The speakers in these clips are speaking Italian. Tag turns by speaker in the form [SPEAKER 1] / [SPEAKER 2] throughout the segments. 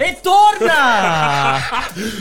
[SPEAKER 1] E torna!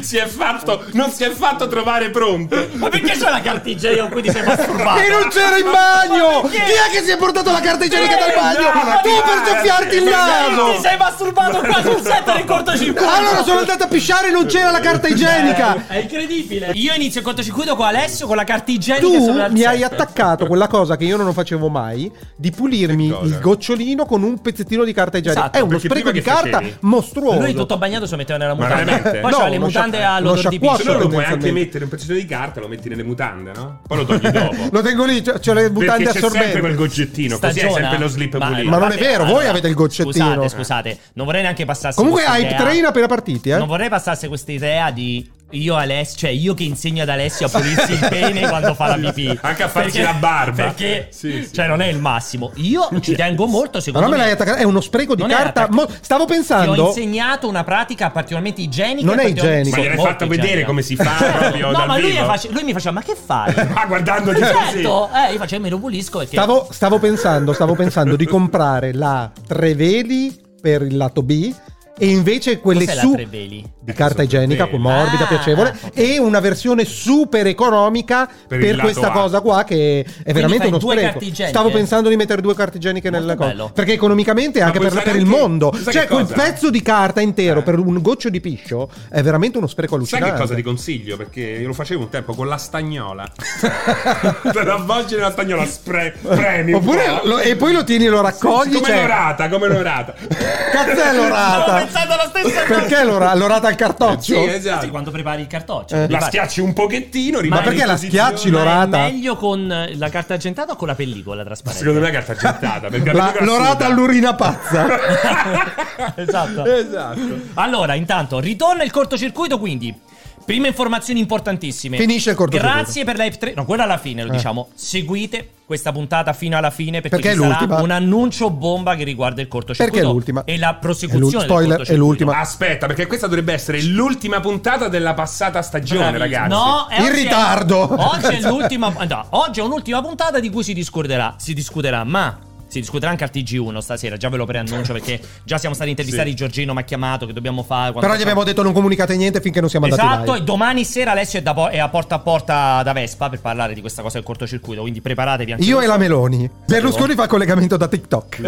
[SPEAKER 2] Si è fatto, non si è fatto trovare pronto.
[SPEAKER 1] Ma perché c'è la carta igienica con cui ti sei masturbato?
[SPEAKER 3] E non c'era in bagno!
[SPEAKER 1] Ma
[SPEAKER 3] Chi
[SPEAKER 1] perché?
[SPEAKER 3] è che si è portato la carta igienica dal
[SPEAKER 1] Eh,
[SPEAKER 3] bagno?
[SPEAKER 1] no, Eh,
[SPEAKER 3] Tu
[SPEAKER 1] ma
[SPEAKER 3] per
[SPEAKER 2] dai,
[SPEAKER 3] soffiarti il
[SPEAKER 2] dai,
[SPEAKER 1] Ti
[SPEAKER 3] naso! Ah,
[SPEAKER 1] sei masturbato qua sul set del cortocircuito! Eh,
[SPEAKER 3] Allora sono andata a pisciare e non c'era la carta igienica!
[SPEAKER 1] È incredibile! Io inizio il cortocircuito con Alessio con la carta igienica
[SPEAKER 3] Tu
[SPEAKER 1] sopra il
[SPEAKER 3] mi hai
[SPEAKER 1] set.
[SPEAKER 3] attaccato quella cosa che io non facevo mai di pulirmi
[SPEAKER 2] Che cosa?
[SPEAKER 3] il gocciolino con un pezzettino di carta igienica.
[SPEAKER 1] Esatto,
[SPEAKER 3] È uno
[SPEAKER 2] perché
[SPEAKER 3] spreco
[SPEAKER 2] prima
[SPEAKER 3] di
[SPEAKER 2] che
[SPEAKER 3] carta
[SPEAKER 2] facevi?
[SPEAKER 3] mostruoso.
[SPEAKER 1] Lui tutto bagnato si metteva nella mutanda.
[SPEAKER 2] veramente?
[SPEAKER 1] Poi
[SPEAKER 3] No,
[SPEAKER 1] c'ha le
[SPEAKER 3] lo
[SPEAKER 1] mutande
[SPEAKER 3] sciacqua-
[SPEAKER 1] all'odore
[SPEAKER 3] lo
[SPEAKER 1] di
[SPEAKER 3] sciacquato.
[SPEAKER 1] piscio.
[SPEAKER 2] Se no lo puoi anche
[SPEAKER 3] Tendenzialmente.
[SPEAKER 2] mettere un pezzettino di carta, lo metti nelle mutande, no? Poi lo togli dopo.
[SPEAKER 3] Lo tengo lì, c'ho, c'ho le
[SPEAKER 2] Perché
[SPEAKER 3] mutande
[SPEAKER 2] c'è sempre quel
[SPEAKER 3] assorbenti.
[SPEAKER 2] goccettino, così hai
[SPEAKER 1] Stagiona.
[SPEAKER 2] sempre lo slip pulito.
[SPEAKER 3] Ma non è
[SPEAKER 1] vabbè,
[SPEAKER 3] vero, voi avete il goccettino.
[SPEAKER 1] Scusate, scusate, non vorrei neanche passarsi
[SPEAKER 3] Comunque
[SPEAKER 1] questa
[SPEAKER 3] hype
[SPEAKER 1] idea-
[SPEAKER 3] train appena partiti, eh?
[SPEAKER 1] Non vorrei passarsi questa idea di io Alessio, cioè io che insegno ad Alessio a pulirsi il pene quando fa la pipì.
[SPEAKER 2] Anche a farsi la barba.
[SPEAKER 1] Perché
[SPEAKER 2] Sì, sì.
[SPEAKER 1] cioè non è il massimo. Io ci tengo molto
[SPEAKER 3] Ma
[SPEAKER 1] secondo
[SPEAKER 3] non me
[SPEAKER 1] me.
[SPEAKER 3] l'hai
[SPEAKER 2] Eh,
[SPEAKER 3] attaccata, è uno spreco di
[SPEAKER 1] Non è
[SPEAKER 3] carta.
[SPEAKER 1] attacca-
[SPEAKER 3] mo- stavo
[SPEAKER 1] Ti ho
[SPEAKER 3] pensando.
[SPEAKER 1] insegnato una pratica particolarmente igienica.
[SPEAKER 3] Non
[SPEAKER 1] e
[SPEAKER 3] è igienico.
[SPEAKER 1] particolarmente-
[SPEAKER 2] Ma gliel'hai
[SPEAKER 1] Molto
[SPEAKER 2] fatto vedere
[SPEAKER 1] igienica.
[SPEAKER 2] come si fa proprio
[SPEAKER 1] Eh, No,
[SPEAKER 2] dal
[SPEAKER 1] ma lui,
[SPEAKER 2] vivo?
[SPEAKER 1] mi face- lui mi faceva, ma che fai?
[SPEAKER 2] Ah, guardandoti così.
[SPEAKER 1] certo, eh, io facevo, me lo pulisco perché...
[SPEAKER 3] Stavo, stavo pensando, stavo pensando di comprare la Treveli per il lato B e invece quelle
[SPEAKER 1] Cos'è la
[SPEAKER 3] su
[SPEAKER 1] Treveli?
[SPEAKER 3] di carta igienica, poi
[SPEAKER 2] Eh, Treveli.
[SPEAKER 3] morbida,
[SPEAKER 1] Ah,
[SPEAKER 3] piacevole
[SPEAKER 1] ok.
[SPEAKER 3] e una versione super economica
[SPEAKER 2] Per
[SPEAKER 3] per,
[SPEAKER 2] il lato
[SPEAKER 3] questa
[SPEAKER 2] A.
[SPEAKER 3] cosa qua che è veramente
[SPEAKER 1] fai
[SPEAKER 3] uno
[SPEAKER 1] due
[SPEAKER 3] spreco.
[SPEAKER 1] carte igieniche?
[SPEAKER 3] Stavo pensando di mettere due carte igieniche
[SPEAKER 1] Molto
[SPEAKER 3] nella cosa,
[SPEAKER 1] bello.
[SPEAKER 3] perché economicamente è
[SPEAKER 2] Ma
[SPEAKER 3] anche
[SPEAKER 2] puoi
[SPEAKER 3] per,
[SPEAKER 2] usare
[SPEAKER 3] per il
[SPEAKER 2] anche-
[SPEAKER 3] mondo,
[SPEAKER 2] sai
[SPEAKER 3] cioè
[SPEAKER 2] che
[SPEAKER 3] quel
[SPEAKER 2] cosa?
[SPEAKER 3] pezzo di carta intero
[SPEAKER 2] Eh.
[SPEAKER 3] per un goccio di piscio è veramente uno spreco
[SPEAKER 2] Sai
[SPEAKER 3] allucinante.
[SPEAKER 2] che cosa ti consiglio? Perché io lo facevo un tempo con la stagnola. Te la avvolgi nella stagnola, spre- premi. un
[SPEAKER 3] Oppure
[SPEAKER 2] po'.
[SPEAKER 3] lo- e poi lo tieni e lo raccogli.
[SPEAKER 2] come
[SPEAKER 3] cioè,
[SPEAKER 2] l'orata, come l'orata.
[SPEAKER 3] Cazzo è
[SPEAKER 1] Stavo
[SPEAKER 3] l'orata?
[SPEAKER 1] pensando alla stessa cosa.
[SPEAKER 3] Perché l'ora, l'orata al
[SPEAKER 2] Sì,
[SPEAKER 3] cartoccio?
[SPEAKER 2] esatto.
[SPEAKER 1] Eh Sì, quando prepari il cartoccio.
[SPEAKER 3] Eh.
[SPEAKER 1] devi
[SPEAKER 2] La
[SPEAKER 1] fare-
[SPEAKER 2] schiacci un pochettino, rimane
[SPEAKER 3] perché
[SPEAKER 2] in
[SPEAKER 3] la
[SPEAKER 2] posizione-
[SPEAKER 3] schiacci
[SPEAKER 1] Ma
[SPEAKER 3] l'orata?
[SPEAKER 1] È meglio con eh, la carta argentata o con la pellicola trasparente?
[SPEAKER 2] Secondo me è carta gettata. Perché
[SPEAKER 3] La- l'orata all'urina pazza.
[SPEAKER 1] esatto.
[SPEAKER 2] Esatto.
[SPEAKER 1] Allora, intanto, ritorna il cortocircuito, quindi. Prime informazioni importantissime.
[SPEAKER 3] Finisce il cortocircuito. Eh.
[SPEAKER 1] Grazie per l'hype 3. No, quella alla fine, lo diciamo. Seguite questa puntata fino alla fine perché,
[SPEAKER 3] Perché
[SPEAKER 1] ci
[SPEAKER 3] è
[SPEAKER 1] sarà
[SPEAKER 3] l'ultima.
[SPEAKER 1] un annuncio bomba che riguarda il cortocircuito.
[SPEAKER 3] Perché è l'ultima.
[SPEAKER 1] E la
[SPEAKER 3] È l'ul-
[SPEAKER 1] prosecuzione.
[SPEAKER 3] spoiler,
[SPEAKER 1] del cortocircuito.
[SPEAKER 3] è l'ultima.
[SPEAKER 2] Aspetta, perché questa dovrebbe essere l'ultima puntata della passata stagione,
[SPEAKER 1] Bravi.
[SPEAKER 2] ragazzi.
[SPEAKER 1] No, è
[SPEAKER 3] In
[SPEAKER 1] oggi è-
[SPEAKER 3] ritardo.
[SPEAKER 1] oggi è l'ultima. eh, no, oggi è un'ultima puntata di cui si discuterà. Si discuterà, ma. Si discuterà anche al TG1 stasera, già ve lo preannuncio perché già siamo stati intervistati.
[SPEAKER 2] Sì.
[SPEAKER 1] Giorgino mi ha chiamato, che dobbiamo fare. quanto
[SPEAKER 3] Però gli abbiamo detto non comunicate niente finché non siamo andati
[SPEAKER 1] Esatto,
[SPEAKER 3] live.
[SPEAKER 1] e domani sera Alessio è, da po- è a porta a porta da Vespa per parlare di questa cosa del cortocircuito, quindi preparatevi anche
[SPEAKER 3] Io
[SPEAKER 1] voi.
[SPEAKER 3] e la Meloni. Berlusconi fa il collegamento da TikTok.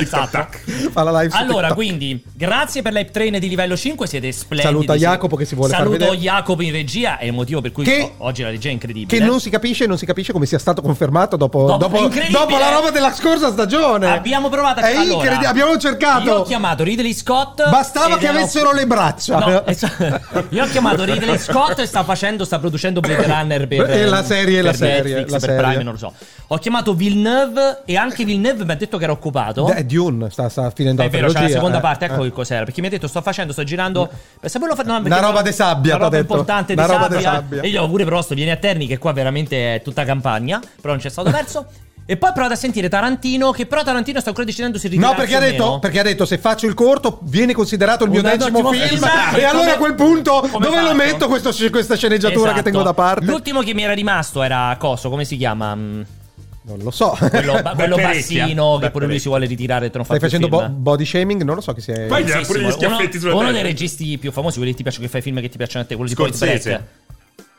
[SPEAKER 1] Esatto.
[SPEAKER 3] Fa la live su
[SPEAKER 1] Allora,
[SPEAKER 3] TikTok.
[SPEAKER 1] quindi, grazie per l'hype train di livello 5, siete splendidi.
[SPEAKER 3] Saluta
[SPEAKER 1] siete-
[SPEAKER 3] Jacopo che si vuole far
[SPEAKER 1] Saluto
[SPEAKER 3] vedere.
[SPEAKER 1] Jacopo in regia, è il motivo per cui
[SPEAKER 3] Che-
[SPEAKER 1] o- oggi la regia è incredibile.
[SPEAKER 3] Che non si capisce, non si capisce come sia stato confermato dopo,
[SPEAKER 1] eh. Dopo-
[SPEAKER 3] dopo-
[SPEAKER 1] incredibile.
[SPEAKER 3] dopo la roba della scorsa stagione.
[SPEAKER 1] Abbiamo provato a
[SPEAKER 3] È
[SPEAKER 1] allora,
[SPEAKER 3] incredibile, abbiamo
[SPEAKER 1] Io ho
[SPEAKER 3] cercato.
[SPEAKER 1] chiamato Ridley Scott.
[SPEAKER 3] Bastava
[SPEAKER 1] ed
[SPEAKER 3] che
[SPEAKER 1] ero-
[SPEAKER 3] avessero le braccia.
[SPEAKER 1] No, es- io ho chiamato Ridley Scott e sta facendo, sta producendo Blade Runner per eh,
[SPEAKER 3] E la serie,
[SPEAKER 1] per
[SPEAKER 3] la serie,
[SPEAKER 1] Netflix,
[SPEAKER 3] la
[SPEAKER 1] per
[SPEAKER 3] serie.
[SPEAKER 1] Prime, non lo so. Ho chiamato Villeneuve e anche Villeneuve mi ha detto che era occupato.
[SPEAKER 3] Eh, Dune sta, sta finendo
[SPEAKER 1] è
[SPEAKER 3] la
[SPEAKER 1] vero, c'è la
[SPEAKER 3] trilogia,
[SPEAKER 1] seconda
[SPEAKER 3] eh.
[SPEAKER 1] parte, ecco
[SPEAKER 3] Eh.
[SPEAKER 1] che cos'era. Perché mi ha detto sto facendo, sto girando. Per saperlo fa- no, perché
[SPEAKER 3] Una roba de
[SPEAKER 1] di
[SPEAKER 3] sabbia,
[SPEAKER 1] Una
[SPEAKER 3] t'ha
[SPEAKER 1] roba
[SPEAKER 3] detto.
[SPEAKER 1] importante
[SPEAKER 3] Una
[SPEAKER 1] di
[SPEAKER 3] roba de
[SPEAKER 1] sabbia.
[SPEAKER 3] sabbia.
[SPEAKER 1] E io ho pure prosto, vieni a Terni, che qua veramente è tutta campagna. Però non c'è stato verso. E poi ho provato a sentire Tarantino, che però Tarantino sta ancora decidendo se ritirarsi
[SPEAKER 3] No, perché
[SPEAKER 1] o
[SPEAKER 3] ha, detto,
[SPEAKER 1] meno.
[SPEAKER 3] perché ha detto se faccio il corto viene considerato il mio
[SPEAKER 1] Un
[SPEAKER 3] decimo
[SPEAKER 1] attimo,
[SPEAKER 3] film.
[SPEAKER 1] esatto,
[SPEAKER 3] e allora a quel
[SPEAKER 1] come-
[SPEAKER 3] punto
[SPEAKER 1] come
[SPEAKER 3] dove lo
[SPEAKER 1] fatto?
[SPEAKER 3] metto questo- questa sceneggiatura che
[SPEAKER 1] Esatto.
[SPEAKER 3] tengo da parte?
[SPEAKER 1] L'ultimo che mi era rimasto era Coso, come si chiama? Mm,
[SPEAKER 3] Non lo so.
[SPEAKER 1] Quello, ba- quello
[SPEAKER 2] Beppe
[SPEAKER 1] bassino che pure
[SPEAKER 2] Beppe
[SPEAKER 1] lui si vuole ritirare. te non fa
[SPEAKER 3] Stai
[SPEAKER 1] più
[SPEAKER 3] facendo
[SPEAKER 1] film.
[SPEAKER 3] bo- body shaming? Non lo so chi sia.
[SPEAKER 2] Poi-
[SPEAKER 1] Sì,
[SPEAKER 2] Pure
[SPEAKER 1] sì,
[SPEAKER 2] gli
[SPEAKER 1] uno-
[SPEAKER 2] schiaffetti sulla
[SPEAKER 1] Uno
[SPEAKER 2] testa.
[SPEAKER 1] dei registi più famosi, quelli che ti piacciono, che fai film che ti piacciono a te, quello di Point
[SPEAKER 2] Scorsese.
[SPEAKER 1] Break.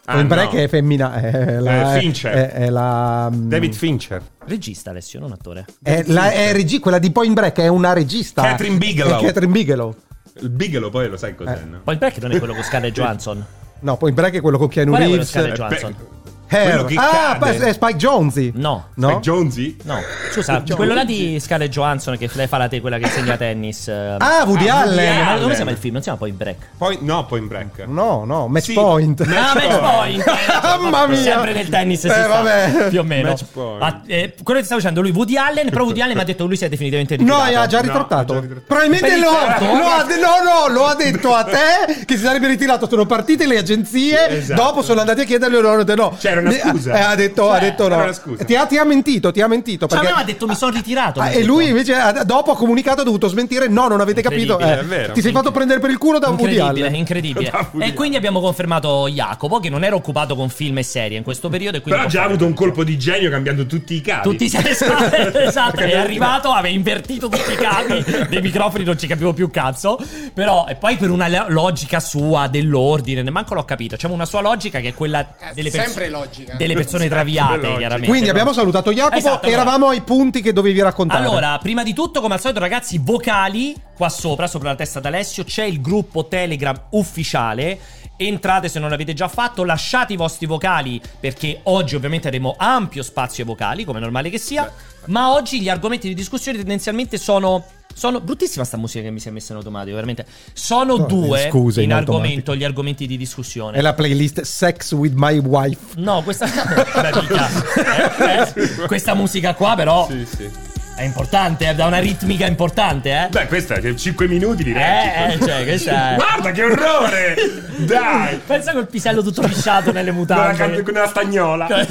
[SPEAKER 2] Ah,
[SPEAKER 3] Point
[SPEAKER 2] no.
[SPEAKER 3] Break è femmina. È la,
[SPEAKER 2] Eh, Fincher.
[SPEAKER 3] È, è la. mm,
[SPEAKER 2] David Fincher.
[SPEAKER 1] Regista Alessio, non attore.
[SPEAKER 3] È, la- è regi- quella di Point Break è una regista.
[SPEAKER 2] Catherine Bigelow.
[SPEAKER 3] È Catherine Bigelow.
[SPEAKER 2] Il Bigelow poi lo sai cos'è,
[SPEAKER 3] Eh.
[SPEAKER 2] no?
[SPEAKER 1] Point Break non è quello con Scarlett Johansson.
[SPEAKER 3] No, Point Break è quello con Keanu
[SPEAKER 1] Qual è quello
[SPEAKER 3] Reeves.
[SPEAKER 1] Scarlett
[SPEAKER 2] Eh,
[SPEAKER 1] Johansson?
[SPEAKER 2] beh,
[SPEAKER 3] Hair.
[SPEAKER 2] quello che
[SPEAKER 3] ah,
[SPEAKER 2] cade.
[SPEAKER 3] pa- è Spike Jonze.
[SPEAKER 1] No.
[SPEAKER 3] No?
[SPEAKER 2] Spike Jonze?
[SPEAKER 1] No, scusa,
[SPEAKER 2] Jones.
[SPEAKER 1] quello là di Scarlett Johansson che lei fa la te, quella che insegna tennis. eh,
[SPEAKER 3] Ah, Woody
[SPEAKER 2] Ah, Woody
[SPEAKER 3] Allen.
[SPEAKER 2] Allen.
[SPEAKER 1] ma come si chiama il film? Non si chiama Point Break.
[SPEAKER 2] Poi, no, poi in
[SPEAKER 3] Mm.
[SPEAKER 2] break.
[SPEAKER 3] No, no, Match
[SPEAKER 2] Sì.
[SPEAKER 3] Point.
[SPEAKER 1] Ah, match point!
[SPEAKER 3] Mamma mia.
[SPEAKER 1] Sempre nel tennis, si
[SPEAKER 3] Eh,
[SPEAKER 1] sta,
[SPEAKER 3] vabbè.
[SPEAKER 1] più o meno.
[SPEAKER 2] Match point.
[SPEAKER 1] Ah, eh, quello che ti stavo dicendo, lui Woody Allen, però Woody Allen mi ha detto che lui si è definitivamente Cioè,
[SPEAKER 3] No, eh,
[SPEAKER 1] ritirato.
[SPEAKER 3] ha già
[SPEAKER 2] No,
[SPEAKER 3] ritrattato.
[SPEAKER 2] ha già ritrattato.
[SPEAKER 3] Probabilmente
[SPEAKER 1] Per il
[SPEAKER 3] lo,
[SPEAKER 1] fatto?
[SPEAKER 3] lo ha, no, no, lo ha detto a te che si sarebbe ritirato. Sono partite le agenzie.
[SPEAKER 2] Esatto.
[SPEAKER 3] Dopo sono andati a chiederlo e loro hanno detto no.
[SPEAKER 2] C'era era una
[SPEAKER 3] Eh,
[SPEAKER 2] scusa.
[SPEAKER 3] eh, ha detto,
[SPEAKER 1] Cioè,
[SPEAKER 3] ha detto
[SPEAKER 2] era
[SPEAKER 3] no.
[SPEAKER 2] una scusa.
[SPEAKER 3] Ti ha, ti ha mentito, ti ha mentito.
[SPEAKER 1] Cioè, a
[SPEAKER 3] perché-
[SPEAKER 1] me mi ha detto, mi sono ritirato,
[SPEAKER 3] Ah,
[SPEAKER 1] mi ha
[SPEAKER 3] e
[SPEAKER 1] detto.
[SPEAKER 3] lui invece ah, dopo ha comunicato, ha dovuto smentire. No, non avete capito. eh,
[SPEAKER 1] Incredibile,
[SPEAKER 2] è vero.
[SPEAKER 3] Ti sei fatto prendere per il culo da un
[SPEAKER 1] Incredibile,
[SPEAKER 3] mondiale.
[SPEAKER 1] incredibile.
[SPEAKER 2] Da Woody
[SPEAKER 1] E
[SPEAKER 2] Allen.
[SPEAKER 1] quindi abbiamo confermato Jacopo che non era occupato con film e serie in questo periodo. E quindi
[SPEAKER 2] Però ha
[SPEAKER 1] può
[SPEAKER 2] già
[SPEAKER 1] fare
[SPEAKER 2] avuto un
[SPEAKER 1] tutto.
[SPEAKER 2] colpo di genio cambiando tutti i cavi.
[SPEAKER 1] Tutti esatto, esatto, è arrivato, aveva invertito tutti i cavi dei microfoni, non ci capivo più cazzo. Però, e poi per una lo- logica sua dell'ordine, neanche l'ho capito. C'è una sua logica che è quella
[SPEAKER 4] Eh,
[SPEAKER 1] delle,
[SPEAKER 4] sempre logica.
[SPEAKER 1] delle persone
[SPEAKER 2] Sempre
[SPEAKER 1] traviate,
[SPEAKER 2] logica.
[SPEAKER 1] chiaramente.
[SPEAKER 3] Quindi
[SPEAKER 1] no?
[SPEAKER 3] abbiamo salutato Jacopo.
[SPEAKER 1] Esatto,
[SPEAKER 3] eravamo ai punti che dovevi raccontare.
[SPEAKER 1] Allora, prima di tutto, come al solito, ragazzi, vocali qua sopra, sopra la testa d'Alessio, c'è il gruppo Telegram ufficiale. Entrate se non l'avete già fatto, lasciate i vostri vocali perché oggi ovviamente avremo ampio spazio ai vocali, come è normale che sia. Ma oggi gli argomenti di discussione tendenzialmente sono. Sono bruttissima sta musica che mi si è messa in automatico, veramente. Sono
[SPEAKER 3] No, eh,
[SPEAKER 1] due
[SPEAKER 3] scusa,
[SPEAKER 1] in,
[SPEAKER 3] in
[SPEAKER 1] argomento
[SPEAKER 3] automatico.
[SPEAKER 1] gli argomenti di discussione.
[SPEAKER 3] è la playlist Sex with My Wife.
[SPEAKER 1] No, questa. la vita. Eh, eh, questa musica qua, però,
[SPEAKER 2] Sì, sì.
[SPEAKER 1] è importante, eh, dà una ritmica importante, eh.
[SPEAKER 2] Beh, questa è 5 minuti di
[SPEAKER 1] Eh, eh,
[SPEAKER 2] recito.
[SPEAKER 1] cioè, questa è-
[SPEAKER 2] Guarda che orrore! Dai!
[SPEAKER 1] Pensa col pisello tutto pisciato nelle
[SPEAKER 2] Con la, can-
[SPEAKER 1] mutande.
[SPEAKER 2] con la stagnola.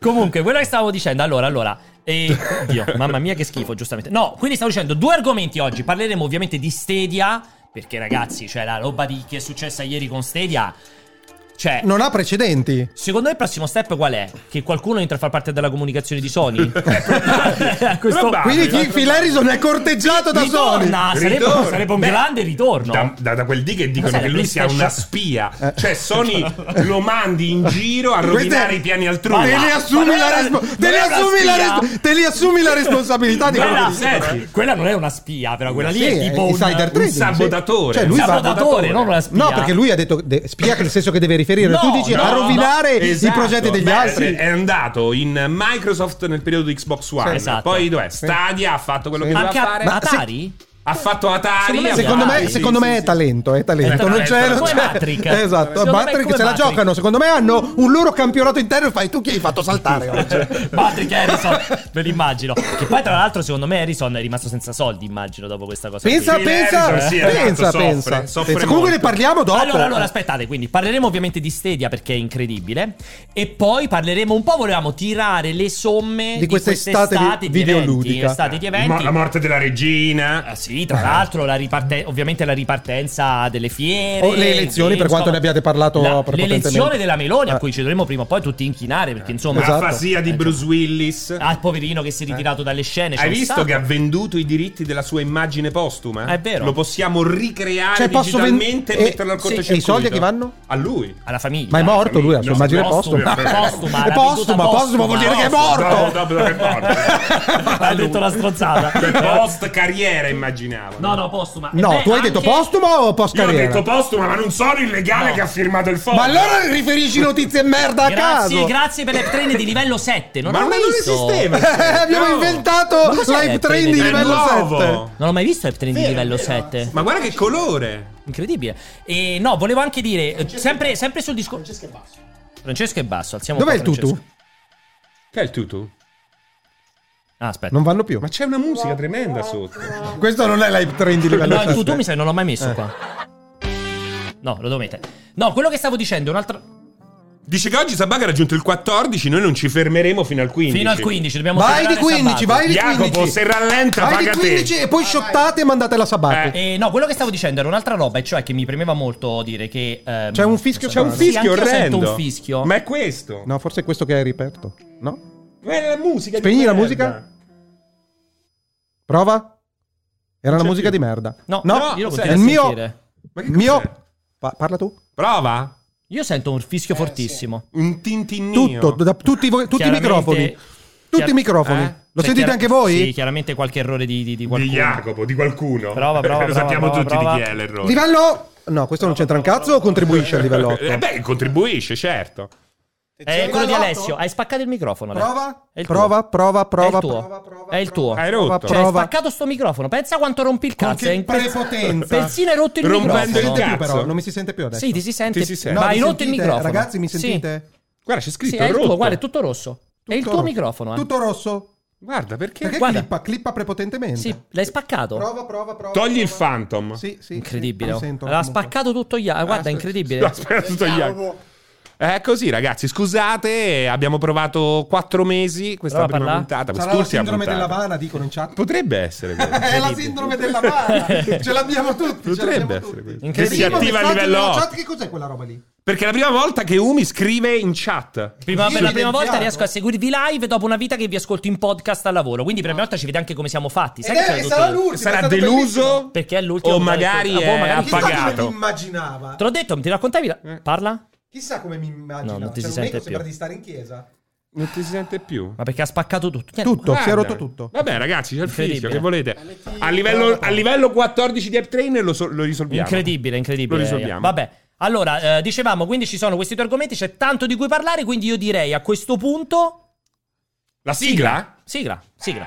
[SPEAKER 1] Comunque, quello che stavo dicendo, allora, allora. E... Dio, mamma mia, che schifo, giustamente. No, quindi stavo dicendo due argomenti oggi. Parleremo ovviamente di Stadia. Perché, ragazzi, cioè, la roba di che è successa ieri con Stadia. Cioè,
[SPEAKER 3] Non ha precedenti.
[SPEAKER 2] Ah,
[SPEAKER 1] secondo me il prossimo step qual è? Che qualcuno entra a far parte della comunicazione di Sony? A questo
[SPEAKER 2] Vabbè. Ah,
[SPEAKER 3] Quindi
[SPEAKER 2] sì,
[SPEAKER 3] chi- Phil Harrison è corteggiato da Sony.
[SPEAKER 1] Ritorna, sarebbe,
[SPEAKER 2] Ritorno.
[SPEAKER 1] sarebbe un
[SPEAKER 2] Beh,
[SPEAKER 1] grande ritorno.
[SPEAKER 2] Da, da- da quel dì che dicono
[SPEAKER 1] sai,
[SPEAKER 2] che lui sia una
[SPEAKER 1] PlayStation-
[SPEAKER 2] spia. Cioè, Sony lo mandi in giro a
[SPEAKER 3] Questa
[SPEAKER 2] rovinare
[SPEAKER 3] Eh. è-
[SPEAKER 2] i piani altrui.
[SPEAKER 3] Te
[SPEAKER 1] Ma-
[SPEAKER 3] ne assumi,
[SPEAKER 1] ma non
[SPEAKER 3] la,
[SPEAKER 1] era-
[SPEAKER 3] respo- te
[SPEAKER 1] non
[SPEAKER 3] ne
[SPEAKER 1] era
[SPEAKER 3] assumi la
[SPEAKER 1] spia?
[SPEAKER 3] res- te ne assumi la responsabilità di quello
[SPEAKER 1] Quella,
[SPEAKER 3] che dici.
[SPEAKER 1] senti, quella non è una spia, però quella
[SPEAKER 3] Sì, eh,
[SPEAKER 1] lì è tipo un
[SPEAKER 3] insider trading, sì.
[SPEAKER 2] sabotatore.
[SPEAKER 3] Cioè,
[SPEAKER 1] un
[SPEAKER 3] lui va-
[SPEAKER 1] sabotatore, non una spia.
[SPEAKER 3] No, perché lui ha detto de- spia nel senso che deve riferire.
[SPEAKER 1] No,
[SPEAKER 3] tu dici
[SPEAKER 1] no,
[SPEAKER 3] a rovinare
[SPEAKER 1] no, Esatto.
[SPEAKER 3] i progetti degli
[SPEAKER 2] Esatto. Beh,
[SPEAKER 3] altri.
[SPEAKER 2] È andato in Microsoft nel periodo di Xbox One.
[SPEAKER 1] Sì, esatto.
[SPEAKER 2] Poi dov'è? Stadia ha fatto quello
[SPEAKER 3] Sì.
[SPEAKER 2] che doveva
[SPEAKER 1] Anche a-
[SPEAKER 2] fare.
[SPEAKER 3] Ma-
[SPEAKER 1] Atari?
[SPEAKER 2] Ha fatto
[SPEAKER 1] Secondo
[SPEAKER 2] Atari.
[SPEAKER 1] me-
[SPEAKER 2] ha
[SPEAKER 3] Secondo
[SPEAKER 2] fatto-
[SPEAKER 3] me,
[SPEAKER 1] Dai,
[SPEAKER 2] sì,
[SPEAKER 3] secondo
[SPEAKER 2] sì,
[SPEAKER 3] me
[SPEAKER 2] sì,
[SPEAKER 3] è talento, è
[SPEAKER 1] È
[SPEAKER 3] talento.
[SPEAKER 1] talento,
[SPEAKER 3] non c'è, non
[SPEAKER 1] come
[SPEAKER 3] c'è.
[SPEAKER 1] Matrix.
[SPEAKER 3] Esatto,
[SPEAKER 1] Secondo me è
[SPEAKER 3] Matrix
[SPEAKER 1] come
[SPEAKER 3] se la
[SPEAKER 1] Matrix.
[SPEAKER 3] giocano. Secondo me hanno un loro campionato interno e fai tu chi hai fatto saltare oggi.
[SPEAKER 1] Patrick Harrison, ve l'immagino. Che poi, tra l'altro, secondo me Harrison è rimasto senza soldi, immagino, dopo questa cosa.
[SPEAKER 3] Pensa,
[SPEAKER 2] Phil
[SPEAKER 3] pensa,
[SPEAKER 2] Harrison, sì, esatto,
[SPEAKER 3] pensa,
[SPEAKER 2] soffre,
[SPEAKER 3] pensa.
[SPEAKER 2] soffre
[SPEAKER 3] Pensa. Comunque ne
[SPEAKER 2] molto.
[SPEAKER 3] parliamo dopo.
[SPEAKER 1] Allora, allora, aspettate, quindi parleremo ovviamente di Stadia perché è incredibile e poi parleremo un po', volevamo tirare le somme di,
[SPEAKER 3] questa estate
[SPEAKER 1] di
[SPEAKER 3] videoludica.
[SPEAKER 1] eventi, estate di
[SPEAKER 2] Mo-
[SPEAKER 1] eventi.
[SPEAKER 2] la morte della regina.
[SPEAKER 1] Ah,
[SPEAKER 3] Eh,
[SPEAKER 1] sì, tra l'altro, la riparte- ovviamente la ripartenza delle
[SPEAKER 3] O
[SPEAKER 1] fiere.
[SPEAKER 3] Oh, le elezioni,
[SPEAKER 1] di-
[SPEAKER 3] per quanto
[SPEAKER 1] insomma,
[SPEAKER 3] ne abbiate parlato
[SPEAKER 1] la-
[SPEAKER 3] prepotentemente.
[SPEAKER 1] L'elezione della Meloni, a
[SPEAKER 3] Eh.
[SPEAKER 1] cui ci dovremo prima o poi tutti inchinare, perché insomma.
[SPEAKER 3] Esatto. Eh.
[SPEAKER 2] L'afasia di Bruce Willis.
[SPEAKER 1] Ah, il poverino che si è ritirato dalle scene. c'è
[SPEAKER 2] Hai
[SPEAKER 1] un
[SPEAKER 2] visto
[SPEAKER 1] sacco.
[SPEAKER 2] che ha venduto i diritti della sua immagine postuma?
[SPEAKER 1] È vero.
[SPEAKER 2] Lo possiamo ricreare
[SPEAKER 3] Cioè, posso ven-
[SPEAKER 2] digitalmente
[SPEAKER 3] e-
[SPEAKER 2] e metterlo al
[SPEAKER 3] sì, e i
[SPEAKER 2] cortocircuito.
[SPEAKER 3] soldi a chi vanno?
[SPEAKER 2] A lui.
[SPEAKER 1] Alla famiglia.
[SPEAKER 3] Ma è morto lui, la sua
[SPEAKER 2] No,
[SPEAKER 3] immagine è
[SPEAKER 1] postuma,
[SPEAKER 3] postuma.
[SPEAKER 1] postuma,
[SPEAKER 3] È
[SPEAKER 1] la
[SPEAKER 3] postuma,
[SPEAKER 1] veduta
[SPEAKER 3] postuma vuol dire che è
[SPEAKER 1] postuma.
[SPEAKER 2] Dopo,
[SPEAKER 3] morto.
[SPEAKER 2] dopo che è morto.
[SPEAKER 1] ha detto la strozzata.
[SPEAKER 2] Post carriera immaginavo.
[SPEAKER 1] no, no, postuma. E
[SPEAKER 3] No,
[SPEAKER 1] beh,
[SPEAKER 3] tu hai detto
[SPEAKER 1] anche-
[SPEAKER 3] postuma o post
[SPEAKER 2] Io ho detto
[SPEAKER 3] carriera?
[SPEAKER 2] postuma, ma non sono il legale
[SPEAKER 1] No.
[SPEAKER 2] che ha firmato il fondo.
[SPEAKER 3] Ma allora riferisci notizie merda a
[SPEAKER 1] Grazie,
[SPEAKER 3] caso.
[SPEAKER 1] grazie per le trend di livello 7. Non
[SPEAKER 2] Ma
[SPEAKER 1] l'ho mai
[SPEAKER 2] non
[SPEAKER 1] visto.
[SPEAKER 2] esisteva.
[SPEAKER 3] Eh, Abbiamo
[SPEAKER 2] No.
[SPEAKER 3] inventato
[SPEAKER 1] Ma cos'è
[SPEAKER 3] live
[SPEAKER 1] il
[SPEAKER 3] train di
[SPEAKER 1] trend?
[SPEAKER 2] È
[SPEAKER 3] livello
[SPEAKER 2] nuovo.
[SPEAKER 3] 7.
[SPEAKER 1] Non ho mai visto il trend di livello 7.
[SPEAKER 2] Ma guarda che colore.
[SPEAKER 1] Incredibile. E no, volevo anche dire, eh, sempre, sempre sul discorso.
[SPEAKER 4] Francesca e Basso.
[SPEAKER 1] Francesco e Basso, alziamo
[SPEAKER 3] Dov'è
[SPEAKER 1] un
[SPEAKER 3] il
[SPEAKER 1] po'
[SPEAKER 3] tutu?
[SPEAKER 1] Francesco.
[SPEAKER 2] Che è il tutu?
[SPEAKER 1] Ah, aspetta.
[SPEAKER 3] Non vanno più.
[SPEAKER 2] Ma c'è una musica tremenda sotto.
[SPEAKER 3] Questo non è live train di livello
[SPEAKER 1] No, il
[SPEAKER 3] 7.
[SPEAKER 1] tutu mi sa che non l'ho mai
[SPEAKER 3] Eh.
[SPEAKER 1] messo qua. No, lo devo mettere. No, quello che stavo dicendo è un'altra.
[SPEAKER 2] Dice che oggi Sabaga ha raggiunto il 14, noi non ci fermeremo fino al 15.
[SPEAKER 1] Fino al 15, dobbiamo
[SPEAKER 3] Vai di
[SPEAKER 1] superare
[SPEAKER 3] 15,
[SPEAKER 1] Sabato.
[SPEAKER 3] vai di 15.
[SPEAKER 2] Jacopo, se rallenta,
[SPEAKER 3] Vai di
[SPEAKER 2] paga
[SPEAKER 3] 15
[SPEAKER 2] te.
[SPEAKER 3] e poi shottate e mandatela a sabato.
[SPEAKER 2] Eh.
[SPEAKER 1] Eh, no, quello che stavo dicendo era un'altra roba, e cioè che mi premeva molto dire che. ehm,
[SPEAKER 3] C'è un fischio,
[SPEAKER 2] C'è un
[SPEAKER 1] Sì,
[SPEAKER 2] fischio
[SPEAKER 1] anch'io
[SPEAKER 2] orrendo.
[SPEAKER 1] sento un fischio.
[SPEAKER 2] Ma è questo.
[SPEAKER 3] No, forse è questo che hai riperto. No?
[SPEAKER 2] Ma è Eh, la musica. di
[SPEAKER 3] Spegni la
[SPEAKER 2] merda.
[SPEAKER 3] musica? Prova? Era una
[SPEAKER 2] c'è
[SPEAKER 3] musica
[SPEAKER 2] più.
[SPEAKER 3] di merda.
[SPEAKER 1] Certo. No,
[SPEAKER 2] No,
[SPEAKER 1] io lo
[SPEAKER 2] sì,
[SPEAKER 1] continuo
[SPEAKER 3] il
[SPEAKER 1] a
[SPEAKER 3] mio-
[SPEAKER 1] sentire.
[SPEAKER 2] Ma che
[SPEAKER 3] Il Mio.
[SPEAKER 2] cos'è?
[SPEAKER 3] Pa- parla tu.
[SPEAKER 2] Prova?
[SPEAKER 1] Io sento un fischio
[SPEAKER 4] Eh,
[SPEAKER 1] fortissimo.
[SPEAKER 2] Un tintinnio.
[SPEAKER 3] Tutto, da- tutti, voi- tutti i
[SPEAKER 1] Chiaramente-
[SPEAKER 3] microfoni. Tutti
[SPEAKER 1] chiar-
[SPEAKER 3] i microfoni.
[SPEAKER 2] eh?
[SPEAKER 3] Lo
[SPEAKER 1] Cioè,
[SPEAKER 3] sentite
[SPEAKER 1] chiar-
[SPEAKER 3] anche voi?
[SPEAKER 1] Sì, chiaramente qualche errore di, di, di qualcuno.
[SPEAKER 2] Di Jacopo, di qualcuno.
[SPEAKER 1] Prova, prova,
[SPEAKER 2] Lo
[SPEAKER 1] prova,
[SPEAKER 2] sappiamo
[SPEAKER 1] prova,
[SPEAKER 2] tutti
[SPEAKER 1] prova.
[SPEAKER 2] di chi è l'errore.
[SPEAKER 3] Livello... No, questo non c'entra un cazzo o contribuisce al livello 8?
[SPEAKER 2] Eh beh, contribuisce, certo.
[SPEAKER 1] È
[SPEAKER 4] Attenzione,
[SPEAKER 1] Eh, quello di
[SPEAKER 4] Lotto?
[SPEAKER 1] Alessio. Hai spaccato il microfono. Ale.
[SPEAKER 3] Prova,
[SPEAKER 1] È il tuo.
[SPEAKER 3] prova, prova,
[SPEAKER 1] È il
[SPEAKER 3] prova,
[SPEAKER 1] tuo.
[SPEAKER 3] prova, prova.
[SPEAKER 1] È il tuo.
[SPEAKER 2] Hai rotto.
[SPEAKER 1] Cioè, hai
[SPEAKER 3] Prova.
[SPEAKER 1] spaccato sto microfono. Pensa quanto rompi il cazzo.
[SPEAKER 3] che
[SPEAKER 1] è imprez-
[SPEAKER 3] prepotenza.
[SPEAKER 1] Persino hai rotto il
[SPEAKER 2] Rompendo
[SPEAKER 1] microfono.
[SPEAKER 2] il
[SPEAKER 3] Più
[SPEAKER 2] cazzo.
[SPEAKER 3] però, non mi si sente più adesso.
[SPEAKER 1] Sì, ti si sente.
[SPEAKER 2] Ti si sente.
[SPEAKER 1] Ma
[SPEAKER 3] mi
[SPEAKER 1] hai rotto il
[SPEAKER 3] sentite?
[SPEAKER 1] microfono.
[SPEAKER 3] Ragazzi, mi
[SPEAKER 1] Sì.
[SPEAKER 3] sentite?
[SPEAKER 2] Guarda, c'è
[SPEAKER 1] Sì,
[SPEAKER 2] scritto
[SPEAKER 1] è il
[SPEAKER 2] rotto.
[SPEAKER 1] tuo. Guarda, è tutto rosso. è il tuo
[SPEAKER 3] Tutto-
[SPEAKER 1] microfono. eh.
[SPEAKER 3] Tutto rosso?
[SPEAKER 2] Guarda, perché?
[SPEAKER 3] Perché
[SPEAKER 1] Guarda.
[SPEAKER 3] clippa, clippa prepotentemente.
[SPEAKER 1] Sì, l'hai spaccato.
[SPEAKER 3] Prova, prova, prova.
[SPEAKER 2] Togli il
[SPEAKER 3] prova.
[SPEAKER 2] Phantom.
[SPEAKER 3] Sì, sì. sì,
[SPEAKER 1] incredibile. oh.
[SPEAKER 3] lo sento
[SPEAKER 1] L'ha
[SPEAKER 3] comunque.
[SPEAKER 1] spaccato tutto. Gli... ah, Guarda, è incredibile.
[SPEAKER 2] No, aspetta, tutto gli altri.
[SPEAKER 4] Bravo.
[SPEAKER 2] È così, ragazzi. Scusate, abbiamo provato quattro mesi questa
[SPEAKER 1] Prova a
[SPEAKER 2] prima
[SPEAKER 1] parlare.
[SPEAKER 2] puntata.
[SPEAKER 3] Sarà la
[SPEAKER 2] Quest'ultima
[SPEAKER 3] sindrome
[SPEAKER 2] puntata.
[SPEAKER 3] dell'Havana, dicono in chat.
[SPEAKER 2] Potrebbe essere. quello.
[SPEAKER 3] È la sindrome dell'Havana. Ce l'abbiamo tutti. ce l'abbiamo
[SPEAKER 2] Potrebbe essere.
[SPEAKER 3] tutti.
[SPEAKER 2] quello. Che
[SPEAKER 1] Incredibile.
[SPEAKER 2] si attiva a
[SPEAKER 3] Primo messaggio
[SPEAKER 2] livello
[SPEAKER 3] nella
[SPEAKER 2] 8.
[SPEAKER 3] chat, che cos'è quella roba lì?
[SPEAKER 2] Perché è la prima volta che Umi scrive in chat.
[SPEAKER 1] Prima-
[SPEAKER 3] Io
[SPEAKER 1] per la prima
[SPEAKER 3] diventato.
[SPEAKER 1] volta riesco a seguirvi live dopo una vita che vi ascolto in podcast al lavoro. Quindi per la prima volta ci vede anche come siamo fatti.
[SPEAKER 3] Ed
[SPEAKER 1] Sai che c'è
[SPEAKER 3] è,
[SPEAKER 1] tutto-
[SPEAKER 3] Eh, sarà l'ultimo. è
[SPEAKER 2] Sarà
[SPEAKER 3] stato
[SPEAKER 2] deluso.
[SPEAKER 1] Perché è l'ultimo
[SPEAKER 2] O
[SPEAKER 1] che
[SPEAKER 2] magari
[SPEAKER 1] ascolta. Ah, boh,
[SPEAKER 2] è
[SPEAKER 1] magari-
[SPEAKER 3] bellissimo. Chissà come
[SPEAKER 2] appagato. Eh.
[SPEAKER 3] mi immaginava.
[SPEAKER 1] Te l'ho detto, ti raccontavi? la- Parla?
[SPEAKER 3] Chissà come mi immaginava.
[SPEAKER 1] No, non ti
[SPEAKER 3] Cioè,
[SPEAKER 1] si
[SPEAKER 3] un
[SPEAKER 1] sente
[SPEAKER 3] meco sembra
[SPEAKER 1] più.
[SPEAKER 3] di stare in chiesa.
[SPEAKER 2] Non ti si sente più.
[SPEAKER 1] Ma perché ha spaccato tutto? Niente,
[SPEAKER 3] Tutto, si è
[SPEAKER 2] Guarda.
[SPEAKER 3] rotto tutto.
[SPEAKER 2] Vabbè, ragazzi, c'è il fischio
[SPEAKER 1] Incredibile.
[SPEAKER 2] che volete. A livello, a livello 14 di Uptrain lo, so- lo risolviamo.
[SPEAKER 1] Incredibile, incredibile.
[SPEAKER 2] Lo risolviamo.
[SPEAKER 1] Vabbè. Allora, eh, dicevamo, quindi ci sono questi due argomenti, c'è tanto di cui parlare, quindi io direi a questo punto
[SPEAKER 2] La sigla?
[SPEAKER 1] sigla, sigla.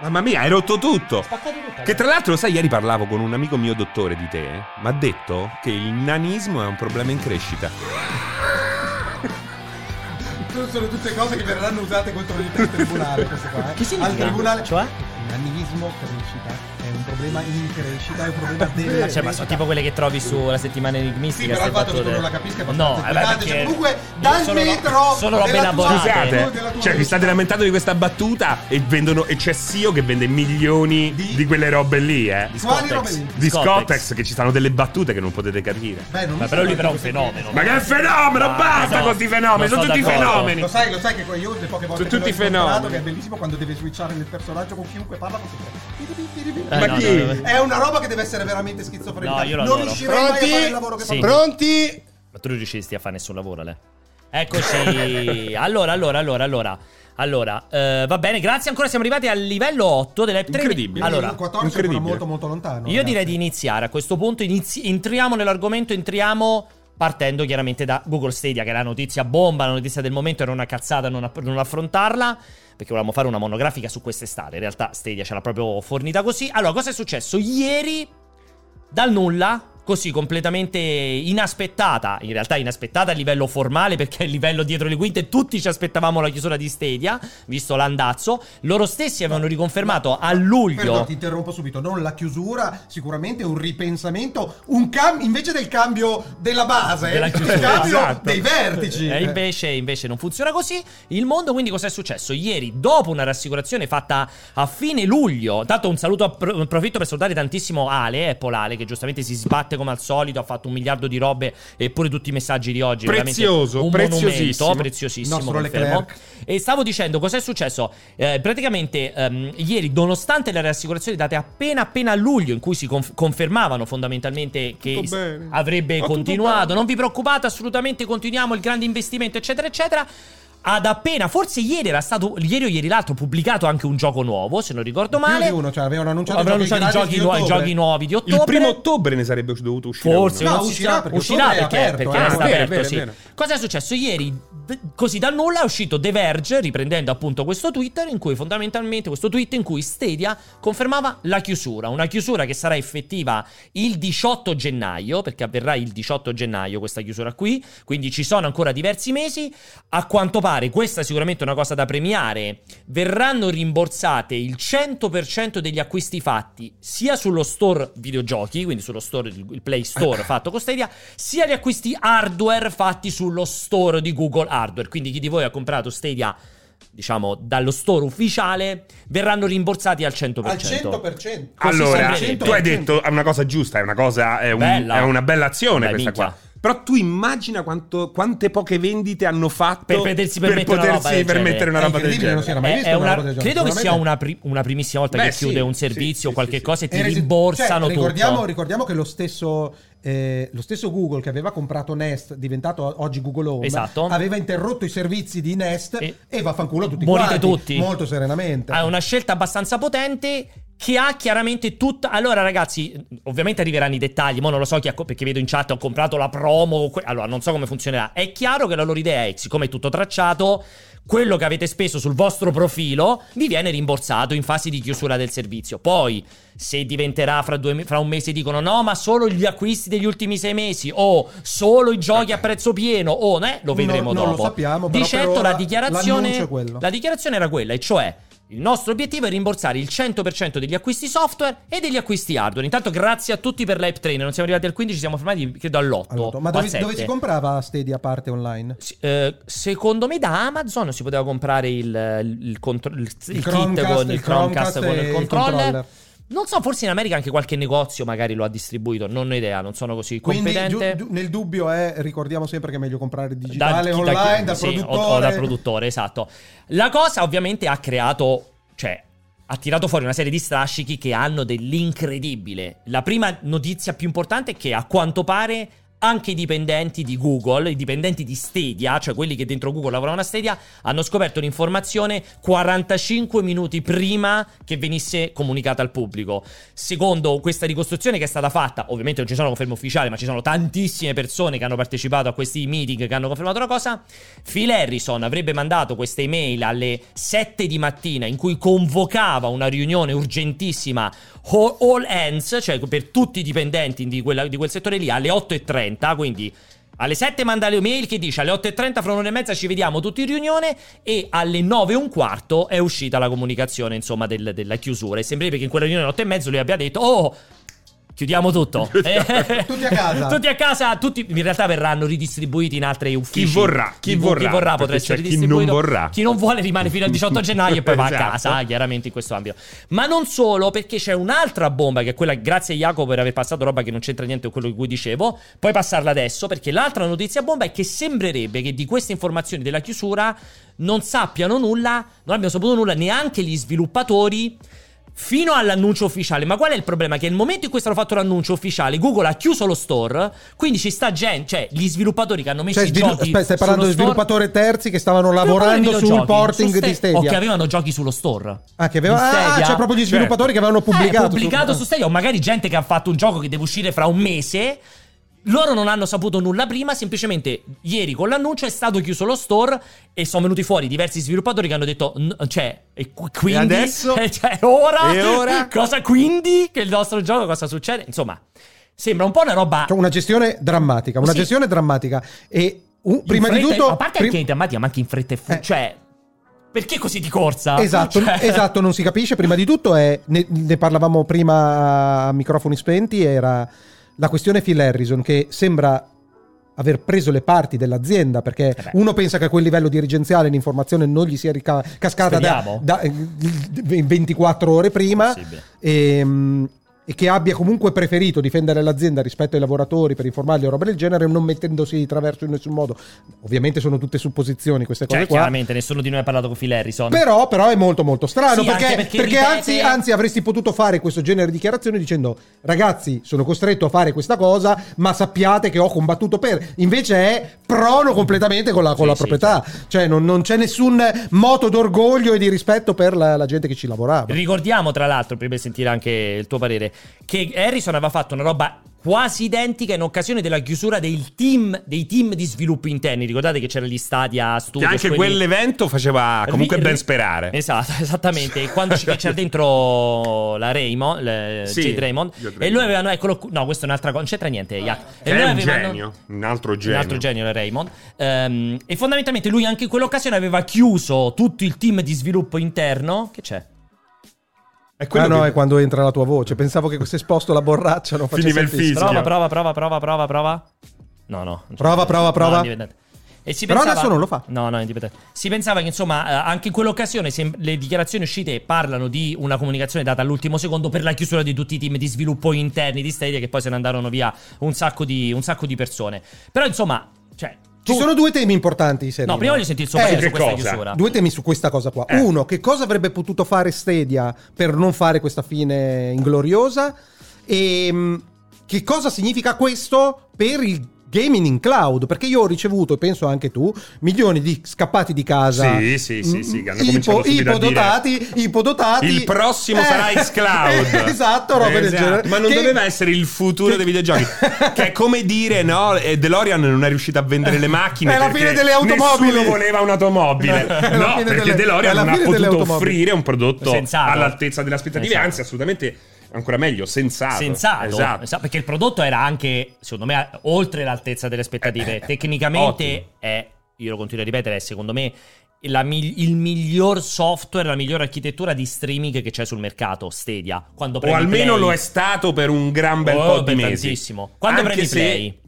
[SPEAKER 2] Mamma mia, hai rotto tutto.
[SPEAKER 1] Spaccato tutto.
[SPEAKER 2] Che tra l'altro, lo sai, ieri parlavo con un amico mio dottore di te. eh, Mi ha detto che il nanismo è un problema in crescita.
[SPEAKER 3] Sono tutte cose che verranno usate contro di te in tribunale. queste qua, eh.
[SPEAKER 1] Che significa?
[SPEAKER 3] Al tribunale.
[SPEAKER 1] Cioè?
[SPEAKER 3] Il Nanismo, crescita. È un problema in crescita, è un problema della
[SPEAKER 1] Ma, cioè, ma sono
[SPEAKER 3] crescita.
[SPEAKER 1] tipo quelle che trovi sulla settimana
[SPEAKER 3] Eh, Sì,
[SPEAKER 1] enigmistica.
[SPEAKER 3] però
[SPEAKER 1] ste
[SPEAKER 3] il fatto che tu
[SPEAKER 1] battute.
[SPEAKER 3] non la capisca è
[SPEAKER 1] No,
[SPEAKER 3] abbastanza
[SPEAKER 1] vabbè,
[SPEAKER 3] inquietante, cioè,
[SPEAKER 1] perché-
[SPEAKER 3] comunque dal
[SPEAKER 1] sono ro-
[SPEAKER 3] metro
[SPEAKER 1] Sono robe
[SPEAKER 3] della tua-
[SPEAKER 1] elaborate.
[SPEAKER 2] Scusate, cioè, vi state lamentando di questa battuta e vendono. E c'è Sio che vende milioni di,
[SPEAKER 3] Di-
[SPEAKER 2] quelle robe lì, eh. Di,
[SPEAKER 3] Quali robe
[SPEAKER 1] Scotex.
[SPEAKER 3] lì?
[SPEAKER 2] Scotex, che ci stanno delle battute che non potete capire.
[SPEAKER 3] Beh, non mi
[SPEAKER 1] Ma però lui
[SPEAKER 3] sembra
[SPEAKER 1] però è
[SPEAKER 3] così-
[SPEAKER 1] un fenomeno.
[SPEAKER 2] Ma che fenomeno!
[SPEAKER 1] Ma
[SPEAKER 2] basta
[SPEAKER 1] no,
[SPEAKER 2] con questi fenomeni!
[SPEAKER 1] Ah, non
[SPEAKER 2] Sono
[SPEAKER 1] sono
[SPEAKER 2] tutti
[SPEAKER 1] d'accordo.
[SPEAKER 2] fenomeni!
[SPEAKER 3] Lo sai, lo sai che io le poche volte
[SPEAKER 2] Sono
[SPEAKER 3] che l'ho
[SPEAKER 2] tutti
[SPEAKER 3] incontrato,
[SPEAKER 2] fenomeni.
[SPEAKER 3] che è bellissimo quando deve switchare nel personaggio con chiunque parla con te.
[SPEAKER 1] Eh,
[SPEAKER 2] Ma
[SPEAKER 1] no,
[SPEAKER 2] chi?
[SPEAKER 1] no, no, no.
[SPEAKER 3] È una roba che deve essere veramente schizofrenica.
[SPEAKER 1] No, io lo
[SPEAKER 3] non
[SPEAKER 1] adoro.
[SPEAKER 3] riuscirei mai a fare il lavoro che
[SPEAKER 4] Pronti?
[SPEAKER 1] Sì.
[SPEAKER 3] fa.
[SPEAKER 4] Pronti?
[SPEAKER 1] Ma tu non riusciresti a fare nessun lavoro, Le. Eccoci. allora, allora, allora, allora. Allora, eh, va bene, grazie ancora. Siamo arrivati al livello 8 dell'app 3.
[SPEAKER 2] Incredibile.
[SPEAKER 1] Allora,
[SPEAKER 3] il 14 è ancora
[SPEAKER 2] incredibile.
[SPEAKER 3] molto molto lontano.
[SPEAKER 1] io direi di iniziare a questo punto. inizi- entriamo nell'argomento, entriamo partendo chiaramente da Google Stadia, che è la notizia bomba, la notizia del momento. Era una cazzata non, app- non affrontarla, perché volevamo fare una monografica su quest'estate. In realtà, Stadia ce l'ha proprio fornita così. Allora, cosa è successo? Ieri, dal nulla. Così completamente inaspettata, in realtà inaspettata a livello formale perché a livello dietro le quinte tutti ci aspettavamo la chiusura di Stadia, visto l'andazzo, loro stessi avevano riconfermato a luglio...
[SPEAKER 3] Perdon, ti interrompo subito. Non la chiusura, sicuramente un ripensamento, un cam- invece del cambio della base,
[SPEAKER 2] eh.
[SPEAKER 1] Della
[SPEAKER 3] il
[SPEAKER 1] chiusura,
[SPEAKER 3] cambio
[SPEAKER 2] esatto.
[SPEAKER 3] dei vertici. Eh.
[SPEAKER 1] E invece, invece non funziona così. Il mondo, quindi, cos'è successo? Ieri, dopo una rassicurazione fatta a fine luglio, tanto un saluto, appro- approfitto per salutare tantissimo Ale, Apple Ale, che giustamente si sbatte come al solito, ha fatto un miliardo di robe e pure tutti i messaggi di oggi. veramente
[SPEAKER 2] Prezioso,
[SPEAKER 1] un
[SPEAKER 2] preziosissimo.
[SPEAKER 1] monumento, preziosissimo.
[SPEAKER 3] Nostro
[SPEAKER 1] confermo.
[SPEAKER 3] Leclerc.
[SPEAKER 1] E stavo dicendo cos'è successo. Eh, praticamente ehm, ieri, nonostante le rassicurazioni date appena appena a luglio, in cui si conf- confermavano fondamentalmente che
[SPEAKER 2] Tutto
[SPEAKER 1] s-
[SPEAKER 2] bene.
[SPEAKER 1] avrebbe
[SPEAKER 2] Ma tutto
[SPEAKER 1] continuato, non vi preoccupate assolutamente, continuiamo il grande investimento, eccetera, eccetera. Ad appena, forse ieri era stato, ieri o ieri l'altro, pubblicato anche un gioco nuovo, se non ricordo
[SPEAKER 3] Più
[SPEAKER 1] male.
[SPEAKER 3] di uno, cioè avevano annunciato
[SPEAKER 1] Avevano annunciato i
[SPEAKER 3] gratis
[SPEAKER 1] giochi,
[SPEAKER 3] di
[SPEAKER 1] nuovi- i
[SPEAKER 3] ottobre.
[SPEAKER 1] giochi nuovi di ottobre.
[SPEAKER 2] Il primo ottobre ne sarebbe dovuto uscire.
[SPEAKER 1] Forse
[SPEAKER 2] uno.
[SPEAKER 3] No,
[SPEAKER 1] non si
[SPEAKER 3] uscirà,
[SPEAKER 1] sa.
[SPEAKER 3] perché
[SPEAKER 1] uscirà
[SPEAKER 3] ottobre è
[SPEAKER 1] perché,
[SPEAKER 3] aperto,
[SPEAKER 1] perché
[SPEAKER 3] eh.
[SPEAKER 1] resta
[SPEAKER 2] Ah, vero,
[SPEAKER 1] aperto.
[SPEAKER 2] vero,
[SPEAKER 1] sì.
[SPEAKER 2] vero.
[SPEAKER 1] Cosa è successo ieri? d- così dal nulla è uscito The Verge, riprendendo appunto questo Twitter, in cui fondamentalmente questo tweet in cui Stadia confermava la chiusura. Una chiusura che sarà effettiva il 18 gennaio, perché avverrà il 18 gennaio questa chiusura qui. Quindi ci sono ancora diversi mesi. A quanto pare, questa è sicuramente una cosa da premiare. Verranno rimborsate il 100% degli acquisti fatti sia sullo store videogiochi, quindi sullo store, il il Play Store fatto con Stadia, sia gli acquisti hardware fatti sullo store di Google Hardware. Quindi chi di voi ha comprato Stadia, diciamo, dallo store ufficiale, verranno rimborsati al 100%.
[SPEAKER 3] al 100%.
[SPEAKER 2] Allora,
[SPEAKER 1] Così sembrerebbe.
[SPEAKER 2] tu hai detto è una cosa giusta, è una cosa è, un-
[SPEAKER 1] Bella.
[SPEAKER 2] è una bella azione
[SPEAKER 1] Beh,
[SPEAKER 2] questa qua.
[SPEAKER 1] minchia.
[SPEAKER 2] Però tu immagina quanto- quante poche vendite hanno fatto
[SPEAKER 1] Per
[SPEAKER 2] Eh,
[SPEAKER 1] potersi permettere una roba del
[SPEAKER 2] permettere
[SPEAKER 1] genere.
[SPEAKER 2] una
[SPEAKER 3] È
[SPEAKER 2] roba del
[SPEAKER 3] incredibile, non si
[SPEAKER 2] genere.
[SPEAKER 3] era mai
[SPEAKER 1] È-
[SPEAKER 3] visto
[SPEAKER 1] è
[SPEAKER 3] una
[SPEAKER 1] una-
[SPEAKER 3] roba del genere,
[SPEAKER 1] credo che sia
[SPEAKER 3] sicuramente.
[SPEAKER 1] una, pri- una primissima volta
[SPEAKER 2] Beh,
[SPEAKER 1] che
[SPEAKER 2] sì,
[SPEAKER 1] chiude un
[SPEAKER 2] sì, sì,
[SPEAKER 1] servizio o
[SPEAKER 2] sì,
[SPEAKER 1] qualche
[SPEAKER 2] sì.
[SPEAKER 1] cosa e ti
[SPEAKER 3] E resi-
[SPEAKER 1] rimborsano
[SPEAKER 3] cioè, ricordiamo,
[SPEAKER 1] tutto.
[SPEAKER 3] ricordiamo che lo stesso, eh, lo stesso Google che aveva comprato Nest, diventato oggi Google Home,
[SPEAKER 1] Esatto.
[SPEAKER 3] aveva interrotto i servizi di Nest
[SPEAKER 1] E-
[SPEAKER 3] e, vaffanculo tutti
[SPEAKER 1] Morite
[SPEAKER 3] quanti.
[SPEAKER 1] tutti. Ah,
[SPEAKER 3] Molto serenamente.
[SPEAKER 1] È una scelta abbastanza potente che ha chiaramente tutta... Allora ragazzi, ovviamente arriveranno i dettagli, ma non lo so chi ha co- perché vedo in chat ho comprato la promo, que- allora non so come funzionerà. È chiaro che la loro idea è, siccome è tutto tracciato, quello che avete speso sul vostro profilo vi viene rimborsato in fase di chiusura del servizio. Poi, se diventerà fra, due me- fra un mese dicono no, ma solo gli acquisti degli ultimi sei mesi o solo i giochi a prezzo pieno o no, lo
[SPEAKER 3] No,
[SPEAKER 1] vedremo
[SPEAKER 3] non lo
[SPEAKER 1] dopo.
[SPEAKER 3] sappiamo,
[SPEAKER 1] Di
[SPEAKER 3] però per
[SPEAKER 1] certo
[SPEAKER 3] ora
[SPEAKER 1] la dichiarazione
[SPEAKER 3] l'annuncio è quello.
[SPEAKER 1] la dichiarazione era quella, e cioè Il nostro obiettivo è rimborsare il 100% degli acquisti software e degli acquisti hardware. Intanto grazie a tutti per l'hype train, non siamo arrivati al 15, siamo fermati credo all'8.
[SPEAKER 3] Allora, ma
[SPEAKER 1] o al
[SPEAKER 3] dove, dove
[SPEAKER 1] 7.
[SPEAKER 3] si comprava Stadia a parte online?
[SPEAKER 1] Sì, eh, secondo me da Amazon si poteva comprare il, il, contro- il- il kit
[SPEAKER 3] Chromecast,
[SPEAKER 1] con il
[SPEAKER 3] il
[SPEAKER 1] Chromecast,
[SPEAKER 3] Chromecast
[SPEAKER 1] con
[SPEAKER 3] e
[SPEAKER 1] il
[SPEAKER 3] il
[SPEAKER 1] controller.
[SPEAKER 3] controller.
[SPEAKER 1] Non so, forse in America anche qualche negozio magari lo ha distribuito, non ho idea, non sono così
[SPEAKER 3] Quindi
[SPEAKER 1] competente.
[SPEAKER 3] giu- du- nel dubbio è, ricordiamo sempre che è meglio comprare
[SPEAKER 1] Dal-
[SPEAKER 3] digitale
[SPEAKER 1] chi- dal-
[SPEAKER 3] online, dal
[SPEAKER 1] sì, o-
[SPEAKER 3] produttore.
[SPEAKER 1] O, dal produttore, esatto. La cosa ovviamente ha creato, cioè, ha tirato fuori una serie di strascichi che hanno dell'incredibile. La prima notizia più importante è che a quanto pare anche i dipendenti di Google, i dipendenti di Stadia, cioè quelli che dentro Google lavoravano a Stadia, hanno scoperto l'informazione 45 minuti prima che venisse comunicata al pubblico. Secondo questa ricostruzione che è stata fatta, ovviamente non ci sono conferme ufficiali, ma ci sono tantissime persone che hanno partecipato a questi meeting che hanno confermato la cosa, Phil Harrison avrebbe mandato queste email alle 7 di mattina in cui convocava una riunione urgentissima ho- all hands, cioè per tutti i dipendenti di, quella- di quel settore lì, alle 8.30, quindi... Alle 7 manda le mail che dice alle 8.30 fra un'ora e mezza ci vediamo tutti in riunione e alle 9 e un quarto è uscita la comunicazione insomma del- della chiusura e sembrerebbe che in quella riunione alle 8 e mezzo lui abbia detto oh chiudiamo tutto Eh,
[SPEAKER 3] Tutti a casa.
[SPEAKER 1] tutti a casa tutti in realtà verranno ridistribuiti in altri uffici
[SPEAKER 2] vorrà, chi vorrà, perché
[SPEAKER 1] potrà essere
[SPEAKER 2] c'è chi
[SPEAKER 1] ridistribuito
[SPEAKER 2] non vorrà.
[SPEAKER 1] chi non vuole rimane fino al 18 gennaio e poi va a
[SPEAKER 2] Esatto.
[SPEAKER 1] casa ah, chiaramente in questo ambito ma non solo, perché c'è un'altra bomba che è quella, grazie a Jacopo per aver passato roba che non c'entra niente con quello di cui dicevo. Puoi passarla adesso, perché l'altra notizia bomba è che sembrerebbe che di queste informazioni della chiusura non sappiano nulla, non abbiano saputo nulla neanche gli sviluppatori. Fino all'annuncio ufficiale, ma qual è il problema? Che nel momento in cui è stato fatto l'annuncio ufficiale, Google ha chiuso lo store, quindi ci sta gente, cioè gli sviluppatori che hanno messo
[SPEAKER 3] Cioè,
[SPEAKER 1] i
[SPEAKER 3] svilu-
[SPEAKER 1] giochi.
[SPEAKER 3] aspetta, stai parlando
[SPEAKER 1] sullo
[SPEAKER 3] di
[SPEAKER 1] store-
[SPEAKER 3] sviluppatori terzi che stavano
[SPEAKER 1] Sviluppatori
[SPEAKER 3] lavorando
[SPEAKER 1] videogiochi,
[SPEAKER 3] sul porting
[SPEAKER 1] su Ste-
[SPEAKER 3] di Stadia.
[SPEAKER 1] O che avevano giochi sullo store.
[SPEAKER 3] Ah, che aveva-
[SPEAKER 1] Di
[SPEAKER 3] ah,
[SPEAKER 1] Stadia.
[SPEAKER 3] cioè proprio gli
[SPEAKER 2] Certo.
[SPEAKER 3] sviluppatori che avevano pubblicato. Ah.
[SPEAKER 1] Eh, pubblicato su Stadia o magari gente che ha fatto un gioco che deve uscire fra un mese. Loro non hanno saputo nulla prima, semplicemente ieri con l'annuncio è stato chiuso lo store e sono venuti fuori diversi sviluppatori che hanno detto, "N- cioè, e qu- quindi,
[SPEAKER 2] adesso?
[SPEAKER 1] Eh, cioè, ora,
[SPEAKER 2] E ora?
[SPEAKER 1] cosa quindi, che il nostro gioco cosa succede? Insomma, sembra un po' una roba...
[SPEAKER 3] Cioè, una gestione drammatica, una
[SPEAKER 1] Sì.
[SPEAKER 3] gestione drammatica. E un-
[SPEAKER 1] in
[SPEAKER 3] prima di
[SPEAKER 1] fretta-
[SPEAKER 3] tutto...
[SPEAKER 1] A parte
[SPEAKER 3] prim-
[SPEAKER 1] anche in drammatica, ma anche in fretta e fu-
[SPEAKER 3] Eh.
[SPEAKER 1] Cioè, perché così di corsa?
[SPEAKER 3] Esatto,
[SPEAKER 1] Cioè-
[SPEAKER 3] esatto, non si capisce. Prima di tutto è, ne, ne parlavamo prima a microfoni spenti, era la questione Phil Harrison che sembra aver preso le parti dell'azienda perché
[SPEAKER 1] Eh beh.
[SPEAKER 3] uno pensa che a quel livello dirigenziale l'informazione non gli sia rica- cascata da,
[SPEAKER 1] Speriamo.
[SPEAKER 3] da eh, 24 ore prima
[SPEAKER 1] Possibile.
[SPEAKER 3] ehm, e che abbia comunque preferito difendere l'azienda rispetto ai lavoratori per informarli o roba del genere non mettendosi di traverso in nessun modo ovviamente sono tutte supposizioni queste cose
[SPEAKER 1] Cioè,
[SPEAKER 3] qua
[SPEAKER 1] chiaramente nessuno di noi ha parlato con Phil Harrison.
[SPEAKER 3] però, però è molto molto strano
[SPEAKER 1] Sì,
[SPEAKER 3] perché,
[SPEAKER 1] anche perché
[SPEAKER 3] perché
[SPEAKER 1] ripete-
[SPEAKER 3] anzi, anzi avresti potuto fare questo genere di dichiarazioni dicendo ragazzi sono costretto a fare questa cosa ma sappiate che ho combattuto per invece è prono completamente con la, con
[SPEAKER 1] Sì, certo.
[SPEAKER 3] la
[SPEAKER 1] sì,
[SPEAKER 3] proprietà cioè non, non c'è nessun moto d'orgoglio e di rispetto per la, la gente che ci lavorava
[SPEAKER 1] Ricordiamo, tra l'altro, prima di sentire anche il tuo parere, che Harrison aveva fatto una roba quasi identica in occasione della chiusura del team, dei team di sviluppo interni. Ricordate che c'era gli Stadia
[SPEAKER 2] Che
[SPEAKER 1] Studios.
[SPEAKER 2] anche
[SPEAKER 1] quelli-
[SPEAKER 2] quell'evento faceva comunque
[SPEAKER 1] Ri-
[SPEAKER 2] ben sperare.
[SPEAKER 1] Esatto, esattamente. E Quando c- che c'era dentro la Raymond, le-
[SPEAKER 2] Sì,
[SPEAKER 1] Jade Raymond,
[SPEAKER 2] Jade Raymond.
[SPEAKER 1] e lui avevano, eccolo, qui- no, questa è un'altra cosa, non c'entra niente, Jack. E
[SPEAKER 2] Che
[SPEAKER 1] lui
[SPEAKER 2] è un
[SPEAKER 1] avevano-
[SPEAKER 2] genio, un altro genio.
[SPEAKER 1] Un altro genio era Raymond. Ehm, e fondamentalmente lui anche in quell'occasione aveva chiuso tutto il team di sviluppo interno. Che c'è?
[SPEAKER 2] È quello
[SPEAKER 3] Ah no,
[SPEAKER 2] che-
[SPEAKER 3] è quando entra la tua voce. Pensavo che se sposto la borraccia non facesse
[SPEAKER 2] Finiva il
[SPEAKER 3] fischio.
[SPEAKER 2] fischio.
[SPEAKER 1] Prova, prova, prova, prova, prova, prova. No, no. non c'è.
[SPEAKER 3] Prova, prova,
[SPEAKER 1] No,
[SPEAKER 3] prova.
[SPEAKER 1] indipendente. E si
[SPEAKER 3] Però
[SPEAKER 1] pensava-
[SPEAKER 3] adesso non lo fa.
[SPEAKER 1] No, no, è indipendente. Si pensava che, insomma, eh, anche in quell'occasione sem- le dichiarazioni uscite parlano di una comunicazione data all'ultimo secondo per la chiusura di tutti i team di sviluppo interni di Stadia, che poi se ne andarono via un sacco di, un sacco di persone. Però, insomma, cioè.
[SPEAKER 3] Ci
[SPEAKER 1] tu-
[SPEAKER 3] sono due temi importanti. Serino.
[SPEAKER 1] No, prima voglio sentire il suo
[SPEAKER 3] Eh,
[SPEAKER 1] parere su
[SPEAKER 2] che
[SPEAKER 1] questa
[SPEAKER 2] cosa?
[SPEAKER 1] chiusura.
[SPEAKER 3] Due temi su questa cosa qua.
[SPEAKER 2] Eh.
[SPEAKER 3] Uno, che cosa avrebbe potuto fare Stadia per non fare questa fine ingloriosa? E mh, che cosa significa questo per il gaming in cloud? Perché io ho ricevuto, e penso anche tu, milioni di scappati di casa.
[SPEAKER 2] Sì, sì, sì, sì, che hanno
[SPEAKER 3] mh,
[SPEAKER 2] cominciato subito a
[SPEAKER 3] ipodotati, ipodotati.
[SPEAKER 2] Il prossimo
[SPEAKER 3] Eh,
[SPEAKER 2] sarà xCloud.
[SPEAKER 3] esatto, roba del
[SPEAKER 2] Esatto.
[SPEAKER 3] genere.
[SPEAKER 2] Ma non
[SPEAKER 3] Che-
[SPEAKER 2] doveva essere il futuro
[SPEAKER 3] che-
[SPEAKER 2] dei videogiochi. che è come dire, no, eh, DeLorean non è riuscito a vendere le macchine.
[SPEAKER 3] È la
[SPEAKER 2] perché
[SPEAKER 3] fine delle automobili.
[SPEAKER 2] Nessuno voleva un'automobile.
[SPEAKER 3] È la
[SPEAKER 2] no,
[SPEAKER 3] fine
[SPEAKER 2] perché
[SPEAKER 3] delle- è
[SPEAKER 2] DeLorean
[SPEAKER 3] la
[SPEAKER 2] non ha
[SPEAKER 3] fine delle
[SPEAKER 2] potuto
[SPEAKER 3] automobili.
[SPEAKER 2] offrire un prodotto
[SPEAKER 1] Sensato.
[SPEAKER 2] all'altezza delle aspettative.
[SPEAKER 1] Esatto.
[SPEAKER 2] Anzi, assolutamente ancora meglio, sensato.
[SPEAKER 1] sensato,
[SPEAKER 2] Esatto.
[SPEAKER 1] Esatto, perché il prodotto era anche, secondo me, a- oltre l'altezza delle aspettative.
[SPEAKER 2] Eh, eh, eh,
[SPEAKER 1] Tecnicamente
[SPEAKER 2] ottimo.
[SPEAKER 1] è, io lo continuo a ripetere, è secondo me la mi- il miglior software, la migliore architettura di streaming che c'è sul mercato, Stadia. Quando
[SPEAKER 2] O
[SPEAKER 1] prendi
[SPEAKER 2] almeno
[SPEAKER 1] Play-
[SPEAKER 2] lo è stato per un gran bel
[SPEAKER 1] Oh,
[SPEAKER 2] po' di
[SPEAKER 1] per
[SPEAKER 2] mesi.
[SPEAKER 1] tantissimo. Quando
[SPEAKER 2] Anche
[SPEAKER 1] prendi
[SPEAKER 2] se,
[SPEAKER 1] Play?
[SPEAKER 2] eh,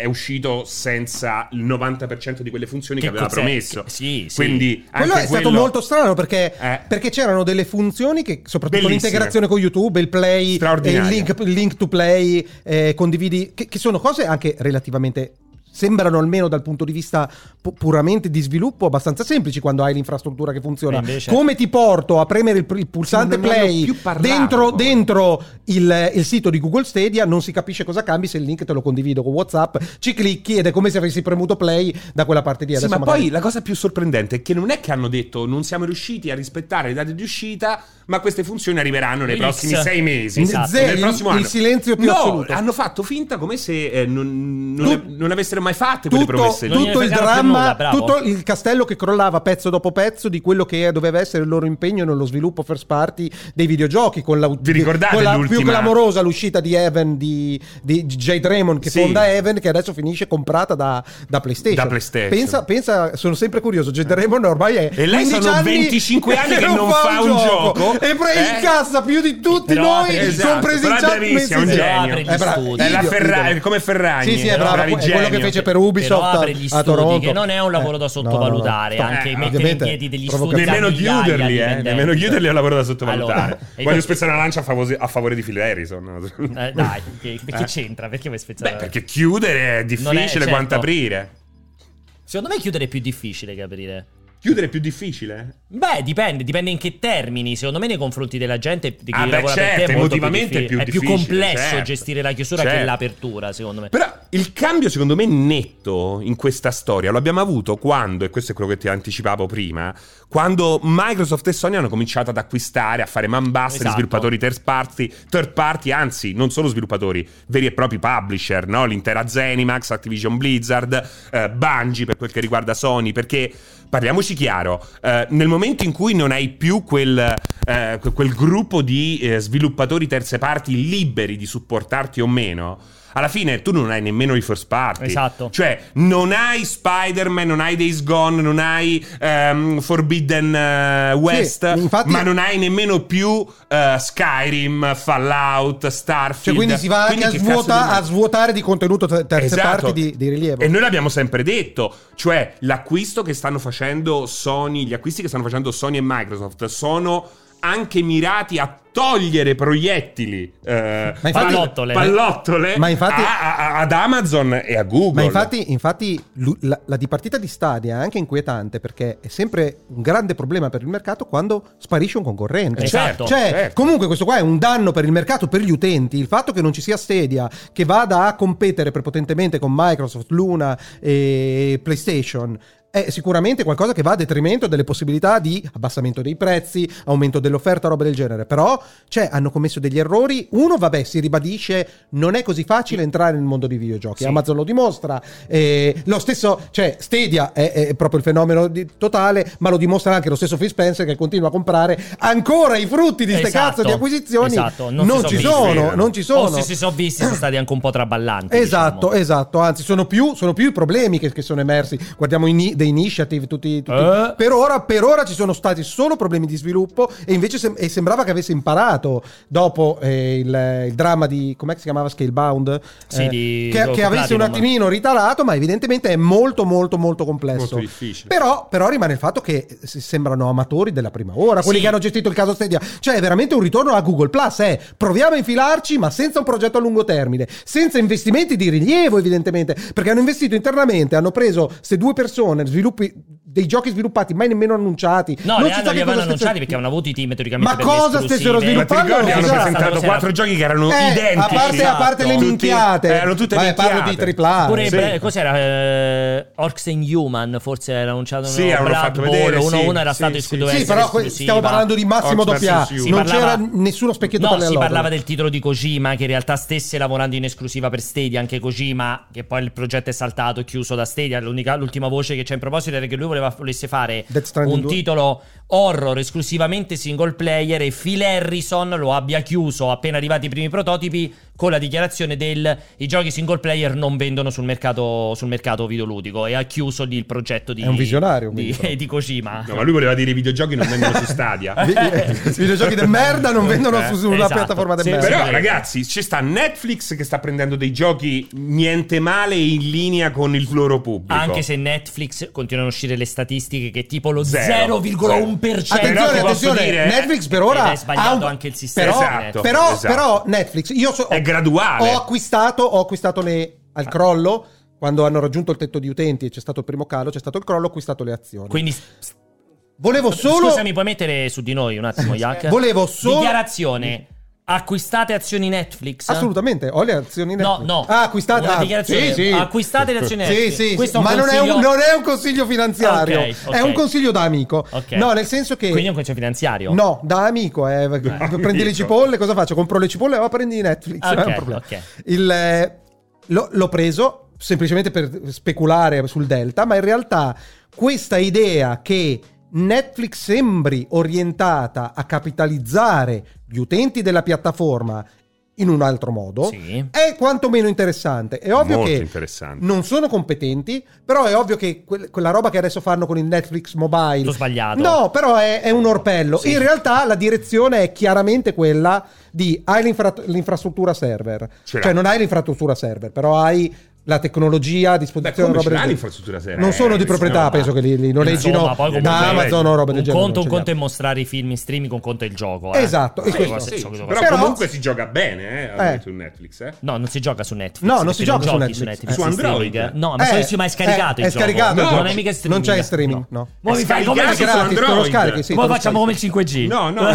[SPEAKER 2] È uscito senza il 90% di quelle funzioni che,
[SPEAKER 1] Che
[SPEAKER 2] aveva
[SPEAKER 1] cos'è?
[SPEAKER 2] promesso.
[SPEAKER 1] Che- sì, sì.
[SPEAKER 2] Quindi anche
[SPEAKER 3] Quello è stato
[SPEAKER 2] quello-
[SPEAKER 3] molto strano perché,
[SPEAKER 2] Eh.
[SPEAKER 3] perché c'erano delle funzioni che, soprattutto
[SPEAKER 2] Bellissime.
[SPEAKER 3] l'integrazione con YouTube, il play, eh,
[SPEAKER 2] Straordinarie.
[SPEAKER 3] il link, il link to play, eh, condividi, che, che sono cose anche relativamente. Sembrano almeno dal punto di vista pu- puramente di sviluppo abbastanza semplici quando hai l'infrastruttura che funziona.
[SPEAKER 1] E invece-
[SPEAKER 3] Come ti porto a premere il, pr- il pulsante
[SPEAKER 2] Non ne hanno
[SPEAKER 3] play
[SPEAKER 2] più parlato,
[SPEAKER 3] dentro,
[SPEAKER 2] poi.
[SPEAKER 3] dentro il, il sito di Google Stadia? Non si capisce cosa cambi se il link te lo condivido con WhatsApp. Ci clicchi ed è come se avessi premuto play da quella parte di
[SPEAKER 2] Sì,
[SPEAKER 3] adesso
[SPEAKER 2] ma
[SPEAKER 3] magari-
[SPEAKER 2] poi la cosa più sorprendente è che non è che hanno detto non siamo riusciti a rispettare le date di uscita, ma queste funzioni arriveranno nei
[SPEAKER 1] X.
[SPEAKER 2] prossimi sei mesi.
[SPEAKER 1] Esatto.
[SPEAKER 2] Nel
[SPEAKER 3] Zero,
[SPEAKER 2] prossimo
[SPEAKER 3] il-
[SPEAKER 2] anno.
[SPEAKER 3] il silenzio più
[SPEAKER 2] no,
[SPEAKER 3] assoluto.
[SPEAKER 2] hanno fatto finta come se eh, non, non,
[SPEAKER 3] Tut-
[SPEAKER 2] le- non avessero mai fatte quelle
[SPEAKER 3] tutto,
[SPEAKER 2] promesse.
[SPEAKER 1] Non
[SPEAKER 3] tutto
[SPEAKER 1] gliene
[SPEAKER 3] il
[SPEAKER 1] fregava più nulla,
[SPEAKER 3] dramma,
[SPEAKER 1] bravo.
[SPEAKER 3] tutto il castello che crollava pezzo dopo pezzo di quello che doveva essere il loro impegno nello sviluppo first party dei videogiochi con la,
[SPEAKER 2] Vi ricordate
[SPEAKER 3] con la
[SPEAKER 2] l'ultima-
[SPEAKER 3] più clamorosa l'uscita di Even di, di J. Draymond che
[SPEAKER 2] Sì.
[SPEAKER 3] fonda Even che adesso finisce comprata da, da PlayStation.
[SPEAKER 2] Da PlayStation.
[SPEAKER 3] Pensa, pensa, sono sempre curioso, J. Draymond ormai è
[SPEAKER 2] E lei
[SPEAKER 3] 15
[SPEAKER 2] sono
[SPEAKER 3] anni
[SPEAKER 2] 25 anni che non fa un gioco.
[SPEAKER 3] e pre-
[SPEAKER 2] Eh?
[SPEAKER 3] incassa più di tutti
[SPEAKER 1] Però
[SPEAKER 3] noi
[SPEAKER 1] apre-
[SPEAKER 2] esatto,
[SPEAKER 3] compresi
[SPEAKER 2] però è
[SPEAKER 3] in chat
[SPEAKER 2] bravissimo,
[SPEAKER 3] messi
[SPEAKER 2] è un
[SPEAKER 3] insieme.
[SPEAKER 2] genio.
[SPEAKER 1] Apre gli studi.
[SPEAKER 2] È la
[SPEAKER 3] idiot,
[SPEAKER 2] Ferrari,
[SPEAKER 3] idiot.
[SPEAKER 2] è come Ferragni.
[SPEAKER 3] Sì, sì, è
[SPEAKER 2] Però
[SPEAKER 3] bravo.
[SPEAKER 2] bravi
[SPEAKER 3] È quello che
[SPEAKER 2] geni.
[SPEAKER 3] fece per Ubisoft
[SPEAKER 1] Però
[SPEAKER 3] a,
[SPEAKER 1] apre gli
[SPEAKER 3] a
[SPEAKER 1] studi,
[SPEAKER 3] Toronto.
[SPEAKER 1] che non è un lavoro da
[SPEAKER 3] Eh,
[SPEAKER 1] sottovalutare,
[SPEAKER 3] no, no, no.
[SPEAKER 1] anche
[SPEAKER 2] Eh,
[SPEAKER 1] mettere in
[SPEAKER 3] ovviamente,
[SPEAKER 1] piedi degli studi.
[SPEAKER 3] provocazione.
[SPEAKER 2] Nemmeno
[SPEAKER 1] a migliaia
[SPEAKER 2] chiuderli,
[SPEAKER 1] di
[SPEAKER 2] eh.
[SPEAKER 1] dipendenti.
[SPEAKER 2] Nemmeno chiuderli è un lavoro da sottovalutare.
[SPEAKER 1] Allora, e
[SPEAKER 2] Voglio
[SPEAKER 1] io-
[SPEAKER 2] spezzare una lancia a, favose- a favore di Phil Harrison.
[SPEAKER 1] Eh, dai, che, che c'entra? Perché vuoi spezzare?
[SPEAKER 2] Beh, perché chiudere è difficile
[SPEAKER 1] Non è- certo.
[SPEAKER 2] quanto aprire.
[SPEAKER 1] Secondo me chiudere è più difficile che aprire.
[SPEAKER 2] Chiudere è più difficile?
[SPEAKER 1] Beh, dipende, dipende in che termini. Secondo me, nei confronti della gente di chi
[SPEAKER 2] Ah, beh,
[SPEAKER 1] lavora per
[SPEAKER 2] certo,
[SPEAKER 1] te è molto più, diffi-
[SPEAKER 2] emotivamente è più
[SPEAKER 1] È più
[SPEAKER 2] difficile,
[SPEAKER 1] complesso
[SPEAKER 2] certo.
[SPEAKER 1] gestire la chiusura che
[SPEAKER 2] Certo.
[SPEAKER 1] l'apertura, secondo me.
[SPEAKER 2] Però il cambio, secondo me, netto in questa storia lo abbiamo avuto quando, e questo è quello che ti anticipavo prima, quando Microsoft e Sony hanno cominciato ad acquistare, a fare man bassa di
[SPEAKER 1] Esatto.
[SPEAKER 2] sviluppatori third party, third party, anzi, non solo sviluppatori, veri e propri publisher, no? l'intera Zenimax, Activision Blizzard, eh, Bungie per quel che riguarda Sony, perché parliamoci chiaro, eh, nel momento in cui non hai più quel, eh, que- quel gruppo di eh, sviluppatori terze parti liberi di supportarti o meno, alla fine tu non hai nemmeno i first party.
[SPEAKER 1] Esatto.
[SPEAKER 2] Cioè, non hai Spider-Man, non hai Days Gone, non hai ehm, Forbidden eh, West,
[SPEAKER 3] infatti-
[SPEAKER 2] ma non hai nemmeno più eh, Skyrim, Fallout, Starfield.
[SPEAKER 3] Cioè, quindi si va anche a,
[SPEAKER 2] che cazzo
[SPEAKER 3] svuota-
[SPEAKER 2] di-
[SPEAKER 3] a svuotare di contenuto te- terze
[SPEAKER 2] Esatto.
[SPEAKER 3] parti di, di rilievo.
[SPEAKER 2] E noi l'abbiamo sempre detto, cioè l'acquisto che stanno facendo Sony, gli acquisti che stanno facendo Sony e Microsoft sono anche mirati a togliere proiettili, eh,
[SPEAKER 3] Ma infatti-
[SPEAKER 1] Pallottole.
[SPEAKER 2] pallottole
[SPEAKER 3] Ma infatti-
[SPEAKER 2] a- a- ad Amazon e a Google.
[SPEAKER 3] Ma infatti, infatti lu- la, la dipartita di Stadia è anche inquietante perché è sempre un grande problema per il mercato quando sparisce un concorrente.
[SPEAKER 1] Eh, certo,
[SPEAKER 3] cioè,
[SPEAKER 2] certo.
[SPEAKER 3] comunque questo qua è un danno per il mercato, per gli utenti. Il fatto che non ci sia Stadia che vada a competere prepotentemente con Microsoft, Luna e PlayStation è sicuramente qualcosa che va a detrimento delle possibilità di abbassamento dei prezzi, aumento dell'offerta, roba del genere. Però, cioè, hanno commesso degli errori. Uno, vabbè, si ribadisce, non è così facile entrare nel mondo dei videogiochi.
[SPEAKER 1] Sì.
[SPEAKER 3] Amazon lo dimostra. eh, lo stesso, cioè, Stadia è, è proprio il fenomeno di- totale, ma lo dimostra anche lo stesso Phil Spencer che continua a comprare ancora i frutti di ste
[SPEAKER 1] Esatto,
[SPEAKER 3] cazzo di acquisizioni.
[SPEAKER 1] esatto,
[SPEAKER 3] non,
[SPEAKER 1] non si
[SPEAKER 3] ci
[SPEAKER 1] sono
[SPEAKER 2] visti.
[SPEAKER 3] sono, non ci
[SPEAKER 1] O
[SPEAKER 3] sono.
[SPEAKER 1] se si sono visti, sono stati anche un po' traballanti.
[SPEAKER 3] Esatto,
[SPEAKER 1] diciamo.
[SPEAKER 3] esatto, anzi sono più, sono più i problemi che, che sono emersi. Guardiamo i ni- The Initiative, tutti, tutti-
[SPEAKER 1] Eh.
[SPEAKER 3] Per, ora, per ora ci sono stati solo problemi di sviluppo e invece sem- e sembrava che avesse imparato dopo eh, il, il dramma di, com'è che si chiamava, Scalebound? Eh,
[SPEAKER 1] Sì, di-
[SPEAKER 3] che, che avesse un
[SPEAKER 1] Platinum.
[SPEAKER 3] attimino ritarato, ma evidentemente è molto molto molto complesso.
[SPEAKER 2] Molto difficile.
[SPEAKER 3] Però, però rimane il fatto che si- sembrano amatori della prima ora, quelli
[SPEAKER 1] Sì.
[SPEAKER 3] che hanno gestito il caso Stadia. Cioè, è veramente un ritorno a Google Plus. Eh. Proviamo a infilarci, ma senza un progetto a lungo termine, senza investimenti di rilievo, evidentemente. Perché hanno investito internamente, hanno preso queste due persone, sviluppi- dei giochi sviluppati, mai nemmeno annunciati.
[SPEAKER 1] No,
[SPEAKER 3] Non
[SPEAKER 1] li
[SPEAKER 3] si
[SPEAKER 1] hanno,
[SPEAKER 3] sa che
[SPEAKER 1] li
[SPEAKER 3] cosa
[SPEAKER 1] avevano
[SPEAKER 3] stesse-
[SPEAKER 1] annunciati perché hanno avuto i team teoricamente
[SPEAKER 3] Ma
[SPEAKER 1] per
[SPEAKER 3] cosa
[SPEAKER 1] le
[SPEAKER 3] stessero
[SPEAKER 1] esclusive.
[SPEAKER 2] ma ti
[SPEAKER 3] sviluppando?
[SPEAKER 2] ricordi hanno
[SPEAKER 3] Esatto.
[SPEAKER 2] presentato quattro giochi che erano
[SPEAKER 3] Eh, a
[SPEAKER 2] identici
[SPEAKER 3] parte, a parte le
[SPEAKER 1] Esatto.
[SPEAKER 3] minchiate,
[SPEAKER 2] Tutti- eh, erano tutte
[SPEAKER 3] Vabbè, parlo di
[SPEAKER 2] minchiate.
[SPEAKER 3] tripla A.
[SPEAKER 1] Pure
[SPEAKER 2] Sì.
[SPEAKER 1] Bra- cos'era? Eh, Orcs and Human forse era annunciato
[SPEAKER 2] Sì,
[SPEAKER 1] uno,
[SPEAKER 2] avevano
[SPEAKER 1] Blood
[SPEAKER 2] fatto
[SPEAKER 1] Bowl,
[SPEAKER 2] vedere,
[SPEAKER 1] uno,
[SPEAKER 2] sì,
[SPEAKER 1] uno era
[SPEAKER 2] sì,
[SPEAKER 1] stato
[SPEAKER 2] sì.
[SPEAKER 1] escluso
[SPEAKER 3] Sì, però que- stiamo parlando di Massimo
[SPEAKER 2] Orcs
[SPEAKER 3] doppia. A.
[SPEAKER 2] versus
[SPEAKER 3] Non
[SPEAKER 1] Human.
[SPEAKER 3] c'era
[SPEAKER 1] Parlava-
[SPEAKER 3] nessuno specchietto
[SPEAKER 1] No,
[SPEAKER 3] per le
[SPEAKER 1] si
[SPEAKER 3] allodole.
[SPEAKER 1] parlava del titolo di Kojima che in realtà stesse lavorando in esclusiva per Stadia, anche Kojima che poi il progetto è saltato e chiuso da Stadia, L'unica- l'ultima voce che c'è in proposito era che lui voleva, volesse fare
[SPEAKER 3] Death Stranding
[SPEAKER 1] un
[SPEAKER 3] 2.
[SPEAKER 1] titolo horror esclusivamente single player e Phil Harrison lo abbia chiuso appena arrivati i primi prototipi con la dichiarazione del i giochi single player non vendono sul mercato, sul mercato videoludico e ha chiuso lì il progetto di,
[SPEAKER 3] È un visionario,
[SPEAKER 1] di,
[SPEAKER 3] quindi, però.
[SPEAKER 1] di Kojima.
[SPEAKER 2] No, ma lui voleva dire i videogiochi non vengono su Stadia.
[SPEAKER 1] Eh,
[SPEAKER 3] I videogiochi di merda non vendono su, su una
[SPEAKER 1] Esatto.
[SPEAKER 3] piattaforma di
[SPEAKER 1] Sì,
[SPEAKER 3] merda.
[SPEAKER 2] Però
[SPEAKER 1] sì.
[SPEAKER 2] ragazzi, ci sta Netflix che sta prendendo dei giochi niente male e in linea con il loro pubblico.
[SPEAKER 1] Anche se Netflix continuano a uscire le statistiche che tipo lo
[SPEAKER 2] Zero.
[SPEAKER 1] 0,1%.
[SPEAKER 2] Però ti
[SPEAKER 3] Cioè, Attenzione,
[SPEAKER 2] posso
[SPEAKER 3] attenzione,
[SPEAKER 2] dire-
[SPEAKER 3] Netflix per
[SPEAKER 1] Ed
[SPEAKER 3] ora
[SPEAKER 1] eh, è sbagliato
[SPEAKER 3] un-
[SPEAKER 1] anche il sistema
[SPEAKER 3] Però,
[SPEAKER 1] di
[SPEAKER 2] Esatto,
[SPEAKER 3] però,
[SPEAKER 2] esatto.
[SPEAKER 3] però Netflix, io so, ho,
[SPEAKER 2] È graduale.
[SPEAKER 3] ho acquistato, ho acquistato le al crollo quando hanno raggiunto il tetto di utenti e c'è stato il primo calo, c'è stato il crollo, ho acquistato le azioni.
[SPEAKER 1] Quindi
[SPEAKER 3] volevo solo
[SPEAKER 1] Scusami, puoi mettere su di noi un attimo, Yak?
[SPEAKER 3] volevo solo
[SPEAKER 1] Dichiarazione. Acquistate azioni Netflix?
[SPEAKER 3] Assolutamente, ho le azioni
[SPEAKER 1] No,
[SPEAKER 3] Netflix.
[SPEAKER 1] no.
[SPEAKER 3] Ah, acquistate.
[SPEAKER 1] Una
[SPEAKER 3] ah, sì,
[SPEAKER 1] dichiarazione.
[SPEAKER 3] sì.
[SPEAKER 1] Acquistate le azioni
[SPEAKER 3] Sì,
[SPEAKER 1] Netflix.
[SPEAKER 3] sì,
[SPEAKER 1] Questo è un
[SPEAKER 3] ma non è, un,
[SPEAKER 1] consiglio-
[SPEAKER 3] non è un consiglio finanziario,
[SPEAKER 1] Ah, ok, ok.
[SPEAKER 3] è un consiglio da amico.
[SPEAKER 1] Ok.
[SPEAKER 3] No, nel senso che
[SPEAKER 1] Quindi è un concetto finanziario.
[SPEAKER 3] No, da amico, eh. prendi le
[SPEAKER 2] amico.
[SPEAKER 3] cipolle, cosa faccio? Compro le cipolle, ma prendi Netflix,
[SPEAKER 1] Ah,
[SPEAKER 3] non è
[SPEAKER 1] ok,
[SPEAKER 3] un problema.
[SPEAKER 1] ok.
[SPEAKER 3] Il, eh, lo- l'ho preso semplicemente per speculare sul Delta, ma in realtà questa idea che Netflix sembri orientata a capitalizzare gli utenti della piattaforma in un altro modo
[SPEAKER 1] Sì.
[SPEAKER 3] è quantomeno interessante. È ovvio
[SPEAKER 2] Molto
[SPEAKER 3] che
[SPEAKER 2] interessante.
[SPEAKER 3] non sono competenti, però è ovvio che quel- quella roba che adesso fanno con il Netflix mobile
[SPEAKER 1] L'ho sbagliato.
[SPEAKER 3] Eh, No, però è, è un orpello.
[SPEAKER 1] Sì.
[SPEAKER 3] In realtà la direzione è chiaramente quella di hai l'infra- l'infrastruttura server.
[SPEAKER 2] Ce l'ha.
[SPEAKER 3] cioè non hai l'infrastruttura server, però hai la tecnologia a
[SPEAKER 2] Beh,
[SPEAKER 3] disposizione. roba
[SPEAKER 2] come ce
[SPEAKER 3] del
[SPEAKER 2] l'ha
[SPEAKER 3] genere.
[SPEAKER 2] l'infrastruttura server?
[SPEAKER 3] Non sono di
[SPEAKER 2] Eh,
[SPEAKER 3] proprietà,
[SPEAKER 2] signora.
[SPEAKER 3] penso che li, li noleggino
[SPEAKER 1] Insomma, poi comunque-
[SPEAKER 3] da Amazon o roba del
[SPEAKER 1] un
[SPEAKER 3] genere.
[SPEAKER 1] conto,
[SPEAKER 3] non
[SPEAKER 1] un
[SPEAKER 3] ce li
[SPEAKER 1] conto è
[SPEAKER 3] ha.
[SPEAKER 1] mostrare i film in streaming, un conto è il gioco. eh.
[SPEAKER 3] Esatto, e
[SPEAKER 1] Sì,
[SPEAKER 3] questo-
[SPEAKER 1] cose-
[SPEAKER 2] Sì,
[SPEAKER 1] so- so-
[SPEAKER 2] Però,
[SPEAKER 1] so-
[SPEAKER 3] Però-
[SPEAKER 2] comunque si gioca bene, eh, al
[SPEAKER 3] Eh.
[SPEAKER 2] momento su Netflix, eh.
[SPEAKER 1] No, non si gioca su Netflix.
[SPEAKER 3] No, non si
[SPEAKER 1] perché
[SPEAKER 3] gioca su
[SPEAKER 1] giochi
[SPEAKER 3] Netflix.
[SPEAKER 2] Su
[SPEAKER 1] in
[SPEAKER 2] Android.
[SPEAKER 1] streaming. No, ma,
[SPEAKER 3] Eh,
[SPEAKER 1] so- sì, ma è scaricato.
[SPEAKER 3] eh,
[SPEAKER 1] il
[SPEAKER 3] è
[SPEAKER 1] gioco.
[SPEAKER 3] scaricato il
[SPEAKER 1] No,
[SPEAKER 3] gioco.
[SPEAKER 1] non è mica in
[SPEAKER 3] Non
[SPEAKER 1] streaming.
[SPEAKER 3] c'è streaming, no.
[SPEAKER 1] Mo'
[SPEAKER 2] È
[SPEAKER 1] mi fai-
[SPEAKER 2] scaricato
[SPEAKER 1] come,
[SPEAKER 2] su
[SPEAKER 3] gratis, te lo
[SPEAKER 2] Android.
[SPEAKER 3] scarichi, sì.
[SPEAKER 1] come
[SPEAKER 3] te lo
[SPEAKER 1] facciamo come il 5G?
[SPEAKER 2] No, no, no, no, no, no.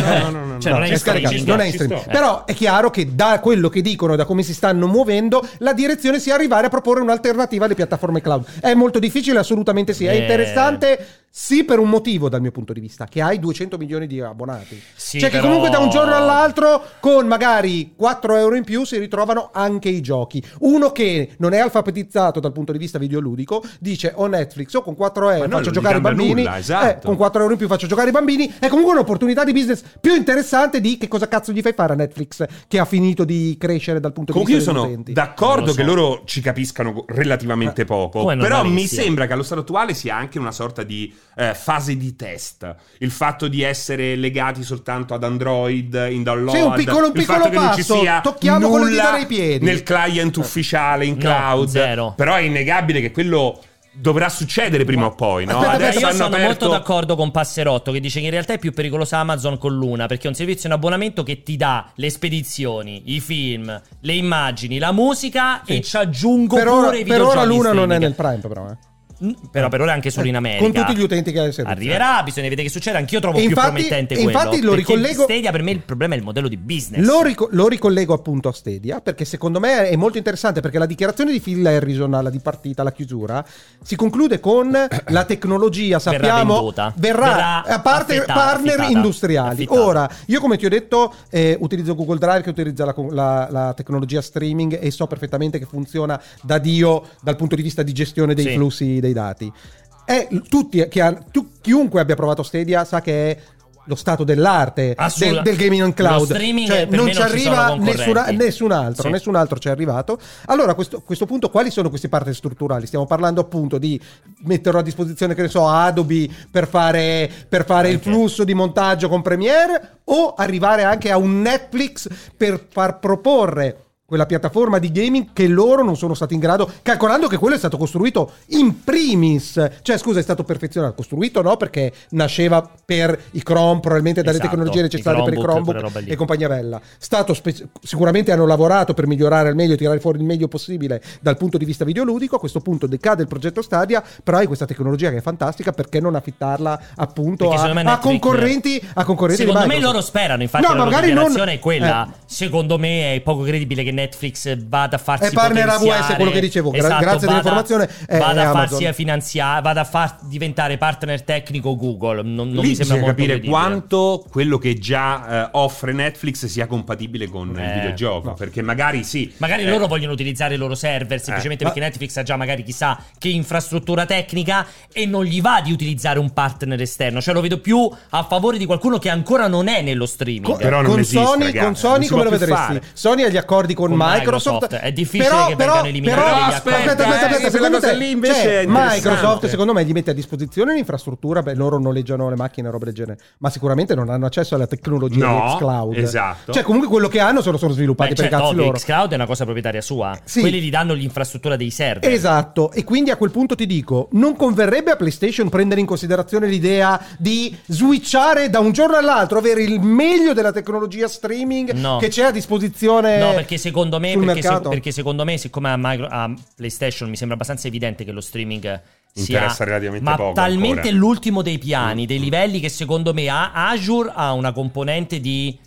[SPEAKER 1] Cioè,
[SPEAKER 2] No,
[SPEAKER 1] non è in
[SPEAKER 2] è scaricato,
[SPEAKER 1] streaming.
[SPEAKER 3] non è in
[SPEAKER 2] Ci
[SPEAKER 3] streaming.
[SPEAKER 2] sto.
[SPEAKER 3] Però è chiaro che da quello che dicono, da come si stanno muovendo, la direzione sia arrivare a proporre un'alternativa alle piattaforme cloud. È molto difficile, assolutamente sì. È
[SPEAKER 1] Eh.
[SPEAKER 3] interessante, sì, per un motivo dal mio punto di vista, che hai 200 milioni di abbonati.
[SPEAKER 1] Sì,
[SPEAKER 3] cioè che
[SPEAKER 1] però-
[SPEAKER 3] comunque da un giorno all'altro, con magari 4 euro in più, si ritrovano anche i giochi. Uno che non è alfabetizzato dal punto di vista videoludico, dice o Netflix o con 4 euro
[SPEAKER 2] no,
[SPEAKER 3] faccio
[SPEAKER 2] non gli
[SPEAKER 3] giocare i
[SPEAKER 2] cambia
[SPEAKER 3] bambini,
[SPEAKER 2] nulla, esatto.
[SPEAKER 3] eh, con 4 euro in più faccio giocare i bambini, è comunque un'opportunità di business più interessante di che cosa cazzo gli fai fare a Netflix che ha finito di crescere dal punto
[SPEAKER 2] Comunque
[SPEAKER 3] di
[SPEAKER 2] io
[SPEAKER 3] vista
[SPEAKER 2] sono
[SPEAKER 3] degli utenti.
[SPEAKER 2] d'accordo
[SPEAKER 1] Non lo so. Eh,
[SPEAKER 2] che loro ci capiscano co- relativamente poco,
[SPEAKER 1] come
[SPEAKER 2] però mi
[SPEAKER 1] normalissimo.
[SPEAKER 2] sembra che allo stato attuale sia anche una sorta di eh, fase di test. Il fatto di essere legati soltanto ad Android in download,
[SPEAKER 3] Sì, un piccolo- un
[SPEAKER 2] il
[SPEAKER 3] piccolo
[SPEAKER 2] fatto che non ci
[SPEAKER 3] passo.
[SPEAKER 2] sia
[SPEAKER 3] Tocchiamo con le
[SPEAKER 2] nulla
[SPEAKER 3] dita dei piedi.
[SPEAKER 2] nel client ufficiale in
[SPEAKER 1] Eh, No,
[SPEAKER 2] cloud,
[SPEAKER 1] zero.
[SPEAKER 2] però è innegabile che quello dovrà succedere prima o poi, no?
[SPEAKER 3] Aspetta,
[SPEAKER 2] Adesso
[SPEAKER 3] aspetta,
[SPEAKER 1] io
[SPEAKER 2] hanno
[SPEAKER 1] sono molto
[SPEAKER 2] aperto-
[SPEAKER 1] d'accordo con Passerotto che dice che in realtà è più pericolosa Amazon con l'una perché è un servizio in abbonamento che ti dà le spedizioni, i film, le immagini, la musica e Eh, ci aggiungo
[SPEAKER 3] Per
[SPEAKER 1] pure
[SPEAKER 3] ora,
[SPEAKER 1] i
[SPEAKER 3] per
[SPEAKER 1] videogiochi.
[SPEAKER 3] ora l'una non è
[SPEAKER 1] streaming.
[SPEAKER 3] nel Prime però. eh.
[SPEAKER 1] Mm, Però per ora è anche solo in America.
[SPEAKER 3] Con tutti gli utenti che ha il servizio.
[SPEAKER 1] Arriverà, bisogna vedere che succede. Anch'io trovo
[SPEAKER 3] E
[SPEAKER 1] più
[SPEAKER 3] infatti-
[SPEAKER 1] promettente
[SPEAKER 3] e
[SPEAKER 1] quello.
[SPEAKER 3] infatti lo
[SPEAKER 1] perché
[SPEAKER 3] ricollego-
[SPEAKER 1] Stadia per me il problema è il modello di business.
[SPEAKER 3] Lo, rico- lo ricollego appunto a Stadia perché secondo me è molto interessante perché la dichiarazione di Phil Harrison alla di partita, alla chiusura, si conclude con la tecnologia,
[SPEAKER 1] Verrà
[SPEAKER 3] sappiamo,
[SPEAKER 1] venduta.
[SPEAKER 3] verrà,
[SPEAKER 1] Verrà
[SPEAKER 3] a parte
[SPEAKER 1] affittata,
[SPEAKER 3] partner
[SPEAKER 1] affittata,
[SPEAKER 3] industriali.
[SPEAKER 1] affittata.
[SPEAKER 3] Ora, io come ti ho detto eh, utilizzo Google Drive che utilizza la, co- la- la tecnologia streaming e so perfettamente che funziona da Dio dal punto di vista di gestione dei
[SPEAKER 1] Sì.
[SPEAKER 3] flussi dei dati. È, tutti, che ha- tu- chiunque abbia provato Stadia sa che è lo stato dell'arte del,
[SPEAKER 1] Assolut-
[SPEAKER 3] del gaming in cloud.
[SPEAKER 1] Lo streaming
[SPEAKER 3] Cioè,
[SPEAKER 1] per me
[SPEAKER 3] non
[SPEAKER 1] non
[SPEAKER 3] ci
[SPEAKER 1] ci
[SPEAKER 3] arriva
[SPEAKER 1] sono concorrenti.
[SPEAKER 3] nessuna- nessun altro,
[SPEAKER 1] Sì.
[SPEAKER 3] nessun altro ci è arrivato. Allora, a questo, questo punto, quali sono queste parti strutturali? Stiamo parlando appunto di metterò a disposizione, che ne so, Adobe per fare, per fare il
[SPEAKER 1] Ok.
[SPEAKER 3] flusso di montaggio con Premiere o arrivare anche a un Netflix per far proporre quella piattaforma di gaming che loro non sono stati in grado, calcolando che quello è stato costruito in primis, cioè scusa è stato perfezionato, costruito no perché nasceva per i Chrome, probabilmente dalle
[SPEAKER 1] Esatto,
[SPEAKER 3] tecnologie
[SPEAKER 1] i
[SPEAKER 3] necessarie per i
[SPEAKER 1] Chromebook,
[SPEAKER 3] Chromebook
[SPEAKER 1] quella roba lì.
[SPEAKER 3] e compagnia bella. Stato spe- sicuramente hanno lavorato per migliorare al meglio, tirare fuori il meglio possibile dal punto di vista videoludico, a questo punto decade il progetto Stadia, però hai questa tecnologia che è fantastica, perché non affittarla appunto
[SPEAKER 1] Perché
[SPEAKER 3] a,
[SPEAKER 1] secondo me
[SPEAKER 3] a
[SPEAKER 1] Netflix-
[SPEAKER 3] concorrenti, a concorrenti di
[SPEAKER 1] Secondo me
[SPEAKER 3] Microsoft.
[SPEAKER 1] loro sperano, infatti
[SPEAKER 3] No,
[SPEAKER 1] la
[SPEAKER 3] ma
[SPEAKER 1] loro
[SPEAKER 3] magari non-
[SPEAKER 1] dichiarazione è quella.
[SPEAKER 3] eh.
[SPEAKER 1] Secondo me è poco credibile che Netflix vada a farsi
[SPEAKER 3] È partner AWS,
[SPEAKER 1] potenziare.
[SPEAKER 3] quello che dicevo. Gra-
[SPEAKER 1] Esatto,
[SPEAKER 3] grazie
[SPEAKER 1] vada-
[SPEAKER 3] dell'informazione, è-
[SPEAKER 1] Vada
[SPEAKER 3] è
[SPEAKER 1] a
[SPEAKER 3] Amazon.
[SPEAKER 1] farsi finanziare, vada a far diventare partner tecnico Google. Non, non
[SPEAKER 2] Lì
[SPEAKER 1] mi sembra
[SPEAKER 2] bisogna
[SPEAKER 1] molto
[SPEAKER 2] capire
[SPEAKER 1] credibile.
[SPEAKER 2] quanto quello che già eh, offre Netflix sia compatibile con
[SPEAKER 1] Eh,
[SPEAKER 2] il videogioco.
[SPEAKER 3] no.
[SPEAKER 2] Perché magari sì.
[SPEAKER 1] Magari
[SPEAKER 2] eh,
[SPEAKER 1] loro vogliono utilizzare i loro server semplicemente
[SPEAKER 3] Eh, ma-
[SPEAKER 1] perché Netflix ha già magari chissà che infrastruttura tecnica e non gli va di utilizzare un partner esterno. Cioè lo vedo più a favore di qualcuno che ancora non è nello streaming.
[SPEAKER 2] Co- però non
[SPEAKER 3] con
[SPEAKER 2] esiste,
[SPEAKER 3] Sony,
[SPEAKER 2] ragazzi,
[SPEAKER 3] con
[SPEAKER 2] non
[SPEAKER 3] Sony
[SPEAKER 2] si può
[SPEAKER 3] come lo
[SPEAKER 2] più
[SPEAKER 3] vedresti?
[SPEAKER 2] fare.
[SPEAKER 3] Sony ha gli accordi con con,
[SPEAKER 1] Con
[SPEAKER 3] Microsoft.
[SPEAKER 1] Microsoft. È difficile che vengano eliminati
[SPEAKER 3] Però,
[SPEAKER 1] degli
[SPEAKER 3] aspetta,
[SPEAKER 2] accordi.
[SPEAKER 3] aspetta, aspetta,
[SPEAKER 2] Eh,
[SPEAKER 3] aspetta,
[SPEAKER 2] quella
[SPEAKER 3] secondo
[SPEAKER 2] cosa
[SPEAKER 3] te-
[SPEAKER 2] lì invece
[SPEAKER 3] cioè,
[SPEAKER 2] è interessante.
[SPEAKER 3] Microsoft, secondo me, gli mette a disposizione l'infrastruttura, beh, loro noleggiano le macchine e roba del genere, ma sicuramente non hanno accesso alla tecnologia
[SPEAKER 2] No,
[SPEAKER 3] di xCloud.
[SPEAKER 2] esatto.
[SPEAKER 3] Cioè, comunque quello che hanno se lo sono sviluppati
[SPEAKER 1] Beh,
[SPEAKER 3] per i
[SPEAKER 1] certo,
[SPEAKER 3] cazzi
[SPEAKER 1] ovvio,
[SPEAKER 3] loro.
[SPEAKER 1] Xcloud è una cosa proprietaria sua.
[SPEAKER 3] Sì.
[SPEAKER 1] Quelli gli danno l'infrastruttura dei server.
[SPEAKER 3] Esatto, e quindi a quel punto ti dico, non converrebbe a PlayStation prendere in considerazione l'idea di switchare da un giorno all'altro, avere il meglio della tecnologia streaming
[SPEAKER 1] No.
[SPEAKER 3] che c'è a disposizione
[SPEAKER 1] No, perché secondo me,
[SPEAKER 3] sul
[SPEAKER 1] perché, se-
[SPEAKER 3] mercato?
[SPEAKER 1] perché secondo me siccome a, Micro- a PlayStation mi sembra abbastanza evidente che lo streaming sia
[SPEAKER 2] Interessa relativamente
[SPEAKER 1] ma
[SPEAKER 2] poco
[SPEAKER 1] talmente
[SPEAKER 2] ancora. Mm,
[SPEAKER 1] l'ultimo dei piani, dei livelli che secondo me ha Azure ha una componente di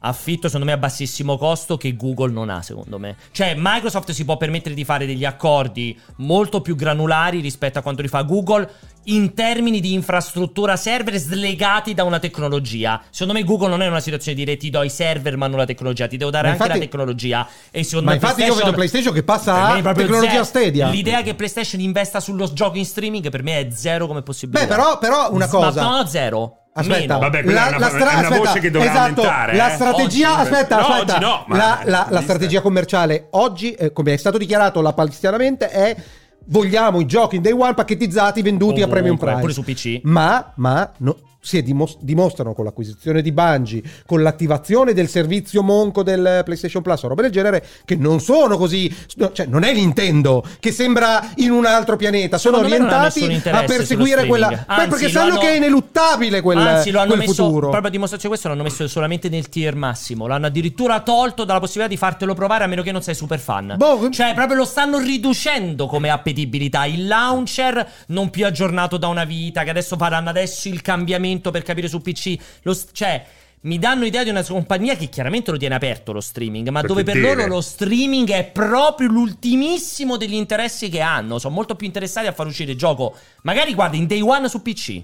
[SPEAKER 1] affitto secondo me a bassissimo costo che Google non ha secondo me. Cioè Microsoft si può permettere di fare degli accordi molto più granulari rispetto a quanto li fa Google in termini di infrastruttura server slegati da una tecnologia. Secondo me Google non è una situazione di dire ti do i server ma non la tecnologia, ti devo dare
[SPEAKER 3] Ma
[SPEAKER 1] anche la
[SPEAKER 3] infatti-
[SPEAKER 1] tecnologia e secondo
[SPEAKER 3] Ma
[SPEAKER 1] me
[SPEAKER 3] infatti io vedo PlayStation che passa
[SPEAKER 1] per
[SPEAKER 3] a
[SPEAKER 1] me è proprio
[SPEAKER 3] tecnologia
[SPEAKER 1] zero.
[SPEAKER 3] Stadia.
[SPEAKER 1] L'idea che PlayStation investa sullo gioco in streaming per me è zero come possibilità.
[SPEAKER 3] Beh, però, però una
[SPEAKER 1] Z-
[SPEAKER 3] cosa...
[SPEAKER 1] Ma no, zero.
[SPEAKER 3] Aspetta,
[SPEAKER 1] Meno.
[SPEAKER 2] Vabbè, quella è una- è una voce che dovrà
[SPEAKER 3] esatto,
[SPEAKER 2] aumentare,
[SPEAKER 3] La
[SPEAKER 2] eh.
[SPEAKER 3] strategia,
[SPEAKER 1] Oggi,
[SPEAKER 3] aspetta,
[SPEAKER 2] no,
[SPEAKER 3] aspetta.
[SPEAKER 2] oggi no, ma-
[SPEAKER 3] la, la- la
[SPEAKER 2] vista.
[SPEAKER 3] strategia commerciale oggi, eh, come è stato dichiarato lapalistianamente, è vogliamo i giochi in day one pacchettizzati, venduti a
[SPEAKER 1] Ovunque,
[SPEAKER 3] premium price.
[SPEAKER 1] pure su PC.
[SPEAKER 3] Ma, ma no, si è dimos- dimostrano con l'acquisizione di Bungie, con l'attivazione del servizio monco del PlayStation Plus o roba del genere, che non sono così. no, Cioè, non è Nintendo che sembra in un altro pianeta. Sono
[SPEAKER 1] Secondo me non ha nessun
[SPEAKER 3] orientati a
[SPEAKER 1] interesse
[SPEAKER 3] perseguire
[SPEAKER 1] sullo
[SPEAKER 3] quella.
[SPEAKER 1] streaming.
[SPEAKER 3] Beh,
[SPEAKER 1] Anzi,
[SPEAKER 3] perché
[SPEAKER 1] lo
[SPEAKER 3] sanno
[SPEAKER 1] hanno-
[SPEAKER 3] che è ineluttabile quel,
[SPEAKER 1] Anzi, lo hanno
[SPEAKER 3] quel
[SPEAKER 1] messo
[SPEAKER 3] futuro.
[SPEAKER 1] proprio a dimostrazione di questo. L'hanno messo solamente nel tier massimo. L'hanno addirittura tolto dalla possibilità di fartelo provare a meno che non sei super fan.
[SPEAKER 3] Boh.
[SPEAKER 1] Cioè, proprio lo stanno riducendo come appetibilità. Il launcher non più aggiornato da una vita. Che adesso faranno adesso il cambiamento per capire su PC. Lo s- cioè. Mi danno idea di una compagnia che chiaramente lo tiene aperto lo streaming, ma
[SPEAKER 2] Perché
[SPEAKER 1] dove per
[SPEAKER 2] deve.
[SPEAKER 1] loro lo streaming è proprio l'ultimissimo degli interessi che hanno. Sono molto più interessati a far uscire il gioco. Magari guarda in day one su PC.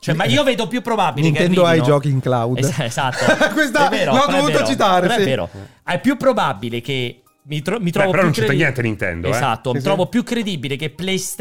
[SPEAKER 1] Cioè, ma io vedo più probabile
[SPEAKER 3] Eh, Nintendo
[SPEAKER 1] che
[SPEAKER 3] ha i
[SPEAKER 1] arrivino-
[SPEAKER 3] giochi in cloud.
[SPEAKER 1] Es- esatto.
[SPEAKER 3] Questa
[SPEAKER 1] È vero,
[SPEAKER 3] l'ho
[SPEAKER 1] però è
[SPEAKER 3] dovuto
[SPEAKER 1] vero,
[SPEAKER 3] citare,
[SPEAKER 1] però
[SPEAKER 3] sì.
[SPEAKER 1] È vero. È più probabile che mi, tro- mi trovo
[SPEAKER 2] però
[SPEAKER 1] più
[SPEAKER 2] non c'entra niente Nintendo, eh.
[SPEAKER 1] Esatto,
[SPEAKER 3] Sì,
[SPEAKER 1] mi
[SPEAKER 3] sì.
[SPEAKER 1] trovo più credibile che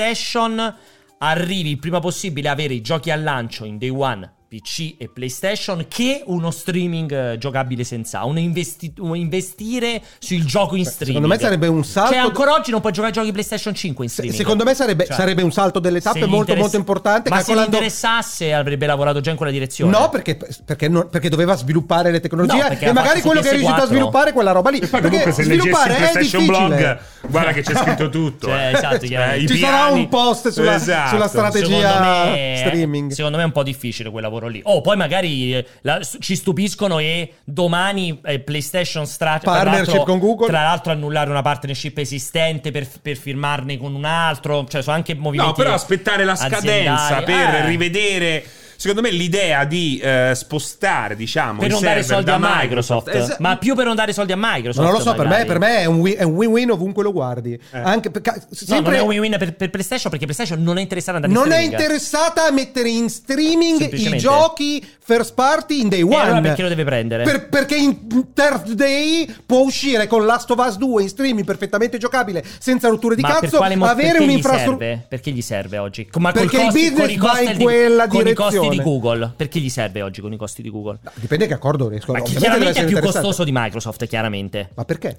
[SPEAKER 1] PlayStation arrivi il prima possibile a avere i giochi al lancio in day one PC e PlayStation che uno streaming eh, giocabile senza un, investi- un investire sul gioco in streaming.
[SPEAKER 3] Secondo me sarebbe un salto.
[SPEAKER 1] Cioè, ancora oggi non puoi giocare ai giochi PlayStation 5 in
[SPEAKER 3] se-
[SPEAKER 1] streaming.
[SPEAKER 3] secondo me sarebbe,
[SPEAKER 1] Cioè,
[SPEAKER 3] sarebbe un salto delle
[SPEAKER 1] se
[SPEAKER 3] tappe
[SPEAKER 1] gli
[SPEAKER 3] molto,
[SPEAKER 1] interess-
[SPEAKER 3] molto importante.
[SPEAKER 1] Ma se gli
[SPEAKER 3] calcolando...
[SPEAKER 1] interessasse avrebbe lavorato già in quella direzione.
[SPEAKER 3] No, perché, perché non- perché doveva sviluppare le tecnologie
[SPEAKER 1] No, perché
[SPEAKER 3] e
[SPEAKER 1] l'ha
[SPEAKER 3] magari
[SPEAKER 1] fatto
[SPEAKER 3] quello
[SPEAKER 1] su
[SPEAKER 3] che è riuscito a
[SPEAKER 1] PS4.
[SPEAKER 3] sviluppare è quella roba lì.
[SPEAKER 2] E poi
[SPEAKER 3] perché
[SPEAKER 2] comunque se leggessi il
[SPEAKER 3] sviluppare è
[SPEAKER 2] PlayStation
[SPEAKER 3] difficile.
[SPEAKER 2] Blog, guarda che c'è scritto tutto. Eh,
[SPEAKER 1] Cioè, esatto, chiaramente.
[SPEAKER 2] i
[SPEAKER 3] Ci sarà
[SPEAKER 2] piani- Esatto.
[SPEAKER 3] un post sulla- sulla strate- strategia
[SPEAKER 1] Secondo me-
[SPEAKER 3] streaming.
[SPEAKER 1] Secondo me è un po' difficile quel lavoro lì. Oh, poi magari eh, la- s- ci stupiscono e domani eh, PlayStation stra- tra
[SPEAKER 3] Partnership
[SPEAKER 1] l'altro-
[SPEAKER 3] con Google.
[SPEAKER 1] Tra l'altro annullare una partnership esistente per, per firmarne con un altro. Cioè, sono anche movimenti
[SPEAKER 2] No, però aspettare la scadenza
[SPEAKER 1] aziendali.
[SPEAKER 2] per
[SPEAKER 1] Eh.
[SPEAKER 2] rivedere. Secondo me l'idea di eh, spostare, diciamo,
[SPEAKER 1] Per
[SPEAKER 2] i
[SPEAKER 1] non dare
[SPEAKER 2] server
[SPEAKER 1] soldi
[SPEAKER 2] da
[SPEAKER 1] a Microsoft,
[SPEAKER 2] Esa-
[SPEAKER 1] ma più per non dare soldi a Microsoft.
[SPEAKER 3] Non lo so, per me,
[SPEAKER 1] magari.
[SPEAKER 3] per me è un wi- è un win-win ovunque lo guardi. Anche perché-
[SPEAKER 1] No,
[SPEAKER 3] sempre-
[SPEAKER 1] non è un win-win per, per PlayStation perché PlayStation non è interessata ad andare in
[SPEAKER 3] non è
[SPEAKER 1] streaming.
[SPEAKER 3] interessata a mettere in streaming i
[SPEAKER 1] Semplicemente. Eh,
[SPEAKER 3] giochi first party in day one.
[SPEAKER 1] allora perché lo deve prendere?
[SPEAKER 3] Per- perché in third day può uscire con Last of Us 2 in streaming perfettamente giocabile, senza rotture di
[SPEAKER 1] Ma per
[SPEAKER 3] cazzo,
[SPEAKER 1] quale mo-
[SPEAKER 3] avere
[SPEAKER 1] perché gli
[SPEAKER 3] un'infrastruttura.
[SPEAKER 1] serve? Perché gli serve oggi? Co- Ma
[SPEAKER 3] Perché
[SPEAKER 1] col
[SPEAKER 3] il
[SPEAKER 1] costi-
[SPEAKER 3] business
[SPEAKER 1] con i
[SPEAKER 3] va
[SPEAKER 1] costi
[SPEAKER 3] in
[SPEAKER 1] di-
[SPEAKER 3] quella
[SPEAKER 1] con i costi di
[SPEAKER 3] direzione.
[SPEAKER 1] Google. Perché gli serve oggi con i costi di Google?
[SPEAKER 3] Dipende che accordo riescono
[SPEAKER 1] Ma
[SPEAKER 3] a
[SPEAKER 1] chi-
[SPEAKER 3] Ovviamente deve
[SPEAKER 1] chiaramente è
[SPEAKER 3] essere
[SPEAKER 1] più
[SPEAKER 3] interessante.
[SPEAKER 1] costoso di Microsoft, chiaramente.
[SPEAKER 3] Ma perché?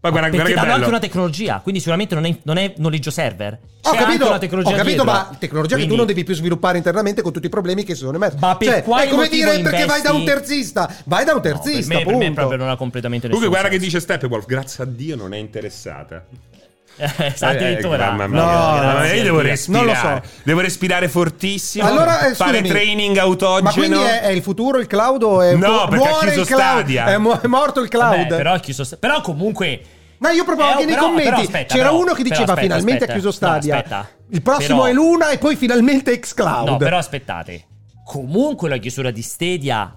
[SPEAKER 2] Poi guarda, guarda
[SPEAKER 1] Perché
[SPEAKER 2] che
[SPEAKER 1] danno
[SPEAKER 2] bello.
[SPEAKER 1] anche una tecnologia, quindi sicuramente non è, non è noleggio server. C'è
[SPEAKER 3] Ho
[SPEAKER 1] anche
[SPEAKER 3] capito,
[SPEAKER 1] una tecnologia
[SPEAKER 3] ho capito
[SPEAKER 1] dietro.
[SPEAKER 3] ma tecnologia che tu
[SPEAKER 1] Quindi-
[SPEAKER 3] non devi più sviluppare internamente con tutti i problemi che si sono emersi.
[SPEAKER 1] Ma per
[SPEAKER 3] cioè,
[SPEAKER 1] quale
[SPEAKER 3] è come
[SPEAKER 1] motivo
[SPEAKER 3] dire perché vai
[SPEAKER 1] investi-
[SPEAKER 3] da un terzista? Vai da un
[SPEAKER 1] No, per
[SPEAKER 3] terzista,
[SPEAKER 1] me, per me
[SPEAKER 3] punto.
[SPEAKER 1] proprio non ha completamente nessuno.
[SPEAKER 2] Comunque guarda che dice Steppenwolf, grazie a Dio non è interessata.
[SPEAKER 1] Addirittura.
[SPEAKER 2] Eh, mamma mia,
[SPEAKER 3] No,
[SPEAKER 2] mamma mia,
[SPEAKER 1] grazie
[SPEAKER 2] io
[SPEAKER 1] a
[SPEAKER 2] devo
[SPEAKER 1] Dio.
[SPEAKER 2] respirare.
[SPEAKER 3] Non lo so.
[SPEAKER 2] Devo respirare fortissimo.
[SPEAKER 3] Allora, eh,
[SPEAKER 2] fare
[SPEAKER 3] scusami,
[SPEAKER 2] training autogeno.
[SPEAKER 3] Ma quindi è, è il futuro il cloud o è
[SPEAKER 2] No,
[SPEAKER 3] mu-
[SPEAKER 2] perché ha
[SPEAKER 3] muore
[SPEAKER 2] chiuso
[SPEAKER 3] il cloud?
[SPEAKER 2] Stadia.
[SPEAKER 3] È, mu- è morto il cloud.
[SPEAKER 1] Beh, però, è chiuso sta- però comunque.
[SPEAKER 3] No, io proprio
[SPEAKER 1] Eh,
[SPEAKER 3] anche nei
[SPEAKER 1] però-
[SPEAKER 3] commenti
[SPEAKER 1] però aspetta,
[SPEAKER 3] c'era
[SPEAKER 1] però-
[SPEAKER 3] uno che
[SPEAKER 1] però
[SPEAKER 3] diceva
[SPEAKER 1] aspetta,
[SPEAKER 3] finalmente
[SPEAKER 1] aspetta.
[SPEAKER 3] ha chiuso Stadia.
[SPEAKER 1] No, aspetta.
[SPEAKER 3] il prossimo
[SPEAKER 1] Però-
[SPEAKER 3] è Luna e poi finalmente xCloud.
[SPEAKER 1] No, però aspettate. Comunque la chiusura di Stadia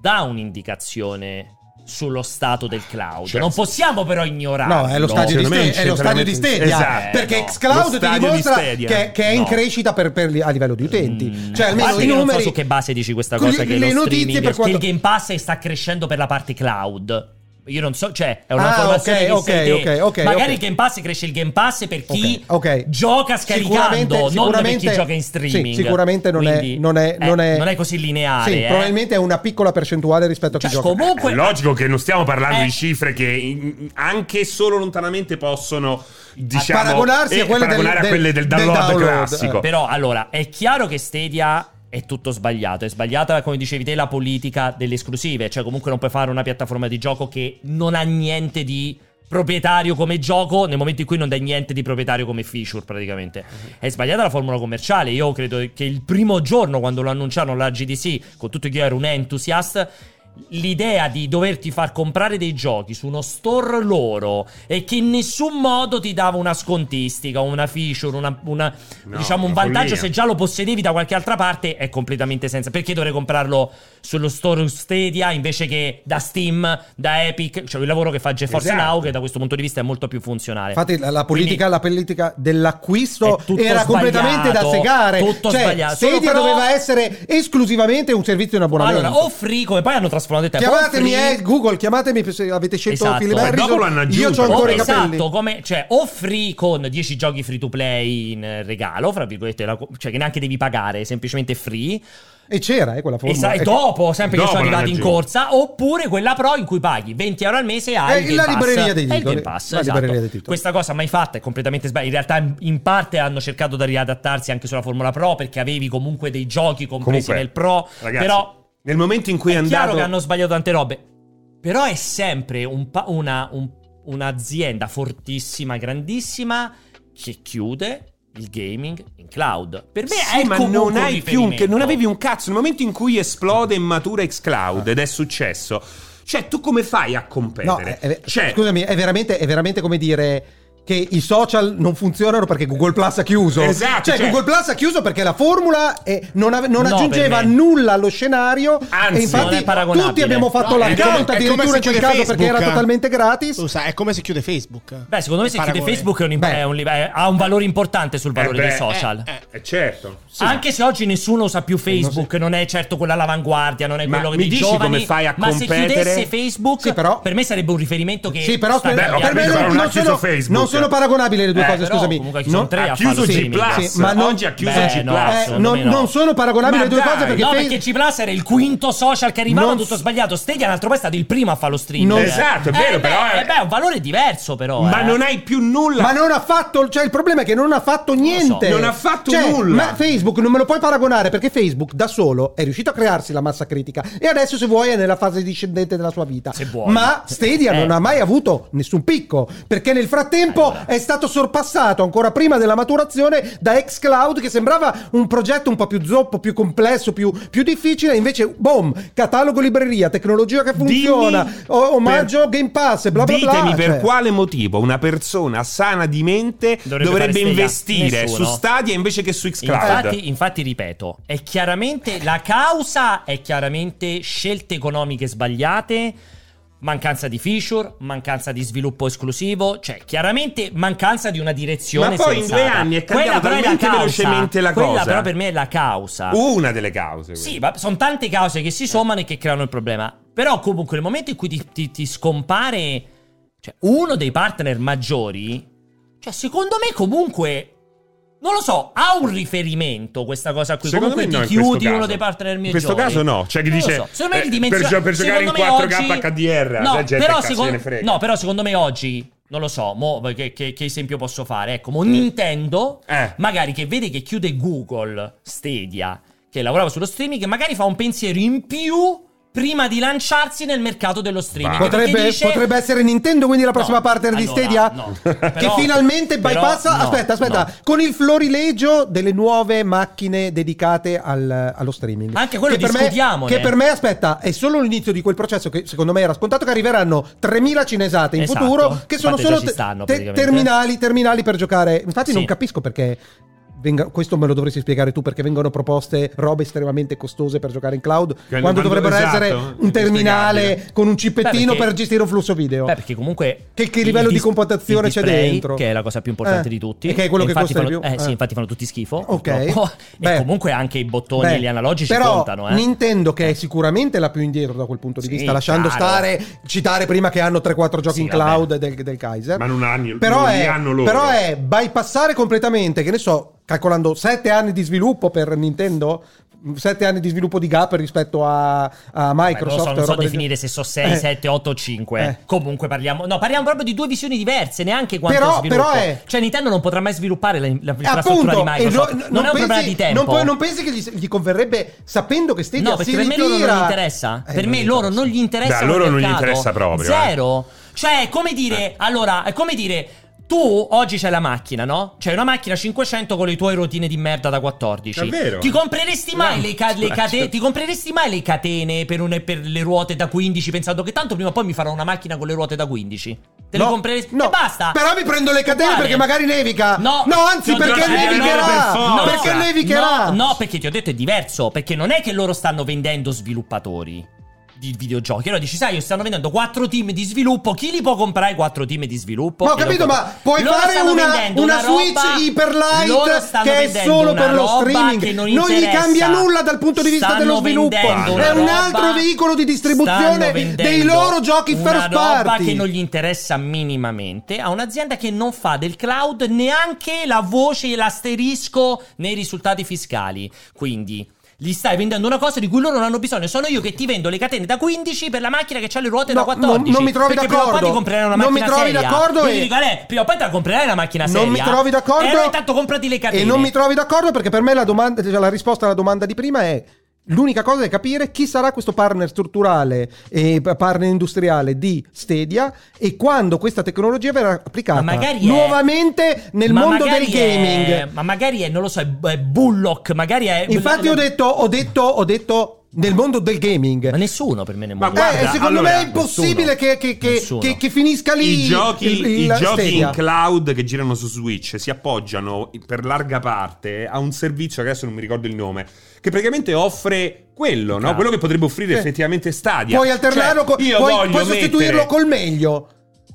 [SPEAKER 1] dà un'indicazione sullo stato del cloud.
[SPEAKER 2] Certo.
[SPEAKER 1] Non possiamo però ignorare.
[SPEAKER 3] No, è lo stadio, di,
[SPEAKER 2] secondo me
[SPEAKER 3] Ste-
[SPEAKER 2] non
[SPEAKER 3] è lo
[SPEAKER 2] c'entra
[SPEAKER 3] stadio di
[SPEAKER 2] niente.
[SPEAKER 3] Stadia.
[SPEAKER 2] Esatto.
[SPEAKER 3] Perché
[SPEAKER 1] Eh, no.
[SPEAKER 2] Lo
[SPEAKER 3] xCloud ti
[SPEAKER 2] stadio di
[SPEAKER 3] dimostra
[SPEAKER 2] Stadia.
[SPEAKER 3] che, che è in
[SPEAKER 1] No.
[SPEAKER 3] crescita per- per li- a livello di utenti. Cioè, almeno
[SPEAKER 1] Guarda
[SPEAKER 3] i
[SPEAKER 1] Mm. che non
[SPEAKER 3] numeri-
[SPEAKER 1] so su che base dici questa
[SPEAKER 3] con
[SPEAKER 1] cosa
[SPEAKER 3] gli-
[SPEAKER 1] che
[SPEAKER 3] le
[SPEAKER 1] lo
[SPEAKER 3] notizie
[SPEAKER 1] streaming,
[SPEAKER 3] per
[SPEAKER 1] che
[SPEAKER 3] quanto-
[SPEAKER 1] il Game Pass sta crescendo per la parte cloud. Io non so, cioè, è una
[SPEAKER 3] Ah,
[SPEAKER 1] formazione
[SPEAKER 3] ok,
[SPEAKER 1] che
[SPEAKER 3] ok,
[SPEAKER 1] sei te.
[SPEAKER 3] ok, ok,
[SPEAKER 1] Magari
[SPEAKER 3] ok.
[SPEAKER 1] il Game Pass cresce il Game Pass per chi
[SPEAKER 3] Ok, ok.
[SPEAKER 1] gioca
[SPEAKER 3] Sicuramente-
[SPEAKER 1] scaricando, non per chi
[SPEAKER 3] sicuramente-
[SPEAKER 1] gioca in streaming.
[SPEAKER 3] sì, sicuramente non è-
[SPEAKER 1] Quindi,
[SPEAKER 3] non è-
[SPEAKER 1] eh,
[SPEAKER 3] non è-
[SPEAKER 1] così lineare.
[SPEAKER 3] Sì,
[SPEAKER 1] eh.
[SPEAKER 3] probabilmente è una piccola percentuale rispetto a chi
[SPEAKER 1] Cioè,
[SPEAKER 3] gioca.
[SPEAKER 2] È
[SPEAKER 1] comunque,
[SPEAKER 2] logico che non stiamo parlando
[SPEAKER 1] Eh.
[SPEAKER 2] di cifre che in- anche solo lontanamente possono diciamo,
[SPEAKER 3] paragonarsi a
[SPEAKER 2] eh,
[SPEAKER 3] quelle del-
[SPEAKER 2] paragonare a
[SPEAKER 3] del-
[SPEAKER 2] quelle del
[SPEAKER 3] del
[SPEAKER 2] download,
[SPEAKER 3] download,
[SPEAKER 2] classico.
[SPEAKER 3] eh.
[SPEAKER 1] Però allora è chiaro che Stadia è tutto sbagliato. È sbagliata, come dicevi te, la politica delle esclusive. Cioè, comunque non puoi fare una piattaforma di gioco che non ha niente di proprietario come gioco nel momento in cui non dai niente di proprietario come feature praticamente è sbagliata la formula commerciale io credo che il primo giorno quando lo annunciarono la GDC con tutto che io ero un entusiast l'idea di doverti far comprare dei giochi su uno store loro e che in nessun modo ti dava una scontistica una feature una- una-
[SPEAKER 2] No,
[SPEAKER 1] diciamo un
[SPEAKER 2] una
[SPEAKER 1] vantaggio
[SPEAKER 2] follia.
[SPEAKER 1] se già lo possedevi da qualche altra parte è completamente senza perché dovrei comprarlo sullo store Stadia invece che da Steam da Epic cioè il lavoro che fa GeForce
[SPEAKER 2] Esatto.
[SPEAKER 1] Now che da questo punto di vista è molto più funzionale
[SPEAKER 3] Infatti la, la politica, la politica dell'acquisto
[SPEAKER 1] È tutto
[SPEAKER 3] era completamente da
[SPEAKER 1] sbagliato,
[SPEAKER 3] segare.
[SPEAKER 1] tutto
[SPEAKER 3] cioè,
[SPEAKER 1] sbagliato. Solo
[SPEAKER 3] Stadia
[SPEAKER 1] però-
[SPEAKER 3] doveva essere esclusivamente un servizio in abbonamento.
[SPEAKER 1] allora o free come poi hanno trasformato il tempo o
[SPEAKER 3] chiamatemi
[SPEAKER 1] free-
[SPEAKER 3] eh, Google, chiamatemi se avete scelto
[SPEAKER 1] Esatto.
[SPEAKER 3] Philip
[SPEAKER 1] Beh,
[SPEAKER 3] Harrison.
[SPEAKER 2] dopo l'hanno
[SPEAKER 3] Io
[SPEAKER 2] aggiunto,
[SPEAKER 3] ho
[SPEAKER 2] però.
[SPEAKER 3] ancora i
[SPEAKER 1] esatto,
[SPEAKER 3] capelli.
[SPEAKER 1] come, cioè, o free con 10 giochi free to play in eh, regalo, fra virgolette, la co- cioè che neanche devi pagare, semplicemente free.
[SPEAKER 3] E c'era eh, quella forma.
[SPEAKER 1] E sai,
[SPEAKER 3] Ecco.
[SPEAKER 1] Esatto. dopo, sempre
[SPEAKER 2] Dopo
[SPEAKER 1] che sono
[SPEAKER 2] l'hanno
[SPEAKER 1] arrivati in
[SPEAKER 2] aggiunto.
[SPEAKER 1] corsa, oppure quella pro in cui paghi 20 euro al mese e hai
[SPEAKER 3] Eh,
[SPEAKER 1] il Game
[SPEAKER 3] la
[SPEAKER 1] Pass.
[SPEAKER 3] libreria dei
[SPEAKER 1] E il
[SPEAKER 3] titoli.
[SPEAKER 1] Game Pass,
[SPEAKER 3] La
[SPEAKER 1] esatto.
[SPEAKER 3] libreria dei titoli.
[SPEAKER 1] Questa cosa mai fatta è completamente sbagliata. In realtà, in- in parte hanno cercato di riadattarsi anche sulla Formula Pro perché avevi comunque dei giochi compresi
[SPEAKER 2] Comunque,
[SPEAKER 1] nel Pro.
[SPEAKER 2] ragazzi,
[SPEAKER 1] però
[SPEAKER 2] nel momento in cui è,
[SPEAKER 1] è
[SPEAKER 2] andato
[SPEAKER 1] chiaro che hanno sbagliato tante robe. Però è sempre un pa- una- un- un'azienda fortissima, grandissima, che chiude il gaming in cloud. Per me
[SPEAKER 2] Sì,
[SPEAKER 1] è
[SPEAKER 2] ma
[SPEAKER 1] comunque
[SPEAKER 2] non hai più un, che- non
[SPEAKER 1] riferimento.
[SPEAKER 2] avevi un cazzo. Nel momento in cui esplode e matura xCloud ed è successo, cioè tu come fai a
[SPEAKER 3] No,
[SPEAKER 2] competere?
[SPEAKER 3] è- è-
[SPEAKER 2] cioè,
[SPEAKER 3] scusami, è veramente, è veramente come dire che i social non funzionano perché Google Plus ha chiuso.
[SPEAKER 2] Esatto,
[SPEAKER 3] Cioè,
[SPEAKER 2] cioè-
[SPEAKER 3] Google Plus ha chiuso perché la formula eh, non, ave- non
[SPEAKER 1] No,
[SPEAKER 3] aggiungeva
[SPEAKER 1] per me.
[SPEAKER 3] nulla allo scenario.
[SPEAKER 2] Anzi,
[SPEAKER 3] e
[SPEAKER 1] non è
[SPEAKER 3] infatti
[SPEAKER 1] paragonabile.
[SPEAKER 3] tutti abbiamo fatto
[SPEAKER 1] No,
[SPEAKER 3] la
[SPEAKER 1] è
[SPEAKER 4] come-
[SPEAKER 3] l'account
[SPEAKER 4] è come
[SPEAKER 3] addirittura
[SPEAKER 4] se
[SPEAKER 3] in quel
[SPEAKER 4] chiude
[SPEAKER 3] caso
[SPEAKER 4] Facebook,
[SPEAKER 3] perché era
[SPEAKER 4] eh.
[SPEAKER 3] totalmente gratis.
[SPEAKER 4] Tu sai, è come se chiude Facebook.
[SPEAKER 1] Beh, secondo me se chiude
[SPEAKER 4] Paragone.
[SPEAKER 1] Facebook è un imp-
[SPEAKER 3] Beh.
[SPEAKER 1] è un li- è- ha un valore importante sul valore
[SPEAKER 2] Eh beh,
[SPEAKER 1] dei social.
[SPEAKER 4] Eh, eh.
[SPEAKER 2] eh, certo. sì. Eh,
[SPEAKER 1] Anche se oggi nessuno usa più Facebook, non è certo quella all'avanguardia, non è
[SPEAKER 2] Ma
[SPEAKER 1] quello che
[SPEAKER 2] mi
[SPEAKER 1] dei
[SPEAKER 2] dici
[SPEAKER 1] giovani,
[SPEAKER 2] come fai a
[SPEAKER 1] ma
[SPEAKER 2] competere?
[SPEAKER 1] se chiudesse Facebook,
[SPEAKER 3] Sì, però-
[SPEAKER 1] per me sarebbe un riferimento che
[SPEAKER 3] Sì, però
[SPEAKER 1] sta
[SPEAKER 3] per,
[SPEAKER 2] Beh,
[SPEAKER 3] per
[SPEAKER 2] ho
[SPEAKER 3] me
[SPEAKER 2] capito,
[SPEAKER 1] cambiando.
[SPEAKER 2] però
[SPEAKER 3] non,
[SPEAKER 2] non ha
[SPEAKER 3] non
[SPEAKER 2] chiuso
[SPEAKER 3] sono,
[SPEAKER 2] Facebook.
[SPEAKER 3] non sono paragonabili le due
[SPEAKER 2] Eh,
[SPEAKER 3] cose,
[SPEAKER 1] però
[SPEAKER 3] scusami.
[SPEAKER 1] comunque ci sono
[SPEAKER 3] No,
[SPEAKER 1] tre a
[SPEAKER 2] ha chiuso
[SPEAKER 1] farlo
[SPEAKER 2] G+.
[SPEAKER 1] streaming.
[SPEAKER 3] Sì, ma non-
[SPEAKER 2] Oggi ha chiuso
[SPEAKER 1] Beh,
[SPEAKER 2] G+.
[SPEAKER 1] no,
[SPEAKER 3] eh,
[SPEAKER 1] secondo
[SPEAKER 3] non,
[SPEAKER 1] me no.
[SPEAKER 3] non sono paragonabili
[SPEAKER 2] Ma
[SPEAKER 3] le due
[SPEAKER 2] dai,
[SPEAKER 3] cose perché
[SPEAKER 1] no,
[SPEAKER 3] Facebook-
[SPEAKER 1] perché G Plus era il quinto social che arrivava
[SPEAKER 3] Non-
[SPEAKER 1] tutto sbagliato. Stadia, l'altro poi è stato il primo a farlo streaming.
[SPEAKER 3] Non-
[SPEAKER 2] Esatto, è vero,
[SPEAKER 1] eh,
[SPEAKER 2] però
[SPEAKER 1] Beh,
[SPEAKER 2] è-
[SPEAKER 1] eh, beh, è un valore diverso, però.
[SPEAKER 2] Ma
[SPEAKER 1] eh.
[SPEAKER 2] non hai più nulla.
[SPEAKER 3] Ma non ha fatto, cioè il problema è che non ha fatto niente.
[SPEAKER 2] Non ha fatto
[SPEAKER 3] Cioè,
[SPEAKER 2] nulla.
[SPEAKER 3] Ma Facebook non me lo puoi paragonare perché Facebook da solo è riuscito a crearsi la massa critica e adesso se vuoi è nella fase discendente della sua vita.
[SPEAKER 1] Se vuoi.
[SPEAKER 3] Ma Stadia
[SPEAKER 1] Eh.
[SPEAKER 3] non ha mai avuto nessun picco perché nel frattempo è stato sorpassato ancora prima della maturazione da xCloud che sembrava un progetto un po' più zoppo, più complesso, più, più difficile, invece boom, catalogo libreria, tecnologia che funziona,
[SPEAKER 2] Dimmi
[SPEAKER 3] o- omaggio
[SPEAKER 2] per-
[SPEAKER 3] Game Pass, bla bla
[SPEAKER 2] Ditemi
[SPEAKER 3] bla.
[SPEAKER 2] per
[SPEAKER 3] cioè.
[SPEAKER 2] quale motivo una persona sana di mente
[SPEAKER 1] Dovrebbe fare
[SPEAKER 2] dovrebbe,
[SPEAKER 1] Stadia?
[SPEAKER 2] investire
[SPEAKER 1] Nessuno.
[SPEAKER 2] su Stadia invece che su xCloud.
[SPEAKER 1] Infatti, infatti, ripeto, è chiaramente la causa è chiaramente scelte economiche sbagliate, mancanza di feature, mancanza di sviluppo esclusivo, cioè chiaramente mancanza di una direzione.
[SPEAKER 2] Ma poi in
[SPEAKER 1] sensata.
[SPEAKER 2] due anni è
[SPEAKER 1] Quella
[SPEAKER 2] cambiata
[SPEAKER 1] però la
[SPEAKER 2] talmente
[SPEAKER 1] causa.
[SPEAKER 2] velocemente la
[SPEAKER 1] Quella
[SPEAKER 2] cosa.
[SPEAKER 1] però per me è la causa.
[SPEAKER 2] Una delle cause.
[SPEAKER 1] Sì, ma sono tante cause che
[SPEAKER 2] Eh.
[SPEAKER 1] si sommano e che creano il problema. Però comunque nel momento in cui ti, ti- ti scompare cioè, uno dei partner maggiori, cioè secondo me comunque... Non lo so, ha un riferimento questa cosa qui.
[SPEAKER 2] Secondo
[SPEAKER 1] comunque
[SPEAKER 2] me
[SPEAKER 1] ti
[SPEAKER 2] no, in questo
[SPEAKER 1] chiudi uno
[SPEAKER 2] caso.
[SPEAKER 1] dei partner miei
[SPEAKER 2] In questo
[SPEAKER 1] giovani.
[SPEAKER 2] caso no, c'è chi
[SPEAKER 1] Non lo
[SPEAKER 2] dice,
[SPEAKER 1] so. Secondo me
[SPEAKER 2] eh,
[SPEAKER 1] il dimension-
[SPEAKER 2] per gio- per giocare
[SPEAKER 1] secondo
[SPEAKER 2] in
[SPEAKER 1] me
[SPEAKER 2] 4K
[SPEAKER 1] oggi-
[SPEAKER 2] HDR,
[SPEAKER 1] No,
[SPEAKER 2] la gente
[SPEAKER 1] però
[SPEAKER 2] cazzo
[SPEAKER 1] secondo-
[SPEAKER 2] gliene frega.
[SPEAKER 1] no, però secondo me oggi non lo so, mo, che, che- che esempio posso fare? Ecco, mo Nintendo,
[SPEAKER 2] Eh.
[SPEAKER 1] magari che vede che chiude Google Stadia, che lavorava sullo streaming, che magari fa un pensiero in più prima di lanciarsi nel mercato dello streaming.
[SPEAKER 2] Bah.
[SPEAKER 1] Perché
[SPEAKER 3] Potrebbe,
[SPEAKER 1] dice-
[SPEAKER 3] potrebbe essere Nintendo quindi la prossima
[SPEAKER 1] No,
[SPEAKER 3] partner di
[SPEAKER 1] allora,
[SPEAKER 3] Stadia?
[SPEAKER 1] no.
[SPEAKER 3] che
[SPEAKER 1] Però-
[SPEAKER 3] finalmente
[SPEAKER 1] però
[SPEAKER 3] bypassa.
[SPEAKER 1] no,
[SPEAKER 3] aspetta, aspetta.
[SPEAKER 1] no.
[SPEAKER 3] Con il florileggio delle nuove macchine dedicate al- allo streaming.
[SPEAKER 1] Ma anche quello
[SPEAKER 3] che per, me,
[SPEAKER 1] discutiamone.
[SPEAKER 3] che per me, aspetta, è solo l'inizio di quel processo che secondo me era scontato. Che arriveranno 3000 cinesate in
[SPEAKER 1] Esatto.
[SPEAKER 3] futuro che sono
[SPEAKER 1] Infatti già
[SPEAKER 3] solo
[SPEAKER 1] ci stanno,
[SPEAKER 3] te-
[SPEAKER 1] praticamente.
[SPEAKER 3] terminali, terminali per giocare. Infatti,
[SPEAKER 1] Sì.
[SPEAKER 3] non capisco perché. venga- questo me lo dovresti spiegare tu perché vengono proposte robe estremamente costose per giocare in cloud quando,
[SPEAKER 2] quando-
[SPEAKER 3] dovrebbero
[SPEAKER 2] esatto,
[SPEAKER 3] essere un
[SPEAKER 2] è
[SPEAKER 3] terminale
[SPEAKER 2] inspiegabile.
[SPEAKER 3] con un cippettino
[SPEAKER 1] Beh, perché-
[SPEAKER 3] per gestire un flusso video.
[SPEAKER 1] Beh, perché comunque.
[SPEAKER 3] Che- che
[SPEAKER 1] il
[SPEAKER 3] livello di
[SPEAKER 1] dis-
[SPEAKER 3] computazione
[SPEAKER 1] il
[SPEAKER 3] c'è
[SPEAKER 1] display,
[SPEAKER 3] dentro?
[SPEAKER 1] Che è la cosa più importante
[SPEAKER 3] Eh,
[SPEAKER 1] di tutti.
[SPEAKER 3] e che è quello
[SPEAKER 1] E
[SPEAKER 3] che
[SPEAKER 1] infatti
[SPEAKER 3] costa di
[SPEAKER 1] fanno-
[SPEAKER 3] più.
[SPEAKER 1] Eh, sì,
[SPEAKER 3] Eh.
[SPEAKER 1] infatti fanno tutti schifo.
[SPEAKER 3] Ok.
[SPEAKER 1] purtroppo.
[SPEAKER 3] Beh.
[SPEAKER 1] E comunque anche i bottoni
[SPEAKER 3] Beh,
[SPEAKER 1] e gli analogici
[SPEAKER 3] però
[SPEAKER 1] contano. Eh.
[SPEAKER 3] Nintendo che è sicuramente la più indietro da quel punto di
[SPEAKER 1] Sì,
[SPEAKER 3] vista, lasciando
[SPEAKER 1] chiaro.
[SPEAKER 3] stare citare prima che hanno 3-4 giochi
[SPEAKER 1] Sì,
[SPEAKER 3] in
[SPEAKER 1] vabbè.
[SPEAKER 3] cloud del, del Kaiser.
[SPEAKER 2] Ma non hanno-
[SPEAKER 3] però
[SPEAKER 2] non li
[SPEAKER 3] è,
[SPEAKER 2] hanno loro.
[SPEAKER 3] Però è bypassare completamente, che ne so, calcolando 7 anni di sviluppo per Nintendo 7 anni di sviluppo di gap rispetto a, a
[SPEAKER 1] Beh, non lo so,
[SPEAKER 3] Microsoft.
[SPEAKER 1] non so
[SPEAKER 3] roba del
[SPEAKER 1] definire se
[SPEAKER 3] genere.
[SPEAKER 1] so 6,
[SPEAKER 3] Eh.
[SPEAKER 1] 7, 8 o 5.
[SPEAKER 3] Eh.
[SPEAKER 1] Comunque parliamo. No, parliamo proprio di due visioni diverse, neanche quanto
[SPEAKER 3] Però-
[SPEAKER 1] sviluppo.
[SPEAKER 3] però è-
[SPEAKER 1] Cioè, Nintendo non potrà mai sviluppare la, la
[SPEAKER 3] Appunto,
[SPEAKER 1] infrastruttura di
[SPEAKER 3] e no-
[SPEAKER 1] Microsoft.
[SPEAKER 3] n-
[SPEAKER 1] non, è un problema di tempo.
[SPEAKER 3] Non, puoi- non pensi che gli, gli converrebbe, sapendo che Stadia
[SPEAKER 1] No,
[SPEAKER 3] si
[SPEAKER 1] perché per me loro non
[SPEAKER 3] ritira-
[SPEAKER 1] gli interessa.
[SPEAKER 3] Eh, non
[SPEAKER 1] per me
[SPEAKER 3] gli
[SPEAKER 1] loro
[SPEAKER 3] interessa.
[SPEAKER 1] non gli interessa.
[SPEAKER 2] Da loro
[SPEAKER 1] quel
[SPEAKER 2] non gli
[SPEAKER 1] mercato.
[SPEAKER 2] interessa proprio, eh.
[SPEAKER 1] Zero. Cioè, è come dire, allora, è come dire, tu oggi c'hai la macchina, no? C'hai una macchina 500 con le tue rotine di merda da 14.
[SPEAKER 2] È vero.
[SPEAKER 1] Ti compreresti mai le, ca- le
[SPEAKER 2] Cioè,
[SPEAKER 1] catene?
[SPEAKER 2] cioè-
[SPEAKER 1] Ti compreresti mai le catene per, un- per le ruote da 15 pensando che tanto prima o poi mi farò una macchina con le ruote da 15? Te le
[SPEAKER 3] No,
[SPEAKER 1] compreresti?
[SPEAKER 3] no.
[SPEAKER 1] E basta.
[SPEAKER 3] Però mi prendo le catene
[SPEAKER 1] Uguale.
[SPEAKER 3] perché magari nevica.
[SPEAKER 1] No,
[SPEAKER 3] No, anzi,
[SPEAKER 1] ti ho
[SPEAKER 3] perché
[SPEAKER 1] detto-
[SPEAKER 3] nevicherà.
[SPEAKER 2] per forza.
[SPEAKER 3] Perché nevicherà.
[SPEAKER 1] No, no, perché ti ho detto è diverso. Perché non è che loro stanno vendendo sviluppatori di videogiochi. Allora dici, sai, io stanno vendendo quattro team di sviluppo. Chi li può comprare i quattro team di sviluppo?
[SPEAKER 3] Ma ho
[SPEAKER 1] Glielo
[SPEAKER 3] capito,
[SPEAKER 1] compro.
[SPEAKER 3] ma puoi
[SPEAKER 1] Loro
[SPEAKER 3] fare
[SPEAKER 1] stanno
[SPEAKER 3] una-
[SPEAKER 1] vendendo
[SPEAKER 3] una
[SPEAKER 1] roba-
[SPEAKER 3] Switch hyperlight
[SPEAKER 1] loro stanno
[SPEAKER 3] che è
[SPEAKER 1] vendendo
[SPEAKER 3] solo
[SPEAKER 1] una
[SPEAKER 3] per lo
[SPEAKER 1] roba
[SPEAKER 3] streaming.
[SPEAKER 1] che non,
[SPEAKER 3] Non gli
[SPEAKER 1] interessa.
[SPEAKER 3] cambia nulla dal punto di vista
[SPEAKER 1] Stanno
[SPEAKER 3] dello sviluppo.
[SPEAKER 1] vendendo
[SPEAKER 2] È
[SPEAKER 1] una
[SPEAKER 2] un
[SPEAKER 1] roba-
[SPEAKER 3] altro veicolo di distribuzione
[SPEAKER 1] stanno
[SPEAKER 3] dei
[SPEAKER 1] vendendo
[SPEAKER 3] loro giochi
[SPEAKER 1] una
[SPEAKER 3] first
[SPEAKER 1] roba
[SPEAKER 3] party.
[SPEAKER 1] che non gli interessa minimamente a un'azienda che non fa del cloud neanche la voce e l'asterisco nei risultati fiscali. Quindi gli stai vendendo una cosa di cui loro non hanno bisogno. Sono io che ti vendo le catene da 15 per la macchina che ha le ruote da
[SPEAKER 3] No,
[SPEAKER 1] 14.
[SPEAKER 3] non- non mi trovi
[SPEAKER 1] Perché Prima o
[SPEAKER 3] d'accordo.
[SPEAKER 1] poi ti comprerai una
[SPEAKER 3] Non
[SPEAKER 1] macchina
[SPEAKER 3] mi trovi
[SPEAKER 1] seria.
[SPEAKER 3] d'accordo
[SPEAKER 1] Io
[SPEAKER 3] e-
[SPEAKER 1] ti dico, "Ale, prima o poi te la comprerai la macchina seria.
[SPEAKER 3] Non mi trovi d'accordo.
[SPEAKER 1] E eh. allora intanto comprati le catene.
[SPEAKER 3] E non mi trovi d'accordo perché per me la, domanda- cioè, la risposta alla domanda di prima è. L'unica cosa è capire chi sarà questo partner strutturale e partner industriale di Stadia e quando questa tecnologia verrà applicata
[SPEAKER 1] Ma magari è-
[SPEAKER 3] nuovamente nel
[SPEAKER 1] Ma
[SPEAKER 3] mondo del
[SPEAKER 1] magari
[SPEAKER 3] gaming.
[SPEAKER 1] è- ma magari è, non lo so, è, è Bullock, magari è...
[SPEAKER 3] Infatti ho detto, ho detto, ho detto nel mondo del gaming.
[SPEAKER 1] Ma nessuno per me ne
[SPEAKER 2] Ma
[SPEAKER 1] muore.
[SPEAKER 2] guarda,
[SPEAKER 3] Eh, secondo
[SPEAKER 2] allora,
[SPEAKER 3] me è impossibile
[SPEAKER 1] nessuno.
[SPEAKER 3] che, che- che-
[SPEAKER 1] Nessuno.
[SPEAKER 3] che- che finisca lì
[SPEAKER 2] I giochi,
[SPEAKER 3] il- il-
[SPEAKER 2] i
[SPEAKER 3] la
[SPEAKER 2] giochi
[SPEAKER 3] Stadia.
[SPEAKER 2] in cloud che girano su Switch si appoggiano per larga parte a un servizio che adesso non mi ricordo il nome, che praticamente offre quello, no?
[SPEAKER 1] Cloud.
[SPEAKER 2] quello che potrebbe offrire
[SPEAKER 3] Sì.
[SPEAKER 2] effettivamente Stadia.
[SPEAKER 3] Puoi alternarlo,
[SPEAKER 2] Cioè,
[SPEAKER 3] co-
[SPEAKER 2] io
[SPEAKER 3] puoi,
[SPEAKER 2] voglio
[SPEAKER 3] puoi sostituirlo
[SPEAKER 2] mettere-
[SPEAKER 3] col meglio.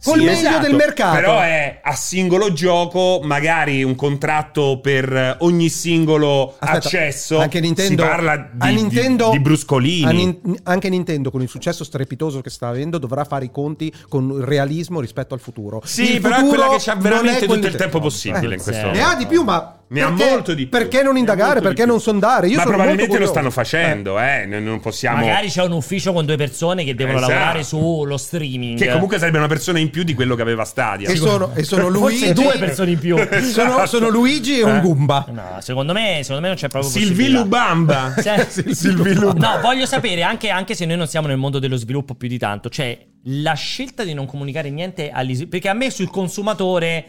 [SPEAKER 3] Col
[SPEAKER 2] Sì,
[SPEAKER 3] meglio
[SPEAKER 2] esatto.
[SPEAKER 3] del mercato.
[SPEAKER 2] Però è a singolo gioco, magari un contratto per eh, ogni singolo
[SPEAKER 3] Aspetta,
[SPEAKER 2] accesso.
[SPEAKER 3] anche Nintendo,
[SPEAKER 2] si parla di,
[SPEAKER 3] a
[SPEAKER 2] di-
[SPEAKER 3] Nintendo-
[SPEAKER 2] di bruscolini.
[SPEAKER 3] a Nin- anche Nintendo, con il successo strepitoso che sta avendo, dovrà fare i conti con il realismo rispetto al futuro.
[SPEAKER 2] Sì,
[SPEAKER 3] Il
[SPEAKER 2] però è
[SPEAKER 3] futuro
[SPEAKER 2] quella che c'ha
[SPEAKER 3] non
[SPEAKER 2] veramente
[SPEAKER 3] è
[SPEAKER 2] tutto
[SPEAKER 3] quello
[SPEAKER 2] il
[SPEAKER 3] di- Eh,
[SPEAKER 2] tempo
[SPEAKER 3] No,
[SPEAKER 2] possibile in questo
[SPEAKER 1] zero.
[SPEAKER 3] Ne
[SPEAKER 2] momento.
[SPEAKER 3] ha di più, ma
[SPEAKER 2] Ne
[SPEAKER 3] perché,
[SPEAKER 2] ha molto di più.
[SPEAKER 3] perché non
[SPEAKER 2] Ne ha
[SPEAKER 3] indagare?
[SPEAKER 2] molto di
[SPEAKER 3] Perché
[SPEAKER 2] più.
[SPEAKER 3] non sondare? Io
[SPEAKER 2] Ma
[SPEAKER 3] sono
[SPEAKER 2] probabilmente
[SPEAKER 3] molto
[SPEAKER 2] lo stanno
[SPEAKER 3] curioso.
[SPEAKER 2] facendo, eh. non- Non possiamo.
[SPEAKER 1] Magari c'è un ufficio con due persone che devono
[SPEAKER 2] Esatto.
[SPEAKER 1] lavorare sullo streaming.
[SPEAKER 2] Che comunque sarebbe una persona in più di quello che aveva Stadia.
[SPEAKER 3] E sono, e sono
[SPEAKER 1] Forse
[SPEAKER 3] Luigi-
[SPEAKER 1] due persone in più.
[SPEAKER 3] sono, sono Luigi e un
[SPEAKER 2] Eh.
[SPEAKER 3] Goomba.
[SPEAKER 1] No, secondo me, secondo me non c'è proprio
[SPEAKER 2] Silvi
[SPEAKER 1] possibilità.
[SPEAKER 2] Lubamba.
[SPEAKER 1] Cioè-
[SPEAKER 2] Silvi Lubamba.
[SPEAKER 1] No, voglio sapere, anche, anche se noi non siamo nel mondo dello sviluppo più di tanto, cioè la scelta di non comunicare niente agli... Perché a me sul consumatore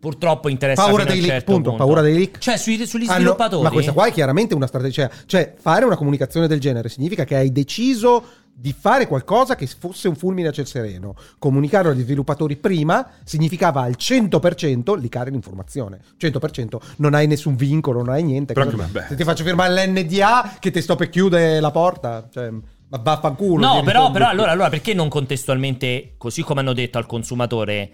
[SPEAKER 1] purtroppo interessa...
[SPEAKER 3] Paura
[SPEAKER 1] fino a
[SPEAKER 3] dei
[SPEAKER 1] un
[SPEAKER 3] leak,
[SPEAKER 1] certo
[SPEAKER 3] punto,
[SPEAKER 1] punto.
[SPEAKER 3] paura dei leak.
[SPEAKER 1] Cioè sui- sugli
[SPEAKER 3] Ah, no,
[SPEAKER 1] sviluppatori...
[SPEAKER 3] ma questa qua è chiaramente una strategia. Cioè, fare una comunicazione del genere significa che hai deciso di fare qualcosa che fosse un fulmine a ciel sereno. Comunicarlo agli sviluppatori prima significava al 100% licare l'informazione. 100% non hai nessun vincolo, non hai niente.
[SPEAKER 2] Però
[SPEAKER 3] Cosa-
[SPEAKER 2] che vabbè.
[SPEAKER 3] Se ti faccio firmare l'NDA che ti sto per chiudere la porta, cioè, ma vaffanculo.
[SPEAKER 1] No,
[SPEAKER 3] ti
[SPEAKER 1] però,
[SPEAKER 3] ritorno.
[SPEAKER 1] però allora, allora perché non contestualmente, così come hanno detto al consumatore,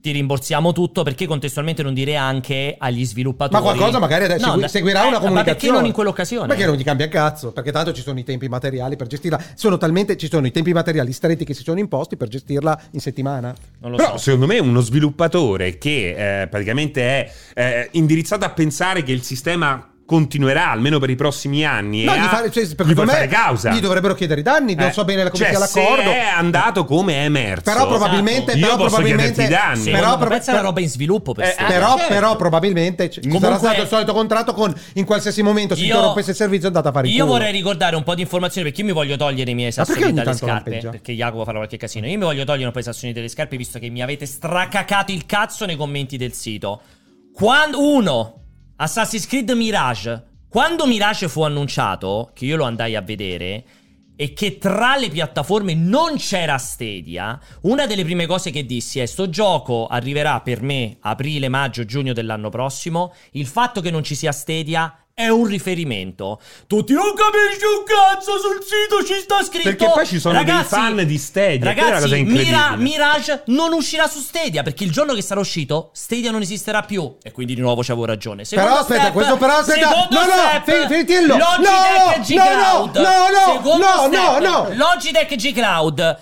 [SPEAKER 1] ti rimborsiamo tutto, perché contestualmente non dire anche agli sviluppatori...
[SPEAKER 3] Ma qualcosa magari adesso
[SPEAKER 1] No,
[SPEAKER 3] segui-
[SPEAKER 1] da-
[SPEAKER 3] seguirà
[SPEAKER 1] eh,
[SPEAKER 3] una comunicazione.
[SPEAKER 1] Ma perché non in quell'occasione?
[SPEAKER 3] Perché non gli cambia cazzo? Perché tanto ci sono i tempi materiali per gestirla. Sono talmente ci sono i tempi materiali stretti che si sono imposti per gestirla in settimana.
[SPEAKER 1] Non lo
[SPEAKER 2] Però
[SPEAKER 1] so.
[SPEAKER 2] secondo me uno sviluppatore che eh, praticamente è eh, indirizzato a pensare che il sistema continuerà almeno per i prossimi anni
[SPEAKER 3] No,
[SPEAKER 2] e
[SPEAKER 3] gli
[SPEAKER 2] ha-
[SPEAKER 3] fare- cioè,
[SPEAKER 2] gli
[SPEAKER 3] secondo
[SPEAKER 2] puoi
[SPEAKER 3] me
[SPEAKER 2] fare causa.
[SPEAKER 3] gli dovrebbero chiedere i danni, non
[SPEAKER 2] Eh,
[SPEAKER 3] so bene come
[SPEAKER 2] cioè,
[SPEAKER 3] sia l'accordo.
[SPEAKER 2] se è andato come è emerso.
[SPEAKER 3] Però probabilmente,
[SPEAKER 2] Esatto. Io
[SPEAKER 3] però
[SPEAKER 2] posso
[SPEAKER 3] probabilmente,
[SPEAKER 2] chiederti i danni.
[SPEAKER 1] Sì,
[SPEAKER 3] però
[SPEAKER 1] però,
[SPEAKER 3] prob-
[SPEAKER 1] pensa alla roba in sviluppo per
[SPEAKER 2] Eh,
[SPEAKER 1] sé.
[SPEAKER 2] Ah,
[SPEAKER 3] però,
[SPEAKER 2] certo.
[SPEAKER 3] però probabilmente ci
[SPEAKER 1] Comunque-
[SPEAKER 3] sarà stato il solito contratto con in qualsiasi momento se
[SPEAKER 1] Io-
[SPEAKER 3] interrompesse il servizio andate a fare il
[SPEAKER 1] Io
[SPEAKER 3] culo.
[SPEAKER 1] vorrei ricordare un po' di informazioni perché io mi voglio togliere i miei
[SPEAKER 3] perché
[SPEAKER 1] sassolini
[SPEAKER 3] ogni
[SPEAKER 1] dalle
[SPEAKER 3] tanto
[SPEAKER 1] scarpe.
[SPEAKER 3] lampeggia?
[SPEAKER 1] Perché Jacopo farà qualche casino. Io mi voglio togliere un po' i sassolini dalle scarpe visto che mi avete stracacato il cazzo nei commenti del sito. Quando, uno, Assassin's Creed Mirage. Quando Mirage fu annunciato, che io lo andai a vedere. e che tra le piattaforme non c'era Stadia, una delle prime cose che dissi è sto gioco arriverà per me aprile, maggio, giugno dell'anno prossimo, il fatto che non ci sia Stadia è un riferimento. Tutti non capisci un cazzo sul sito ci sta scritto.
[SPEAKER 2] Perché poi ci sono
[SPEAKER 1] Ragazzi,
[SPEAKER 2] dei fan di Stadia. quella è una cosa
[SPEAKER 1] Ragazzi,
[SPEAKER 2] incredibile.
[SPEAKER 1] Mira- Mirage non uscirà su Stadia perché il giorno che sarà uscito Stadia non esisterà più e quindi di nuovo ci avevo ragione. Secondo
[SPEAKER 3] Però aspetta,
[SPEAKER 1] step-
[SPEAKER 3] questo però aspetta-
[SPEAKER 1] Cioè, secondo
[SPEAKER 3] no, no,
[SPEAKER 1] step,
[SPEAKER 3] fi- finitelo.
[SPEAKER 1] Logitech
[SPEAKER 3] No,
[SPEAKER 1] G
[SPEAKER 3] no,
[SPEAKER 1] Cloud.
[SPEAKER 3] no, no, no,
[SPEAKER 1] Secondo
[SPEAKER 3] no,
[SPEAKER 1] step,
[SPEAKER 3] no, no.
[SPEAKER 1] Logitech G Cloud.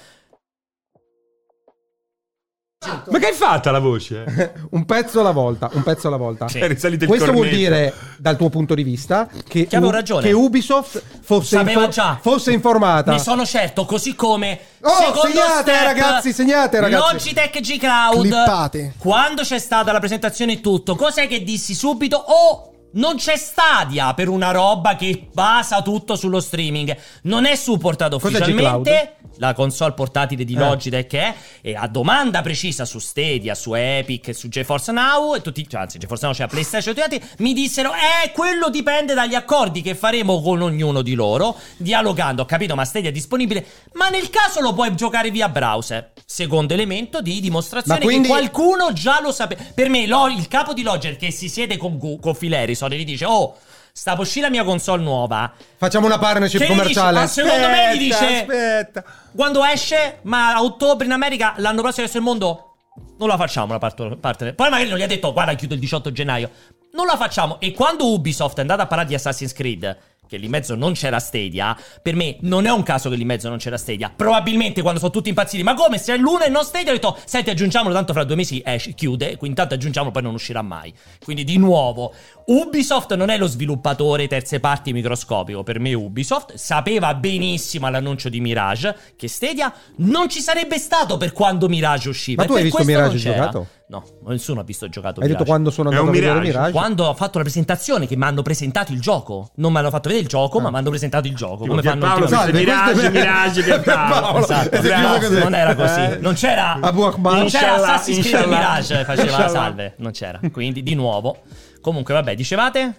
[SPEAKER 1] Esatto.
[SPEAKER 4] Ma che hai fatto la voce?
[SPEAKER 3] Un pezzo alla volta, un pezzo alla volta.
[SPEAKER 1] Sì.
[SPEAKER 2] È risalito il
[SPEAKER 3] Questo vuol
[SPEAKER 2] cornetto.
[SPEAKER 3] dire, dal tuo punto di vista, che,
[SPEAKER 1] Che avevo ragione.
[SPEAKER 3] che Ubisoft fosse,
[SPEAKER 1] Sapeva
[SPEAKER 3] infor-
[SPEAKER 1] già.
[SPEAKER 3] fosse informata.
[SPEAKER 1] Ne sono certo, così come
[SPEAKER 3] Oh,
[SPEAKER 1] secondo
[SPEAKER 3] segnate,
[SPEAKER 1] step,
[SPEAKER 3] ragazzi, segnate, ragazzi.
[SPEAKER 1] Logitech G Cloud.
[SPEAKER 5] Clippate.
[SPEAKER 1] Quando c'è stata la presentazione e tutto, cos'è che dissi subito? Oh, non c'è Stadia per una roba che basa tutto sullo streaming. Non è supportato
[SPEAKER 3] Cos'è
[SPEAKER 1] ufficialmente la console portatile
[SPEAKER 3] Eh.
[SPEAKER 1] di Logitech è e a domanda precisa su Stadia, su Epic, su GeForce Now e tutti, cioè, anzi GeForce Now c'è la PlayStation e tutti gli altri, mi dissero "Eh, quello dipende dagli accordi che faremo con ognuno di loro, dialogando, ho capito, ma Stadia è disponibile, ma nel caso lo puoi giocare via browser". Secondo elemento di dimostrazione
[SPEAKER 3] Ma quindi-
[SPEAKER 1] che qualcuno già lo sapeva. Per me lo- il capo di Logitech che si siede con Gu- con Phil Harrison e gli dice "Oh, sta per uscire la mia console nuova".
[SPEAKER 3] Facciamo una partnership
[SPEAKER 1] Che gli dici,
[SPEAKER 3] commerciale.
[SPEAKER 1] ma secondo me gli
[SPEAKER 2] Aspetta,
[SPEAKER 1] dice
[SPEAKER 2] Aspetta.
[SPEAKER 1] quando esce, ma a ottobre in America, l'anno prossimo resto del mondo, non la facciamo la part- parte. Poi magari non gli ha detto, guarda, chiudo il 18 gennaio. Non la facciamo. E quando Ubisoft è andata a parlare di Assassin's Creed, che lì in mezzo non c'era Stadia, per me non è un caso che lì in mezzo non c'era Stadia. Probabilmente quando sono tutti impazziti, ma come? Se è l'uno e non Stadia, ho detto, senti, aggiungiamolo, tanto fra due mesi esce, chiude, quindi tanto aggiungiamolo, poi non uscirà mai. Quindi di nuovo, Ubisoft non è lo sviluppatore terze parti microscopico, per me Ubisoft sapeva benissimo all'annuncio di Mirage che Stadia non ci sarebbe stato per quando Mirage usciva.
[SPEAKER 3] Ma tu
[SPEAKER 1] E
[SPEAKER 3] hai
[SPEAKER 1] per
[SPEAKER 3] visto
[SPEAKER 1] questo non
[SPEAKER 3] Mirage
[SPEAKER 1] c'era.
[SPEAKER 3] giocato?
[SPEAKER 1] No, nessuno ha visto giocato
[SPEAKER 3] Hai detto
[SPEAKER 1] Mirage.
[SPEAKER 3] quando sono
[SPEAKER 2] È
[SPEAKER 3] andato a
[SPEAKER 2] un
[SPEAKER 3] vedere
[SPEAKER 2] mirage.
[SPEAKER 3] Mirage?
[SPEAKER 1] Quando ho fatto la presentazione, che mi hanno presentato il gioco, non mi hanno fatto vedere il
[SPEAKER 3] Ah.
[SPEAKER 1] gioco, ma mi hanno presentato il gioco.
[SPEAKER 2] Tipo
[SPEAKER 1] Come fanno
[SPEAKER 2] Pierpaolo,
[SPEAKER 1] ultimamente.
[SPEAKER 2] Salve, Mirage,
[SPEAKER 3] questo è-
[SPEAKER 2] Mirage, Pierpaolo.
[SPEAKER 1] Esatto,
[SPEAKER 3] E si è
[SPEAKER 2] Bravo.
[SPEAKER 3] chiuso così.
[SPEAKER 1] non era così.
[SPEAKER 3] Eh.
[SPEAKER 1] Non c'era.
[SPEAKER 3] Abu Akbar.
[SPEAKER 1] Non c'era
[SPEAKER 2] Inshallah,
[SPEAKER 1] Assassin's Creed
[SPEAKER 2] inshallah.
[SPEAKER 1] Mirage. Faceva
[SPEAKER 2] Inshallah.
[SPEAKER 1] salve. Non c'era. Quindi, di nuovo. Comunque, vabbè, dicevate?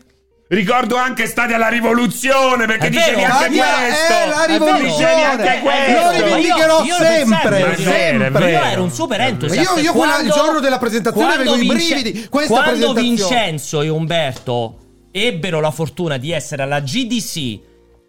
[SPEAKER 2] Ricordo anche Stati alla rivoluzione perché
[SPEAKER 1] È
[SPEAKER 2] dicevi
[SPEAKER 1] vero,
[SPEAKER 2] anche
[SPEAKER 1] Stadia
[SPEAKER 2] questo.
[SPEAKER 3] è eh, la
[SPEAKER 1] vero.
[SPEAKER 2] Dicevi anche
[SPEAKER 3] rivoluzione.
[SPEAKER 2] questo.
[SPEAKER 3] Lo rivendicherò
[SPEAKER 1] Ma io- io
[SPEAKER 3] sempre,
[SPEAKER 1] pensavo-
[SPEAKER 2] È vero, è
[SPEAKER 3] sempre.
[SPEAKER 1] Io ero un super entusiasta.
[SPEAKER 3] Ma io- io quella- il
[SPEAKER 1] Quando-
[SPEAKER 3] giorno della presentazione
[SPEAKER 1] quando
[SPEAKER 3] avevo i
[SPEAKER 1] Vince-
[SPEAKER 3] brividi. Questa
[SPEAKER 1] quando
[SPEAKER 3] presentazione.
[SPEAKER 1] Vincenzo e Umberto ebbero la fortuna di essere alla GDC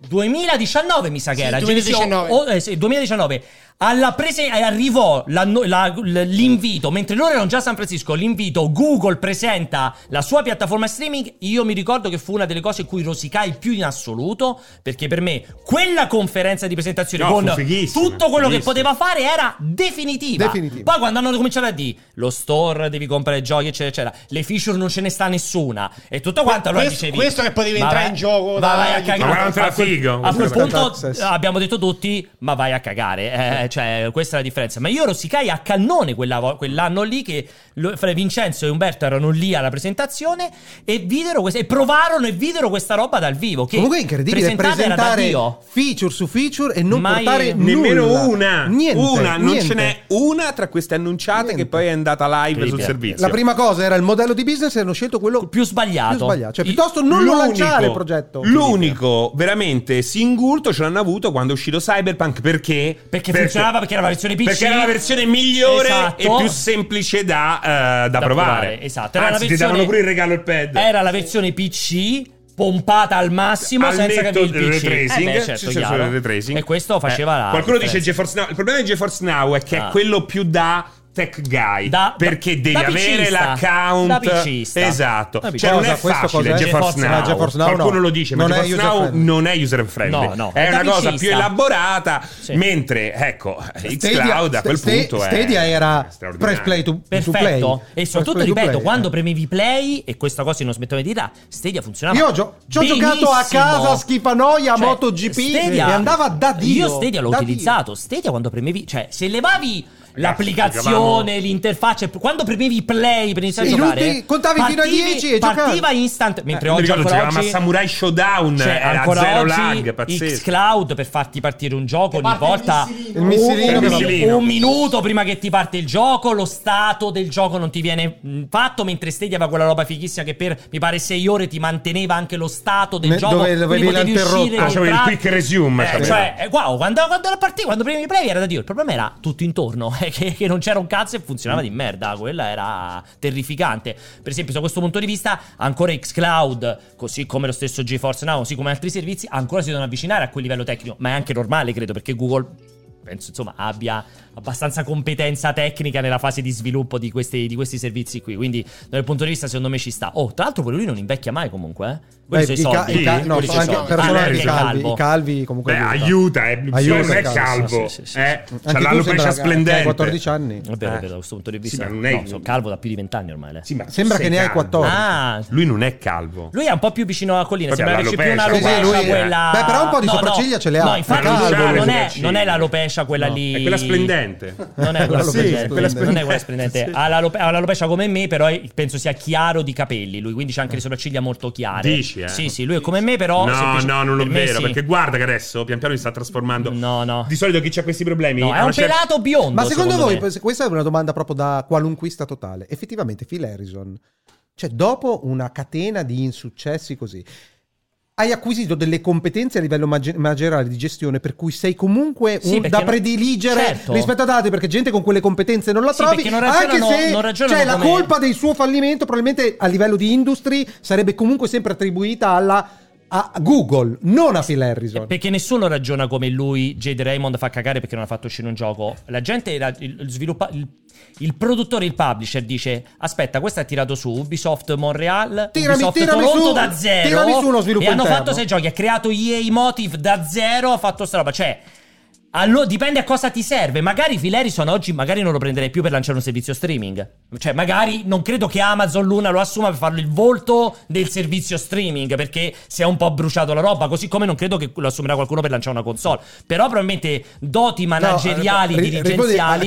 [SPEAKER 1] 2019, mi sa che
[SPEAKER 5] Sì,
[SPEAKER 1] era.
[SPEAKER 5] 2019.
[SPEAKER 1] GDC o- o- eh, sì, 2019. Alla prese- eh, arrivò la- la- l- l'invito, mentre loro erano già a San Francisco, l'invito, Google presenta la sua piattaforma streaming, io mi ricordo che fu una delle cose in cui rosicai più in assoluto, perché per me quella conferenza di presentazione
[SPEAKER 2] No,
[SPEAKER 1] con
[SPEAKER 2] fu fighissima,
[SPEAKER 1] tutto quello che
[SPEAKER 2] fighissima.
[SPEAKER 1] poteva fare era definitiva.
[SPEAKER 3] Definitiva.
[SPEAKER 1] Poi quando hanno cominciato a dire lo store devi comprare giochi eccetera eccetera, le feature non ce ne sta nessuna e tutto quanto allora
[SPEAKER 5] questo-
[SPEAKER 1] dicevi
[SPEAKER 5] questo che poi devi
[SPEAKER 1] "Ma
[SPEAKER 5] entrare
[SPEAKER 1] vai-
[SPEAKER 5] in gioco
[SPEAKER 1] ma
[SPEAKER 5] da-
[SPEAKER 1] vai a
[SPEAKER 5] Ma
[SPEAKER 1] cagare".
[SPEAKER 2] guarda, non te la
[SPEAKER 1] A quel-
[SPEAKER 2] figo.
[SPEAKER 1] A quel
[SPEAKER 3] Questo è
[SPEAKER 1] punto
[SPEAKER 3] access.
[SPEAKER 1] eh, abbiamo detto tutti ma vai a cagare, eh, cioè questa è la differenza. Ma io rosicai a cannone quella vo- quell'anno lì che lo- fra Vincenzo e Umberto erano lì alla presentazione e videro questa- e provarono e videro questa roba dal vivo che
[SPEAKER 3] Comunque è incredibile
[SPEAKER 1] presentata era da
[SPEAKER 3] presentare
[SPEAKER 1] Dio.
[SPEAKER 3] feature su feature e non
[SPEAKER 1] Mai-
[SPEAKER 3] portare
[SPEAKER 2] Nemmeno
[SPEAKER 3] nulla.
[SPEAKER 2] una,
[SPEAKER 3] Niente,
[SPEAKER 2] una, non
[SPEAKER 3] niente.
[SPEAKER 2] ce n'è una tra queste annunciate
[SPEAKER 3] Niente.
[SPEAKER 2] che poi è andata live sul
[SPEAKER 1] Incredibile.
[SPEAKER 2] servizio.
[SPEAKER 3] La prima cosa era il modello di business e hanno scelto quello
[SPEAKER 1] più sbagliato.
[SPEAKER 3] più sbagliato. Cioè, piuttosto non lo
[SPEAKER 2] L'unico-
[SPEAKER 3] lanciare il progetto.
[SPEAKER 2] L'unico veramente singulto ce l'hanno avuto quando è uscito Cyberpunk perché?
[SPEAKER 1] Perché funzionava, perché era la versione PC.
[SPEAKER 2] Perché era la versione migliore
[SPEAKER 1] Esatto.
[SPEAKER 2] e più semplice da, eh, da provare.
[SPEAKER 1] Esatto.
[SPEAKER 2] Anzi,
[SPEAKER 1] la
[SPEAKER 2] ti
[SPEAKER 1] versione- Eh,
[SPEAKER 2] davano pure il regalo il pad.
[SPEAKER 1] Era la versione PC pompata al massimo
[SPEAKER 2] Al
[SPEAKER 1] senza che
[SPEAKER 2] netto
[SPEAKER 1] avevi il
[SPEAKER 2] del
[SPEAKER 1] PC.
[SPEAKER 2] retracing,
[SPEAKER 1] Eh beh, certo,
[SPEAKER 2] sì, sì,
[SPEAKER 1] chiaro.
[SPEAKER 2] sul retracing.
[SPEAKER 1] E questo faceva la
[SPEAKER 2] Eh, Qualcuno dice
[SPEAKER 1] differenza.
[SPEAKER 2] GeForce Now. Il problema di GeForce Now è che
[SPEAKER 1] Ah.
[SPEAKER 2] è quello più da tech guy
[SPEAKER 1] Da-
[SPEAKER 2] perché
[SPEAKER 1] da-
[SPEAKER 2] devi
[SPEAKER 1] da
[SPEAKER 2] avere
[SPEAKER 1] pcista. Da
[SPEAKER 2] l'account
[SPEAKER 1] pcista.
[SPEAKER 2] esatto
[SPEAKER 1] Da
[SPEAKER 2] cioè
[SPEAKER 3] pcista.
[SPEAKER 2] non è
[SPEAKER 3] Cosa, questo
[SPEAKER 2] facile
[SPEAKER 3] cos'è?
[SPEAKER 2] GeForce
[SPEAKER 1] GeForce
[SPEAKER 2] Now.
[SPEAKER 1] Now.
[SPEAKER 3] GeForce Now
[SPEAKER 2] qualcuno
[SPEAKER 3] no.
[SPEAKER 2] lo dice ma
[SPEAKER 3] Non è
[SPEAKER 2] GeForce
[SPEAKER 3] user
[SPEAKER 2] Now
[SPEAKER 3] friendly.
[SPEAKER 2] non è user friendly
[SPEAKER 1] No, no,
[SPEAKER 2] è
[SPEAKER 1] è
[SPEAKER 2] una
[SPEAKER 1] da
[SPEAKER 2] cosa
[SPEAKER 1] pcista.
[SPEAKER 2] più elaborata
[SPEAKER 1] Sì.
[SPEAKER 2] mentre ecco xCloud a quel
[SPEAKER 3] Sta-
[SPEAKER 2] punto è
[SPEAKER 3] Stadia era
[SPEAKER 2] straordinario.
[SPEAKER 3] press play to, to play.
[SPEAKER 1] Perfetto. E
[SPEAKER 3] Press
[SPEAKER 1] soprattutto,
[SPEAKER 3] play to
[SPEAKER 1] ripeto,
[SPEAKER 3] play. eh.
[SPEAKER 1] quando premevi play, e questa cosa io non smetto di dirla, Stadia funzionava.
[SPEAKER 3] Io gio- ci ho
[SPEAKER 1] benissimo. Cioè,
[SPEAKER 3] giocato a casa, schifanoia, MotoGP, e andava da Dio,
[SPEAKER 1] Io Stadia l'ho
[SPEAKER 3] da
[SPEAKER 1] utilizzato. Stadia quando premevi, cioè, se levavi l'applicazione, l'interfaccia. Quando premevi play per iniziare
[SPEAKER 3] Sì,
[SPEAKER 1] a giocare,
[SPEAKER 3] tutti- contavi fino a 10 e
[SPEAKER 1] partiva
[SPEAKER 3] giocavi.
[SPEAKER 1] instant. Mentre
[SPEAKER 2] Eh, Mi
[SPEAKER 1] oggi
[SPEAKER 2] ricordo
[SPEAKER 1] ancora
[SPEAKER 2] si chiamava
[SPEAKER 1] oggi,
[SPEAKER 2] Samurai Showdown,
[SPEAKER 1] cioè,
[SPEAKER 2] era
[SPEAKER 1] ancora
[SPEAKER 2] eh, zero
[SPEAKER 1] oggi
[SPEAKER 2] lag,
[SPEAKER 1] X
[SPEAKER 2] pazzesco.
[SPEAKER 1] Cloud per farti partire un gioco ogni volta.
[SPEAKER 3] Il missilino
[SPEAKER 1] un,
[SPEAKER 3] che
[SPEAKER 2] va-
[SPEAKER 1] un- un minuto prima che ti parte il gioco, lo stato del gioco non ti viene mh, fatto. Mentre Stadia aveva quella roba fighissima che per mi pare 6 ore ti manteneva anche lo stato del
[SPEAKER 3] Ne-
[SPEAKER 1] gioco.
[SPEAKER 3] dove- dove
[SPEAKER 1] quindi
[SPEAKER 3] viene
[SPEAKER 1] potevi
[SPEAKER 3] interrotto.
[SPEAKER 1] uscire,
[SPEAKER 2] Ah, c'avevi il
[SPEAKER 1] entrare-
[SPEAKER 2] quick resume,
[SPEAKER 1] eh,
[SPEAKER 2] c'avevi.
[SPEAKER 1] cioè, eh, wow, quando, quando la partita, quando prima i play era da Dio, il problema era tutto intorno, eh, che, che non c'era un cazzo e funzionava di merda, quella era terrificante. Per esempio, da questo punto di vista, ancora Xcloud, così come lo stesso GeForce Now, così come altri servizi, ancora si devono avvicinare a quel livello tecnico, ma è anche normale, credo, perché Google penso insomma abbia abbastanza competenza tecnica nella fase di sviluppo di questi, di questi servizi qui quindi dal punto di vista secondo me ci sta oh tra l'altro quello lì non invecchia mai comunque eh? quelli
[SPEAKER 3] Beh,
[SPEAKER 1] sono i
[SPEAKER 3] i ca-
[SPEAKER 1] soldi
[SPEAKER 3] i ca- no,
[SPEAKER 1] quelli
[SPEAKER 3] sono
[SPEAKER 1] sono
[SPEAKER 3] anche-
[SPEAKER 1] i soldi.
[SPEAKER 3] però
[SPEAKER 1] Ah,
[SPEAKER 3] sono
[SPEAKER 1] lei
[SPEAKER 3] anche
[SPEAKER 1] è
[SPEAKER 3] i calvi, i calvi comunque
[SPEAKER 2] Beh,
[SPEAKER 3] aiuta.
[SPEAKER 2] aiuta, eh,
[SPEAKER 3] Aiuta,
[SPEAKER 2] non è
[SPEAKER 3] calvo.
[SPEAKER 2] calvo.
[SPEAKER 1] Sì, sì, sì,
[SPEAKER 2] eh.
[SPEAKER 3] Anche
[SPEAKER 2] C'ha
[SPEAKER 3] tu
[SPEAKER 2] la
[SPEAKER 3] sembra
[SPEAKER 2] alopecia
[SPEAKER 3] che hai
[SPEAKER 2] splendente.
[SPEAKER 3] 14 anni.
[SPEAKER 1] Vabbè,
[SPEAKER 2] Eh.
[SPEAKER 1] vabbè, da questo punto di vista,
[SPEAKER 2] ma non è-
[SPEAKER 1] no, sono calvo da più di vent'anni ormai. lei.
[SPEAKER 2] Sì, ma
[SPEAKER 3] Sembra
[SPEAKER 2] sei
[SPEAKER 3] che ne hai
[SPEAKER 2] calvo.
[SPEAKER 3] 14.
[SPEAKER 1] Ah,
[SPEAKER 2] Lui non è calvo.
[SPEAKER 1] lui è un po' più vicino alla collina.
[SPEAKER 2] Vabbè,
[SPEAKER 1] sembra averci più una
[SPEAKER 2] l'alopecia,
[SPEAKER 1] alopecia
[SPEAKER 2] sì, lui è-
[SPEAKER 1] quella.
[SPEAKER 3] Beh, però un po' di sopracciglia ce le ha.
[SPEAKER 1] No, infatti,
[SPEAKER 2] Ma non c'ha le
[SPEAKER 1] non, è,
[SPEAKER 2] sopracciglia.
[SPEAKER 1] non è l'alopecia quella lì.
[SPEAKER 2] È quella splendente.
[SPEAKER 1] Non è quella
[SPEAKER 3] Sì,
[SPEAKER 1] splendente.
[SPEAKER 3] quella
[SPEAKER 1] Non è
[SPEAKER 2] splendente.
[SPEAKER 1] quella splendente.
[SPEAKER 2] Sì.
[SPEAKER 1] Ha l'alope- ha l'alopecia come me, però è- penso sia chiaro di capelli. Lui, quindi c'ha anche le sopracciglia molto chiare.
[SPEAKER 2] Dici, eh?
[SPEAKER 1] Sì, sì, lui è come me, però.
[SPEAKER 2] No,
[SPEAKER 1] semplice-
[SPEAKER 2] no, non è
[SPEAKER 1] per me
[SPEAKER 2] vero.
[SPEAKER 1] sì.
[SPEAKER 2] Perché guarda che adesso pian piano si sta trasformando.
[SPEAKER 1] No, no.
[SPEAKER 2] Di solito chi ha questi problemi
[SPEAKER 1] No, è
[SPEAKER 2] a
[SPEAKER 1] un
[SPEAKER 2] una certa-
[SPEAKER 1] pelato biondo.
[SPEAKER 3] Ma secondo, voi,
[SPEAKER 1] me.
[SPEAKER 3] se- questa è una domanda proprio da qualunquista totale. Effettivamente, Phil Harrison, cioè dopo una catena di insuccessi così, hai acquisito delle competenze a livello mage- maggiorale di gestione per cui sei comunque
[SPEAKER 1] Sì,
[SPEAKER 3] un-
[SPEAKER 1] perché
[SPEAKER 3] da
[SPEAKER 1] non-
[SPEAKER 3] prediligere
[SPEAKER 1] certo.
[SPEAKER 3] rispetto ad altri perché gente con quelle competenze non la
[SPEAKER 1] Sì,
[SPEAKER 3] trovi,
[SPEAKER 1] perché non
[SPEAKER 3] anche
[SPEAKER 1] ragionano-
[SPEAKER 3] se
[SPEAKER 1] non ragionano
[SPEAKER 3] cioè, la
[SPEAKER 1] come-
[SPEAKER 3] colpa del suo fallimento probabilmente a livello di industry sarebbe comunque sempre attribuita alla a Google, non a Phil Harrison.
[SPEAKER 1] Perché nessuno ragiona come lui, Jade Raymond fa cagare perché non ha fatto uscire un gioco. La gente, la- il, il sviluppa- il- il produttore, il publisher dice: Aspetta, questo è tirato su Ubisoft Montreal,
[SPEAKER 3] Tirami-
[SPEAKER 1] Ubisoft
[SPEAKER 3] tirami
[SPEAKER 1] Toronto
[SPEAKER 3] su-
[SPEAKER 1] da zero.
[SPEAKER 3] tirami su uno sviluppo
[SPEAKER 1] e hanno
[SPEAKER 3] interno."
[SPEAKER 1] fatto sei giochi. Ha creato EA Motive da zero, ha fatto sta roba. Cioè. Allo- dipende a cosa ti serve. Magari Filerison oggi magari non lo prenderei più per lanciare un servizio streaming. Cioè, magari non credo che Amazon Luna lo assuma per farlo il volto del servizio streaming. Perché si è un po' bruciato la roba. Così come non credo che lo assumerà qualcuno per lanciare una console. Però, probabilmente doti manageriali,
[SPEAKER 3] No, ri- rispondi
[SPEAKER 1] dirigenziali.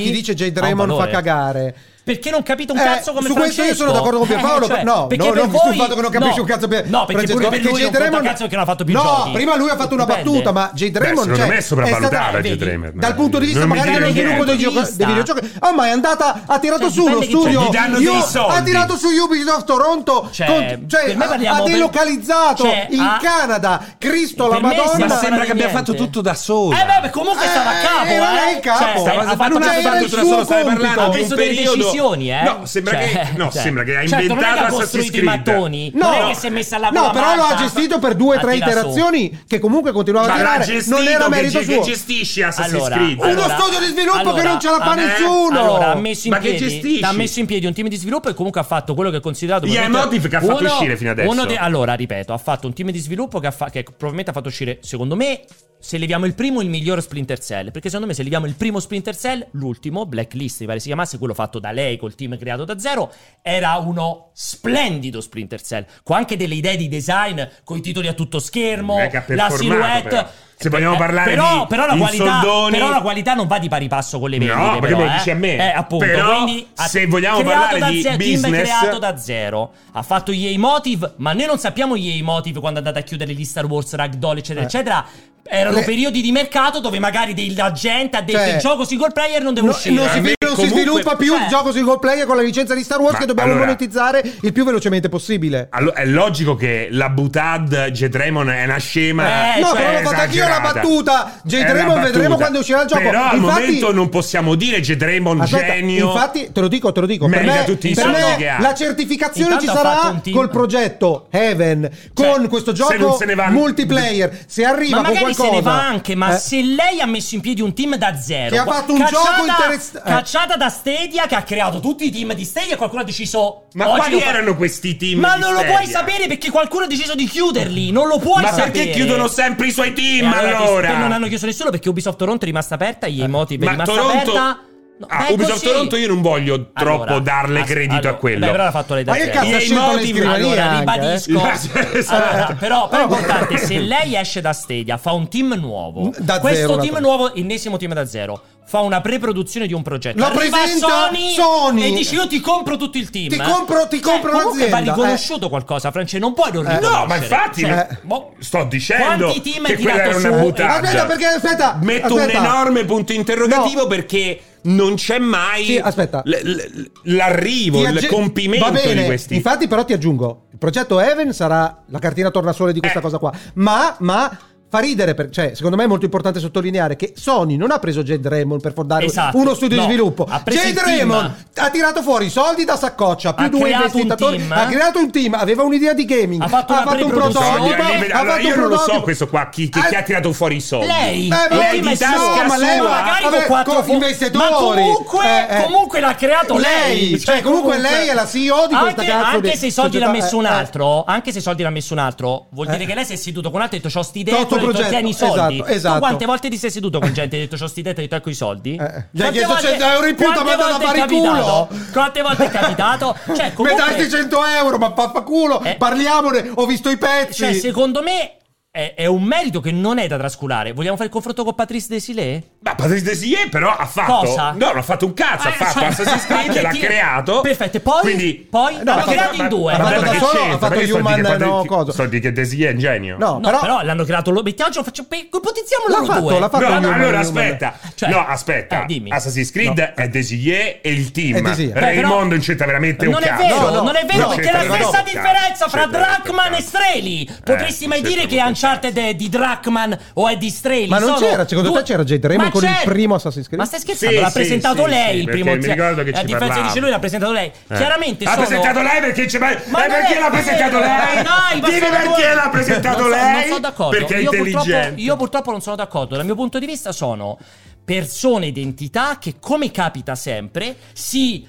[SPEAKER 3] Cioè, eh, a Chi dice Jade
[SPEAKER 1] ha un
[SPEAKER 3] Raymond fa
[SPEAKER 1] valore.
[SPEAKER 3] cagare.
[SPEAKER 1] Perché non capite un
[SPEAKER 3] Eh,
[SPEAKER 1] cazzo come
[SPEAKER 3] su questo io sono
[SPEAKER 1] Francesco.
[SPEAKER 3] d'accordo con Pierpaolo,
[SPEAKER 1] Eh, cioè,
[SPEAKER 3] no,
[SPEAKER 1] perché
[SPEAKER 3] no,
[SPEAKER 1] per
[SPEAKER 3] no,
[SPEAKER 1] voi-
[SPEAKER 3] sto fatto che non capisce
[SPEAKER 1] no,
[SPEAKER 3] un cazzo per- cioè,
[SPEAKER 1] No, perché
[SPEAKER 3] Francesco,
[SPEAKER 1] pure per
[SPEAKER 3] perché Jade
[SPEAKER 1] lui non conta
[SPEAKER 3] Raymond-
[SPEAKER 1] un cazzo che non ha fatto più
[SPEAKER 3] no,
[SPEAKER 1] giochi.
[SPEAKER 3] prima lui ha fatto una
[SPEAKER 1] Dipende. Eh,
[SPEAKER 3] battuta, ma Jade
[SPEAKER 2] Beh,
[SPEAKER 3] Raymond
[SPEAKER 2] secondo
[SPEAKER 3] cioè,
[SPEAKER 2] me è sopravvalutata
[SPEAKER 3] stata-
[SPEAKER 1] vedi,
[SPEAKER 2] Jade Raymond.
[SPEAKER 3] dal punto di vista
[SPEAKER 2] Non mi
[SPEAKER 3] magari
[SPEAKER 2] dire
[SPEAKER 3] dello sviluppo dei,
[SPEAKER 2] niente.
[SPEAKER 3] gioco-
[SPEAKER 1] Vista.
[SPEAKER 3] dei videogiochi oh ma è andata ha tirato
[SPEAKER 1] Cioè,
[SPEAKER 3] su uno
[SPEAKER 1] dipende chi c'è.
[SPEAKER 3] studio
[SPEAKER 2] Gli danno dei soldi.
[SPEAKER 3] ha tirato su Ubisoft Toronto
[SPEAKER 1] Cioè,
[SPEAKER 3] con- cioè,
[SPEAKER 1] per me
[SPEAKER 3] ha-
[SPEAKER 1] parliamo
[SPEAKER 3] ha
[SPEAKER 1] per-
[SPEAKER 3] delocalizzato
[SPEAKER 1] cioè,
[SPEAKER 3] in
[SPEAKER 1] ha-
[SPEAKER 3] Canada Cristo la
[SPEAKER 1] Per me
[SPEAKER 3] Madonna
[SPEAKER 4] Ma
[SPEAKER 1] sembra
[SPEAKER 4] sembra che abbia
[SPEAKER 1] niente.
[SPEAKER 4] fatto tutto da solo.
[SPEAKER 1] Eh, vabbè, comunque stava a
[SPEAKER 3] Eh,
[SPEAKER 1] capo.
[SPEAKER 3] era
[SPEAKER 1] eh.
[SPEAKER 3] il capo.
[SPEAKER 1] Cioè,
[SPEAKER 3] Stava-
[SPEAKER 1] ha fatto
[SPEAKER 3] non
[SPEAKER 1] tutto
[SPEAKER 3] era
[SPEAKER 1] tanto
[SPEAKER 3] il
[SPEAKER 1] sulla
[SPEAKER 3] suo
[SPEAKER 1] sola, stai
[SPEAKER 3] compito.
[SPEAKER 1] parlando di
[SPEAKER 2] Ha
[SPEAKER 1] un
[SPEAKER 2] preso
[SPEAKER 1] periodo.
[SPEAKER 2] delle
[SPEAKER 1] decisioni, eh.
[SPEAKER 2] No, sembra
[SPEAKER 1] Cioè,
[SPEAKER 2] che- no,
[SPEAKER 1] cioè.
[SPEAKER 2] sembra che ha
[SPEAKER 1] Certo, non è che
[SPEAKER 2] inventato
[SPEAKER 1] ha
[SPEAKER 2] Assassin's
[SPEAKER 1] costruito i
[SPEAKER 2] Creed.
[SPEAKER 1] mattoni.
[SPEAKER 3] No,
[SPEAKER 1] non è
[SPEAKER 3] no.
[SPEAKER 1] che si è messa la
[SPEAKER 3] no però lo ha gestito per due o tre interazioni che comunque continuava a
[SPEAKER 2] Ma l'ha
[SPEAKER 3] girare
[SPEAKER 2] gestito
[SPEAKER 3] non era
[SPEAKER 2] che
[SPEAKER 3] merito
[SPEAKER 2] ge-
[SPEAKER 3] suo
[SPEAKER 2] Che gestisce Assassin's
[SPEAKER 1] Allora,
[SPEAKER 2] Creed?
[SPEAKER 3] Uno
[SPEAKER 1] allora-
[SPEAKER 3] studio di sviluppo
[SPEAKER 1] allora,
[SPEAKER 3] che non ce la fa
[SPEAKER 2] ah, eh,
[SPEAKER 3] nessuno
[SPEAKER 1] Allora, ha messo in
[SPEAKER 2] Ma che
[SPEAKER 1] piedi,
[SPEAKER 2] gestisci?
[SPEAKER 1] ha messo in piedi un team di sviluppo e comunque ha fatto quello che è considerato
[SPEAKER 2] Gli
[SPEAKER 1] probabilmente
[SPEAKER 2] emotive che ha fatto uscire fino adesso.
[SPEAKER 1] uno de- allora, ripeto, ha fatto un team di sviluppo che, ha fa- che probabilmente ha fatto uscire, secondo me, se leviamo il primo, il miglior Splinter Cell. Perché secondo me, se leviamo il primo Splinter Cell, l'ultimo, Blacklist, mi pare si chiamasse, quello fatto da lei col team creato da zero, era uno splendido Splinter Cell. Con anche delle idee di design, con i titoli a tutto schermo,
[SPEAKER 2] Non è che ha
[SPEAKER 1] la
[SPEAKER 2] performato,
[SPEAKER 1] silhouette.
[SPEAKER 2] però. Se
[SPEAKER 1] Eh,
[SPEAKER 2] vogliamo parlare
[SPEAKER 1] però,
[SPEAKER 2] di
[SPEAKER 1] però la
[SPEAKER 2] in
[SPEAKER 1] qualità,
[SPEAKER 2] soldoni-
[SPEAKER 1] però la qualità non va di pari passo con le vendite.
[SPEAKER 2] No, perché
[SPEAKER 1] però,
[SPEAKER 2] me lo
[SPEAKER 1] eh.
[SPEAKER 2] dici a me.
[SPEAKER 1] Eh, appunto.
[SPEAKER 2] Però,
[SPEAKER 1] quindi, ha-
[SPEAKER 2] se vogliamo
[SPEAKER 1] creato
[SPEAKER 2] parlare
[SPEAKER 1] da
[SPEAKER 2] di
[SPEAKER 1] zero, team
[SPEAKER 2] business-
[SPEAKER 1] creato da zero. Ha fatto gli emotive, ma noi non sappiamo gli emotive quando è andata a chiudere gli Star Wars, Ragdoll, eccetera,
[SPEAKER 3] Eh.
[SPEAKER 1] eccetera. Erano
[SPEAKER 3] Le-
[SPEAKER 1] periodi di mercato dove magari dei- la gente ha detto
[SPEAKER 3] Cioè,
[SPEAKER 1] il gioco single player non deve
[SPEAKER 3] No,
[SPEAKER 1] uscire.
[SPEAKER 3] non si,
[SPEAKER 2] A me
[SPEAKER 3] non si
[SPEAKER 2] eh. comunque-
[SPEAKER 3] sviluppa più
[SPEAKER 1] Cioè-
[SPEAKER 3] il gioco single player con la licenza di Star Wars
[SPEAKER 2] Ma
[SPEAKER 3] che dobbiamo
[SPEAKER 2] allora-
[SPEAKER 3] monetizzare il più velocemente possibile.
[SPEAKER 2] Allo- è logico che la butad Jed Raymond è una scema.
[SPEAKER 1] Eh,
[SPEAKER 3] no,
[SPEAKER 1] cioè,
[SPEAKER 3] però l'ho fatta anch'io la
[SPEAKER 2] esagerata.
[SPEAKER 3] battuta. Jade
[SPEAKER 2] È una
[SPEAKER 3] Raymond vedremo
[SPEAKER 2] battuta.
[SPEAKER 3] quando uscirà il gioco.
[SPEAKER 2] Però al
[SPEAKER 3] Infatti-
[SPEAKER 2] momento non possiamo dire Jed Raymond
[SPEAKER 3] Aspetta,
[SPEAKER 2] genio.
[SPEAKER 3] infatti, te lo dico, te lo dico. Per
[SPEAKER 2] Merita
[SPEAKER 3] me,
[SPEAKER 2] tutti i
[SPEAKER 3] per
[SPEAKER 2] soldi
[SPEAKER 3] me
[SPEAKER 2] che ha.
[SPEAKER 3] la certificazione ci
[SPEAKER 1] Intanto ha fatto un
[SPEAKER 3] sarà
[SPEAKER 1] team.
[SPEAKER 3] col progetto Heaven.
[SPEAKER 1] Cioè,
[SPEAKER 3] Con questo
[SPEAKER 2] se non
[SPEAKER 3] gioco
[SPEAKER 2] se ne va-
[SPEAKER 3] multiplayer. Se arriva
[SPEAKER 1] Ma
[SPEAKER 3] con
[SPEAKER 1] magari
[SPEAKER 3] qualcosa.
[SPEAKER 1] se ne va anche, ma
[SPEAKER 3] Eh,
[SPEAKER 1] se lei ha messo in piedi un team da zero,
[SPEAKER 3] Che ha fatto un gioco interess- eh.
[SPEAKER 1] cacciata da Stadia, che ha creato tutti i team di Stadia, e qualcuno ha deciso.
[SPEAKER 2] Ma
[SPEAKER 1] "Oggi
[SPEAKER 2] quali
[SPEAKER 1] lo fa-"
[SPEAKER 2] erano questi team?
[SPEAKER 1] Ma
[SPEAKER 2] di
[SPEAKER 1] non lo
[SPEAKER 2] Stadia?
[SPEAKER 1] puoi sapere perché qualcuno ha deciso di chiuderli. Non lo puoi
[SPEAKER 2] Ma
[SPEAKER 1] sapere.
[SPEAKER 2] perché chiudono sempre i suoi
[SPEAKER 1] E
[SPEAKER 2] team
[SPEAKER 1] allora, che-
[SPEAKER 2] allora? Eh,
[SPEAKER 1] che non hanno chiuso nessuno perché Ubisoft Toronto è rimasta aperta, gli emotive è
[SPEAKER 2] Ma
[SPEAKER 1] rimasta
[SPEAKER 2] Toronto.
[SPEAKER 1] aperta. No,
[SPEAKER 2] Ah,
[SPEAKER 1] è
[SPEAKER 2] Ubisoft
[SPEAKER 1] così.
[SPEAKER 2] Toronto io non voglio troppo
[SPEAKER 1] Allora,
[SPEAKER 2] darle
[SPEAKER 1] as-
[SPEAKER 2] credito
[SPEAKER 1] allora,
[SPEAKER 2] a quello.
[SPEAKER 1] Beh, però l'ha fatto lei da
[SPEAKER 3] Ma che
[SPEAKER 1] zero.
[SPEAKER 3] cazzo ha
[SPEAKER 2] I
[SPEAKER 3] scelto le
[SPEAKER 2] motivi-
[SPEAKER 3] scrivanie
[SPEAKER 1] Allora,
[SPEAKER 3] anche, eh?
[SPEAKER 1] ribadisco. Allora, però, però è
[SPEAKER 3] Oh.
[SPEAKER 1] importante, se lei esce da Stadia, fa un team nuovo.
[SPEAKER 3] Da
[SPEAKER 1] questo
[SPEAKER 3] zero,
[SPEAKER 1] team
[SPEAKER 3] naturalmente.
[SPEAKER 1] nuovo, ennesimo team da zero. fa una pre-produzione di un progetto.
[SPEAKER 3] Lo
[SPEAKER 1] Arriva
[SPEAKER 3] presenta
[SPEAKER 1] Sony,
[SPEAKER 3] Sony.
[SPEAKER 1] e dici io ti compro tutto il team. Cioè,
[SPEAKER 3] Ti compro- ti compro
[SPEAKER 1] comunque va
[SPEAKER 3] l'azienda,
[SPEAKER 1] riconosciuto qualcosa, France, non puoi non
[SPEAKER 3] Eh.
[SPEAKER 1] riconoscere.
[SPEAKER 2] No, ma infatti,
[SPEAKER 1] Cioè,
[SPEAKER 3] eh.
[SPEAKER 1] boh,
[SPEAKER 2] Sto dicendo
[SPEAKER 1] Quanti team
[SPEAKER 2] che
[SPEAKER 1] hai tirato
[SPEAKER 2] quella era una
[SPEAKER 1] su?
[SPEAKER 2] butata.
[SPEAKER 3] Aspetta, perché aspetta.
[SPEAKER 2] Metto
[SPEAKER 3] aspetta.
[SPEAKER 2] un enorme punto interrogativo perché non c'è mai
[SPEAKER 3] Sì, aspetta.
[SPEAKER 2] l- l- l'arrivo,
[SPEAKER 3] Ti
[SPEAKER 2] il
[SPEAKER 3] aggi-
[SPEAKER 2] compimento
[SPEAKER 3] Va bene,
[SPEAKER 2] di questi.
[SPEAKER 3] Infatti, però, ti aggiungo: il progetto Even sarà la cartina tornasole di questa
[SPEAKER 2] Eh.
[SPEAKER 3] cosa qua. Ma, ma fa ridere, per- cioè, secondo me è molto importante sottolineare che Sony non ha preso Jade Raymond per fondare
[SPEAKER 1] Esatto,
[SPEAKER 3] uno studio
[SPEAKER 1] no.
[SPEAKER 3] di sviluppo.
[SPEAKER 1] Ha preso il
[SPEAKER 3] Jade
[SPEAKER 1] team.
[SPEAKER 3] Raymond ha tirato fuori i soldi da saccoccia, più
[SPEAKER 1] Ha
[SPEAKER 3] due
[SPEAKER 1] creato un
[SPEAKER 3] investitori.
[SPEAKER 1] team, eh?
[SPEAKER 3] ha creato un team, aveva un'idea di gaming,
[SPEAKER 1] Ha fatto una
[SPEAKER 3] un
[SPEAKER 1] pre-produzione. Cioè,
[SPEAKER 3] prototipo.
[SPEAKER 2] Soldi,
[SPEAKER 1] Europa,
[SPEAKER 2] arrivi-
[SPEAKER 3] ha
[SPEAKER 2] allora,
[SPEAKER 3] fatto
[SPEAKER 2] io
[SPEAKER 3] un
[SPEAKER 2] non lo so
[SPEAKER 3] prototipo.
[SPEAKER 2] questo qua chi, chi-
[SPEAKER 3] Eh,
[SPEAKER 2] chi ha tirato fuori i soldi.
[SPEAKER 1] Lei,
[SPEAKER 3] ma
[SPEAKER 2] lei
[SPEAKER 1] ma
[SPEAKER 2] di
[SPEAKER 1] è sua,
[SPEAKER 2] tasca
[SPEAKER 1] ma lei
[SPEAKER 2] sua.
[SPEAKER 1] magari
[SPEAKER 3] Vabbè,
[SPEAKER 1] con quattro
[SPEAKER 3] con
[SPEAKER 1] fu-
[SPEAKER 3] investitori.
[SPEAKER 1] Ma comunque,
[SPEAKER 3] Eh, eh.
[SPEAKER 1] comunque l'ha creato lei.
[SPEAKER 3] Lei, cioè, comunque lei è la CEO di questa
[SPEAKER 1] anche,
[SPEAKER 3] cazzo
[SPEAKER 1] Anche
[SPEAKER 3] di
[SPEAKER 1] se i soldi l'ha
[SPEAKER 3] società,
[SPEAKER 1] messo un
[SPEAKER 3] eh, eh.
[SPEAKER 1] altro, anche se i soldi l'ha messo un altro, vuol dire
[SPEAKER 3] Eh.
[SPEAKER 1] che lei si è seduto con un altro e ha detto: C'ho sti
[SPEAKER 3] C'ho il tuo
[SPEAKER 1] dentro, e detto,
[SPEAKER 3] progetto."
[SPEAKER 1] tieni i soldi.
[SPEAKER 3] Esatto, esatto.
[SPEAKER 1] Tu quante volte ti sei seduto con gente e hai detto: C'ho sti dentro, e hai detto, ecco i soldi.
[SPEAKER 3] Eh, eh. Gli hai
[SPEAKER 1] Quante
[SPEAKER 3] chiesto
[SPEAKER 1] volte-
[SPEAKER 3] 100 euro in più,
[SPEAKER 1] quante
[SPEAKER 3] t'ha mandato a
[SPEAKER 1] volte è
[SPEAKER 3] fare il
[SPEAKER 1] capitato?
[SPEAKER 3] culo?
[SPEAKER 1] Quante volte è capitato? Cioè,
[SPEAKER 3] Mi
[SPEAKER 1] comunque-
[SPEAKER 3] dai sti 100 euro, ma pappaculo,
[SPEAKER 1] Eh.
[SPEAKER 3] parliamone, ho visto i pezzi.
[SPEAKER 1] Cioè, secondo me è, è un merito che non è da trascurare. Vogliamo fare il confronto con Patrice Desilé?
[SPEAKER 2] Ma Patrice Desillé però ha fatto
[SPEAKER 1] Cosa?
[SPEAKER 2] No, non ha fatto un
[SPEAKER 3] Ah,
[SPEAKER 2] cazzo, ha
[SPEAKER 1] Eh,
[SPEAKER 2] fatto
[SPEAKER 1] cioè-
[SPEAKER 2] Assassin's Creed, l'ha
[SPEAKER 1] Ti-
[SPEAKER 2] creato.
[SPEAKER 1] Perfetto, e poi?
[SPEAKER 2] Quindi
[SPEAKER 1] Poi?
[SPEAKER 3] No,
[SPEAKER 1] l'hanno
[SPEAKER 3] ha fatto-
[SPEAKER 1] creato in due.
[SPEAKER 3] ha fatto
[SPEAKER 2] vabbè,
[SPEAKER 3] da
[SPEAKER 2] ma che
[SPEAKER 3] solo, ha
[SPEAKER 2] c'entra?
[SPEAKER 3] fatto
[SPEAKER 2] Perché sto a dire
[SPEAKER 3] Human,
[SPEAKER 2] Patrice-
[SPEAKER 3] no, cosa.
[SPEAKER 2] Sto a dire che Desillé è un genio.
[SPEAKER 3] No,
[SPEAKER 1] No, però, l'hanno creato loro. Mettiamoci, faccio, pe- ipotizziamo loro
[SPEAKER 3] L'ha fatto,
[SPEAKER 1] due.
[SPEAKER 3] l'ha fatto.
[SPEAKER 2] No,
[SPEAKER 3] Newman,
[SPEAKER 2] allora
[SPEAKER 3] Newman.
[SPEAKER 2] aspetta,
[SPEAKER 1] Cioè-
[SPEAKER 2] no, aspetta.
[SPEAKER 1] Eh, dimmi.
[SPEAKER 2] Assassin's Creed è Desillé e il team.
[SPEAKER 3] È Desillé.
[SPEAKER 1] Beh, Cioè, però-
[SPEAKER 2] Raymond non c'entra veramente un
[SPEAKER 1] non
[SPEAKER 2] cazzo.
[SPEAKER 1] È vero,
[SPEAKER 3] No, no,
[SPEAKER 1] non è vero,
[SPEAKER 3] no,
[SPEAKER 1] perché è la
[SPEAKER 3] c'entra-
[SPEAKER 1] stessa
[SPEAKER 3] no,
[SPEAKER 1] differenza fra
[SPEAKER 2] c'entra-
[SPEAKER 1] Drachman
[SPEAKER 2] c'entra-
[SPEAKER 1] e Streli. Potresti
[SPEAKER 2] Eh,
[SPEAKER 1] mai
[SPEAKER 2] c'entra
[SPEAKER 1] dire che
[SPEAKER 2] molto
[SPEAKER 1] Uncharted è di Drachman o è di Streli?
[SPEAKER 3] Ma non
[SPEAKER 1] Sono
[SPEAKER 3] c'era, secondo
[SPEAKER 1] due-
[SPEAKER 3] te c'era Jade Raymond
[SPEAKER 1] Ma
[SPEAKER 3] con il
[SPEAKER 1] c'è-
[SPEAKER 3] primo Assassin's Creed?
[SPEAKER 1] Ma stai scherzando?
[SPEAKER 2] Sì,
[SPEAKER 1] l'ha
[SPEAKER 2] sì,
[SPEAKER 1] presentato
[SPEAKER 2] sì,
[SPEAKER 1] lei
[SPEAKER 2] sì,
[SPEAKER 1] il primo
[SPEAKER 2] perché mi ricordo che
[SPEAKER 1] A
[SPEAKER 2] ci
[SPEAKER 1] differenza
[SPEAKER 2] parlavo.
[SPEAKER 1] dice lui l'ha presentato lei.
[SPEAKER 2] Eh.
[SPEAKER 1] Chiaramente
[SPEAKER 2] L'ha
[SPEAKER 1] sono-
[SPEAKER 2] presentato lei perché c'è mai...
[SPEAKER 1] Ma
[SPEAKER 2] eh,
[SPEAKER 1] non
[SPEAKER 2] perché
[SPEAKER 1] è
[SPEAKER 2] l'ha presentato
[SPEAKER 1] vero.
[SPEAKER 2] lei?
[SPEAKER 1] Eh, dai, ma
[SPEAKER 2] Dimmi
[SPEAKER 1] sono
[SPEAKER 2] perché
[SPEAKER 1] due-
[SPEAKER 2] l'ha presentato
[SPEAKER 1] Non so-
[SPEAKER 2] lei?
[SPEAKER 1] Non sono d'accordo.
[SPEAKER 2] Perché è
[SPEAKER 1] io Purtroppo,
[SPEAKER 2] intelligente.
[SPEAKER 1] io purtroppo non sono d'accordo. Dal mio punto di vista sono persone identità che, come capita sempre, si.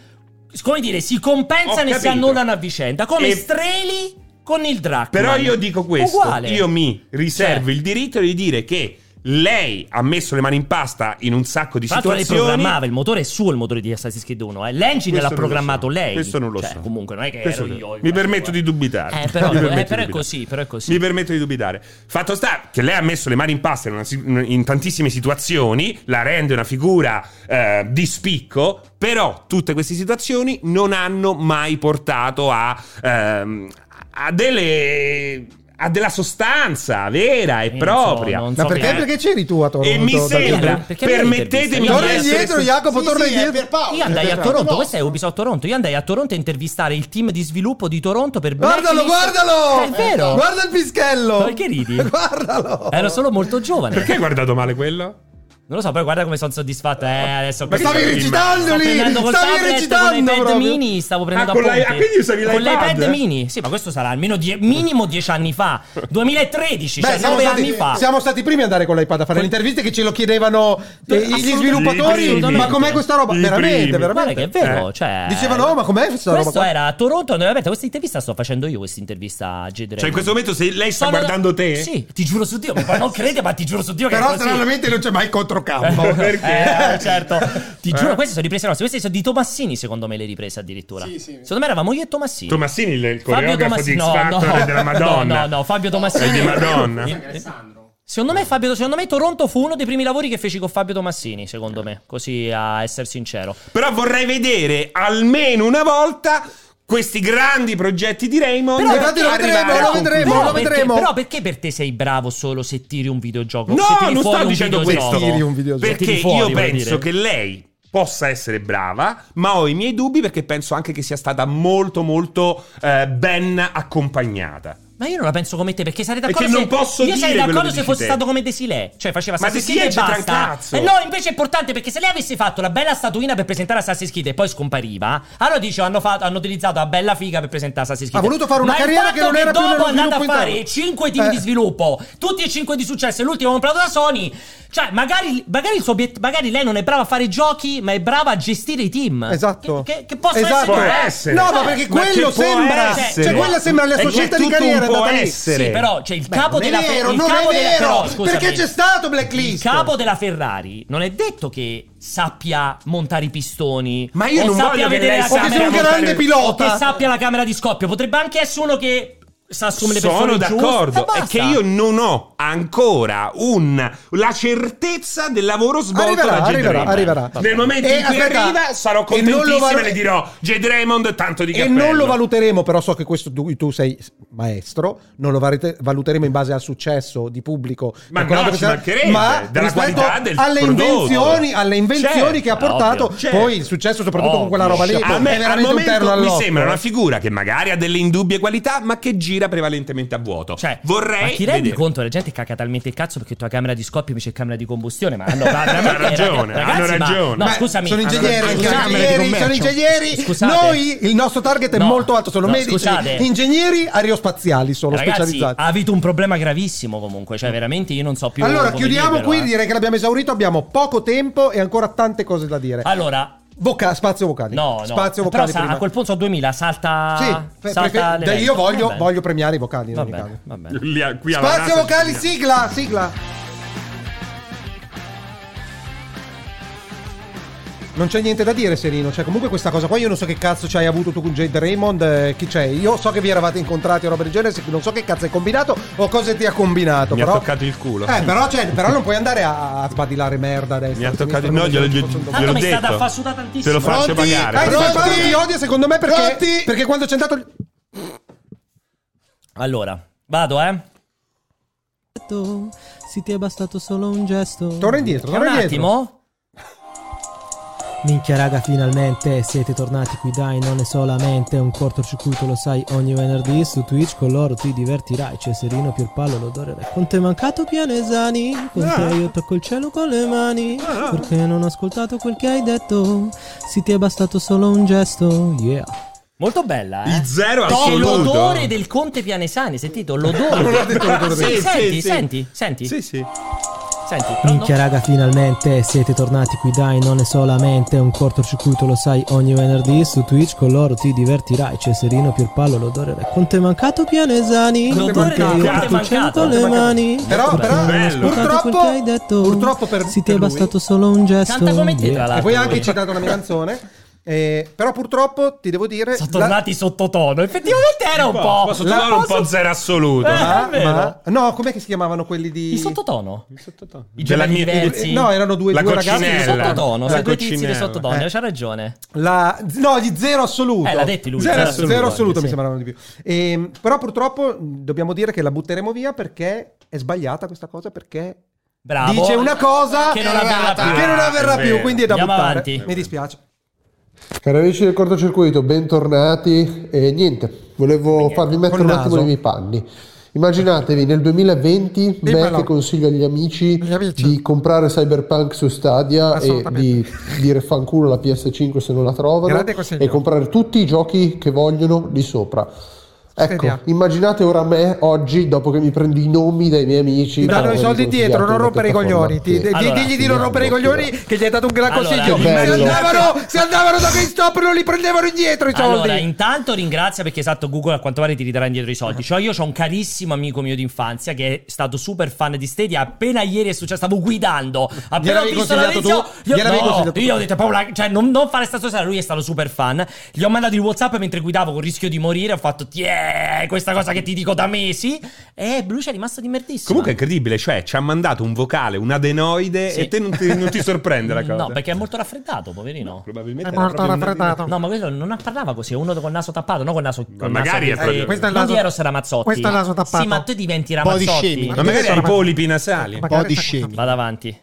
[SPEAKER 1] Come dire, si
[SPEAKER 2] Ho
[SPEAKER 1] compensano e si
[SPEAKER 2] capito.
[SPEAKER 1] annullano a vicenda. Come
[SPEAKER 2] E-
[SPEAKER 1] streli con il Dracman.
[SPEAKER 2] Però io dico questo,
[SPEAKER 1] Uguale.
[SPEAKER 2] io mi riservo
[SPEAKER 1] Cioè-
[SPEAKER 2] il diritto di dire che lei ha messo le mani in pasta in un sacco di
[SPEAKER 1] Tra l'altro lei
[SPEAKER 2] situazioni.
[SPEAKER 1] programmava il motore è suo il motore di Assassin's Creed 1 eh. l'engine
[SPEAKER 2] Questo
[SPEAKER 1] l'ha
[SPEAKER 2] non lo
[SPEAKER 1] programmato
[SPEAKER 2] so.
[SPEAKER 1] lei
[SPEAKER 2] Questo non lo
[SPEAKER 1] Cioè,
[SPEAKER 2] so.
[SPEAKER 1] comunque non è che
[SPEAKER 2] Questo
[SPEAKER 1] ero
[SPEAKER 2] non-
[SPEAKER 1] io il
[SPEAKER 2] Mi
[SPEAKER 1] guarda.
[SPEAKER 2] permetto di dubitare.
[SPEAKER 1] Eh, però-
[SPEAKER 2] Mi permetto
[SPEAKER 1] eh,
[SPEAKER 2] di
[SPEAKER 1] però è
[SPEAKER 2] dubitare.
[SPEAKER 1] così, però è così.
[SPEAKER 2] Mi permetto di dubitare. Fatto sta che lei ha messo le mani in pasta in, una si- in tantissime situazioni, la rende una figura eh, di spicco, però tutte queste situazioni non hanno mai portato a, ehm, a delle... a della sostanza vera
[SPEAKER 1] Io
[SPEAKER 2] e
[SPEAKER 1] Eh, non so,
[SPEAKER 2] propria.
[SPEAKER 1] non so
[SPEAKER 3] Ma perché,
[SPEAKER 1] che-
[SPEAKER 3] perché c'eri tu a Toronto?
[SPEAKER 2] E mi
[SPEAKER 3] da-
[SPEAKER 2] sembra,
[SPEAKER 1] Perché
[SPEAKER 2] permettetemi
[SPEAKER 1] mi
[SPEAKER 3] Torna
[SPEAKER 1] hai
[SPEAKER 3] indietro, Jacopo,
[SPEAKER 5] Sì,
[SPEAKER 3] torna
[SPEAKER 5] sì, è
[SPEAKER 3] indietro.
[SPEAKER 5] per Paolo.
[SPEAKER 1] Io andai a
[SPEAKER 5] No,
[SPEAKER 1] Toronto,
[SPEAKER 5] no.
[SPEAKER 1] questo è Ubisoft Toronto. Io andai a Toronto a intervistare il team di sviluppo di Toronto per
[SPEAKER 3] Guardalo,
[SPEAKER 1] Blacklist.
[SPEAKER 3] guardalo!
[SPEAKER 1] È vero!
[SPEAKER 3] Guarda il pischello!
[SPEAKER 1] Ma perché ridi? Eh,
[SPEAKER 3] Guardalo!
[SPEAKER 1] Ero solo molto giovane.
[SPEAKER 2] Perché hai guardato male quello?
[SPEAKER 1] Non lo so, poi guarda come sono soddisfatto. Eh, adesso
[SPEAKER 2] Ma che
[SPEAKER 3] Stavi
[SPEAKER 2] Sto
[SPEAKER 3] recitando lì!
[SPEAKER 1] prendendo col
[SPEAKER 3] Stavi
[SPEAKER 1] tablet, con
[SPEAKER 3] recitando
[SPEAKER 1] l'iPad
[SPEAKER 3] proprio.
[SPEAKER 1] mini, stavo prendendo
[SPEAKER 2] Ah, con
[SPEAKER 1] appunti.
[SPEAKER 2] l'i- ah, quindi usavi
[SPEAKER 1] Con
[SPEAKER 2] l'iPad?
[SPEAKER 1] l'iPad mini. Sì, ma questo sarà almeno, die- minimo dieci anni fa. 2013,
[SPEAKER 3] Beh,
[SPEAKER 1] cioè
[SPEAKER 3] siamo,
[SPEAKER 1] 9 anni
[SPEAKER 3] stati,
[SPEAKER 1] fa.
[SPEAKER 3] siamo stati i primi ad andare con l'iPad a fare le interviste che ce lo chiedevano eh, gli
[SPEAKER 1] Assolutamente.
[SPEAKER 2] I
[SPEAKER 3] sviluppatori.
[SPEAKER 2] primi.
[SPEAKER 3] Ma com'è questa roba?
[SPEAKER 2] I
[SPEAKER 3] veramente,
[SPEAKER 2] primi.
[SPEAKER 3] veramente.
[SPEAKER 1] Guarda che è vero, cioè...
[SPEAKER 3] Dicevano, "Oh, ma com'è questa roba
[SPEAKER 1] Questo
[SPEAKER 3] qua?"
[SPEAKER 1] era a Toronto, andava aperta questa intervista, sto facendo io questa intervista a Jade
[SPEAKER 2] Cioè, in questo momento, se lei sta
[SPEAKER 1] Sono-
[SPEAKER 2] guardando te,
[SPEAKER 1] Sì, ti giuro su Dio, ma non crede, ma ti giuro su Dio che
[SPEAKER 3] Però
[SPEAKER 1] è così.
[SPEAKER 3] stranamente non c'è mai
[SPEAKER 1] Eh,
[SPEAKER 3] controcampo.
[SPEAKER 2] perché?
[SPEAKER 1] eh, certo. Ti giuro, queste sono riprese nostre. Queste sono di Tomassini, secondo me, le riprese addirittura.
[SPEAKER 5] Sì, sì.
[SPEAKER 1] Secondo me eravamo io e Tomassini.
[SPEAKER 2] Tomassini, il
[SPEAKER 1] Fabio
[SPEAKER 2] coreografo
[SPEAKER 1] Tomassini.
[SPEAKER 2] di X
[SPEAKER 1] No,
[SPEAKER 2] Factor
[SPEAKER 1] no,
[SPEAKER 2] è della Madonna.
[SPEAKER 1] No, no, no, Fabio
[SPEAKER 2] È di
[SPEAKER 1] Tomassini. Eh,
[SPEAKER 2] Madonna.
[SPEAKER 5] Alessandro.
[SPEAKER 1] Secondo me, Fabio, secondo me Toronto fu uno dei primi lavori che feci con Fabio Tomassini, secondo me, così a essere sincero.
[SPEAKER 2] Però vorrei vedere almeno una volta questi grandi progetti di Raymond.
[SPEAKER 1] Però
[SPEAKER 3] infatti lo
[SPEAKER 2] arrivare
[SPEAKER 3] vedremo,
[SPEAKER 2] a
[SPEAKER 3] lo
[SPEAKER 2] conclu-
[SPEAKER 3] vedremo,
[SPEAKER 1] però,
[SPEAKER 3] lo
[SPEAKER 1] perché,
[SPEAKER 3] vedremo.
[SPEAKER 1] però perché per te sei bravo solo se tiri un videogioco?
[SPEAKER 2] No,
[SPEAKER 1] se tiri
[SPEAKER 2] non
[SPEAKER 1] fuori
[SPEAKER 2] sto
[SPEAKER 1] un
[SPEAKER 2] dicendo
[SPEAKER 1] videogioco?
[SPEAKER 2] questo.
[SPEAKER 3] Tiri un videogioco.
[SPEAKER 2] Perché
[SPEAKER 1] Tiri fuori,
[SPEAKER 2] io
[SPEAKER 1] voglio
[SPEAKER 2] penso
[SPEAKER 1] dire.
[SPEAKER 2] che lei possa essere brava, ma ho i miei dubbi perché penso anche che sia stata molto molto eh, ben accompagnata.
[SPEAKER 1] Ma io non la penso come te, perché sarei
[SPEAKER 2] Perché
[SPEAKER 1] d'accordo se...
[SPEAKER 2] non posso
[SPEAKER 1] io sarei
[SPEAKER 2] dire quello
[SPEAKER 1] d'accordo
[SPEAKER 2] che
[SPEAKER 1] se
[SPEAKER 2] dici
[SPEAKER 1] fosse
[SPEAKER 2] te.
[SPEAKER 1] stato come Desilè. Cioè, faceva
[SPEAKER 2] Ma
[SPEAKER 1] Assassin's
[SPEAKER 2] Desilè
[SPEAKER 1] Creed e
[SPEAKER 2] c'entra un
[SPEAKER 1] basta.
[SPEAKER 2] cazzo.
[SPEAKER 1] Eh no, invece è importante, perché se lei avesse fatto la bella statuina per presentare Assassin's Creed e poi scompariva, allora dice, hanno, fatto- hanno utilizzato la bella figa per presentare Assassin's Creed.
[SPEAKER 3] Ha voluto fare una
[SPEAKER 1] Ma il
[SPEAKER 3] carriera
[SPEAKER 1] fatto
[SPEAKER 3] che non era più
[SPEAKER 1] dopo
[SPEAKER 3] nello
[SPEAKER 1] è andata a
[SPEAKER 3] sviluppo
[SPEAKER 1] fare
[SPEAKER 3] interno.
[SPEAKER 1] 5 team
[SPEAKER 3] Eh.
[SPEAKER 1] di sviluppo, tutti e 5 di successo, e l'ultimo comprato da Sony. Cioè, magari, magari, il suo obiet- magari lei non è brava a fare giochi, ma è brava a gestire i team.
[SPEAKER 3] Esatto.
[SPEAKER 1] Che, che, che possono
[SPEAKER 3] Esatto.
[SPEAKER 2] Può
[SPEAKER 1] essere diversi.
[SPEAKER 2] essere.
[SPEAKER 3] No, ma perché
[SPEAKER 2] Ma
[SPEAKER 3] quello
[SPEAKER 2] che può
[SPEAKER 3] sembra-
[SPEAKER 2] essere?
[SPEAKER 1] cioè,
[SPEAKER 3] quella sembra la sua
[SPEAKER 2] È
[SPEAKER 3] scelta di
[SPEAKER 2] tutto un
[SPEAKER 3] carriera
[SPEAKER 2] può
[SPEAKER 3] data lì.
[SPEAKER 2] essere.
[SPEAKER 1] Sì, però c'è il capo
[SPEAKER 3] non è
[SPEAKER 1] della
[SPEAKER 3] vero,
[SPEAKER 1] il
[SPEAKER 3] non
[SPEAKER 1] capo
[SPEAKER 3] è
[SPEAKER 1] della-
[SPEAKER 3] vero,
[SPEAKER 1] però, scusami,
[SPEAKER 3] perché c'è stato Blacklist.
[SPEAKER 1] Il capo della Ferrari non è detto che sappia montare i pistoni.
[SPEAKER 2] Ma io
[SPEAKER 1] o
[SPEAKER 2] non
[SPEAKER 1] sappia
[SPEAKER 2] voglio che
[SPEAKER 1] vedere
[SPEAKER 2] lei
[SPEAKER 1] la
[SPEAKER 2] sappia
[SPEAKER 1] camera
[SPEAKER 3] sia un grande
[SPEAKER 1] o
[SPEAKER 3] pilota.
[SPEAKER 1] che sappia la camera di scoppio. Potrebbe anche essere uno che sa assumere le
[SPEAKER 2] Sono
[SPEAKER 1] persone giuste e
[SPEAKER 2] d'accordo, è
[SPEAKER 1] basta.
[SPEAKER 2] che io non ho ancora un, la certezza del lavoro svolto
[SPEAKER 3] Arriverà,
[SPEAKER 2] da Jade
[SPEAKER 3] arriverà,
[SPEAKER 2] Raymond.
[SPEAKER 3] arriverà.
[SPEAKER 2] Nel momento
[SPEAKER 3] E
[SPEAKER 2] in cui
[SPEAKER 3] aspetta,
[SPEAKER 2] arriva sarò
[SPEAKER 3] e non lo
[SPEAKER 2] contentissimo e,
[SPEAKER 3] valu-
[SPEAKER 2] le dirò Jade Raymond tanto di
[SPEAKER 3] E
[SPEAKER 2] cappello.
[SPEAKER 3] non lo valuteremo, però so che questo tu, tu sei maestro, non lo varete- valuteremo in base al successo di pubblico.
[SPEAKER 2] Ma
[SPEAKER 3] per quello
[SPEAKER 2] no,
[SPEAKER 3] che
[SPEAKER 2] ci
[SPEAKER 3] sarà-
[SPEAKER 2] mancherebbe, della
[SPEAKER 3] rispetto
[SPEAKER 2] qualità del
[SPEAKER 3] alle
[SPEAKER 2] prodotto.
[SPEAKER 3] invenzioni, alle invenzioni
[SPEAKER 2] Certo,
[SPEAKER 3] che ha
[SPEAKER 1] ovvio,
[SPEAKER 3] portato
[SPEAKER 1] certo.
[SPEAKER 3] poi il successo soprattutto con
[SPEAKER 1] Ovvio,
[SPEAKER 3] quella roba lì.
[SPEAKER 1] chapeau.
[SPEAKER 2] A me
[SPEAKER 3] è
[SPEAKER 2] al
[SPEAKER 3] veramente un terno
[SPEAKER 2] momento mi
[SPEAKER 3] all'otto.
[SPEAKER 2] sembra una figura che magari ha delle indubbie qualità, ma che gira prevalentemente a vuoto.
[SPEAKER 1] Cioè,
[SPEAKER 2] vorrei
[SPEAKER 1] ma ti rendi
[SPEAKER 2] vedere.
[SPEAKER 1] conto? La gente cacca talmente il cazzo perché tua camera di scoppio invece è camera di combustione. Ma hanno
[SPEAKER 2] Hanno ragione, hanno ragione.
[SPEAKER 1] Ma, no,
[SPEAKER 3] Ma
[SPEAKER 1] scusami,
[SPEAKER 3] sono
[SPEAKER 1] hanno
[SPEAKER 3] ingegneri,
[SPEAKER 1] ragione.
[SPEAKER 3] sono
[SPEAKER 1] Scusate,
[SPEAKER 3] ingegneri,
[SPEAKER 1] commercio.
[SPEAKER 3] sono ingegneri.
[SPEAKER 1] Scusate.
[SPEAKER 3] Noi il nostro target è
[SPEAKER 1] No,
[SPEAKER 3] molto alto, sono
[SPEAKER 1] no,
[SPEAKER 3] medici,
[SPEAKER 1] scusate.
[SPEAKER 3] ingegneri aerospaziali sono
[SPEAKER 1] Ragazzi,
[SPEAKER 3] specializzati.
[SPEAKER 1] avete un problema gravissimo comunque, cioè veramente io non so più
[SPEAKER 3] Mm. allora
[SPEAKER 1] come
[SPEAKER 3] chiudiamo
[SPEAKER 1] dirvelo,
[SPEAKER 3] qui,
[SPEAKER 1] eh.
[SPEAKER 3] direi che l'abbiamo esaurito, abbiamo poco tempo e ancora tante cose da dire.
[SPEAKER 1] Allora,
[SPEAKER 3] Voca- spazio vocali.
[SPEAKER 1] Ah. no, no.
[SPEAKER 3] Spazio
[SPEAKER 1] Però
[SPEAKER 3] vocali
[SPEAKER 1] sa-
[SPEAKER 3] prima.
[SPEAKER 1] a quel punto sono 2000, salta
[SPEAKER 3] Sì, pre-
[SPEAKER 1] salta
[SPEAKER 3] prefer-
[SPEAKER 1] l'evento.
[SPEAKER 3] io voglio,
[SPEAKER 1] Va bene.
[SPEAKER 3] voglio premiare i vocali in
[SPEAKER 1] Va
[SPEAKER 3] ogni
[SPEAKER 1] bene, va bene.
[SPEAKER 2] Lì a- qui
[SPEAKER 3] caso.
[SPEAKER 2] alla
[SPEAKER 3] Spazio
[SPEAKER 2] NASA
[SPEAKER 3] vocali,
[SPEAKER 2] ci-
[SPEAKER 3] sigla, sigla. Non c'è niente da dire, Serino. Cioè, comunque questa cosa qua io non so che cazzo c'hai avuto tu con Jade Raymond. eh, chi c'è? Io so che vi eravate incontrati o roba del genere, se- non so che cazzo hai combinato o cose ti ha combinato.
[SPEAKER 2] Mi ha
[SPEAKER 3] però...
[SPEAKER 2] toccato il culo.
[SPEAKER 3] Eh, però, cioè, però non puoi andare a, a sbadilare merda adesso.
[SPEAKER 2] Certo. Mi ha toccato- no, glielo- glielo-
[SPEAKER 1] Tanto mi è
[SPEAKER 2] detto.
[SPEAKER 1] stata affassuta tantissimo.
[SPEAKER 2] Te lo faccio
[SPEAKER 5] Pronti?
[SPEAKER 2] pagare.
[SPEAKER 3] Eh,
[SPEAKER 5] Dai,
[SPEAKER 2] Te lo faccio
[SPEAKER 5] Pronti?
[SPEAKER 3] mi odia secondo me perché,
[SPEAKER 5] Pronti?
[SPEAKER 3] perché quando c'è andato...
[SPEAKER 1] Allora, vado, eh.
[SPEAKER 6] Se ti è bastato solo un gesto.
[SPEAKER 3] Torna indietro,
[SPEAKER 1] Un
[SPEAKER 3] torna indietro.
[SPEAKER 1] attimo.
[SPEAKER 6] Minchia raga, finalmente siete tornati qui, dai, non è solamente un cortocircuito, lo sai, ogni venerdì su Twitch con loro ti divertirai, Cesarino, Pierpallo, l'odore del Con te è mancato Pianesani, con te io tocco il cielo con le mani, perché non ho ascoltato quel che hai detto, se ti è bastato solo un gesto, yeah.
[SPEAKER 1] Molto bella, eh.
[SPEAKER 2] Il zero
[SPEAKER 1] No,
[SPEAKER 2] assoluto.
[SPEAKER 1] l'odore del conte Pianesani, sentito? L'odore.
[SPEAKER 3] Non l'ha detto l'odore.
[SPEAKER 1] Sì,
[SPEAKER 2] Sì,
[SPEAKER 1] senti,
[SPEAKER 2] sì, sì.
[SPEAKER 1] senti, senti,
[SPEAKER 2] Sì, sì.
[SPEAKER 1] senti. pronto?
[SPEAKER 6] Minchia raga, finalmente siete tornati qui, dai, non è solamente un cortocircuito, lo sai, ogni venerdì su Twitch con loro ti divertirai, Cesarino, Pierpallo, l'odore del Conte è mancato Pianesani,
[SPEAKER 1] L'odore
[SPEAKER 6] perché
[SPEAKER 1] del
[SPEAKER 6] io
[SPEAKER 1] Conte
[SPEAKER 6] tutto il cielo
[SPEAKER 1] mancato,
[SPEAKER 6] con le
[SPEAKER 1] Conte mancato.
[SPEAKER 6] mani.
[SPEAKER 3] Però, però eh,
[SPEAKER 2] Bello.
[SPEAKER 3] purtroppo,
[SPEAKER 6] Quel che hai detto,
[SPEAKER 3] purtroppo per,
[SPEAKER 6] si ti
[SPEAKER 3] per
[SPEAKER 6] è
[SPEAKER 3] lui-
[SPEAKER 6] bastato solo un gesto.
[SPEAKER 1] Canta come te,
[SPEAKER 6] Yeah.
[SPEAKER 1] tra l'altro.
[SPEAKER 3] E poi ha anche
[SPEAKER 1] lui.
[SPEAKER 3] citato una mia canzone. eh, però purtroppo ti devo dire.
[SPEAKER 1] Sono tornati sottotono. Effettivamente era un
[SPEAKER 2] Po-
[SPEAKER 1] po'.
[SPEAKER 2] Posso trovare un po' zero assoluto.
[SPEAKER 1] Eh.
[SPEAKER 3] la-
[SPEAKER 1] è vero.
[SPEAKER 3] Ah, ma- no, com'è che si chiamavano quelli di.
[SPEAKER 1] Il sottotono? I
[SPEAKER 2] Della
[SPEAKER 1] gemelli
[SPEAKER 2] mia-
[SPEAKER 1] diversi.
[SPEAKER 3] Eh, No, erano due,
[SPEAKER 2] La
[SPEAKER 3] due ragazzi.
[SPEAKER 1] il
[SPEAKER 2] coccinella.
[SPEAKER 1] sottotono.
[SPEAKER 2] La
[SPEAKER 1] Sai, due tizi di
[SPEAKER 2] coccinella.
[SPEAKER 1] sottotono.
[SPEAKER 3] Eh.
[SPEAKER 1] C'ha ragione.
[SPEAKER 3] La- no, di zero assoluto.
[SPEAKER 1] Eh, l'ha detto lui,
[SPEAKER 3] Zero,
[SPEAKER 1] zero
[SPEAKER 3] assoluto,
[SPEAKER 1] assoluto,
[SPEAKER 3] zero assoluto mi
[SPEAKER 1] sì.
[SPEAKER 3] sembravano di più. Ehm, però purtroppo mh, dobbiamo dire che la butteremo via perché è sbagliata questa cosa. Perché
[SPEAKER 1] Bravo.
[SPEAKER 3] dice una cosa
[SPEAKER 1] Che non avverrà più.
[SPEAKER 3] che non avverrà
[SPEAKER 2] Ah, è
[SPEAKER 3] più,
[SPEAKER 2] vero.
[SPEAKER 3] Quindi è da
[SPEAKER 1] Andiamo
[SPEAKER 3] buttare.
[SPEAKER 1] avanti.
[SPEAKER 3] Mi dispiace.
[SPEAKER 7] Cari amici del cortocircuito, bentornati e niente, volevo farvi mettere
[SPEAKER 3] col
[SPEAKER 7] un
[SPEAKER 3] naso.
[SPEAKER 7] attimo nei miei panni. Immaginatevi nel 2020 me
[SPEAKER 3] Dimmelo.
[SPEAKER 7] che consiglio agli amici,
[SPEAKER 3] Agli amici.
[SPEAKER 7] di comprare Cyberpunk su Stadia e
[SPEAKER 3] Assolutamente.
[SPEAKER 7] di dire fanculo la PS5 se non la trovano
[SPEAKER 3] Grande consiglio.
[SPEAKER 7] e comprare tutti i giochi che vogliono lì sopra. Ecco,
[SPEAKER 3] Stadia.
[SPEAKER 7] immaginate ora me oggi dopo che mi prendo i nomi dai miei
[SPEAKER 3] Ti
[SPEAKER 7] amici. che
[SPEAKER 3] danno
[SPEAKER 7] mi
[SPEAKER 3] i
[SPEAKER 7] hanno
[SPEAKER 3] soldi indietro,
[SPEAKER 7] consigliato
[SPEAKER 3] non
[SPEAKER 7] una
[SPEAKER 3] rompere i
[SPEAKER 7] piattaforma
[SPEAKER 3] coglioni. Ti-
[SPEAKER 7] che-
[SPEAKER 3] di-
[SPEAKER 1] Allora,
[SPEAKER 3] digli di non rompere i coglioni, che gli hai dato un gran
[SPEAKER 1] Allora,
[SPEAKER 3] consiglio.
[SPEAKER 1] che
[SPEAKER 3] se,
[SPEAKER 7] bello.
[SPEAKER 3] andavano, se andavano da GameStop, non li prendevano indietro i soldi.
[SPEAKER 1] Allora, intanto ringrazia perché esatto Google a quanto pare ti ridarà indietro i soldi. Cioè, io ho un carissimo amico mio d'infanzia che è stato super fan di Stadia. Appena ieri è successo, stavo guidando. Appena ho
[SPEAKER 3] Gliel'avevi
[SPEAKER 1] visto la
[SPEAKER 3] consigliato
[SPEAKER 1] notizia,
[SPEAKER 3] tu?
[SPEAKER 1] io,
[SPEAKER 3] Gliel'avevi
[SPEAKER 1] no,
[SPEAKER 3] consigliato tu?
[SPEAKER 1] io ho detto proprio, la- cioè, non, non fare sta cosa. Lui è stato super fan. Gli ho mandato il WhatsApp mentre guidavo con il rischio di morire. Ho fatto, yeah, questa cosa che ti dico da mesi. E lui ci è rimasto di merdissimo.
[SPEAKER 2] Comunque è incredibile, cioè ci ha mandato un vocale, un adenoide
[SPEAKER 1] Sì.
[SPEAKER 2] e te non ti, non ti sorprende la cosa.
[SPEAKER 1] Mm, No, perché è molto raffreddato, poverino.
[SPEAKER 2] probabilmente
[SPEAKER 3] È
[SPEAKER 2] era
[SPEAKER 3] molto
[SPEAKER 2] proprio un
[SPEAKER 3] raffreddato.
[SPEAKER 1] No, ma quello non parlava così, è uno col naso tappato, no col naso.
[SPEAKER 2] Ma
[SPEAKER 1] col
[SPEAKER 2] magari
[SPEAKER 1] naso
[SPEAKER 2] è proprio-
[SPEAKER 3] questo è il
[SPEAKER 1] non
[SPEAKER 3] naso-
[SPEAKER 1] di Eros Ramazzotti.
[SPEAKER 3] questo è il naso tappato.
[SPEAKER 1] Sì, ma tu diventi
[SPEAKER 5] Body
[SPEAKER 1] Ramazzotti.
[SPEAKER 5] shaming.
[SPEAKER 2] Ma magari ha i polipi nasali.
[SPEAKER 5] Un po' di scemi.
[SPEAKER 1] Vado avanti.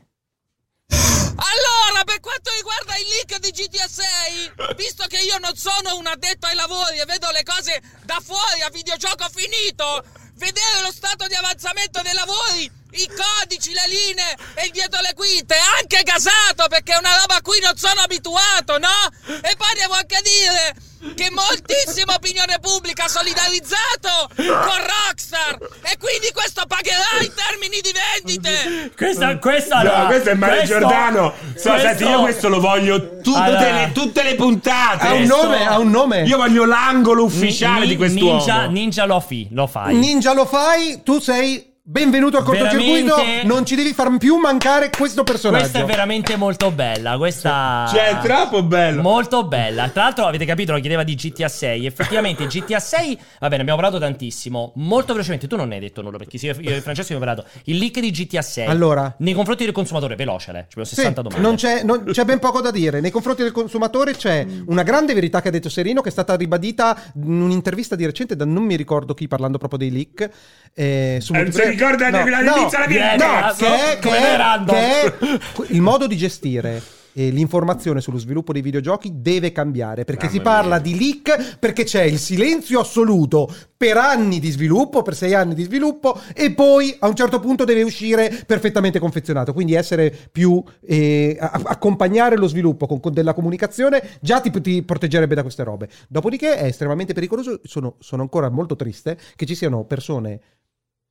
[SPEAKER 8] Allora, per quanto riguarda il leak di GTA 6, visto che io non sono un addetto ai lavori e vedo le cose da fuori a videogioco finito, vedere lo stato di avanzamento dei lavori, i codici, le linee e il dietro le quinte, anche gasato perché è una roba a cui non sono abituato, no? E poi devo anche dire che moltissima opinione pubblica ha solidarizzato con Rockstar e quindi questo pagherà in termini di vendite.
[SPEAKER 3] Mm.
[SPEAKER 1] Questa, questa
[SPEAKER 2] No,
[SPEAKER 1] allora,
[SPEAKER 2] questo è Mario
[SPEAKER 1] questo-
[SPEAKER 2] Giordano. So,
[SPEAKER 1] questo-
[SPEAKER 2] senti, io questo lo voglio tutte,
[SPEAKER 1] Allora.
[SPEAKER 2] le, tutte le puntate.
[SPEAKER 3] ha un nome, ha un nome.
[SPEAKER 2] Io voglio l'angolo
[SPEAKER 1] Ni-
[SPEAKER 2] ufficiale
[SPEAKER 1] ni-
[SPEAKER 2] di quest'uomo.
[SPEAKER 1] Ninja, ninja lo, fi, lo fai.
[SPEAKER 3] Ninja lo fai, tu sei benvenuto al cortocircuito.
[SPEAKER 1] Veramente-
[SPEAKER 3] Non ci devi far più mancare questo personaggio.
[SPEAKER 1] Questa è veramente molto bella. Questa.
[SPEAKER 4] Cioè, è troppo bello.
[SPEAKER 1] Molto bella. Tra l'altro, avete capito, lo chiedeva di GTA 6. Effettivamente, GTA 6, va bene, abbiamo parlato tantissimo. Molto velocemente, tu non ne hai detto nulla perché io, io e Francesco abbiamo parlato. Il leak di GTA 6.
[SPEAKER 3] Allora.
[SPEAKER 1] Nei confronti del consumatore, veloce, eh. Ci abbiamo
[SPEAKER 3] Sì,
[SPEAKER 1] 60 domande.
[SPEAKER 3] non c'è, non- c'è ben poco da dire. Nei confronti del consumatore c'è una grande verità che ha detto Serino, che è stata ribadita in un'intervista di recente da non mi ricordo chi, parlando proprio dei leak. eh, su
[SPEAKER 2] Eh, non
[SPEAKER 3] multiplayer.
[SPEAKER 2] si ricorda
[SPEAKER 3] No,
[SPEAKER 2] dall'inizio alla fine.
[SPEAKER 3] no,
[SPEAKER 1] Eh,
[SPEAKER 3] no, che è,
[SPEAKER 1] come
[SPEAKER 3] che è-
[SPEAKER 1] random.
[SPEAKER 3] che è- il modo di gestire. eh, l'informazione sullo sviluppo dei videogiochi deve cambiare perché si parla di leak perché c'è il silenzio assoluto per anni di sviluppo, per sei anni di sviluppo e poi a un certo punto deve uscire perfettamente confezionato. Quindi essere più eh, a- accompagnare lo sviluppo con, con della comunicazione già ti, ti proteggerebbe da queste robe. Dopodiché è estremamente pericoloso. Sono, sono ancora molto triste che ci siano persone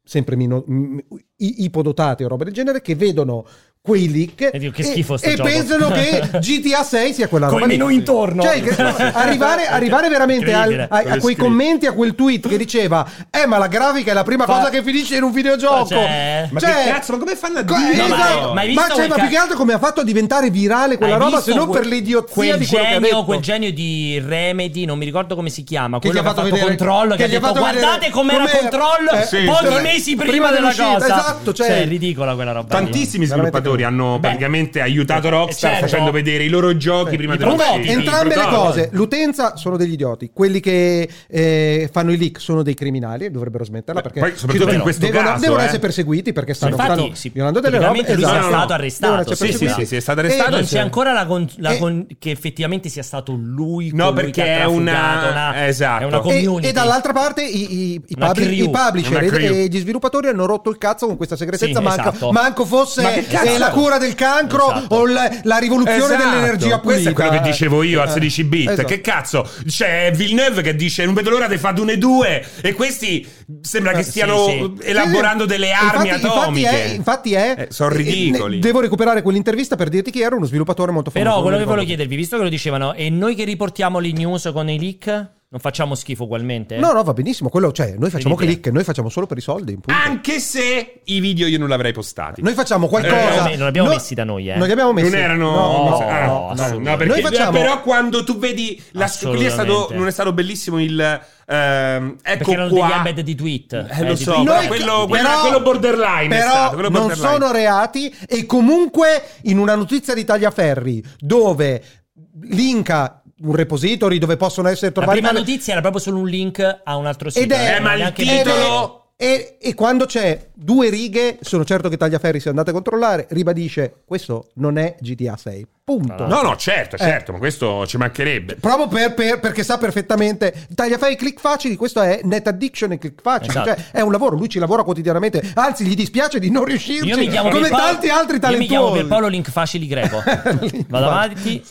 [SPEAKER 3] sempre mino- m- i- ipodotate o robe del genere che vedono quei leak
[SPEAKER 1] E dico, che schifo sto
[SPEAKER 3] e
[SPEAKER 1] gioco.
[SPEAKER 3] pensano che GTA 6 sia quella
[SPEAKER 1] Coi
[SPEAKER 3] roba lì.
[SPEAKER 1] menu intorno.
[SPEAKER 3] Cioè, che- arrivare, arrivare veramente al-
[SPEAKER 1] Cioè, Incredibile.
[SPEAKER 3] a, a
[SPEAKER 2] Con le
[SPEAKER 3] quei
[SPEAKER 2] scritte.
[SPEAKER 3] commenti a quel tweet che diceva eh ma la grafica è la prima
[SPEAKER 1] Fa-
[SPEAKER 3] cosa che finisce in un videogioco
[SPEAKER 1] Cioè-
[SPEAKER 2] Ma
[SPEAKER 3] Cioè,
[SPEAKER 2] che cazzo, ma come fanno a
[SPEAKER 3] co-
[SPEAKER 2] dire?
[SPEAKER 1] No, ma-
[SPEAKER 3] esatto.
[SPEAKER 1] ma
[SPEAKER 3] ma,
[SPEAKER 1] hai visto
[SPEAKER 3] cioè,
[SPEAKER 1] quel
[SPEAKER 3] ma
[SPEAKER 1] ca-
[SPEAKER 3] più che altro come ha fatto a diventare virale quella
[SPEAKER 1] Hai
[SPEAKER 3] roba
[SPEAKER 1] visto
[SPEAKER 3] se non
[SPEAKER 1] quel-
[SPEAKER 3] per l'idiozia
[SPEAKER 1] quel
[SPEAKER 3] di quello
[SPEAKER 1] genio,
[SPEAKER 3] che ha detto
[SPEAKER 1] quel genio di Remedy, non mi ricordo come si chiama,
[SPEAKER 3] Che
[SPEAKER 1] quello
[SPEAKER 3] gli
[SPEAKER 1] che
[SPEAKER 3] ha
[SPEAKER 1] ha fatto,
[SPEAKER 3] fatto vedere-
[SPEAKER 1] controllo, che,
[SPEAKER 3] che gli
[SPEAKER 1] ha
[SPEAKER 3] ha
[SPEAKER 1] detto
[SPEAKER 3] fatto vedere
[SPEAKER 1] guardate com'era
[SPEAKER 3] com'era".
[SPEAKER 1] controllo
[SPEAKER 3] Eh,
[SPEAKER 2] sì,
[SPEAKER 1] pochi
[SPEAKER 3] cioè,
[SPEAKER 1] mesi prima,
[SPEAKER 3] prima
[SPEAKER 1] della
[SPEAKER 3] dell'uscita,
[SPEAKER 1] cosa.
[SPEAKER 3] esatto, cioè-
[SPEAKER 1] è ridicola quella roba. lì.
[SPEAKER 2] Tantissimi
[SPEAKER 3] Veramente
[SPEAKER 2] sviluppatori hanno
[SPEAKER 1] Beh,
[SPEAKER 2] praticamente aiutato Rockstar
[SPEAKER 1] certo.
[SPEAKER 2] facendo vedere i loro giochi prima
[SPEAKER 1] i
[SPEAKER 2] della
[SPEAKER 1] prototipi.
[SPEAKER 2] uscita.
[SPEAKER 3] Entrambe
[SPEAKER 2] I
[SPEAKER 3] le
[SPEAKER 2] prototipi.
[SPEAKER 3] cose, l'utenza sono degli idioti, quelli che eh, fanno i leak sono dei criminali e dovrebbero smetterla
[SPEAKER 2] Beh,
[SPEAKER 3] perché
[SPEAKER 2] poi soprattutto
[SPEAKER 3] ci
[SPEAKER 2] in questo
[SPEAKER 3] devono,
[SPEAKER 2] caso,
[SPEAKER 3] devono
[SPEAKER 2] eh.
[SPEAKER 3] essere perseguiti perché stanno,
[SPEAKER 1] Infatti,
[SPEAKER 3] stanno
[SPEAKER 1] sì,
[SPEAKER 3] violando delle robe.
[SPEAKER 1] praticamente lui
[SPEAKER 2] è stato
[SPEAKER 1] arrestato,
[SPEAKER 3] Devono essere
[SPEAKER 2] sì, sì,
[SPEAKER 3] perseguiti.
[SPEAKER 2] sì, sì, è stato arrestato.
[SPEAKER 1] non
[SPEAKER 3] E-
[SPEAKER 1] c'è ancora la, con- la
[SPEAKER 3] e-
[SPEAKER 1] con- che effettivamente sia stato lui
[SPEAKER 2] No,
[SPEAKER 1] colui
[SPEAKER 2] perché
[SPEAKER 1] che ha
[SPEAKER 2] è una-
[SPEAKER 1] trafugato,
[SPEAKER 2] esatto.
[SPEAKER 1] è una
[SPEAKER 2] E-
[SPEAKER 1] community
[SPEAKER 3] Eh, E, e dall'altra parte i, i- i
[SPEAKER 1] Una
[SPEAKER 3] publi-
[SPEAKER 1] crew.
[SPEAKER 3] i publisher
[SPEAKER 2] Una crew.
[SPEAKER 3] e, e gli sviluppatori hanno rotto il cazzo con questa segretezza.
[SPEAKER 1] Sì,
[SPEAKER 3] manco,
[SPEAKER 1] esatto.
[SPEAKER 3] manco fosse
[SPEAKER 1] Ma che cazzo?
[SPEAKER 3] eh, la cura del cancro
[SPEAKER 1] Esatto.
[SPEAKER 3] o la, la rivoluzione
[SPEAKER 2] Esatto.
[SPEAKER 3] dell'energia pulita.
[SPEAKER 2] Questo è quello che dicevo io a
[SPEAKER 3] Eh,
[SPEAKER 2] 16 bit.
[SPEAKER 3] esatto.
[SPEAKER 2] Che cazzo? C'è Villeneuve che dice: Non vedo l'ora di fare due e due. E questi sembra che
[SPEAKER 1] sì,
[SPEAKER 2] stiano
[SPEAKER 1] sì.
[SPEAKER 2] elaborando
[SPEAKER 3] Eh, Sì,
[SPEAKER 2] delle armi
[SPEAKER 3] infatti-
[SPEAKER 2] atomiche.
[SPEAKER 3] Infatti è, infatti è
[SPEAKER 2] Eh, sono
[SPEAKER 3] eh,
[SPEAKER 2] ridicoli.
[SPEAKER 3] ne- devo recuperare quell'intervista per dirti che era uno sviluppatore molto famoso.
[SPEAKER 1] Però quello che
[SPEAKER 3] non mi
[SPEAKER 1] volevo
[SPEAKER 3] ricordo.
[SPEAKER 1] chiedervi, visto che lo dicevano, e noi che riportiamo le news con i leak, non facciamo schifo ugualmente?
[SPEAKER 3] No, no, va benissimo. Quello, cioè, noi facciamo
[SPEAKER 1] Ridicolo.
[SPEAKER 3] click, noi facciamo solo per i soldi. punto.
[SPEAKER 2] Anche se i video io non l'avrei postati.
[SPEAKER 3] Noi facciamo qualcosa.
[SPEAKER 1] Eh, non li abbiamo
[SPEAKER 3] No-
[SPEAKER 1] messi da noi, eh.
[SPEAKER 3] Non li abbiamo messi.
[SPEAKER 2] Non erano.
[SPEAKER 3] No, no.
[SPEAKER 1] no,
[SPEAKER 2] ah,
[SPEAKER 1] no, assolutamente.
[SPEAKER 2] no, perché-
[SPEAKER 3] Noi facciamo-
[SPEAKER 2] Però quando tu vedi. La, lì è stato,
[SPEAKER 1] Assolutamente.
[SPEAKER 2] non è stato bellissimo il. ehm, ecco
[SPEAKER 1] Perché erano
[SPEAKER 2] qua.
[SPEAKER 1] degli embed di tweet.
[SPEAKER 2] Eh,
[SPEAKER 1] di
[SPEAKER 2] lo so,
[SPEAKER 1] tweet.
[SPEAKER 2] però
[SPEAKER 3] Noi-
[SPEAKER 2] quello,
[SPEAKER 1] Di-
[SPEAKER 2] quello- quello borderline. è
[SPEAKER 3] però
[SPEAKER 2] stato, quello
[SPEAKER 3] non
[SPEAKER 2] borderline.
[SPEAKER 3] sono reati e comunque in una notizia di Tagliaferri dove linka un repository dove possono essere
[SPEAKER 1] La
[SPEAKER 3] trovati
[SPEAKER 1] prima
[SPEAKER 3] tale-
[SPEAKER 1] notizia era proprio solo un link a un altro sito.
[SPEAKER 3] ed è
[SPEAKER 1] non
[SPEAKER 2] Eh, ma il
[SPEAKER 1] neanche
[SPEAKER 3] ed è-
[SPEAKER 2] titolo-
[SPEAKER 3] e, e quando c'è due righe sono certo che Tagliaferri se andate a controllare ribadisce questo non è GTA 6 punto
[SPEAKER 2] No, no,
[SPEAKER 3] Eh.
[SPEAKER 2] certo, certo, ma questo ci mancherebbe.
[SPEAKER 3] Proprio per, per- perché sa perfettamente Tagliafai click facili, questo è net addiction e click facili,
[SPEAKER 1] Esatto.
[SPEAKER 3] cioè è un lavoro, lui ci lavora quotidianamente, anzi gli dispiace di non riuscirci
[SPEAKER 1] Io mi chiamo
[SPEAKER 3] come
[SPEAKER 1] Pierpaolo-
[SPEAKER 3] tanti altri
[SPEAKER 1] Io mi chiamo
[SPEAKER 3] talentuosi.
[SPEAKER 1] Pierpaolo Link Facili Greco. Vado avanti.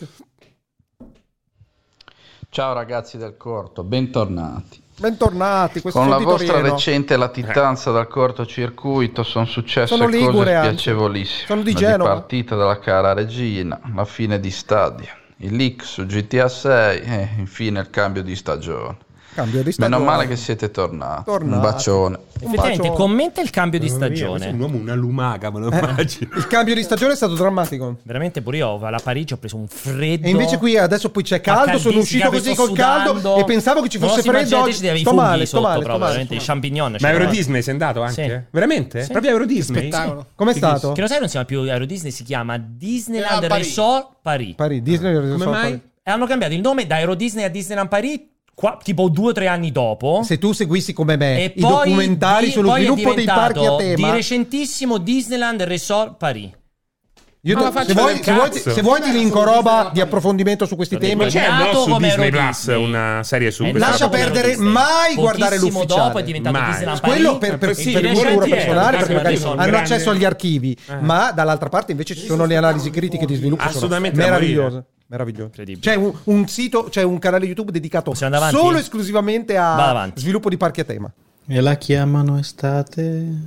[SPEAKER 5] Ciao ragazzi del corto, bentornati.
[SPEAKER 3] Bentornati, questo
[SPEAKER 5] Con la
[SPEAKER 3] sentitorieno.
[SPEAKER 5] vostra recente latitanza dal cortocircuito sono successe
[SPEAKER 3] Sono ligure,
[SPEAKER 5] cose
[SPEAKER 3] anzi.
[SPEAKER 5] spiacevolissime.
[SPEAKER 3] Sono di
[SPEAKER 5] la
[SPEAKER 3] Genova.
[SPEAKER 5] partita della cara regina, la fine di Stadia, il leak su GTA 6 e eh, infine il cambio di stagione.
[SPEAKER 3] Cambio di stagione.
[SPEAKER 5] Meno male che siete tornati.
[SPEAKER 3] Tornati.
[SPEAKER 5] Un bacione.
[SPEAKER 1] Effettivamente,
[SPEAKER 3] bacio.
[SPEAKER 1] commenta il cambio di
[SPEAKER 2] Mamma mia, questo è
[SPEAKER 1] stagione.
[SPEAKER 2] un uomo, una lumaca, me lo immagino.
[SPEAKER 3] Il cambio di stagione è stato drammatico.
[SPEAKER 1] Veramente pure io alla Parigi ho preso un freddo.
[SPEAKER 3] E invece qui adesso poi c'è caldo, sono
[SPEAKER 1] Caldissima,
[SPEAKER 3] uscito così
[SPEAKER 1] sto
[SPEAKER 3] col caldo
[SPEAKER 1] sudando.
[SPEAKER 3] e pensavo che ci
[SPEAKER 1] Non
[SPEAKER 3] fosse
[SPEAKER 1] si immagina,
[SPEAKER 3] freddo
[SPEAKER 1] te
[SPEAKER 3] oggi.
[SPEAKER 1] ci devi i
[SPEAKER 3] Sto
[SPEAKER 1] funghi
[SPEAKER 3] male, sto
[SPEAKER 1] sotto
[SPEAKER 3] male, sto
[SPEAKER 1] proprio,
[SPEAKER 3] male,
[SPEAKER 1] veramente,
[SPEAKER 3] sto
[SPEAKER 1] i champignon.
[SPEAKER 2] Ma
[SPEAKER 1] cioè,
[SPEAKER 2] Euro
[SPEAKER 1] no.
[SPEAKER 2] Disney sei andato anche?
[SPEAKER 1] Sì.
[SPEAKER 2] Veramente?
[SPEAKER 1] Sì.
[SPEAKER 2] Proprio Euro Disney?
[SPEAKER 3] Com'è stato?
[SPEAKER 1] Che non sai non si chiama più Euro Disney, si chiama Disneyland
[SPEAKER 9] Era a Parigi.
[SPEAKER 1] Resort Paris.
[SPEAKER 3] Parigi, Disney
[SPEAKER 1] Ah.
[SPEAKER 2] Ah, Come
[SPEAKER 3] Resort
[SPEAKER 2] mai?
[SPEAKER 3] Parigi.
[SPEAKER 1] E hanno cambiato il nome da Euro Disney a Disneyland Paris qua- tipo due o tre anni dopo.
[SPEAKER 3] Se tu seguissi come me
[SPEAKER 1] e
[SPEAKER 3] i
[SPEAKER 1] poi
[SPEAKER 3] documentari
[SPEAKER 1] di-
[SPEAKER 3] sullo
[SPEAKER 1] poi è
[SPEAKER 3] sviluppo dei parchi a
[SPEAKER 1] diventato Di
[SPEAKER 3] tema,
[SPEAKER 1] recentissimo Disneyland Resort Paris.
[SPEAKER 3] Io
[SPEAKER 2] Ma
[SPEAKER 3] te-
[SPEAKER 2] la faccia
[SPEAKER 3] se, vuoi,
[SPEAKER 2] del
[SPEAKER 3] se, vuoi,
[SPEAKER 2] cazzo.
[SPEAKER 3] se vuoi ti linko roba di approfondimento su questi temi.
[SPEAKER 2] Ma c'è
[SPEAKER 1] Nato
[SPEAKER 2] no, su
[SPEAKER 1] come Eh, Euro
[SPEAKER 2] Disney Plus
[SPEAKER 1] Disney.
[SPEAKER 2] una serie su
[SPEAKER 1] È
[SPEAKER 2] questa
[SPEAKER 3] lascia
[SPEAKER 1] nato
[SPEAKER 2] roba?
[SPEAKER 1] come
[SPEAKER 3] perdere
[SPEAKER 1] Euro Disney.
[SPEAKER 3] mai guardare
[SPEAKER 1] Pochissimo
[SPEAKER 3] l'ufficiale.
[SPEAKER 1] dopo è diventato
[SPEAKER 2] Mai.
[SPEAKER 1] Disneyland Paris.
[SPEAKER 3] quello per, per,
[SPEAKER 2] Eh,
[SPEAKER 1] Sì,
[SPEAKER 2] sì,
[SPEAKER 3] per
[SPEAKER 1] di
[SPEAKER 3] gusto
[SPEAKER 1] recente
[SPEAKER 3] personale
[SPEAKER 1] è,
[SPEAKER 3] perché
[SPEAKER 1] ma
[SPEAKER 3] magari
[SPEAKER 1] sono
[SPEAKER 3] hanno
[SPEAKER 1] grandi-
[SPEAKER 3] accesso agli archivi ma dall'altra parte invece ci sono le analisi critiche di sviluppo sono
[SPEAKER 2] Assolutamente da
[SPEAKER 3] meravigliose
[SPEAKER 2] morire.
[SPEAKER 3] meravigliose.
[SPEAKER 1] Incredibile.
[SPEAKER 3] c'è un, un sito c'è un canale youtube dedicato
[SPEAKER 1] Possiamo andare avanti?
[SPEAKER 3] solo e esclusivamente
[SPEAKER 1] Vado
[SPEAKER 3] a
[SPEAKER 1] avanti.
[SPEAKER 3] sviluppo di parchi a tema
[SPEAKER 10] E la chiamano estate.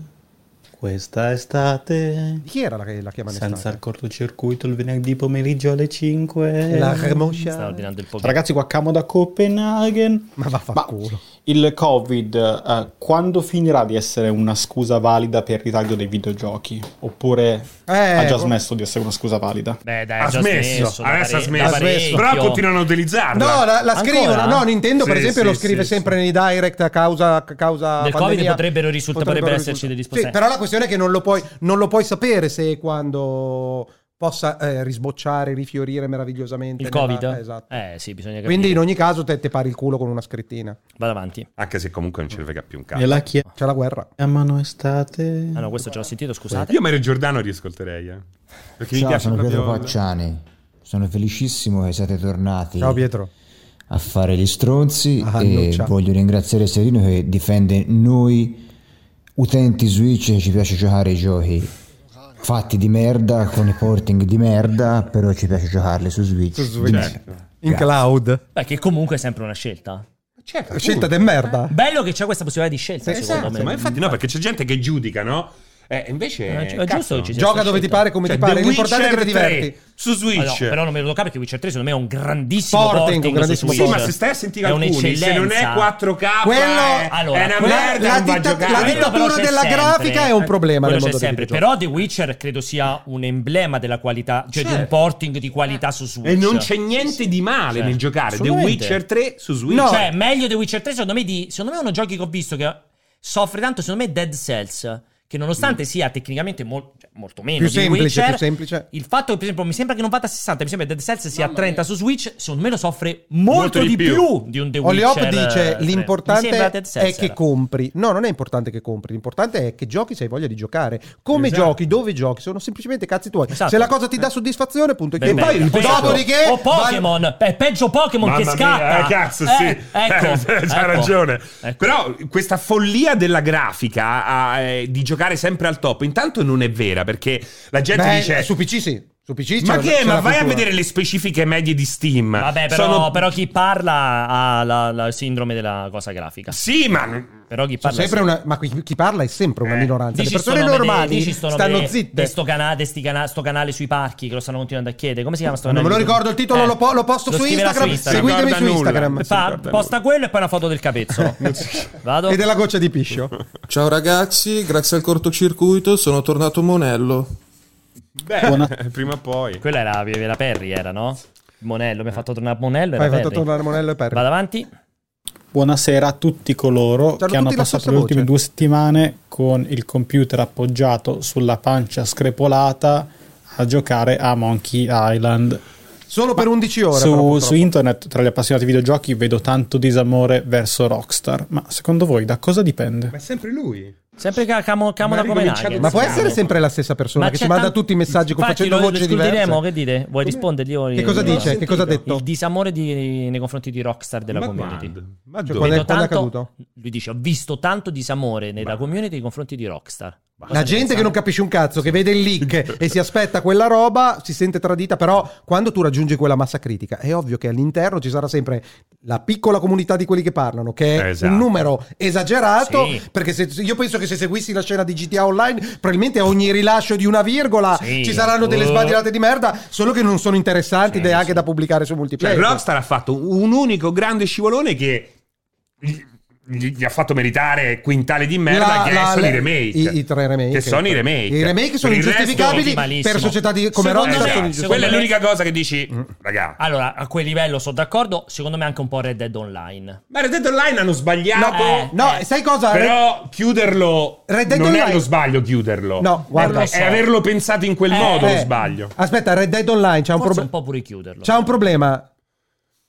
[SPEAKER 10] Questa estate.
[SPEAKER 3] di chi era la, la chiamano
[SPEAKER 10] Senza il
[SPEAKER 3] estate?
[SPEAKER 10] cortocircuito il venerdì pomeriggio alle 5. Eh,
[SPEAKER 3] la Remoscia
[SPEAKER 1] Stavo ordinando il pochino.
[SPEAKER 10] Ragazzi, qua camo da Copenaghen.
[SPEAKER 3] ma vaffanculo
[SPEAKER 10] il Covid eh, quando finirà di essere una scusa valida per il ritaglio dei videogiochi? Oppure
[SPEAKER 3] Eh,
[SPEAKER 10] ha già
[SPEAKER 3] oh.
[SPEAKER 10] smesso di essere una scusa valida?
[SPEAKER 1] Beh, dai,
[SPEAKER 2] Ha
[SPEAKER 1] già da
[SPEAKER 2] smesso, adesso ha
[SPEAKER 1] pare- da
[SPEAKER 2] smesso.
[SPEAKER 1] parecchio.
[SPEAKER 2] Però continuano a utilizzarla.
[SPEAKER 3] No, la, la
[SPEAKER 1] Ancora?
[SPEAKER 3] scrivono. No, Nintendo, per
[SPEAKER 2] Sì,
[SPEAKER 3] esempio,
[SPEAKER 2] sì,
[SPEAKER 3] lo scrive
[SPEAKER 2] sì,
[SPEAKER 3] sempre nei direct a causa. a causa
[SPEAKER 1] Del Covid
[SPEAKER 3] pandemia.
[SPEAKER 1] potrebbero risulta- potrebbero esserci dei
[SPEAKER 3] Sì,
[SPEAKER 1] dispossessi.
[SPEAKER 3] però la questione è che non lo puoi, non lo puoi sapere se e quando possa eh, risbocciare, rifiorire meravigliosamente.
[SPEAKER 1] Il
[SPEAKER 3] nella-
[SPEAKER 1] Covid?
[SPEAKER 3] eh, esatto.
[SPEAKER 1] Eh sì, bisogna capire.
[SPEAKER 3] Quindi in ogni caso te, te pari il culo con una scrittina.
[SPEAKER 1] Vado avanti.
[SPEAKER 2] Anche se comunque non ce ne frega più un
[SPEAKER 10] E
[SPEAKER 2] cazzo.
[SPEAKER 10] la chiamano
[SPEAKER 3] C'è la guerra.
[SPEAKER 10] estate?
[SPEAKER 1] Ah no, questo ce l'ho sentito, scusate.
[SPEAKER 2] Io Mario Giordano riascolterei, eh. Perché mi piace proprio...
[SPEAKER 9] Pacciani. Sono felicissimo che siate tornati
[SPEAKER 3] Ciao Pietro.
[SPEAKER 9] a fare gli stronzi
[SPEAKER 3] Ah,
[SPEAKER 9] e
[SPEAKER 3] annuncia.
[SPEAKER 9] voglio ringraziare Serino che difende noi utenti Switch che ci piace giocare ai giochi fatti di merda con i porting di merda, però ci piace giocarli su Switch.
[SPEAKER 3] Su Switch.
[SPEAKER 9] Di
[SPEAKER 2] Certo.
[SPEAKER 9] merda.
[SPEAKER 3] In
[SPEAKER 9] Grazie.
[SPEAKER 3] cloud.
[SPEAKER 1] Beh, che comunque è sempre una scelta.
[SPEAKER 2] Certo,
[SPEAKER 3] Scelta di merda.
[SPEAKER 1] Bello che c'è questa possibilità di scelta,
[SPEAKER 3] Sì,
[SPEAKER 1] secondo
[SPEAKER 2] Esatto,
[SPEAKER 1] me.
[SPEAKER 2] ma infatti no, perché c'è gente che giudica, no? Eh, invece...
[SPEAKER 1] Eh, è
[SPEAKER 2] cazzo.
[SPEAKER 1] giusto che ci sia
[SPEAKER 3] Gioca
[SPEAKER 1] questa
[SPEAKER 3] dove ti
[SPEAKER 1] scelta.
[SPEAKER 3] pare, come
[SPEAKER 2] Cioè,
[SPEAKER 3] ti pare.
[SPEAKER 2] The
[SPEAKER 3] L'importante è che ti
[SPEAKER 2] Witcher 3
[SPEAKER 3] diverti.
[SPEAKER 2] su
[SPEAKER 1] Ah,
[SPEAKER 2] Switch.
[SPEAKER 1] no, però non me lo tocca perché Witcher 3 secondo me è un grandissimo
[SPEAKER 3] Porting,
[SPEAKER 1] porting,
[SPEAKER 3] un grandissimo
[SPEAKER 1] su
[SPEAKER 2] Sì,
[SPEAKER 1] Switch.
[SPEAKER 2] ma se stai a sentire
[SPEAKER 1] È
[SPEAKER 2] alcuni, se non è
[SPEAKER 1] un'eccellenza.
[SPEAKER 2] 4K,
[SPEAKER 3] Quello-
[SPEAKER 2] è,
[SPEAKER 1] Allora,
[SPEAKER 2] è una
[SPEAKER 1] quella-
[SPEAKER 2] merda,
[SPEAKER 3] la
[SPEAKER 2] non va a
[SPEAKER 3] ditta-
[SPEAKER 2] giocare.
[SPEAKER 3] la
[SPEAKER 1] Quello
[SPEAKER 3] ditta-
[SPEAKER 1] però
[SPEAKER 3] dittatura
[SPEAKER 1] c'è
[SPEAKER 3] della
[SPEAKER 1] sempre.
[SPEAKER 3] grafica è un problema
[SPEAKER 1] Quello
[SPEAKER 3] nel mondo
[SPEAKER 1] c'è
[SPEAKER 3] dei
[SPEAKER 1] sempre.
[SPEAKER 3] videogiochi.
[SPEAKER 1] Però The Witcher credo sia un emblema della qualità, cioè di un
[SPEAKER 2] Certo.
[SPEAKER 1] porting di qualità su Switch.
[SPEAKER 2] E non c'è niente di male
[SPEAKER 1] Cioè,
[SPEAKER 2] nel giocare The
[SPEAKER 1] assolutamente.
[SPEAKER 2] Witcher 3 su Switch.
[SPEAKER 3] No.
[SPEAKER 1] Cioè, meglio The Witcher 3, secondo me, di, secondo me è uno giochi che ho visto che soffre tanto, secondo me, è Dead Cells. Che nonostante sia tecnicamente mol- cioè, molto meno
[SPEAKER 3] Mm. Più
[SPEAKER 1] di
[SPEAKER 3] semplice,
[SPEAKER 1] Witcher,
[SPEAKER 3] più semplice.
[SPEAKER 1] il fatto che, per esempio, mi sembra che non vada a 60, mi sembra che Dead Cells sia a 30 su Switch, secondo me lo soffre molto, di, più. di un The Witcher.
[SPEAKER 3] Oliop
[SPEAKER 1] eh,
[SPEAKER 3] dice
[SPEAKER 1] tre. Mi
[SPEAKER 3] l'importante
[SPEAKER 1] sembra Dead Cells
[SPEAKER 3] è che
[SPEAKER 1] era.
[SPEAKER 3] compri. No, non è importante che compri, l'importante è che giochi se hai voglia di giocare. Come
[SPEAKER 2] Esatto.
[SPEAKER 3] giochi, dove giochi, sono semplicemente cazzi tuoi.
[SPEAKER 1] Esatto.
[SPEAKER 3] Se la cosa ti dà soddisfazione, punto.
[SPEAKER 1] Beh,
[SPEAKER 3] e
[SPEAKER 1] beh,
[SPEAKER 3] poi,
[SPEAKER 1] beh,
[SPEAKER 3] dopodiché...
[SPEAKER 1] o Pokémon, pe- peggio Pokémon
[SPEAKER 2] Mamma
[SPEAKER 1] che
[SPEAKER 2] mia,
[SPEAKER 1] scatta.
[SPEAKER 2] eh, cazzo, sì.
[SPEAKER 1] Eh, ecco,
[SPEAKER 2] Eh, c'ha
[SPEAKER 1] ecco.
[SPEAKER 2] ragione.
[SPEAKER 1] Ecco.
[SPEAKER 2] Però questa follia della grafica ah, eh, di giocare sempre al top, intanto non è vera perché la gente
[SPEAKER 3] Beh, eh,
[SPEAKER 1] eh,
[SPEAKER 2] dice
[SPEAKER 3] su PC sì. Su PC c'è
[SPEAKER 2] Ma
[SPEAKER 3] la-
[SPEAKER 2] che?
[SPEAKER 3] c'è
[SPEAKER 2] Ma
[SPEAKER 3] la
[SPEAKER 2] vai a
[SPEAKER 3] cultura.
[SPEAKER 2] vedere le specifiche medie di Steam.
[SPEAKER 1] Vabbè, però,
[SPEAKER 2] Sono-
[SPEAKER 1] però chi parla ha la, la sindrome della cosa grafica.
[SPEAKER 2] Sì, ma
[SPEAKER 1] Però chi
[SPEAKER 3] Sono
[SPEAKER 1] parla
[SPEAKER 3] sempre
[SPEAKER 1] sì.
[SPEAKER 3] una- ma chi, chi parla è sempre una
[SPEAKER 2] Eh.
[SPEAKER 3] minoranza.
[SPEAKER 1] Dici
[SPEAKER 3] Le
[SPEAKER 1] sto
[SPEAKER 3] persone
[SPEAKER 1] nome de-
[SPEAKER 3] normali
[SPEAKER 1] dici sto nome
[SPEAKER 3] stanno
[SPEAKER 1] de-
[SPEAKER 3] zitte.
[SPEAKER 1] De sto, cana- de sti cana- sto canale sui parchi che lo stanno continuando a chiedere. Come si chiama sto
[SPEAKER 3] Non
[SPEAKER 1] canale?
[SPEAKER 3] me lo
[SPEAKER 1] di-
[SPEAKER 3] ricordo il titolo,
[SPEAKER 1] Eh,
[SPEAKER 3] lo, po- lo posto
[SPEAKER 1] lo
[SPEAKER 3] su
[SPEAKER 1] scriverà
[SPEAKER 3] Instagram. Seguitemi
[SPEAKER 2] Non
[SPEAKER 3] su
[SPEAKER 2] ricorda
[SPEAKER 3] Instagram.
[SPEAKER 2] nulla.
[SPEAKER 1] Fa-
[SPEAKER 2] Sì,
[SPEAKER 1] posta quello e poi una foto del capezzo. Vado. Eh,
[SPEAKER 3] E della goccia di piscio.
[SPEAKER 9] Ciao ragazzi, grazie al cortocircuito sono tornato monello.
[SPEAKER 2] beh,
[SPEAKER 10] Buona-
[SPEAKER 2] prima o poi.
[SPEAKER 1] Quella era la Perry, era no? Monello, mi ha fatto tornare a Monello. Era
[SPEAKER 3] Hai fatto
[SPEAKER 1] Perry.
[SPEAKER 3] tornare Monello e Perry.
[SPEAKER 1] Vado avanti.
[SPEAKER 10] Buonasera a tutti coloro
[SPEAKER 3] C'hanno
[SPEAKER 10] che hanno
[SPEAKER 3] tutti la
[SPEAKER 10] passato
[SPEAKER 3] stessa
[SPEAKER 10] le ultime
[SPEAKER 3] voce.
[SPEAKER 10] due settimane con il computer appoggiato sulla pancia screpolata a giocare a Monkey Island.
[SPEAKER 3] Solo per 11 ore. però,
[SPEAKER 10] Su,
[SPEAKER 3] purtroppo.
[SPEAKER 10] su internet, tra gli appassionati di videogiochi, vedo tanto disamore verso Rockstar. Ma secondo voi da cosa dipende?
[SPEAKER 2] Ma è sempre lui.
[SPEAKER 1] Sempre ca- camo, camo
[SPEAKER 2] Ma
[SPEAKER 1] da come
[SPEAKER 2] ricominciato
[SPEAKER 3] Ma può essere sempre la stessa persona che ci manda tutti i messaggi con facendo voce
[SPEAKER 1] diremo,
[SPEAKER 3] diverse.
[SPEAKER 1] Che dite? Vuoi rispondergli? o-
[SPEAKER 3] Che cosa
[SPEAKER 1] no?
[SPEAKER 3] dice? Che cosa ha detto?
[SPEAKER 1] Il disamore di- nei confronti di Rockstar della
[SPEAKER 2] ma
[SPEAKER 1] community.
[SPEAKER 2] quando? Ma
[SPEAKER 3] Cioè,
[SPEAKER 2] dove?
[SPEAKER 3] quando è-
[SPEAKER 1] Vedo tanto-
[SPEAKER 3] accaduto?
[SPEAKER 1] Lui dice: Ho visto tanto disamore nella community nei confronti di Rockstar. Cosa
[SPEAKER 3] La
[SPEAKER 1] ne
[SPEAKER 3] gente
[SPEAKER 1] pensate?
[SPEAKER 3] che non capisce un cazzo, che vede il leak e si aspetta quella roba, si sente tradita, però quando tu raggiungi quella massa critica è ovvio che all'interno ci sarà sempre la piccola comunità di quelli che parlano, che è
[SPEAKER 2] Esatto.
[SPEAKER 3] un numero esagerato,
[SPEAKER 1] Sì.
[SPEAKER 3] perché se- io penso che se seguissi la scena di GTA Online, probabilmente a ogni rilascio di una virgola
[SPEAKER 1] Sì.
[SPEAKER 3] ci saranno delle
[SPEAKER 1] Uh.
[SPEAKER 3] sbadigliate di merda, solo che non sono interessanti
[SPEAKER 1] Sì,
[SPEAKER 3] neanche
[SPEAKER 1] sì.
[SPEAKER 3] da pubblicare su
[SPEAKER 2] Cioè,
[SPEAKER 3] multiplayer.
[SPEAKER 2] Rockstar ha fatto un unico grande scivolone che gli, gli- gli ha fatto meritare quintale di merda
[SPEAKER 3] La-
[SPEAKER 2] che
[SPEAKER 3] la-
[SPEAKER 2] sono
[SPEAKER 3] le-
[SPEAKER 2] i remake.
[SPEAKER 3] i- i tre remake. ecco.
[SPEAKER 2] Che sono i remake.
[SPEAKER 3] I remake sono
[SPEAKER 2] Per il resto- Esatto.
[SPEAKER 3] ingiustificabili
[SPEAKER 1] malissimo.
[SPEAKER 3] per società di- come
[SPEAKER 1] Secondo
[SPEAKER 3] Rockstar
[SPEAKER 1] me-
[SPEAKER 3] sono
[SPEAKER 1] secondo
[SPEAKER 2] Quella è
[SPEAKER 3] ingiustificabili.
[SPEAKER 1] me-
[SPEAKER 2] l'unica cosa che dici, "Mm, raga.
[SPEAKER 1] Allora, a quel livello sono d'accordo. Secondo me anche un po' Red Dead Online.
[SPEAKER 2] Ma Red Dead Online hanno sbagliato.
[SPEAKER 1] Eh,
[SPEAKER 3] No,
[SPEAKER 1] Eh.
[SPEAKER 3] sai cosa?
[SPEAKER 2] Però chiuderlo
[SPEAKER 3] Red Dead
[SPEAKER 2] non
[SPEAKER 3] Online-
[SPEAKER 2] è lo sbaglio chiuderlo.
[SPEAKER 3] No, guarda.
[SPEAKER 2] è, è averlo pensato in quel
[SPEAKER 1] Eh,
[SPEAKER 2] modo
[SPEAKER 3] Eh,
[SPEAKER 2] lo sbaglio.
[SPEAKER 3] Aspetta, Red Dead Online c'ha un,
[SPEAKER 1] Forse
[SPEAKER 3] proble-
[SPEAKER 1] un po' pure chiuderlo.
[SPEAKER 3] c'ha un problema.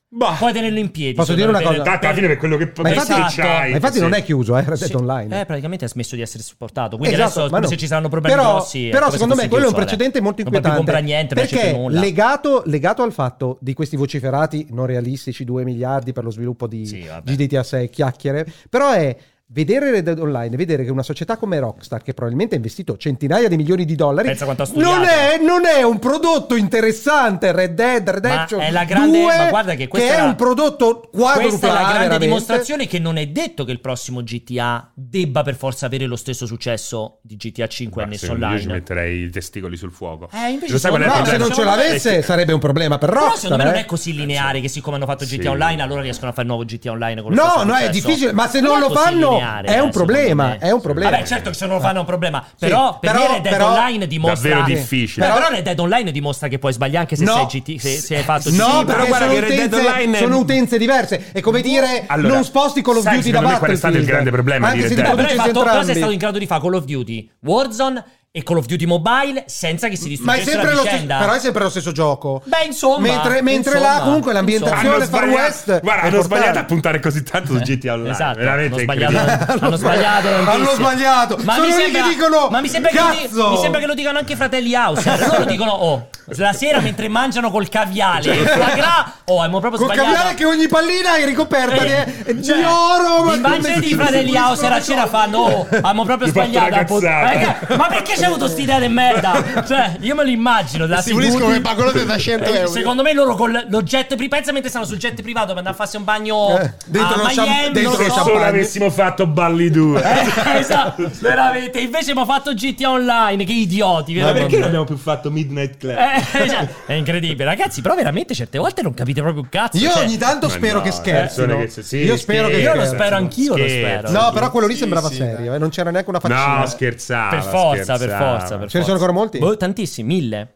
[SPEAKER 2] Bah,
[SPEAKER 1] Puoi tenerlo in piedi.
[SPEAKER 3] Posso
[SPEAKER 1] secondo
[SPEAKER 3] dire
[SPEAKER 1] me,
[SPEAKER 3] una cosa?
[SPEAKER 2] tanto Boh, alla fine per quello che
[SPEAKER 3] Ma infatti,
[SPEAKER 2] che c'hai,
[SPEAKER 3] ma infatti
[SPEAKER 2] sì.
[SPEAKER 3] non è chiuso, eh, Red Dead
[SPEAKER 1] Sì.
[SPEAKER 3] Online.
[SPEAKER 1] Eh, praticamente ha smesso di essere supportato. Quindi
[SPEAKER 3] Esatto,
[SPEAKER 1] adesso
[SPEAKER 3] ma no.
[SPEAKER 1] se ci saranno problemi
[SPEAKER 3] però,
[SPEAKER 1] grossi. è
[SPEAKER 3] Però
[SPEAKER 1] come se
[SPEAKER 3] secondo me
[SPEAKER 1] fosse
[SPEAKER 3] quello è un
[SPEAKER 1] chiuso, eh.
[SPEAKER 3] precedente molto
[SPEAKER 1] Non
[SPEAKER 3] inquietante.
[SPEAKER 1] puoi più comprare niente, non c'è più
[SPEAKER 3] perché
[SPEAKER 1] nulla.
[SPEAKER 3] legato, legato al fatto di questi vociferati non realistici 2 miliardi per lo sviluppo di
[SPEAKER 1] Sì, vabbè.
[SPEAKER 3] GDTA 6 chiacchiere, però è Vedere Red Dead Online, e vedere che una società come Rockstar, che probabilmente ha investito centinaia di milioni di dollari,
[SPEAKER 1] Pensa quanto ha studiato.
[SPEAKER 3] non è, non è un prodotto interessante. Red Dead Redemption
[SPEAKER 1] Ma è la grande-
[SPEAKER 3] 2,
[SPEAKER 1] ma guarda che questa
[SPEAKER 3] è
[SPEAKER 1] è la-
[SPEAKER 3] un prodotto quadrupla
[SPEAKER 1] Questa è la grande
[SPEAKER 3] veramente.
[SPEAKER 1] dimostrazione che non è detto che il prossimo GTA debba per forza avere lo stesso successo di GTA 5
[SPEAKER 2] Ma
[SPEAKER 1] annesso
[SPEAKER 2] secondo me Io ci
[SPEAKER 1] online.
[SPEAKER 2] metterei i testicoli sul fuoco.
[SPEAKER 1] Eh, invece
[SPEAKER 2] Lo sai
[SPEAKER 1] secondo
[SPEAKER 2] qual è il
[SPEAKER 1] me-
[SPEAKER 3] No, se
[SPEAKER 2] problema?
[SPEAKER 3] non ce l'avesse sarebbe un problema per
[SPEAKER 1] Però
[SPEAKER 3] Rockstar.
[SPEAKER 1] secondo me non
[SPEAKER 3] eh.
[SPEAKER 1] è così lineare che siccome hanno fatto GTA
[SPEAKER 2] Sì.
[SPEAKER 1] Online allora riescono a fare il nuovo GTA Online con lo
[SPEAKER 3] No,
[SPEAKER 1] stesso
[SPEAKER 3] no, è
[SPEAKER 1] successo.
[SPEAKER 3] difficile, ma se non,
[SPEAKER 1] è
[SPEAKER 3] lo
[SPEAKER 1] così
[SPEAKER 3] fanno
[SPEAKER 1] lineare,
[SPEAKER 3] è
[SPEAKER 1] eh,
[SPEAKER 3] un
[SPEAKER 1] secondo
[SPEAKER 3] problema,
[SPEAKER 1] me.
[SPEAKER 3] è un problema.
[SPEAKER 1] Vabbè, certo che se non lo fanno è un problema, però per
[SPEAKER 3] però-
[SPEAKER 1] me Red Dead
[SPEAKER 3] però-
[SPEAKER 1] Online dimostra
[SPEAKER 2] Davvero difficile.
[SPEAKER 1] Beh,
[SPEAKER 3] Però-
[SPEAKER 1] però Red Dead Online dimostra che puoi sbagliare anche se
[SPEAKER 3] No.
[SPEAKER 1] sei GT, se, se hai fatto
[SPEAKER 3] No,
[SPEAKER 1] GTA.
[SPEAKER 2] Sì, però
[SPEAKER 3] perché
[SPEAKER 2] guarda
[SPEAKER 3] sono,
[SPEAKER 2] che Red Dead
[SPEAKER 3] utenze,
[SPEAKER 2] Online-
[SPEAKER 3] sono utenze diverse. È come dire
[SPEAKER 2] Allora,
[SPEAKER 3] non sposti Call of
[SPEAKER 2] sai,
[SPEAKER 3] Duty da
[SPEAKER 2] secondo
[SPEAKER 3] Battlefield.
[SPEAKER 2] me qual è stato il grande problema
[SPEAKER 3] Anche
[SPEAKER 2] di
[SPEAKER 3] se
[SPEAKER 2] Red
[SPEAKER 3] li
[SPEAKER 2] Dead?
[SPEAKER 1] Però, hai
[SPEAKER 3] produci
[SPEAKER 1] fatto, però sei
[SPEAKER 3] entrambi.
[SPEAKER 1] stato in grado di fare Call of Duty, Warzone e Call of Duty Mobile senza che si
[SPEAKER 3] Ma è
[SPEAKER 1] distruggesse
[SPEAKER 3] sempre
[SPEAKER 1] la
[SPEAKER 3] lo stesso,
[SPEAKER 1] vicenda.
[SPEAKER 3] però è sempre lo stesso gioco.
[SPEAKER 1] Beh, insomma,
[SPEAKER 3] mentre mentre
[SPEAKER 1] insomma,
[SPEAKER 3] là comunque
[SPEAKER 1] insomma.
[SPEAKER 3] l'ambientazione
[SPEAKER 2] Hanno
[SPEAKER 3] Far
[SPEAKER 2] sbagliato-
[SPEAKER 3] West
[SPEAKER 2] Guarda,
[SPEAKER 3] è
[SPEAKER 2] hanno sbagliato a
[SPEAKER 3] portata.
[SPEAKER 2] puntare così tanto su GTA Online.
[SPEAKER 1] Esatto,
[SPEAKER 2] veramente
[SPEAKER 1] hanno
[SPEAKER 2] incredibile.
[SPEAKER 1] sbagliato, hanno sbagliato
[SPEAKER 3] Hanno
[SPEAKER 1] tantissimo.
[SPEAKER 3] sbagliato.
[SPEAKER 1] Ma
[SPEAKER 3] sono
[SPEAKER 1] mi
[SPEAKER 3] lì
[SPEAKER 1] sembra,
[SPEAKER 3] che dicono
[SPEAKER 1] ma mi sembra, che
[SPEAKER 3] cazzo.
[SPEAKER 1] lo, mi sembra che lo dicano anche i fratelli House. Loro dicono, oh, la sera mentre mangiano col caviale, la gra... Oh, abbiamo proprio
[SPEAKER 3] Cioè, Col
[SPEAKER 1] sbagliato.
[SPEAKER 3] caviale che ogni pallina è ricoperta di- di,
[SPEAKER 1] Cioè,
[SPEAKER 3] oro. ma
[SPEAKER 1] I mangiati i
[SPEAKER 3] come-
[SPEAKER 1] fratelli House la cena fanno, oh, abbiamo proprio
[SPEAKER 2] Gli ho fatto
[SPEAKER 1] sbagliato.
[SPEAKER 2] una
[SPEAKER 1] a pot-
[SPEAKER 2] cazzata.
[SPEAKER 1] Eh, Ma perché c'è avuto st'idea di merda? Cioè, io me lo immagino. La
[SPEAKER 11] Si puliscono
[SPEAKER 1] seduti-
[SPEAKER 11] le pagolote da 100
[SPEAKER 1] eh,
[SPEAKER 11] euro.
[SPEAKER 1] Secondo me loro con l- l'oggetto pri- pensa mentre stanno sul jet privato per andare a farsi un bagno
[SPEAKER 3] Eh, dentro
[SPEAKER 1] a
[SPEAKER 3] lo
[SPEAKER 1] Miami,
[SPEAKER 3] champ- dentro
[SPEAKER 1] non
[SPEAKER 3] lo
[SPEAKER 1] so.
[SPEAKER 2] Se solo avessimo fatto Balli 2.
[SPEAKER 1] Eh, esatto, veramente. Invece mi ha fatto GTA Online, che idioti.
[SPEAKER 2] Ma
[SPEAKER 1] veramente.
[SPEAKER 2] perché non abbiamo più fatto Midnight Club?
[SPEAKER 1] Eh, cioè, è incredibile, ragazzi. Però veramente certe volte non capite proprio un cazzo.
[SPEAKER 3] Io
[SPEAKER 1] cioè,
[SPEAKER 3] ogni tanto
[SPEAKER 2] Ma
[SPEAKER 3] spero
[SPEAKER 2] no, eh,
[SPEAKER 3] che scherzino.
[SPEAKER 2] persone che- sì,
[SPEAKER 3] Io spero che
[SPEAKER 2] scherzo.
[SPEAKER 1] io lo
[SPEAKER 3] scherzino.
[SPEAKER 1] spero anch'io, lo
[SPEAKER 2] Scherzo.
[SPEAKER 1] spero.
[SPEAKER 3] No, però quello lì
[SPEAKER 11] Sì,
[SPEAKER 3] sembrava
[SPEAKER 11] sì,
[SPEAKER 3] serio,
[SPEAKER 11] dai.
[SPEAKER 3] eh, non c'era neanche una faccina.
[SPEAKER 2] No, scherzava.
[SPEAKER 1] per forza, per
[SPEAKER 2] scherzava.
[SPEAKER 1] forza, per
[SPEAKER 3] Ah, Ce ne sono
[SPEAKER 1] forza.
[SPEAKER 3] ancora molti?
[SPEAKER 1] Boh, tantissimi, mille.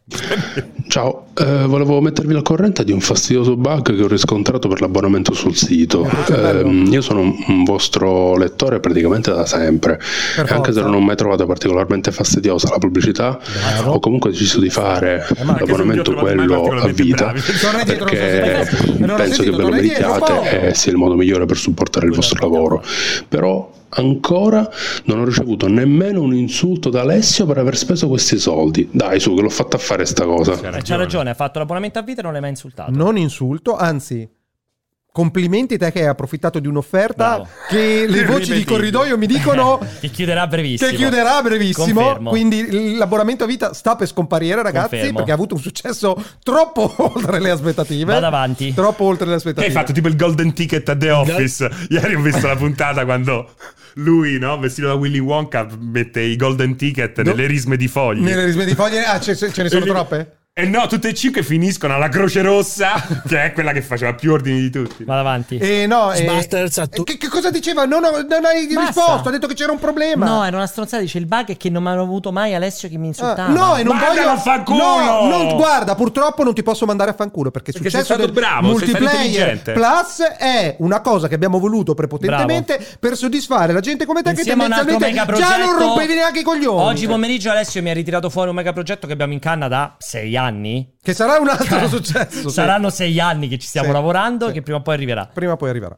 [SPEAKER 12] Ciao, eh, volevo mettervi al corrente di un fastidioso bug che ho riscontrato per l'abbonamento sul sito. Ehm, io sono un, un vostro lettore praticamente da sempre e anche se non ho mai trovato particolarmente fastidiosa la pubblicità, ho comunque deciso di fare
[SPEAKER 2] anche se non ti ho
[SPEAKER 12] l'abbonamento
[SPEAKER 2] trovato mai
[SPEAKER 12] quello a
[SPEAKER 2] particolarmente
[SPEAKER 12] vita
[SPEAKER 2] bravi.
[SPEAKER 3] Torna indietro, non so se
[SPEAKER 12] perché
[SPEAKER 3] stai- non ho
[SPEAKER 12] penso che ve lo
[SPEAKER 3] sentito,
[SPEAKER 12] eh,
[SPEAKER 3] torna indietro,
[SPEAKER 12] meritiate
[SPEAKER 3] Paolo.
[SPEAKER 12] e sia il modo migliore per supportare il vostro lavoro. Però ancora non ho ricevuto nemmeno un insulto da Alessio per aver speso questi soldi. Dai su, che l'ho fatta fare sta cosa.
[SPEAKER 1] Eh, C'ha ragione, ha fatto l'abbonamento a vita e non l'hai mai insultato.
[SPEAKER 3] Non insulto, anzi, complimenti te che hai approfittato di un'offerta
[SPEAKER 1] Bravo.
[SPEAKER 3] che le voci di
[SPEAKER 2] Irripetibile.
[SPEAKER 3] corridoio mi dicono
[SPEAKER 1] che chiuderà brevissimo.
[SPEAKER 3] che chiuderà a brevissimo.
[SPEAKER 1] Confermo.
[SPEAKER 3] Quindi l'abbonamento a vita sta per scomparire, ragazzi,
[SPEAKER 1] Confermo.
[SPEAKER 3] perché ha avuto un successo troppo oltre le aspettative.
[SPEAKER 1] Vado avanti.
[SPEAKER 3] Troppo oltre le
[SPEAKER 2] Che hai
[SPEAKER 3] aspettative.
[SPEAKER 2] fatto tipo il golden ticket a The Office. Ieri ho visto la puntata quando lui, no, vestito da Willy Wonka, mette i golden ticket nelle risme di foglie.
[SPEAKER 3] Nelle risme di foglie, ah, ce, ce- ce ne sono
[SPEAKER 2] E li-
[SPEAKER 3] troppe?
[SPEAKER 2] E no, tutte e cinque finiscono alla Croce Rossa, che è quella che faceva più ordini di tutti.
[SPEAKER 1] Vado avanti.
[SPEAKER 3] E no, eh,
[SPEAKER 11] Sbasters a
[SPEAKER 3] eh,
[SPEAKER 11] tu-
[SPEAKER 3] che, che cosa diceva? Non, ho- non hai
[SPEAKER 1] Basta.
[SPEAKER 3] risposto, ha detto che c'era un problema.
[SPEAKER 1] No, era una stronzata. Dice il bug è che non mi hanno avuto mai Alessio che mi insultava.
[SPEAKER 3] Ah, no, e non
[SPEAKER 2] Mandalo
[SPEAKER 3] voglio.
[SPEAKER 2] a fanculo!
[SPEAKER 3] No, non, guarda, purtroppo non ti posso mandare a fanculo perché,
[SPEAKER 2] Perché
[SPEAKER 3] il successo
[SPEAKER 2] sei stato
[SPEAKER 3] del
[SPEAKER 2] bravo, sei stato
[SPEAKER 3] multiplayer
[SPEAKER 2] intelligente.
[SPEAKER 3] plus è una cosa che abbiamo voluto prepotentemente per soddisfare la gente come te
[SPEAKER 1] Insieme a
[SPEAKER 3] che
[SPEAKER 1] un altro mega
[SPEAKER 3] tendenzialmente già
[SPEAKER 1] progetto.
[SPEAKER 3] non rompevi neanche i coglioni.
[SPEAKER 1] Oggi pomeriggio Alessio mi ha ritirato fuori un mega progetto che abbiamo in canna da sei anni.
[SPEAKER 3] che sarà un altro successo. sì.
[SPEAKER 1] Cioè, Saranno sei anni che ci stiamo
[SPEAKER 3] Sì,
[SPEAKER 1] lavorando,
[SPEAKER 3] sì.
[SPEAKER 1] che prima o poi arriverà.
[SPEAKER 3] Prima o poi arriverà.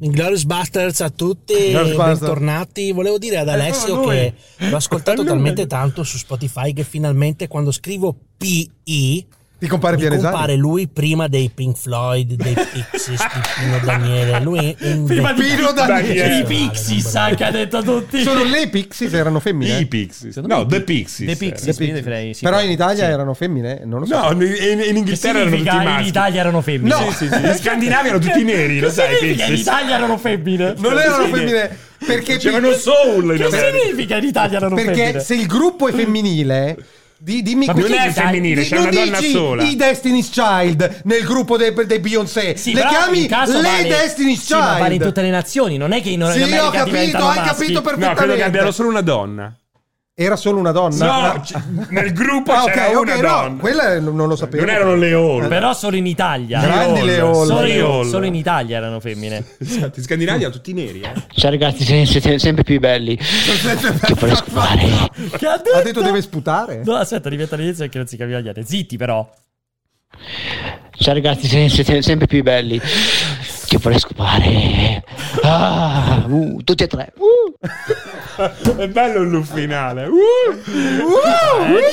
[SPEAKER 11] Inglorious Basterds a tutti,
[SPEAKER 3] Inglourious Basterds. Eh,
[SPEAKER 11] bentornati. Volevo dire ad
[SPEAKER 2] solo
[SPEAKER 11] Alessio
[SPEAKER 2] lui.
[SPEAKER 11] che l'ho ascoltato
[SPEAKER 2] Lui.
[SPEAKER 11] talmente tanto su Spotify che finalmente quando scrivo PI
[SPEAKER 3] Ti compare
[SPEAKER 11] mi
[SPEAKER 3] Pianesani.
[SPEAKER 11] compare lui prima dei Pink Floyd, dei Pixies, di Pino Daniele. Lui è in
[SPEAKER 1] Prima di
[SPEAKER 3] Pino Daniele.
[SPEAKER 1] I Pixies, sa che ha detto tutti.
[SPEAKER 3] Sono le Pixies erano femmine.
[SPEAKER 2] I Pixies.
[SPEAKER 1] eh, Secondo
[SPEAKER 2] No,
[SPEAKER 1] me-
[SPEAKER 2] The Pixies.
[SPEAKER 1] The Pixies.
[SPEAKER 3] Pixies.
[SPEAKER 1] io direi sì.
[SPEAKER 3] Però in Italia
[SPEAKER 1] Sì.
[SPEAKER 3] erano femmine, non lo so.
[SPEAKER 2] No, in, in- in
[SPEAKER 1] Che
[SPEAKER 2] Inghilterra erano tutti
[SPEAKER 1] significa in
[SPEAKER 2] maschi.
[SPEAKER 1] Italia erano femmine?
[SPEAKER 3] No.
[SPEAKER 2] Sì, sì, sì. Gli scandinavi erano tutti neri, lo
[SPEAKER 1] Che
[SPEAKER 2] sai,
[SPEAKER 1] significa in
[SPEAKER 2] Pixies.
[SPEAKER 1] Italia erano femmine?
[SPEAKER 3] Non erano
[SPEAKER 2] Sì.
[SPEAKER 3] femmine perché
[SPEAKER 2] C'erano soul in
[SPEAKER 1] Che
[SPEAKER 2] America.
[SPEAKER 1] significa in Italia erano
[SPEAKER 3] Perché
[SPEAKER 1] femmine?
[SPEAKER 3] se il gruppo è femminile, di- dimmi
[SPEAKER 2] Ma
[SPEAKER 3] qui-
[SPEAKER 2] non è
[SPEAKER 3] di-
[SPEAKER 2] femminile,
[SPEAKER 3] di-
[SPEAKER 2] c'è
[SPEAKER 3] non
[SPEAKER 2] una donna
[SPEAKER 3] dici
[SPEAKER 2] sola.
[SPEAKER 3] I Destiny's Child nel gruppo dei, dei Beyoncé.
[SPEAKER 1] Sì,
[SPEAKER 3] le
[SPEAKER 1] però
[SPEAKER 3] chiami
[SPEAKER 1] in caso
[SPEAKER 3] le
[SPEAKER 1] vale-
[SPEAKER 3] Destiny's
[SPEAKER 1] sì,
[SPEAKER 3] Child.
[SPEAKER 1] ma vale in tutte le nazioni, non è che in, in
[SPEAKER 3] Sì,
[SPEAKER 1] America
[SPEAKER 3] ho capito,
[SPEAKER 1] diventano
[SPEAKER 3] hai
[SPEAKER 1] maschi.
[SPEAKER 3] capito perfettamente.
[SPEAKER 2] No, credo che abbiano solo una donna.
[SPEAKER 3] Era solo una donna.
[SPEAKER 2] No,
[SPEAKER 3] Ah,
[SPEAKER 2] c- nel gruppo
[SPEAKER 3] ah,
[SPEAKER 2] c'era
[SPEAKER 3] ok,
[SPEAKER 2] una
[SPEAKER 3] ok, no,
[SPEAKER 2] donna.
[SPEAKER 3] quella non lo sapevo.
[SPEAKER 2] Non erano le all.
[SPEAKER 1] Però solo in Italia.
[SPEAKER 3] Grandi le all.
[SPEAKER 1] Solo,
[SPEAKER 2] Le all.
[SPEAKER 1] solo in Italia erano femmine.
[SPEAKER 2] Esatto, in Scandinavia tutti neri, eh.
[SPEAKER 13] Ciao ragazzi, siete, siete sempre più belli. Che voglio scopare.
[SPEAKER 1] Che ha detto?
[SPEAKER 3] Ha detto deve sputare.
[SPEAKER 1] No, aspetta, ripeta all'inizio perché non si capiva niente. Zitti però.
[SPEAKER 13] Ciao ragazzi, siete, siete sempre più belli. Che vorrei scopare. Ah, uh, tutti e tre. Uh.
[SPEAKER 2] È bello il loop finale. Uh,
[SPEAKER 3] Ah,
[SPEAKER 2] uh,
[SPEAKER 1] Eh,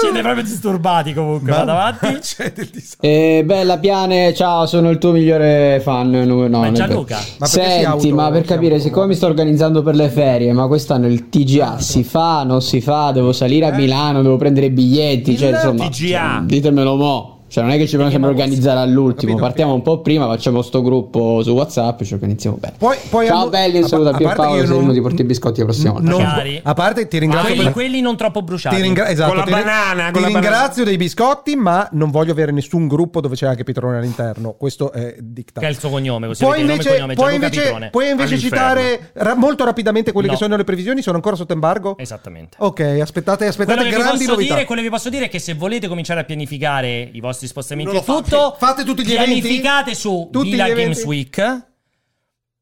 [SPEAKER 1] Siete proprio disturbati comunque. Vado avanti.
[SPEAKER 3] Cioè,
[SPEAKER 14] Eh, bella Piane, ciao, sono il tuo migliore fan eh, numero 9.
[SPEAKER 1] Gianluca. Ma perché si
[SPEAKER 14] Senti,
[SPEAKER 1] auto-
[SPEAKER 14] ma per capire, siccome mi sto organizzando per le ferie, ma quest'anno il TGA si fa, non si fa, devo salire a Milano, devo prendere i biglietti, cioè
[SPEAKER 1] Il
[SPEAKER 14] insomma,
[SPEAKER 1] TGA.
[SPEAKER 14] cioè, ditemelo mo. Cioè, non è che ci possiamo organizzare all'ultimo,
[SPEAKER 3] Capito?
[SPEAKER 14] partiamo un po' prima, facciamo sto gruppo su WhatsApp, ci organizziamo bene.
[SPEAKER 3] Poi, poi
[SPEAKER 14] ciao
[SPEAKER 3] allo-
[SPEAKER 14] belli, un
[SPEAKER 3] a-
[SPEAKER 14] saluto
[SPEAKER 3] a
[SPEAKER 14] a
[SPEAKER 3] parte che io
[SPEAKER 14] Pierpaolo,
[SPEAKER 3] non-
[SPEAKER 14] Serino ti porti i biscotti la prossima volta.
[SPEAKER 3] non-
[SPEAKER 14] Ciao.
[SPEAKER 3] a parte ti ringrazio
[SPEAKER 1] Quelli,
[SPEAKER 3] per-
[SPEAKER 1] quelli non troppo bruciati.
[SPEAKER 3] Ti ringra- esatto,
[SPEAKER 1] Con la
[SPEAKER 3] ti ri-
[SPEAKER 1] banana.
[SPEAKER 3] ti
[SPEAKER 1] con la banana.
[SPEAKER 3] ringrazio dei biscotti, ma non voglio avere nessun gruppo dove c'è anche Pitrone all'interno. Questo è dictato.
[SPEAKER 1] Che è il suo cognome. così
[SPEAKER 3] Puoi
[SPEAKER 1] vedete il
[SPEAKER 3] invece,
[SPEAKER 1] nome e cognome,
[SPEAKER 3] puoi
[SPEAKER 1] Gianluca
[SPEAKER 3] invece,
[SPEAKER 1] Pitrone.
[SPEAKER 3] puoi invece
[SPEAKER 1] All'inferno.
[SPEAKER 3] citare ra- molto rapidamente quelle
[SPEAKER 1] No.
[SPEAKER 3] che sono le previsioni? Sono ancora sotto embargo?
[SPEAKER 1] Esattamente.
[SPEAKER 3] Ok, aspettate,
[SPEAKER 1] Quello
[SPEAKER 3] aspettate
[SPEAKER 1] che, vi
[SPEAKER 3] grandi
[SPEAKER 1] posso
[SPEAKER 3] novità.
[SPEAKER 1] dire, quello che vi posso dire è che se volete cominciare a pianificare i vostri spostamenti
[SPEAKER 3] Non
[SPEAKER 1] e
[SPEAKER 3] lo fate.
[SPEAKER 1] tutto,
[SPEAKER 3] Fate tutti gli eventi?
[SPEAKER 1] pianificate su
[SPEAKER 3] Tutti gli
[SPEAKER 1] Villa
[SPEAKER 3] eventi?
[SPEAKER 1] Games Week.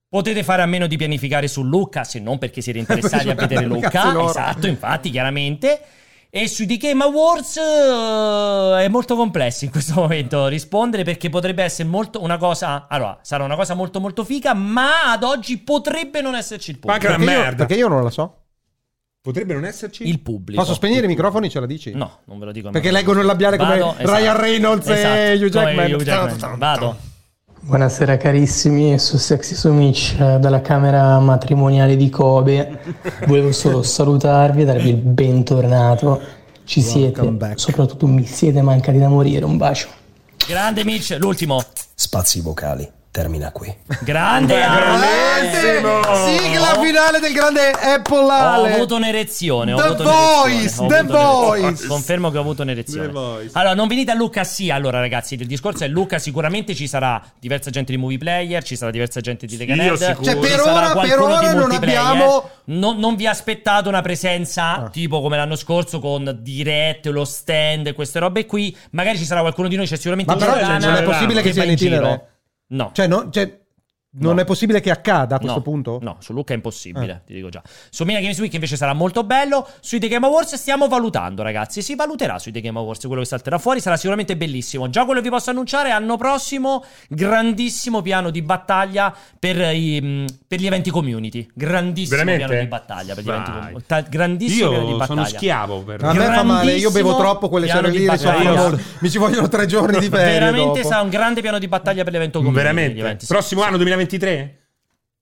[SPEAKER 1] Potete fare a meno di pianificare su Lucca, se non perché siete interessati a vedere
[SPEAKER 3] Perché
[SPEAKER 1] Lucca.
[SPEAKER 3] cazzo loro.
[SPEAKER 1] Esatto, infatti, chiaramente. E su The Game Awards eh, è molto complesso in questo momento rispondere perché potrebbe essere molto una cosa. Allora, sarà una cosa molto molto figa, ma ad oggi potrebbe non esserci il pubblico.
[SPEAKER 3] perché, io, perché io non la so.
[SPEAKER 2] Potrebbe non esserci
[SPEAKER 1] Il pubblico.
[SPEAKER 3] Posso spegnere i microfoni? Ce la dici?
[SPEAKER 1] No, non ve lo dico. a
[SPEAKER 3] Perché
[SPEAKER 1] me.
[SPEAKER 3] leggono il labiale come
[SPEAKER 1] Vado, esatto.
[SPEAKER 3] Ryan Reynolds e
[SPEAKER 1] Esatto,
[SPEAKER 3] Hugh
[SPEAKER 1] come
[SPEAKER 3] Jackman.
[SPEAKER 1] Hugh Jackman. Vado.
[SPEAKER 15] Buonasera carissimi, su Sexy Sumic eh, dalla Camera Matrimoniale di Kobe. Volevo solo salutarvi e darvi il bentornato. Ci siete, soprattutto mi siete mancati da morire. Un bacio.
[SPEAKER 1] Grande Mitch, l'ultimo.
[SPEAKER 16] Spazi vocali, termina qui.
[SPEAKER 1] Grande Ale.
[SPEAKER 3] Sigla finale del grande Apple
[SPEAKER 1] Ho
[SPEAKER 3] Ale.
[SPEAKER 1] avuto un'erezione. ho
[SPEAKER 3] The
[SPEAKER 1] avuto
[SPEAKER 3] Voice,
[SPEAKER 1] un'erezione, ho
[SPEAKER 3] The
[SPEAKER 1] avuto un'erezione.
[SPEAKER 3] Voice.
[SPEAKER 1] Confermo che ho avuto
[SPEAKER 2] The
[SPEAKER 1] un'erezione.
[SPEAKER 2] Voice.
[SPEAKER 1] Allora, non venite a Luca. Sì, allora ragazzi, il discorso è Luca. Sicuramente ci sarà diversa gente di movie player, ci sarà diversa gente di Lega
[SPEAKER 2] Io
[SPEAKER 1] Nerd.
[SPEAKER 2] sicuro. Cioè, per
[SPEAKER 1] ci sarà
[SPEAKER 3] ora- per
[SPEAKER 1] qualcuno
[SPEAKER 3] ora
[SPEAKER 1] di
[SPEAKER 3] non
[SPEAKER 1] multiplayer.
[SPEAKER 3] abbiamo- Ah.
[SPEAKER 1] Non, non vi aspettate una presenza tipo come l'anno scorso con dirette, lo stand, queste robe qui. Magari ci sarà qualcuno di noi. C'è sicuramente
[SPEAKER 3] Ma però cioè,
[SPEAKER 1] Giordana
[SPEAKER 3] non è possibile che sia
[SPEAKER 1] va
[SPEAKER 3] in itinere.
[SPEAKER 1] No.
[SPEAKER 3] Cioè, no- cioè, non
[SPEAKER 1] No.
[SPEAKER 3] è possibile che accada a questo
[SPEAKER 1] No,
[SPEAKER 3] punto? Eh.
[SPEAKER 1] No, su Luca è impossibile, ti dico già. Su Mina Games Week invece sarà molto bello. Sui The Game Awards stiamo valutando, ragazzi. Si valuterà sui The Game Awards quello che salterà fuori. Sarà sicuramente bellissimo. Già quello che vi posso annunciare è anno prossimo, grandissimo piano di battaglia per, i, mh, per gli eventi community. Grandissimo
[SPEAKER 2] Veramente?
[SPEAKER 1] piano di battaglia per gli eventi
[SPEAKER 2] Vai.
[SPEAKER 1] community. Ta- grandissimo piano di
[SPEAKER 2] Io
[SPEAKER 1] battaglia.
[SPEAKER 2] sono schiavo per
[SPEAKER 3] A me fa male, io bevo troppo quelle
[SPEAKER 1] Piano
[SPEAKER 3] sere
[SPEAKER 1] di
[SPEAKER 3] lì, le soffro
[SPEAKER 1] battaglia.
[SPEAKER 3] molto. mi ci vogliono tre giorni di ferie
[SPEAKER 1] Veramente
[SPEAKER 3] eh, dopo.
[SPEAKER 1] sarà un grande piano di battaglia per l'evento community.
[SPEAKER 2] Veramente?
[SPEAKER 1] gli eventi, sì.
[SPEAKER 2] Prossimo anno 2023?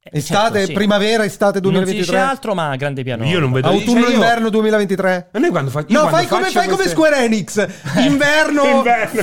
[SPEAKER 3] Estate,
[SPEAKER 1] Certo, sì.
[SPEAKER 3] primavera, estate
[SPEAKER 1] Non si dice
[SPEAKER 3] 2023.
[SPEAKER 1] altro, ma grande piano.
[SPEAKER 2] Io non vedo
[SPEAKER 3] Autunno,
[SPEAKER 2] cioè, io-
[SPEAKER 3] inverno 2023.
[SPEAKER 2] Ma noi quando fa- io
[SPEAKER 3] No,
[SPEAKER 2] quando
[SPEAKER 3] fai come,
[SPEAKER 2] faccio
[SPEAKER 3] fai come
[SPEAKER 2] queste-
[SPEAKER 3] Square Enix. Inverno.
[SPEAKER 2] Inverno.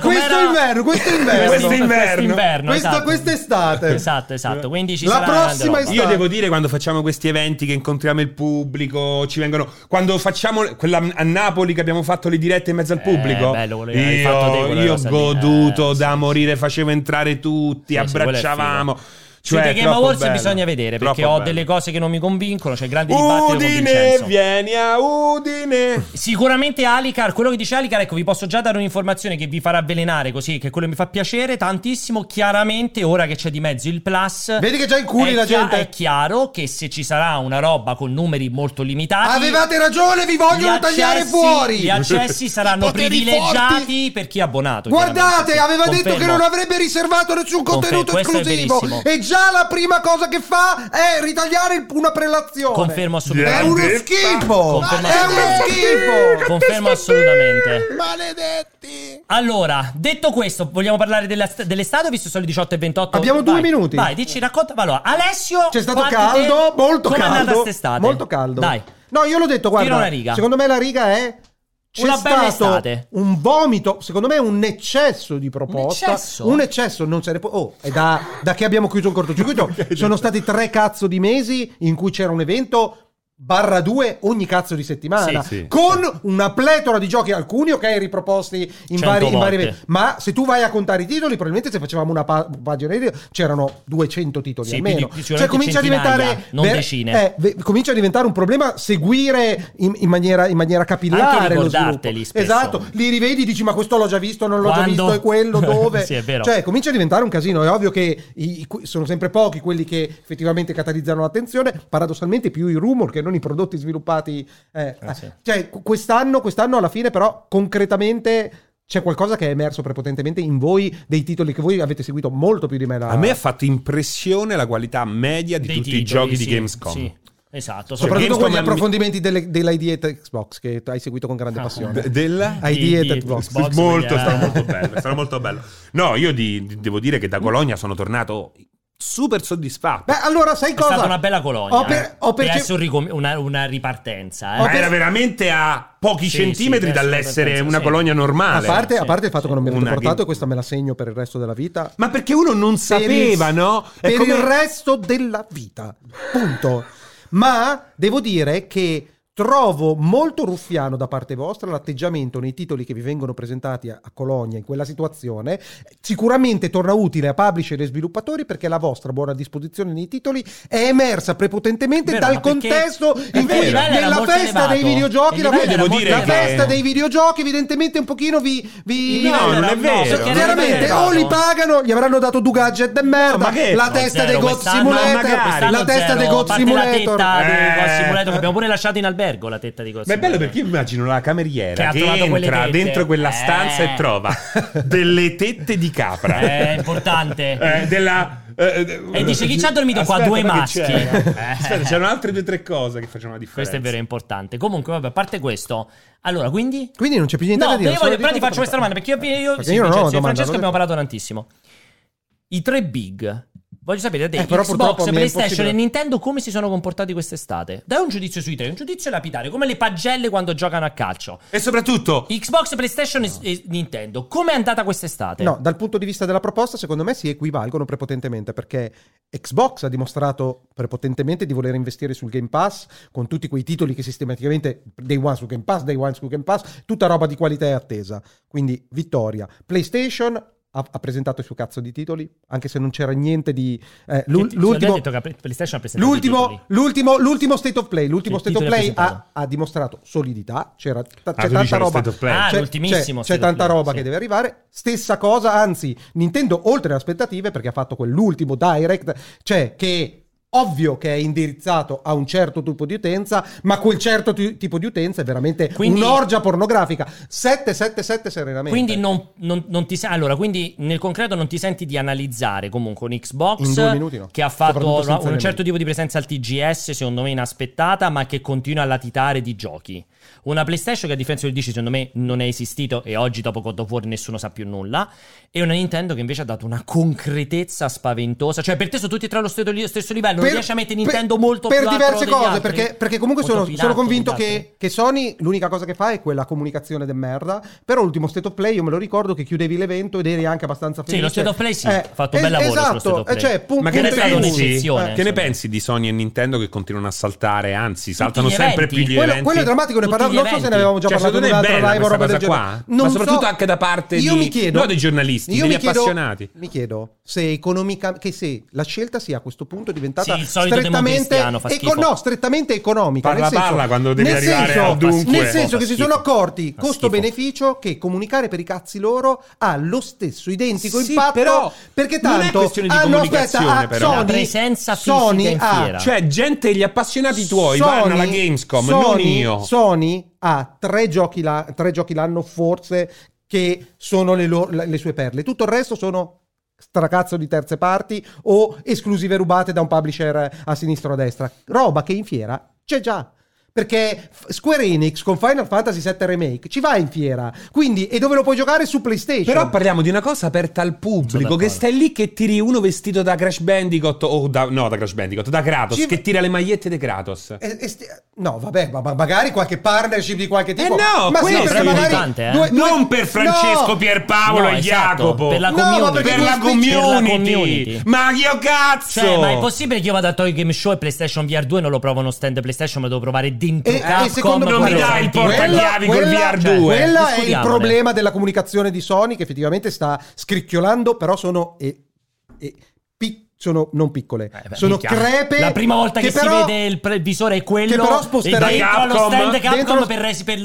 [SPEAKER 3] questo
[SPEAKER 1] com'era?
[SPEAKER 3] inverno, questo inverno.
[SPEAKER 1] Questo
[SPEAKER 2] inverno.
[SPEAKER 1] inverno,
[SPEAKER 3] Questa-
[SPEAKER 1] esatto.
[SPEAKER 3] quest'estate.
[SPEAKER 1] Esatto, esatto. Quindi ci
[SPEAKER 3] La
[SPEAKER 1] sarà grande
[SPEAKER 3] prossima
[SPEAKER 1] roba.
[SPEAKER 2] Io devo dire quando facciamo questi eventi che incontriamo il pubblico, ci vengono quando facciamo quella a Napoli che abbiamo fatto le dirette in mezzo al
[SPEAKER 1] Eh,
[SPEAKER 2] pubblico.
[SPEAKER 1] bello, quello che hai
[SPEAKER 2] io
[SPEAKER 1] fatto te, quella
[SPEAKER 2] io ho
[SPEAKER 1] cosa lì,
[SPEAKER 2] goduto
[SPEAKER 1] eh,
[SPEAKER 2] da
[SPEAKER 1] sì,
[SPEAKER 2] morire, facevo entrare tutti,
[SPEAKER 1] Sì, sì, quello è
[SPEAKER 2] abbracciavamo.
[SPEAKER 1] figo. Cioè,
[SPEAKER 2] Cioè,
[SPEAKER 1] The
[SPEAKER 2] è
[SPEAKER 1] Game
[SPEAKER 2] troppo
[SPEAKER 1] Awards
[SPEAKER 2] bello.
[SPEAKER 1] bisogna vedere perché
[SPEAKER 2] Troppo
[SPEAKER 1] ho
[SPEAKER 2] bello.
[SPEAKER 1] delle cose che non mi convincono. C'è grande dibattito con
[SPEAKER 2] Udine,
[SPEAKER 1] Vincenzo.
[SPEAKER 2] vieni a Udine.
[SPEAKER 1] Sicuramente Alicar, quello che dice Alicar, ecco, vi posso già dare un'informazione che vi farà avvelenare così, che quello mi fa piacere tantissimo. Chiaramente, ora che c'è di mezzo il plus,
[SPEAKER 3] Vedi che già inculi
[SPEAKER 1] è
[SPEAKER 3] la
[SPEAKER 1] chia-
[SPEAKER 3] gente.
[SPEAKER 1] È chiaro che se ci sarà una roba con numeri molto limitati,
[SPEAKER 3] Avevate ragione, vi vogliono
[SPEAKER 1] gli
[SPEAKER 3] tagliare
[SPEAKER 1] accessi-
[SPEAKER 3] fuori.
[SPEAKER 1] Gli accessi saranno
[SPEAKER 3] I poteri
[SPEAKER 1] privilegiati
[SPEAKER 3] forti.
[SPEAKER 1] per chi è abbonato.
[SPEAKER 3] Guardate,
[SPEAKER 1] chiaramente.
[SPEAKER 3] aveva detto che
[SPEAKER 1] Confermo.
[SPEAKER 3] non avrebbe riservato nessun
[SPEAKER 1] Confermo,
[SPEAKER 3] contenuto
[SPEAKER 1] questo è
[SPEAKER 3] esclusivo. Eh,
[SPEAKER 1] verissimo.
[SPEAKER 3] E già la prima cosa che fa è ritagliare il- una prelazione.
[SPEAKER 1] Confermo
[SPEAKER 3] È
[SPEAKER 1] assolutamente.
[SPEAKER 3] uno schifo.
[SPEAKER 1] Confermo
[SPEAKER 3] È uno schifo.
[SPEAKER 1] Confermo assolutamente.
[SPEAKER 3] Maledetti.
[SPEAKER 1] Allora, detto questo, vogliamo parlare della- dell'estate, visto sono le 18 e 28?
[SPEAKER 3] Abbiamo
[SPEAKER 1] Vai,
[SPEAKER 3] due minuti.
[SPEAKER 1] Vai, dici, racconta. Allora, Alessio.
[SPEAKER 3] C'è stato
[SPEAKER 1] fatti
[SPEAKER 3] caldo,
[SPEAKER 1] te-
[SPEAKER 3] molto
[SPEAKER 1] com'è
[SPEAKER 3] caldo.
[SPEAKER 1] andata quest'estate?
[SPEAKER 3] Molto caldo.
[SPEAKER 1] Dai.
[SPEAKER 3] No, io l'ho detto,
[SPEAKER 1] Tira
[SPEAKER 3] guarda.
[SPEAKER 1] una riga.
[SPEAKER 3] Secondo me la riga è c'è
[SPEAKER 1] Una bella
[SPEAKER 3] stato
[SPEAKER 1] estate.
[SPEAKER 3] un vomito, secondo me un eccesso di proposta.
[SPEAKER 1] Un eccesso?
[SPEAKER 3] Un eccesso, non se ne può. Oh, è da, da che abbiamo chiuso il cortocircuito. Sono stati tre cazzo di mesi in cui c'era un evento. Barra due ogni cazzo di settimana
[SPEAKER 1] Sì, sì.
[SPEAKER 3] con una pletora di giochi, alcuni ok riproposti in
[SPEAKER 1] Cento
[SPEAKER 3] vari, in vari
[SPEAKER 1] volte.
[SPEAKER 3] eventi. Ma se tu vai a contare i titoli, probabilmente se facevamo una pa- pagina di video c'erano 200 titoli
[SPEAKER 1] Sì,
[SPEAKER 3] almeno.
[SPEAKER 1] quindi
[SPEAKER 3] Cioè,
[SPEAKER 1] sicuramente
[SPEAKER 3] comincia a
[SPEAKER 1] centinaia,
[SPEAKER 3] diventare.
[SPEAKER 1] non
[SPEAKER 3] ver-
[SPEAKER 1] decine.
[SPEAKER 3] eh, ve- comincia a diventare un problema seguire in, in maniera, in maniera capillare
[SPEAKER 1] Anche
[SPEAKER 3] lo sviluppo.
[SPEAKER 1] ricordarteli spesso.
[SPEAKER 3] Esatto, li rivedi, dici ma questo l'ho già visto, non l'ho già
[SPEAKER 1] Quando?
[SPEAKER 3] visto, è quello, dove.
[SPEAKER 1] Sì, è vero.
[SPEAKER 3] Cioè, comincia a diventare un casino. È ovvio che i- i- que- sono sempre pochi quelli che effettivamente catalizzano l'attenzione, paradossalmente più i rumor che non i prodotti sviluppati. eh.
[SPEAKER 1] Eh, sì.
[SPEAKER 3] Cioè, qu- quest'anno, quest'anno alla fine però concretamente... C'è qualcosa che è emerso prepotentemente in voi, dei titoli che voi avete seguito molto più di me. la-
[SPEAKER 2] A me ha fatto impressione la qualità media di
[SPEAKER 1] Dei
[SPEAKER 2] tutti
[SPEAKER 1] titoli,
[SPEAKER 2] i giochi
[SPEAKER 1] sì,
[SPEAKER 2] di Gamescom.
[SPEAKER 1] sì. Esatto,
[SPEAKER 3] Soprattutto con gli
[SPEAKER 1] GameStop-
[SPEAKER 3] approfondimenti delle, dell'ID Xbox che hai seguito con
[SPEAKER 1] Ah,
[SPEAKER 3] grande passione.
[SPEAKER 2] De- della?
[SPEAKER 3] ID at Xbox.
[SPEAKER 2] molto, sarà molto bello, sarà molto bello. No, io di- di- devo dire che da Bologna sono tornato super soddisfatto.
[SPEAKER 3] Beh, allora sai
[SPEAKER 1] È
[SPEAKER 3] cosa?
[SPEAKER 1] stata una bella colonia.
[SPEAKER 3] Ho per-
[SPEAKER 1] eh.
[SPEAKER 3] ho percep-
[SPEAKER 1] E adesso un ricom- una, una ripartenza. Eh.
[SPEAKER 2] Ma era veramente a pochi
[SPEAKER 1] Sì, eh,
[SPEAKER 2] centimetri
[SPEAKER 1] sì, adesso
[SPEAKER 2] dall'essere
[SPEAKER 1] penso,
[SPEAKER 2] una
[SPEAKER 1] sì.
[SPEAKER 2] colonia
[SPEAKER 3] a
[SPEAKER 2] normale.
[SPEAKER 3] parte, a parte il fatto che non mi avete
[SPEAKER 2] Una
[SPEAKER 3] portato,
[SPEAKER 2] game-
[SPEAKER 3] e questa me la segno per il resto della vita.
[SPEAKER 2] Ma perché uno non sapeva, no? È
[SPEAKER 3] Per
[SPEAKER 2] come-
[SPEAKER 3] il resto della vita, punto. Ma devo dire che trovo molto ruffiano da parte vostra l'atteggiamento nei titoli che vi vengono presentati a, a Colonia in quella situazione. Sicuramente torna utile a publisher e sviluppatori perché la vostra buona disposizione nei titoli è emersa prepotentemente
[SPEAKER 1] Vero,
[SPEAKER 3] dal
[SPEAKER 1] ma perché-
[SPEAKER 3] contesto in
[SPEAKER 1] perché il
[SPEAKER 3] cui
[SPEAKER 1] livello era
[SPEAKER 3] nella
[SPEAKER 1] molto
[SPEAKER 3] festa dei
[SPEAKER 1] elevato.
[SPEAKER 3] videogiochi,
[SPEAKER 1] Il
[SPEAKER 3] la,
[SPEAKER 1] livello
[SPEAKER 2] era
[SPEAKER 3] la
[SPEAKER 2] molto elevato.
[SPEAKER 3] festa dei videogiochi evidentemente un pochino vi... vi-
[SPEAKER 2] No, non è vero.
[SPEAKER 1] perché era
[SPEAKER 3] Chiaramente,
[SPEAKER 1] elevato.
[SPEAKER 3] o li pagano, gli avranno dato due gadget de merda,
[SPEAKER 2] ma che-
[SPEAKER 3] la
[SPEAKER 1] No,
[SPEAKER 3] testa
[SPEAKER 1] zero,
[SPEAKER 3] dei God
[SPEAKER 1] quest'anno- no,
[SPEAKER 3] Simulator,
[SPEAKER 1] magari.
[SPEAKER 3] la testa
[SPEAKER 1] Zero.
[SPEAKER 3] dei God
[SPEAKER 1] A parte
[SPEAKER 3] Simulator.
[SPEAKER 1] La tetta dei God
[SPEAKER 2] Eh.
[SPEAKER 1] Simulator che abbiamo pure lasciato in albergo la tetta di God
[SPEAKER 2] Ma è bello
[SPEAKER 1] Simulator.
[SPEAKER 2] perché io immagino la cameriera
[SPEAKER 1] Che
[SPEAKER 2] che,
[SPEAKER 1] ha trovato quelle
[SPEAKER 2] entra
[SPEAKER 1] tette.
[SPEAKER 2] dentro quella
[SPEAKER 1] Eh.
[SPEAKER 2] stanza e trova delle tette di capra.
[SPEAKER 1] È importante.
[SPEAKER 2] Eh, della,
[SPEAKER 1] E dice, chi ci ha dormito qua? Due maschi.
[SPEAKER 2] C'era.
[SPEAKER 1] Eh.
[SPEAKER 2] Aspetta, c'erano altre due o tre cose che facevano la differenza.
[SPEAKER 1] Questo è vero, è importante. Comunque, vabbè, a parte questo, allora quindi.
[SPEAKER 3] Quindi non c'è più niente
[SPEAKER 1] No,
[SPEAKER 3] da dire.
[SPEAKER 1] io
[SPEAKER 3] solo
[SPEAKER 1] voglio- però
[SPEAKER 3] di
[SPEAKER 1] ti
[SPEAKER 3] cosa
[SPEAKER 1] faccio questa domanda
[SPEAKER 3] parlare.
[SPEAKER 1] perché io, io,
[SPEAKER 3] Perché
[SPEAKER 1] sì,
[SPEAKER 3] io non ho
[SPEAKER 1] Vincenzo e
[SPEAKER 3] domanda,
[SPEAKER 1] Francesco
[SPEAKER 3] lo
[SPEAKER 1] abbiamo parlato tantissimo. I tre big. Voglio sapere da te,
[SPEAKER 3] Eh, però purtroppo
[SPEAKER 1] Xbox,
[SPEAKER 3] mi è
[SPEAKER 1] PlayStation
[SPEAKER 3] impossibile.
[SPEAKER 1] e Nintendo, come si sono comportati quest'estate? Dai un giudizio sui tre, un giudizio lapidario, come le pagelle quando giocano a calcio.
[SPEAKER 2] E soprattutto,
[SPEAKER 1] Xbox, PlayStation e- e Nintendo, come è andata quest'estate?
[SPEAKER 3] No, dal punto di vista della proposta, secondo me si equivalgono prepotentemente perché Xbox ha dimostrato prepotentemente di voler investire sul Game Pass con tutti quei titoli che sistematicamente Day One su Game Pass, Day One su Game Pass, tutta roba di qualità e attesa. Quindi vittoria. PlayStation ha, ha presentato il suo cazzo di titoli, anche se non c'era niente di... eh, l'u-
[SPEAKER 1] Che ti-
[SPEAKER 3] l'ultimo...
[SPEAKER 1] ho detto che la PlayStation ha presentato i
[SPEAKER 3] L'ultimo,
[SPEAKER 1] titoli.
[SPEAKER 3] l'ultimo, l'ultimo state of play, l'ultimo
[SPEAKER 1] Sì,
[SPEAKER 3] state of
[SPEAKER 1] titoli
[SPEAKER 3] play ha,
[SPEAKER 1] presentato.
[SPEAKER 3] ha dimostrato solidità. C'era, t- c'è
[SPEAKER 2] Ah, tu dici
[SPEAKER 3] tanta
[SPEAKER 2] lo
[SPEAKER 3] roba,
[SPEAKER 2] state of play.
[SPEAKER 1] Ah,
[SPEAKER 3] c'è,
[SPEAKER 1] l'ultimissimo
[SPEAKER 3] c'è- c'è
[SPEAKER 1] state of
[SPEAKER 3] tanta
[SPEAKER 1] play,
[SPEAKER 3] roba
[SPEAKER 1] sì.
[SPEAKER 3] che deve arrivare. Stessa cosa, anzi, Nintendo oltre le aspettative perché ha fatto quell'ultimo direct, cioè che ovvio che è indirizzato a un certo tipo di utenza, ma quel certo ti- tipo di utenza è veramente
[SPEAKER 1] Quindi-
[SPEAKER 3] un'orgia pornografica. 777 serenamente.
[SPEAKER 1] Quindi non, non- non ti se- allora, quindi nel concreto non ti senti di analizzare comunque un Xbox
[SPEAKER 3] In due minuti no.
[SPEAKER 1] che ha fatto
[SPEAKER 3] Soprattutto senza
[SPEAKER 1] una- un
[SPEAKER 3] elementi.
[SPEAKER 1] certo tipo di presenza al TGS, secondo me inaspettata, ma che continua a latitare di giochi. Una PlayStation che a differenza del 10 secondo me non è esistito e oggi dopo God of War nessuno sa più nulla e una Nintendo che invece ha dato una concretezza spaventosa, cioè per te sono tutti e tre allo stesso, li- stesso livello, non riesci a mettere Nintendo
[SPEAKER 3] per-
[SPEAKER 1] molto
[SPEAKER 3] per
[SPEAKER 1] più alto
[SPEAKER 3] diverse
[SPEAKER 1] degli
[SPEAKER 3] cose
[SPEAKER 1] altri?
[SPEAKER 3] perché, perché comunque
[SPEAKER 1] Molto
[SPEAKER 3] sono,
[SPEAKER 1] più
[SPEAKER 3] sono
[SPEAKER 1] alto
[SPEAKER 3] convinto
[SPEAKER 1] degli altri.
[SPEAKER 3] che, che Sony l'unica cosa che fa è quella comunicazione de merda però l'ultimo State of Play io me lo ricordo che chiudevi l'evento ed eri anche abbastanza
[SPEAKER 1] Sì,
[SPEAKER 3] felice
[SPEAKER 1] lo State of Play sì,
[SPEAKER 3] Eh,
[SPEAKER 1] ha fatto un bel
[SPEAKER 3] es-
[SPEAKER 1] lavoro
[SPEAKER 3] esatto,
[SPEAKER 1] sullo State of Play.
[SPEAKER 3] eh, cioè, pun-
[SPEAKER 2] Ma che ne,
[SPEAKER 1] Punto di vista.
[SPEAKER 2] pensi?
[SPEAKER 1] un'eccezione,
[SPEAKER 2] Che ne
[SPEAKER 1] insomma.
[SPEAKER 2] pensi di Sony e Nintendo che continuano a saltare? Anzi, saltano
[SPEAKER 1] gli
[SPEAKER 2] sempre
[SPEAKER 1] eventi.
[SPEAKER 2] più gli
[SPEAKER 1] Quello-
[SPEAKER 3] quello,
[SPEAKER 2] eventi.
[SPEAKER 3] quello è drammatico ne
[SPEAKER 1] Tutti
[SPEAKER 3] parlavo
[SPEAKER 1] gli
[SPEAKER 3] non so se ne
[SPEAKER 1] eventi.
[SPEAKER 3] avevamo già
[SPEAKER 2] Cioè,
[SPEAKER 3] parlato in
[SPEAKER 2] secondo te è
[SPEAKER 3] un'altra
[SPEAKER 2] bella
[SPEAKER 3] live o roba del
[SPEAKER 2] questa cosa
[SPEAKER 3] genere
[SPEAKER 2] qua? Ma soprattutto anche da parte
[SPEAKER 3] io
[SPEAKER 2] di-
[SPEAKER 3] mi chiedo,
[SPEAKER 2] no, dei giornalisti,
[SPEAKER 3] io
[SPEAKER 2] degli
[SPEAKER 3] mi chiedo-
[SPEAKER 2] appassionati.
[SPEAKER 3] mi chiedo se economicamente che se la scelta sia a questo punto diventata
[SPEAKER 1] Sì, il solito
[SPEAKER 3] strettamente
[SPEAKER 1] democristiano fa
[SPEAKER 3] eco-
[SPEAKER 1] schifo.
[SPEAKER 3] no strettamente economica
[SPEAKER 2] Parla,
[SPEAKER 3] nel senso-
[SPEAKER 2] parla quando devi
[SPEAKER 3] nel
[SPEAKER 2] arrivare
[SPEAKER 3] senso-
[SPEAKER 2] al dunque.
[SPEAKER 3] nel senso che si sono
[SPEAKER 1] schifo.
[SPEAKER 3] accorti
[SPEAKER 1] Fa
[SPEAKER 3] costo-beneficio che comunicare per i cazzi loro ha lo stesso identico
[SPEAKER 2] Sì,
[SPEAKER 3] impatto
[SPEAKER 2] però
[SPEAKER 3] perché
[SPEAKER 2] non è
[SPEAKER 3] tanto
[SPEAKER 2] questione di
[SPEAKER 3] ah, no, aspetta,
[SPEAKER 2] comunicazione,
[SPEAKER 3] ah,
[SPEAKER 2] però.
[SPEAKER 1] La
[SPEAKER 3] Sony,
[SPEAKER 1] presenza fisica
[SPEAKER 3] Sony ah,
[SPEAKER 1] in
[SPEAKER 3] ha-
[SPEAKER 1] fiera.
[SPEAKER 2] Cioè, gente, gli appassionati tuoi vanno alla Gamescom,
[SPEAKER 3] Sony-
[SPEAKER 2] non io.
[SPEAKER 3] Sony ha tre giochi, la- tre giochi l'anno, forse, che sono le, loro- le sue perle. Tutto il resto sono stracazzo di terze parti o esclusive rubate da un publisher a sinistra o a destra. Roba che in fiera c'è già. Perché F- Square Enix con Final Fantasy VII Remake ci va in fiera. Quindi, e dove lo puoi giocare? Su PlayStation.
[SPEAKER 2] Però parliamo di una cosa aperta al pubblico,
[SPEAKER 1] d'accordo.
[SPEAKER 2] che stai lì che tiri uno vestito da Crash Bandicoot, o da, no da Crash Bandicoot, da Kratos,
[SPEAKER 3] Ci-
[SPEAKER 2] che tira le magliette di Kratos.
[SPEAKER 3] Eh, eh, sti- no, vabbè, ma, ma magari qualche partnership di qualche tipo.
[SPEAKER 2] Eh no,
[SPEAKER 3] ma
[SPEAKER 2] questo
[SPEAKER 3] perché
[SPEAKER 2] è
[SPEAKER 1] importante, eh.
[SPEAKER 2] non per Francesco,
[SPEAKER 3] no.
[SPEAKER 2] Pierpaolo
[SPEAKER 1] No,
[SPEAKER 2] e
[SPEAKER 1] esatto,
[SPEAKER 2] Jacopo.
[SPEAKER 1] per la
[SPEAKER 3] No,
[SPEAKER 1] community.
[SPEAKER 3] ma perché
[SPEAKER 2] per
[SPEAKER 3] tu
[SPEAKER 2] la
[SPEAKER 3] spi-
[SPEAKER 2] community.
[SPEAKER 1] per la community.
[SPEAKER 2] Ma io cazzo!
[SPEAKER 1] Cioè, ma è possibile che io vada al Toy Game Show e PlayStation VR 2 non lo provo uno stand PlayStation, ma lo devo provare dentro
[SPEAKER 3] E- e
[SPEAKER 1] Capcom?
[SPEAKER 3] Eh, secondo me
[SPEAKER 2] non mi
[SPEAKER 1] quello
[SPEAKER 2] dai il
[SPEAKER 1] sentito.
[SPEAKER 2] portachiavi col
[SPEAKER 3] Quella-
[SPEAKER 2] VR2.
[SPEAKER 3] Quello è il
[SPEAKER 1] Discutiamone.
[SPEAKER 3] problema della comunicazione di Sony che effettivamente sta scricchiolando, però sono... e- e pi- sono non piccole,
[SPEAKER 1] Eh, beh,
[SPEAKER 3] sono
[SPEAKER 1] minchia.
[SPEAKER 3] crepe.
[SPEAKER 1] La prima volta che,
[SPEAKER 3] però-
[SPEAKER 1] si vede il, pre- il visore è quello.
[SPEAKER 3] che però sposterà-
[SPEAKER 1] sposterà dentro
[SPEAKER 2] Capcom,
[SPEAKER 1] allo stand Capcom
[SPEAKER 3] dentro-
[SPEAKER 1] per, Resi- per il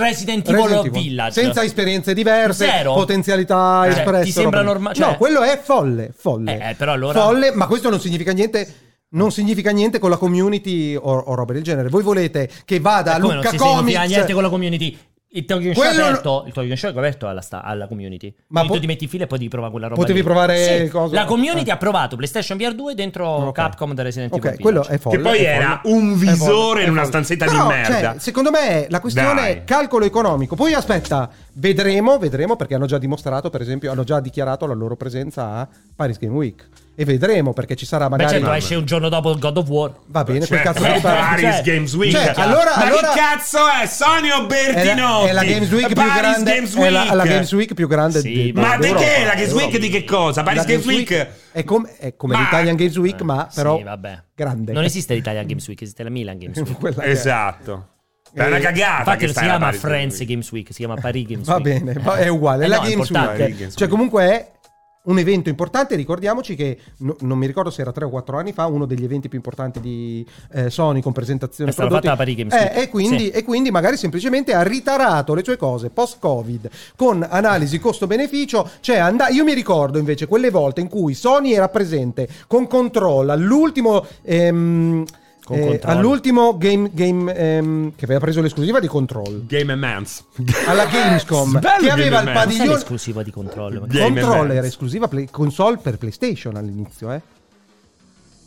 [SPEAKER 1] Resident Evil
[SPEAKER 3] Resident Evil.
[SPEAKER 1] Village.
[SPEAKER 3] senza esperienze diverse,
[SPEAKER 1] Zero.
[SPEAKER 3] potenzialità
[SPEAKER 1] Cioè,
[SPEAKER 3] espresse.
[SPEAKER 1] ti sembra
[SPEAKER 3] roba lì.
[SPEAKER 1] norma- cioè-
[SPEAKER 3] no, quello è folle, folle.
[SPEAKER 1] Eh, eh, però allora-
[SPEAKER 3] Folle, ma questo non significa niente. Non significa niente con la community o, o roba del genere. Voi volete che vada
[SPEAKER 1] Eh, come non
[SPEAKER 3] Luca
[SPEAKER 1] si significa
[SPEAKER 3] Comics
[SPEAKER 1] niente con la community. Il Tokyo Show
[SPEAKER 3] Quello-
[SPEAKER 1] è aperto, il Tokyo Show è aperto alla, sta- alla community.
[SPEAKER 3] Ma
[SPEAKER 1] Ma
[SPEAKER 3] po-
[SPEAKER 1] tu ti metti in fila e poi devi provare quella roba.
[SPEAKER 3] Potevi
[SPEAKER 1] lì.
[SPEAKER 3] provare
[SPEAKER 1] Sì,
[SPEAKER 3] il coso?
[SPEAKER 1] La community ha provato PlayStation VR 2 dentro Capcom da Resident Evil.
[SPEAKER 3] Ok, quello è folle.
[SPEAKER 2] Che poi
[SPEAKER 3] è
[SPEAKER 2] era
[SPEAKER 3] folle.
[SPEAKER 2] un
[SPEAKER 3] È
[SPEAKER 2] visore
[SPEAKER 3] folle,
[SPEAKER 2] in
[SPEAKER 3] è
[SPEAKER 2] una
[SPEAKER 3] folle.
[SPEAKER 2] stanzetta di
[SPEAKER 3] Però,
[SPEAKER 2] merda.
[SPEAKER 3] cioè, secondo me la questione
[SPEAKER 2] Dai.
[SPEAKER 3] è calcolo economico. Poi aspetta, vedremo, vedremo perché hanno già dimostrato, per esempio, hanno già dichiarato la loro presenza a Paris Game Week. E vedremo perché ci sarà
[SPEAKER 1] Beh,
[SPEAKER 3] magari
[SPEAKER 1] certo, esce un giorno dopo il God of War.
[SPEAKER 3] Va bene, quel
[SPEAKER 2] Certo,
[SPEAKER 3] cazzo di
[SPEAKER 2] beh, Paris Games Week.
[SPEAKER 3] Cioè, allora,
[SPEAKER 2] Ma
[SPEAKER 3] allora
[SPEAKER 2] che cazzo è? Sonio
[SPEAKER 3] è la,
[SPEAKER 2] Bertinotti.
[SPEAKER 3] è la Games Week più
[SPEAKER 2] Paris
[SPEAKER 3] grande
[SPEAKER 2] Games
[SPEAKER 3] è la,
[SPEAKER 2] Week.
[SPEAKER 3] la Games Week più grande
[SPEAKER 2] Sì,
[SPEAKER 3] di-
[SPEAKER 2] ma di
[SPEAKER 3] d'Europa.
[SPEAKER 2] che? La Games Week di che cosa? Paris
[SPEAKER 3] La
[SPEAKER 2] Games Week-
[SPEAKER 3] è, com- è come
[SPEAKER 2] Ma- Eh,
[SPEAKER 3] l'Italian Games Week ma però
[SPEAKER 1] Eh, sì, vabbè.
[SPEAKER 3] grande
[SPEAKER 1] Non esiste l'Italia Games Week, esiste la Milan Games Week.
[SPEAKER 3] Quella che è.
[SPEAKER 2] Esatto. È una
[SPEAKER 1] Eh,
[SPEAKER 2] cagata.
[SPEAKER 1] Infatti
[SPEAKER 2] che
[SPEAKER 1] non si
[SPEAKER 2] sta alla
[SPEAKER 1] chiama
[SPEAKER 2] Paris Games
[SPEAKER 1] Friends Games Week, si chiama Paris Games
[SPEAKER 3] Va
[SPEAKER 1] Week.
[SPEAKER 3] bene, va- è uguale,
[SPEAKER 1] Eh
[SPEAKER 3] la
[SPEAKER 1] no, è
[SPEAKER 3] Games
[SPEAKER 1] importante.
[SPEAKER 3] Week. Cioè comunque è un evento importante, ricordiamoci che no- non mi ricordo se era 3 o 4 anni fa, uno degli eventi più importanti di eh, Sony con presentazione
[SPEAKER 1] È stata
[SPEAKER 3] prodotti.
[SPEAKER 1] fatta la Paris Games
[SPEAKER 3] Eh,
[SPEAKER 1] Week.
[SPEAKER 3] e, quindi,
[SPEAKER 1] Sì.
[SPEAKER 3] e quindi magari semplicemente ha ritarato le sue cose post-Covid con analisi costo-beneficio, cioè and- io mi ricordo invece quelle volte in cui Sony era presente con Control all'ultimo ehm,
[SPEAKER 1] Con
[SPEAKER 3] eh,
[SPEAKER 1] Control.
[SPEAKER 3] all'ultimo game, game ehm, che aveva preso l'esclusiva di Control
[SPEAKER 2] Game and Mans.
[SPEAKER 3] alla Gamescom
[SPEAKER 2] Eh, Bello
[SPEAKER 3] che aveva
[SPEAKER 2] Game
[SPEAKER 3] il
[SPEAKER 2] and Mans.
[SPEAKER 1] Cos'è
[SPEAKER 3] padiglione
[SPEAKER 1] l'esclusiva di controllo? Ma-
[SPEAKER 2] Game
[SPEAKER 3] Control
[SPEAKER 2] Advance.
[SPEAKER 3] era esclusiva play- console per PlayStation all'inizio, eh.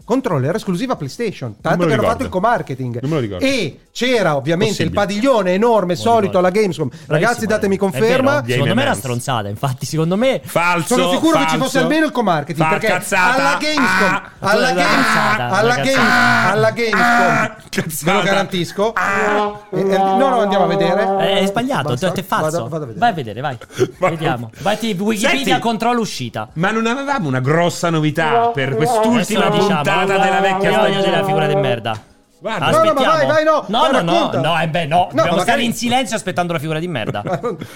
[SPEAKER 3] Control era esclusiva PlayStation, tanto
[SPEAKER 2] me lo
[SPEAKER 3] che hanno
[SPEAKER 2] ricordo.
[SPEAKER 3] fatto il co-marketing.
[SPEAKER 2] Non me lo ricordo.
[SPEAKER 3] E c'era ovviamente il
[SPEAKER 2] Possibile.
[SPEAKER 3] padiglione enorme, solito alla Gamescom. Ragazzi,
[SPEAKER 1] Bravissimo,
[SPEAKER 3] datemi
[SPEAKER 1] eh. È
[SPEAKER 3] conferma.
[SPEAKER 1] vero, Secondo
[SPEAKER 2] Game
[SPEAKER 1] me era
[SPEAKER 2] Advance.
[SPEAKER 1] stronzata, infatti, secondo me
[SPEAKER 2] Falso.
[SPEAKER 3] Sono sicuro che ci
[SPEAKER 2] falso.
[SPEAKER 3] fosse almeno il co-marketing
[SPEAKER 2] Fa
[SPEAKER 3] perché
[SPEAKER 2] cazzata.
[SPEAKER 3] alla Gamescom,
[SPEAKER 2] Ah.
[SPEAKER 3] alla,
[SPEAKER 1] Una
[SPEAKER 3] Games-
[SPEAKER 1] cazzata, una
[SPEAKER 3] alla
[SPEAKER 1] cazzata.
[SPEAKER 3] Games- alla
[SPEAKER 2] Ah.
[SPEAKER 3] Gamescom, ve lo
[SPEAKER 2] Cazzata.
[SPEAKER 3] garantisco.
[SPEAKER 2] Ah.
[SPEAKER 3] Eh, eh, no, no, andiamo a vedere.
[SPEAKER 1] Eh, È sbagliato,
[SPEAKER 3] Basta,
[SPEAKER 1] te- te è falso.
[SPEAKER 3] vado- vado a vedere.
[SPEAKER 1] Vai a vedere, vai. Vediamo. Vai ti- Wikipedia
[SPEAKER 2] Senti.
[SPEAKER 1] controllo uscita.
[SPEAKER 2] Ma non avevamo una grossa novità per
[SPEAKER 1] Adesso la
[SPEAKER 2] quest'ultima
[SPEAKER 1] diciamo.
[SPEAKER 2] puntata della vecchia
[SPEAKER 1] Io voglio
[SPEAKER 2] stagione? Ah,
[SPEAKER 1] dire la figura di merda.
[SPEAKER 2] Guarda.
[SPEAKER 1] Aspettiamo.
[SPEAKER 3] No, no, ma vai, vai, no,
[SPEAKER 1] No, no,
[SPEAKER 3] ma
[SPEAKER 1] no,
[SPEAKER 3] racconta.
[SPEAKER 1] no, eh beh, no. Dobbiamo
[SPEAKER 3] magari-
[SPEAKER 1] stare in silenzio aspettando la figura di merda.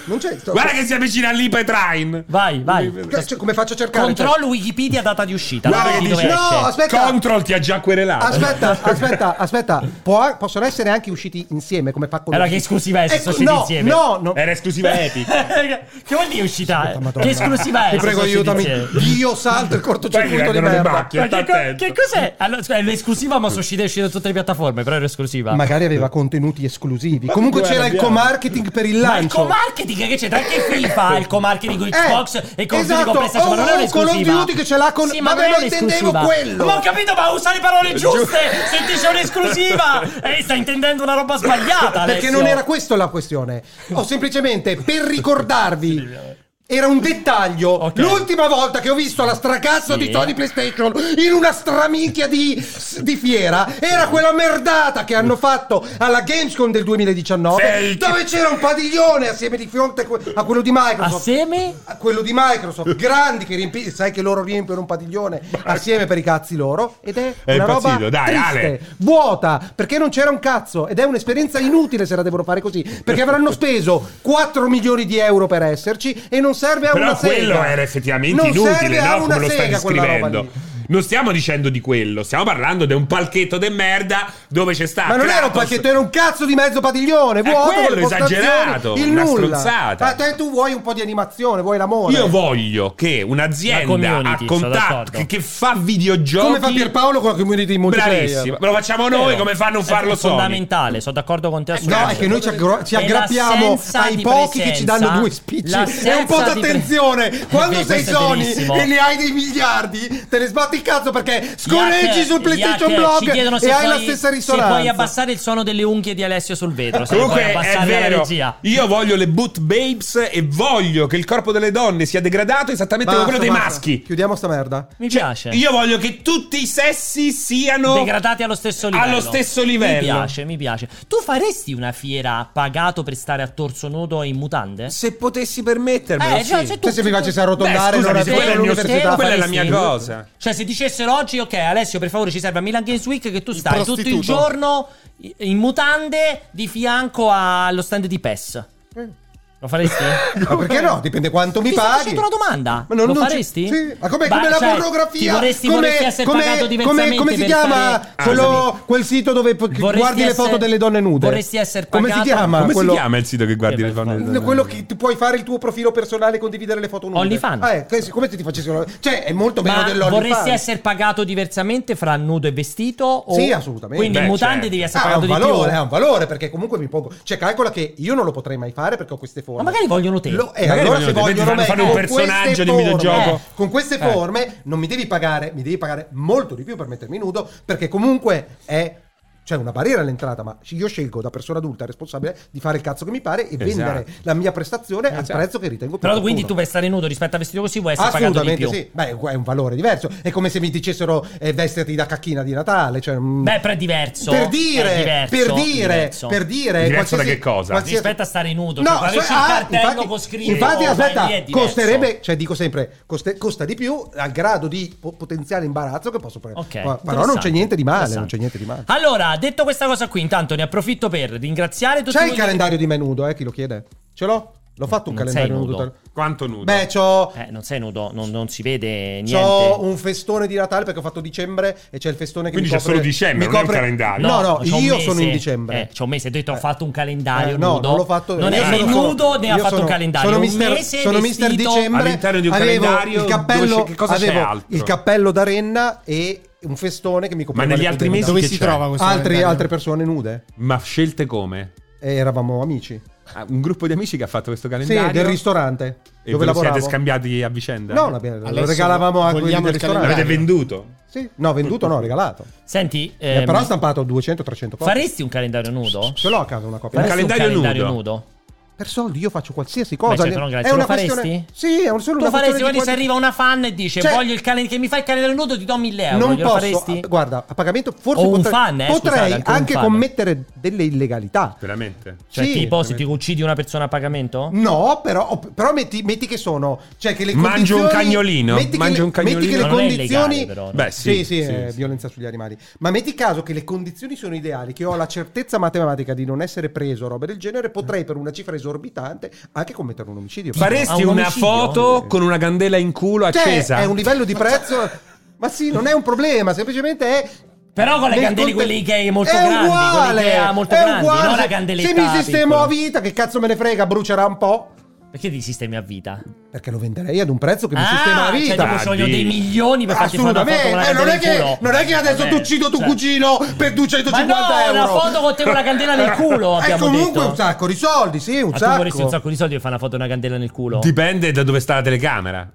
[SPEAKER 3] Non c'è
[SPEAKER 2] Guarda che si avvicina all'Ipetrain.
[SPEAKER 1] Vai, vai.
[SPEAKER 3] Cioè, come faccio a cercare? Cioè-
[SPEAKER 1] Controllo Wikipedia data di uscita.
[SPEAKER 3] No,
[SPEAKER 1] Guarda che
[SPEAKER 3] dice-
[SPEAKER 1] dove esce.
[SPEAKER 3] no, aspetta.
[SPEAKER 2] Control ti ha già querelato.
[SPEAKER 3] Ah, Aspetta, aspetta, aspetta. Può- possono essere anche usciti insieme come fa con
[SPEAKER 1] Allora, che esclusiva è se sono usciti
[SPEAKER 3] no,
[SPEAKER 1] insieme? Eh,
[SPEAKER 3] No, no.
[SPEAKER 2] Era esclusiva Epic.
[SPEAKER 1] che vuol dire uscita?
[SPEAKER 3] Madonna.
[SPEAKER 1] Che esclusiva è?
[SPEAKER 3] Ti
[SPEAKER 1] se
[SPEAKER 3] prego,
[SPEAKER 1] sono usciti
[SPEAKER 3] aiutami.
[SPEAKER 1] insieme?
[SPEAKER 3] Dio salta il cortocircuito di
[SPEAKER 2] vengono le
[SPEAKER 3] merda.
[SPEAKER 2] macchie.
[SPEAKER 1] Ma Che, co-
[SPEAKER 2] attento.
[SPEAKER 1] che cos'è? Allora, scusa, è l'esclusiva, ma sono uscita e uscita su tutte le piattaforme. Però era esclusiva.
[SPEAKER 3] Magari aveva contenuti esclusivi. Comunque
[SPEAKER 2] guarda,
[SPEAKER 3] c'era il
[SPEAKER 2] abbiamo-
[SPEAKER 3] co-marketing per il
[SPEAKER 1] Ma il
[SPEAKER 3] lancio.
[SPEAKER 1] co-marketing che c'è tra anche FIFA, il co-marketing con
[SPEAKER 3] Eh,
[SPEAKER 1] Xbox e con
[SPEAKER 3] esatto.
[SPEAKER 1] con PlayStation, ma
[SPEAKER 3] Oh,
[SPEAKER 1] non è
[SPEAKER 3] Call of
[SPEAKER 1] un'esclusiva.
[SPEAKER 3] Duty che ce l'ha con-
[SPEAKER 1] Sì, ma
[SPEAKER 3] Vabbè,
[SPEAKER 1] non è
[SPEAKER 3] ma intendevo
[SPEAKER 1] un'esclusiva.
[SPEAKER 3] quello. Eh,
[SPEAKER 1] Ma ho capito, ma usa le parole giuste. se dice un'esclusiva, eh, sta intendendo una roba sbagliata.
[SPEAKER 3] Perché
[SPEAKER 1] Alessio.
[SPEAKER 3] non era questa la questione. Ho semplicemente per ricordarvi. Era un dettaglio. L'ultima volta che ho visto la stracazzo
[SPEAKER 1] Sì.
[SPEAKER 3] di Tony PlayStation in una stramichia di, di fiera era quella merdata che hanno fatto alla Gamescom del 2019
[SPEAKER 2] Sei-
[SPEAKER 3] dove c'era un padiglione assieme di fronte a que- a quello di Microsoft.
[SPEAKER 1] Assieme?
[SPEAKER 3] a quello di Microsoft, grandi che riempi- sai che loro riempiono un padiglione assieme per i cazzi loro ed è,
[SPEAKER 2] È
[SPEAKER 3] una
[SPEAKER 2] impazzito,
[SPEAKER 3] roba
[SPEAKER 2] dai,
[SPEAKER 3] triste,
[SPEAKER 2] Ale.
[SPEAKER 3] vuota, perché non c'era un cazzo ed è un'esperienza inutile se la devono fare così, perché avranno speso 4 milioni di euro per esserci e non serve a
[SPEAKER 2] Però
[SPEAKER 3] una sega.
[SPEAKER 2] quello era effettivamente
[SPEAKER 3] Non serve
[SPEAKER 2] inutile,
[SPEAKER 3] a
[SPEAKER 2] no?
[SPEAKER 3] una
[SPEAKER 2] Come lo stai
[SPEAKER 3] sega quella roba
[SPEAKER 2] descrivendo.
[SPEAKER 3] lì.
[SPEAKER 2] Non stiamo dicendo di quello, stiamo parlando di un palchetto de merda dove c'è stato.
[SPEAKER 3] Ma non era un pacchetto, era un cazzo di mezzo padiglione,
[SPEAKER 2] È
[SPEAKER 3] vuoto,
[SPEAKER 2] Ah, Eh, quello,
[SPEAKER 3] con le postazioni,
[SPEAKER 2] esagerato,
[SPEAKER 3] il
[SPEAKER 2] una
[SPEAKER 3] nulla.
[SPEAKER 2] stronzata.
[SPEAKER 3] Ma te tu vuoi un po' di animazione, vuoi l'amore.
[SPEAKER 2] Io voglio che
[SPEAKER 1] La
[SPEAKER 2] un'azienda a
[SPEAKER 1] community, sono
[SPEAKER 2] contatto
[SPEAKER 1] d'accordo.
[SPEAKER 2] che, che fa videogiochi.
[SPEAKER 3] come fa Pierpaolo con la community multiplayer.
[SPEAKER 2] Bravissimo, lo facciamo noi come fanno a farlo
[SPEAKER 1] è
[SPEAKER 2] solo.
[SPEAKER 1] fondamentale, sono d'accordo con te
[SPEAKER 3] Eh, No, è
[SPEAKER 1] assolutamente.
[SPEAKER 3] che noi ci, aggro- ci
[SPEAKER 1] È
[SPEAKER 3] aggrappiamo
[SPEAKER 1] l'assenza
[SPEAKER 3] ai
[SPEAKER 1] di
[SPEAKER 3] pochi che ci danno
[SPEAKER 1] presenza,
[SPEAKER 3] due spicci.
[SPEAKER 1] l'assenza
[SPEAKER 3] E un po'
[SPEAKER 1] di pre-
[SPEAKER 3] d'attenzione. Quando
[SPEAKER 1] Questo
[SPEAKER 3] sei
[SPEAKER 1] è
[SPEAKER 3] Sony
[SPEAKER 1] verissimo.
[SPEAKER 3] e ne hai dei miliardi, te ne sbatti il cazzo perché scorreggi sul PlayStation
[SPEAKER 1] Yak, ci
[SPEAKER 3] Blog e
[SPEAKER 1] chiedono
[SPEAKER 3] hai
[SPEAKER 1] se
[SPEAKER 3] la
[SPEAKER 1] puoi-
[SPEAKER 3] stessa
[SPEAKER 1] Se puoi
[SPEAKER 3] risonanza.
[SPEAKER 1] abbassare il suono delle unghie di Alessio sul vetro, se
[SPEAKER 2] Comunque
[SPEAKER 1] puoi
[SPEAKER 2] è
[SPEAKER 1] abbassare la
[SPEAKER 2] vero,
[SPEAKER 1] regia.
[SPEAKER 2] io voglio le boot babes e voglio che il corpo delle donne sia degradato esattamente come
[SPEAKER 3] Basta,
[SPEAKER 2] quello dei
[SPEAKER 3] basta.
[SPEAKER 2] maschi.
[SPEAKER 3] Chiudiamo sta merda.
[SPEAKER 1] Mi piace.
[SPEAKER 2] Cioè, Io voglio che tutti i sessi siano
[SPEAKER 1] Degradati allo stesso livello.
[SPEAKER 2] Allo stesso livello.
[SPEAKER 1] Mi piace, mi piace. Tu faresti una fiera pagato per stare a torso nudo in mutande?
[SPEAKER 2] Se potessi permettermelo,
[SPEAKER 1] Eh,
[SPEAKER 2] sì.
[SPEAKER 1] cioè, se tu-
[SPEAKER 3] Se mi facessi
[SPEAKER 2] Beh,
[SPEAKER 3] arrotondare, non
[SPEAKER 2] scusami,
[SPEAKER 3] avevo
[SPEAKER 2] quello è il mio
[SPEAKER 3] l'università.
[SPEAKER 2] schermo, quella è la mia cosa.
[SPEAKER 1] Cioè, se dicessero oggi, ok, Alessio, per favore, ci serve a Milan Games Week che tu stai tutto il
[SPEAKER 4] prostituto.
[SPEAKER 1] giorno in mutande di fianco allo stand di PES. Lo faresti?
[SPEAKER 3] Ma perché no? Dipende quanto Eh. mi
[SPEAKER 1] Ti sto
[SPEAKER 3] paghi.
[SPEAKER 1] facendo una domanda.
[SPEAKER 3] Ma non-
[SPEAKER 1] lo
[SPEAKER 3] non ci-
[SPEAKER 1] faresti?
[SPEAKER 3] sì. Ma come,
[SPEAKER 1] Ba-
[SPEAKER 3] come la
[SPEAKER 1] cioè,
[SPEAKER 3] pornografia?
[SPEAKER 1] Ti vorresti,
[SPEAKER 3] come,
[SPEAKER 1] vorresti essere
[SPEAKER 3] come-
[SPEAKER 1] pagato
[SPEAKER 3] come-
[SPEAKER 1] diversamente
[SPEAKER 3] come si
[SPEAKER 1] per
[SPEAKER 3] chiama
[SPEAKER 1] fare- Ah,
[SPEAKER 3] quello,
[SPEAKER 1] Scusami.
[SPEAKER 3] quel sito dove che
[SPEAKER 1] Vorresti
[SPEAKER 3] guardi le foto
[SPEAKER 1] essere-
[SPEAKER 3] delle donne nude?
[SPEAKER 1] vorresti essere
[SPEAKER 3] Come si
[SPEAKER 1] pagato-
[SPEAKER 3] chiama?
[SPEAKER 2] Come
[SPEAKER 3] quello...
[SPEAKER 2] si chiama il sito che guardi
[SPEAKER 1] Eh,
[SPEAKER 2] le foto?
[SPEAKER 3] Quello che tu puoi fare il tuo profilo personale e condividere le foto nude.
[SPEAKER 1] OnlyFans.
[SPEAKER 3] Ah, è, come se ti facessero. Cioè, è molto meno
[SPEAKER 1] Ma
[SPEAKER 3] dell'OnlyFans.
[SPEAKER 1] vorresti essere pagato diversamente fra nudo e vestito? O...
[SPEAKER 3] Sì, assolutamente.
[SPEAKER 1] Quindi
[SPEAKER 3] Beh,
[SPEAKER 1] in mutande
[SPEAKER 3] certo.
[SPEAKER 1] devi essere
[SPEAKER 3] Ah, ha
[SPEAKER 1] pagato
[SPEAKER 3] un
[SPEAKER 1] di
[SPEAKER 3] valore,
[SPEAKER 1] più.
[SPEAKER 3] ha un valore perché comunque mi pongo. Cioè, calcola che io non lo potrei mai fare perché ho queste forme.
[SPEAKER 1] Ma magari vogliono te.
[SPEAKER 3] Lo- eh,
[SPEAKER 2] Magari
[SPEAKER 3] allora
[SPEAKER 2] vogliono
[SPEAKER 3] se
[SPEAKER 2] te,
[SPEAKER 3] vogliono
[SPEAKER 2] fanno-
[SPEAKER 3] me,
[SPEAKER 2] fanno
[SPEAKER 3] con
[SPEAKER 2] un personaggio
[SPEAKER 3] queste
[SPEAKER 2] di un videogioco.
[SPEAKER 3] eh, con queste
[SPEAKER 2] Eh.
[SPEAKER 3] forme non mi devi pagare, mi devi pagare molto di più per mettermi nudo perché comunque è c'è una barriera all'entrata, ma io scelgo da persona adulta responsabile di fare il cazzo che mi pare e
[SPEAKER 2] Esatto.
[SPEAKER 3] vendere la mia prestazione al
[SPEAKER 2] Esatto.
[SPEAKER 3] prezzo che ritengo più
[SPEAKER 1] Però quindi tu
[SPEAKER 3] opportuno.
[SPEAKER 1] per stare nudo rispetto a vestito così vuoi essere pagato di
[SPEAKER 3] Assolutamente
[SPEAKER 1] più.
[SPEAKER 3] sì, Beh, è un valore diverso. È come se mi dicessero eh, vestiti da cacchina di Natale. Cioè, mm,
[SPEAKER 1] Beh, però è diverso.
[SPEAKER 3] per dire,
[SPEAKER 1] È diverso,
[SPEAKER 3] per dire,
[SPEAKER 1] diverso.
[SPEAKER 3] per dire,
[SPEAKER 2] Diverso
[SPEAKER 3] qualsiasi-
[SPEAKER 2] da che cosa?
[SPEAKER 3] qualsiasi-
[SPEAKER 1] Rispetto a stare nudo.
[SPEAKER 3] No,
[SPEAKER 1] cioè,
[SPEAKER 3] so-
[SPEAKER 1] avessi il
[SPEAKER 3] ah,
[SPEAKER 1] cartello
[SPEAKER 3] infatti,
[SPEAKER 1] con scritto,
[SPEAKER 3] infatti,
[SPEAKER 1] vai
[SPEAKER 3] aspetta,
[SPEAKER 1] lì, è diverso.
[SPEAKER 3] costerebbe, cioè dico sempre, coste- costa di più al grado di po- potenziale imbarazzo che posso prendere.
[SPEAKER 1] Ok,
[SPEAKER 3] Ma- Però non
[SPEAKER 1] interessante,
[SPEAKER 3] c'è niente di male, non
[SPEAKER 1] interessante.
[SPEAKER 3] c'è niente di male.
[SPEAKER 1] Allora, detto questa cosa qui, intanto ne approfitto per ringraziare tutti
[SPEAKER 3] C'è il
[SPEAKER 1] voi-
[SPEAKER 3] calendario di menudo, eh, chi lo chiede? Ce l'ho? L'ho fatto un
[SPEAKER 1] Non sei
[SPEAKER 3] calendario
[SPEAKER 1] nudo.
[SPEAKER 3] nudo.
[SPEAKER 2] Quanto nudo?
[SPEAKER 3] Beh, c'ho
[SPEAKER 1] Eh, non sei nudo, non, non si vede niente.
[SPEAKER 3] C'ho un festone di Natale perché ho fatto dicembre e c'è il festone che
[SPEAKER 2] Quindi
[SPEAKER 3] mi
[SPEAKER 2] c'è
[SPEAKER 3] copre,
[SPEAKER 2] solo dicembre,
[SPEAKER 3] mi
[SPEAKER 2] non è un
[SPEAKER 3] copre-
[SPEAKER 2] calendario.
[SPEAKER 3] No, no,
[SPEAKER 1] c'ho un
[SPEAKER 3] io
[SPEAKER 1] mese.
[SPEAKER 3] sono in dicembre.
[SPEAKER 1] Eh, c'ho un mese, ho detto ho fatto un calendario
[SPEAKER 3] Eh, no,
[SPEAKER 1] nudo.
[SPEAKER 3] non l'ho fatto.
[SPEAKER 1] Non
[SPEAKER 3] Io
[SPEAKER 1] è
[SPEAKER 3] sono-
[SPEAKER 1] nudo, ne ha
[SPEAKER 3] io
[SPEAKER 1] fatto
[SPEAKER 3] sono-
[SPEAKER 1] un calendario.
[SPEAKER 3] Sono
[SPEAKER 1] un
[SPEAKER 3] mister,
[SPEAKER 1] mese
[SPEAKER 3] sono mister
[SPEAKER 1] vestito-
[SPEAKER 3] dicembre.
[SPEAKER 2] All'interno di un
[SPEAKER 3] avevo
[SPEAKER 2] calendario,
[SPEAKER 3] il cappello,
[SPEAKER 2] dove c'è- che cosa c'è
[SPEAKER 3] avevo
[SPEAKER 2] altro?
[SPEAKER 3] il cappello da renna e un festone che mi copriva.
[SPEAKER 2] Ma negli
[SPEAKER 3] le
[SPEAKER 2] altri
[SPEAKER 3] pudenda.
[SPEAKER 2] mesi Dove che si c'è? trova questo
[SPEAKER 3] Altri-
[SPEAKER 2] calendario?
[SPEAKER 3] altre persone nude.
[SPEAKER 2] Ma scelte come?
[SPEAKER 3] E eravamo amici.
[SPEAKER 2] Ah, Un gruppo di amici che ha fatto questo
[SPEAKER 3] Sì,
[SPEAKER 2] calendario?
[SPEAKER 3] del ristorante dove
[SPEAKER 2] E ve lo
[SPEAKER 3] lavoravo.
[SPEAKER 2] siete scambiati a vicenda?
[SPEAKER 3] No, l'abbiamo- lo regalavamo a quelli del ristorante.
[SPEAKER 2] L'avete venduto?
[SPEAKER 3] Sì, no, venduto no, regalato.
[SPEAKER 1] Senti,
[SPEAKER 3] Eh,
[SPEAKER 1] ehm,
[SPEAKER 3] però ho stampato 200-300 copie.
[SPEAKER 1] faresti un calendario nudo?
[SPEAKER 3] Ce l'ho a casa una copia.
[SPEAKER 1] Faresti un
[SPEAKER 2] calendario
[SPEAKER 1] calendario
[SPEAKER 2] nudo.
[SPEAKER 1] nudo?
[SPEAKER 3] Per soldi io faccio qualsiasi cosa.
[SPEAKER 1] certo, non grazie.
[SPEAKER 3] È
[SPEAKER 1] Lo
[SPEAKER 3] una questione-
[SPEAKER 1] faresti?
[SPEAKER 3] Sì, è un solo
[SPEAKER 1] Tu
[SPEAKER 3] una
[SPEAKER 1] faresti
[SPEAKER 3] questione
[SPEAKER 1] quando
[SPEAKER 3] di
[SPEAKER 1] se arriva una fan e dice
[SPEAKER 3] Cioè-
[SPEAKER 1] voglio il calendario che mi fai il calendario nudo ti do 1000 euro,
[SPEAKER 3] non
[SPEAKER 1] glielo
[SPEAKER 3] posso,
[SPEAKER 1] faresti?
[SPEAKER 3] ah, guarda, a pagamento forse
[SPEAKER 1] O un
[SPEAKER 3] potrei,
[SPEAKER 1] fan, eh,
[SPEAKER 3] potrei
[SPEAKER 1] scusate, anche
[SPEAKER 3] anche,
[SPEAKER 1] un fan.
[SPEAKER 3] commettere delle illegalità.
[SPEAKER 2] Veramente?
[SPEAKER 1] Cioè
[SPEAKER 3] Sì,
[SPEAKER 1] tipo se ti uccidi una persona a pagamento?
[SPEAKER 3] No, però, però metti, metti che sono. Cioè, che le
[SPEAKER 2] Mangio un
[SPEAKER 3] condizioni-
[SPEAKER 2] cagnolino,
[SPEAKER 3] Metti che,
[SPEAKER 2] mangio
[SPEAKER 3] le,
[SPEAKER 2] un cagnolino.
[SPEAKER 3] metti che le
[SPEAKER 1] Non è
[SPEAKER 3] condizioni.
[SPEAKER 1] illegale, però, no?
[SPEAKER 2] Beh, sì,
[SPEAKER 3] sì, sì,
[SPEAKER 2] sì,
[SPEAKER 3] è
[SPEAKER 2] sì.
[SPEAKER 3] violenza sugli animali. Ma metti caso che le condizioni sono ideali, che ho la certezza matematica di non essere preso, roba del genere, potrei per una cifra esorbitante anche commettere un omicidio.
[SPEAKER 2] Faresti
[SPEAKER 1] Ah, un
[SPEAKER 2] una
[SPEAKER 1] omicidio?
[SPEAKER 2] foto con una candela in culo
[SPEAKER 3] Cioè,
[SPEAKER 2] accesa?
[SPEAKER 3] è un livello di prezzo. Ma sì, non è un problema, semplicemente è.
[SPEAKER 1] Però con le
[SPEAKER 3] nel
[SPEAKER 1] candele
[SPEAKER 3] conte-
[SPEAKER 1] quelli che è molto
[SPEAKER 3] è
[SPEAKER 1] grandi,
[SPEAKER 3] uguale,
[SPEAKER 1] quelli che ha molto
[SPEAKER 3] è
[SPEAKER 1] grandi,
[SPEAKER 3] uguale.
[SPEAKER 1] non la
[SPEAKER 3] Se-
[SPEAKER 1] candeletta
[SPEAKER 3] Se mi sistemo
[SPEAKER 1] piccola.
[SPEAKER 3] a vita, che cazzo me ne frega, brucerà un po'.
[SPEAKER 1] Perché ti sistemi a vita?
[SPEAKER 3] Perché lo venderei ad un prezzo che mi
[SPEAKER 1] ah,
[SPEAKER 3] sistema a
[SPEAKER 1] Cioè,
[SPEAKER 3] vita.
[SPEAKER 1] tipo, ci vogliono
[SPEAKER 2] Dì.
[SPEAKER 1] dei milioni per farti fare una foto con
[SPEAKER 3] Assolutamente,
[SPEAKER 1] una
[SPEAKER 3] Eh, non,
[SPEAKER 1] candela
[SPEAKER 3] è
[SPEAKER 1] in
[SPEAKER 3] che,
[SPEAKER 1] culo.
[SPEAKER 3] non è che adesso
[SPEAKER 1] Vabbè,
[SPEAKER 3] tu uccido tuo
[SPEAKER 1] cioè-
[SPEAKER 3] cugino per
[SPEAKER 1] Ma
[SPEAKER 3] 250
[SPEAKER 1] no,
[SPEAKER 3] euro.
[SPEAKER 1] una foto con te con la candela nel culo,
[SPEAKER 3] E
[SPEAKER 1] abbiamo
[SPEAKER 3] comunque
[SPEAKER 1] detto.
[SPEAKER 3] un sacco di soldi, sì, un
[SPEAKER 1] Ma tu vorresti un
[SPEAKER 3] sacco.
[SPEAKER 1] sacco di soldi per fare una foto con una candela nel culo?
[SPEAKER 2] Dipende da dove sta la telecamera.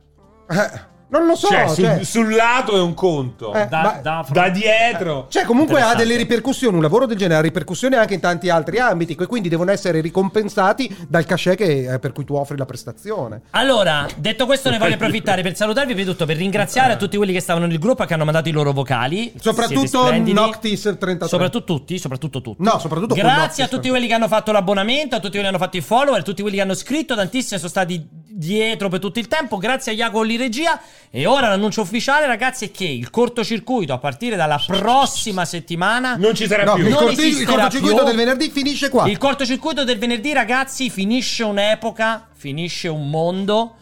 [SPEAKER 3] Eh, non lo so,
[SPEAKER 2] cioè, sul,
[SPEAKER 3] cioè,
[SPEAKER 2] sul lato è un conto.
[SPEAKER 3] Eh,
[SPEAKER 1] da,
[SPEAKER 3] ma-
[SPEAKER 1] da-
[SPEAKER 2] Da dietro.
[SPEAKER 3] Cioè, comunque ha
[SPEAKER 1] Interessante.
[SPEAKER 3] delle ripercussioni, un lavoro del genere ha ripercussioni anche in tanti altri ambiti, que- quindi devono essere ricompensati dal cachet che- eh, per cui tu offri la prestazione.
[SPEAKER 1] Allora, detto questo, ne voglio approfittare per salutarvi, prima di tutto per ringraziare a tutti quelli che stavano nel gruppo e che hanno mandato i loro vocali. Siete
[SPEAKER 3] Eh. Soprattutto
[SPEAKER 1] splendidi.
[SPEAKER 3] Noctis 33.
[SPEAKER 1] Soprattutto tutti, soprattutto tutti.
[SPEAKER 3] No, soprattutto con
[SPEAKER 1] Grazie a
[SPEAKER 3] Noctis.
[SPEAKER 1] tutti quelli che hanno fatto l'abbonamento, a tutti quelli che hanno fatto i follower, a tutti quelli che hanno scritto, tantissimi sono stati dietro per tutto il tempo. Grazie a Iaco Lì regia. E ora l'annuncio ufficiale, ragazzi, è che il cortocircuito a partire dalla prossima settimana
[SPEAKER 2] Non ci sarà
[SPEAKER 3] cioè, No,
[SPEAKER 2] più.
[SPEAKER 3] il,
[SPEAKER 1] Non
[SPEAKER 3] corti- il
[SPEAKER 1] esisterà
[SPEAKER 3] cortocircuito
[SPEAKER 1] più.
[SPEAKER 3] del venerdì finisce qua.
[SPEAKER 1] Il cortocircuito del venerdì, ragazzi, finisce un'epoca, finisce un mondo.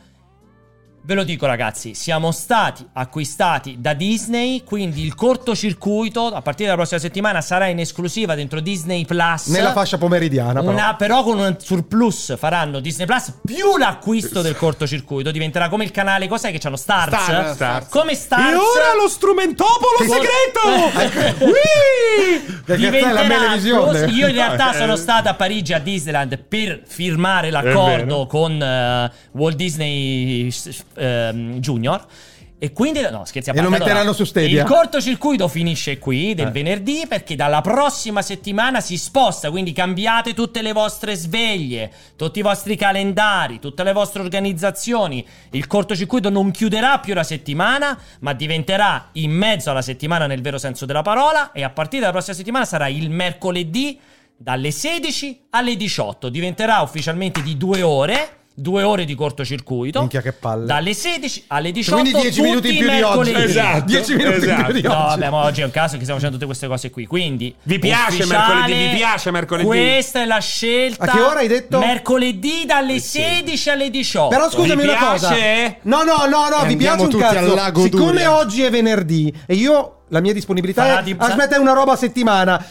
[SPEAKER 1] Ve lo dico, ragazzi, siamo stati acquistati da Disney, quindi il cortocircuito a partire dalla prossima settimana sarà in esclusiva dentro Disney Plus.
[SPEAKER 3] Nella fascia pomeridiana, però.
[SPEAKER 1] Una- però con un surplus faranno Disney Plus più l'acquisto del cortocircuito diventerà come il canale cos'è che c'hanno Stars,
[SPEAKER 2] Stars. Stars.
[SPEAKER 1] come Stars
[SPEAKER 2] E ora lo strumentopolo
[SPEAKER 1] Col-
[SPEAKER 2] segreto! Ui!
[SPEAKER 3] Eh, ecco. Perché questa è la
[SPEAKER 1] diventerà
[SPEAKER 3] televisione.
[SPEAKER 1] close. Io in realtà
[SPEAKER 2] Eh.
[SPEAKER 1] sono stato a Parigi a Disneyland per firmare
[SPEAKER 2] vero.
[SPEAKER 1] l'accordo con eh, Walt Disney s- ehm, Junior. E quindi, no, scherzi a
[SPEAKER 3] E
[SPEAKER 1] parte.
[SPEAKER 3] lo metteranno su Stadia.
[SPEAKER 1] Il cortocircuito finisce qui
[SPEAKER 3] Eh.
[SPEAKER 1] del venerdì perché dalla prossima settimana si sposta. Quindi cambiate tutte le vostre sveglie, tutti i vostri calendari, tutte le vostre organizzazioni. Il cortocircuito non chiuderà più la settimana, ma diventerà in mezzo alla settimana nel vero senso della parola. E a partire dalla prossima settimana sarà il mercoledì dalle 16 alle 18. Diventerà ufficialmente di due ore. due ore di cortocircuito.
[SPEAKER 3] Minchia, che palle. Cioè,
[SPEAKER 1] Dalle 16 alle 18
[SPEAKER 3] Quindi 10
[SPEAKER 1] tutti
[SPEAKER 3] minuti in
[SPEAKER 1] i
[SPEAKER 3] più di oggi.
[SPEAKER 1] mercoledì.
[SPEAKER 3] Esatto, 10 minuti in più di
[SPEAKER 1] No,
[SPEAKER 3] oggi.
[SPEAKER 1] vabbè, ma oggi è un caso che stiamo facendo tutte queste cose qui. Quindi
[SPEAKER 2] Vi piace
[SPEAKER 1] ufficiale,
[SPEAKER 2] mercoledì? Vi piace mercoledì?
[SPEAKER 1] Questa è la scelta.
[SPEAKER 3] A che ora hai detto?
[SPEAKER 1] Mercoledì
[SPEAKER 2] Eh
[SPEAKER 1] dalle 16 alle 18.
[SPEAKER 3] Però scusami
[SPEAKER 1] Vi
[SPEAKER 3] una cosa.
[SPEAKER 1] piace?
[SPEAKER 3] No, no, no, no, vi piace
[SPEAKER 17] Andiamo
[SPEAKER 3] un
[SPEAKER 17] tutti
[SPEAKER 3] cazzo.
[SPEAKER 17] al lago
[SPEAKER 3] Siccome
[SPEAKER 17] Durian.
[SPEAKER 3] oggi è venerdì e io la mia disponibilità
[SPEAKER 1] Farà
[SPEAKER 3] è
[SPEAKER 1] di-
[SPEAKER 3] aspetta è una roba a settimana.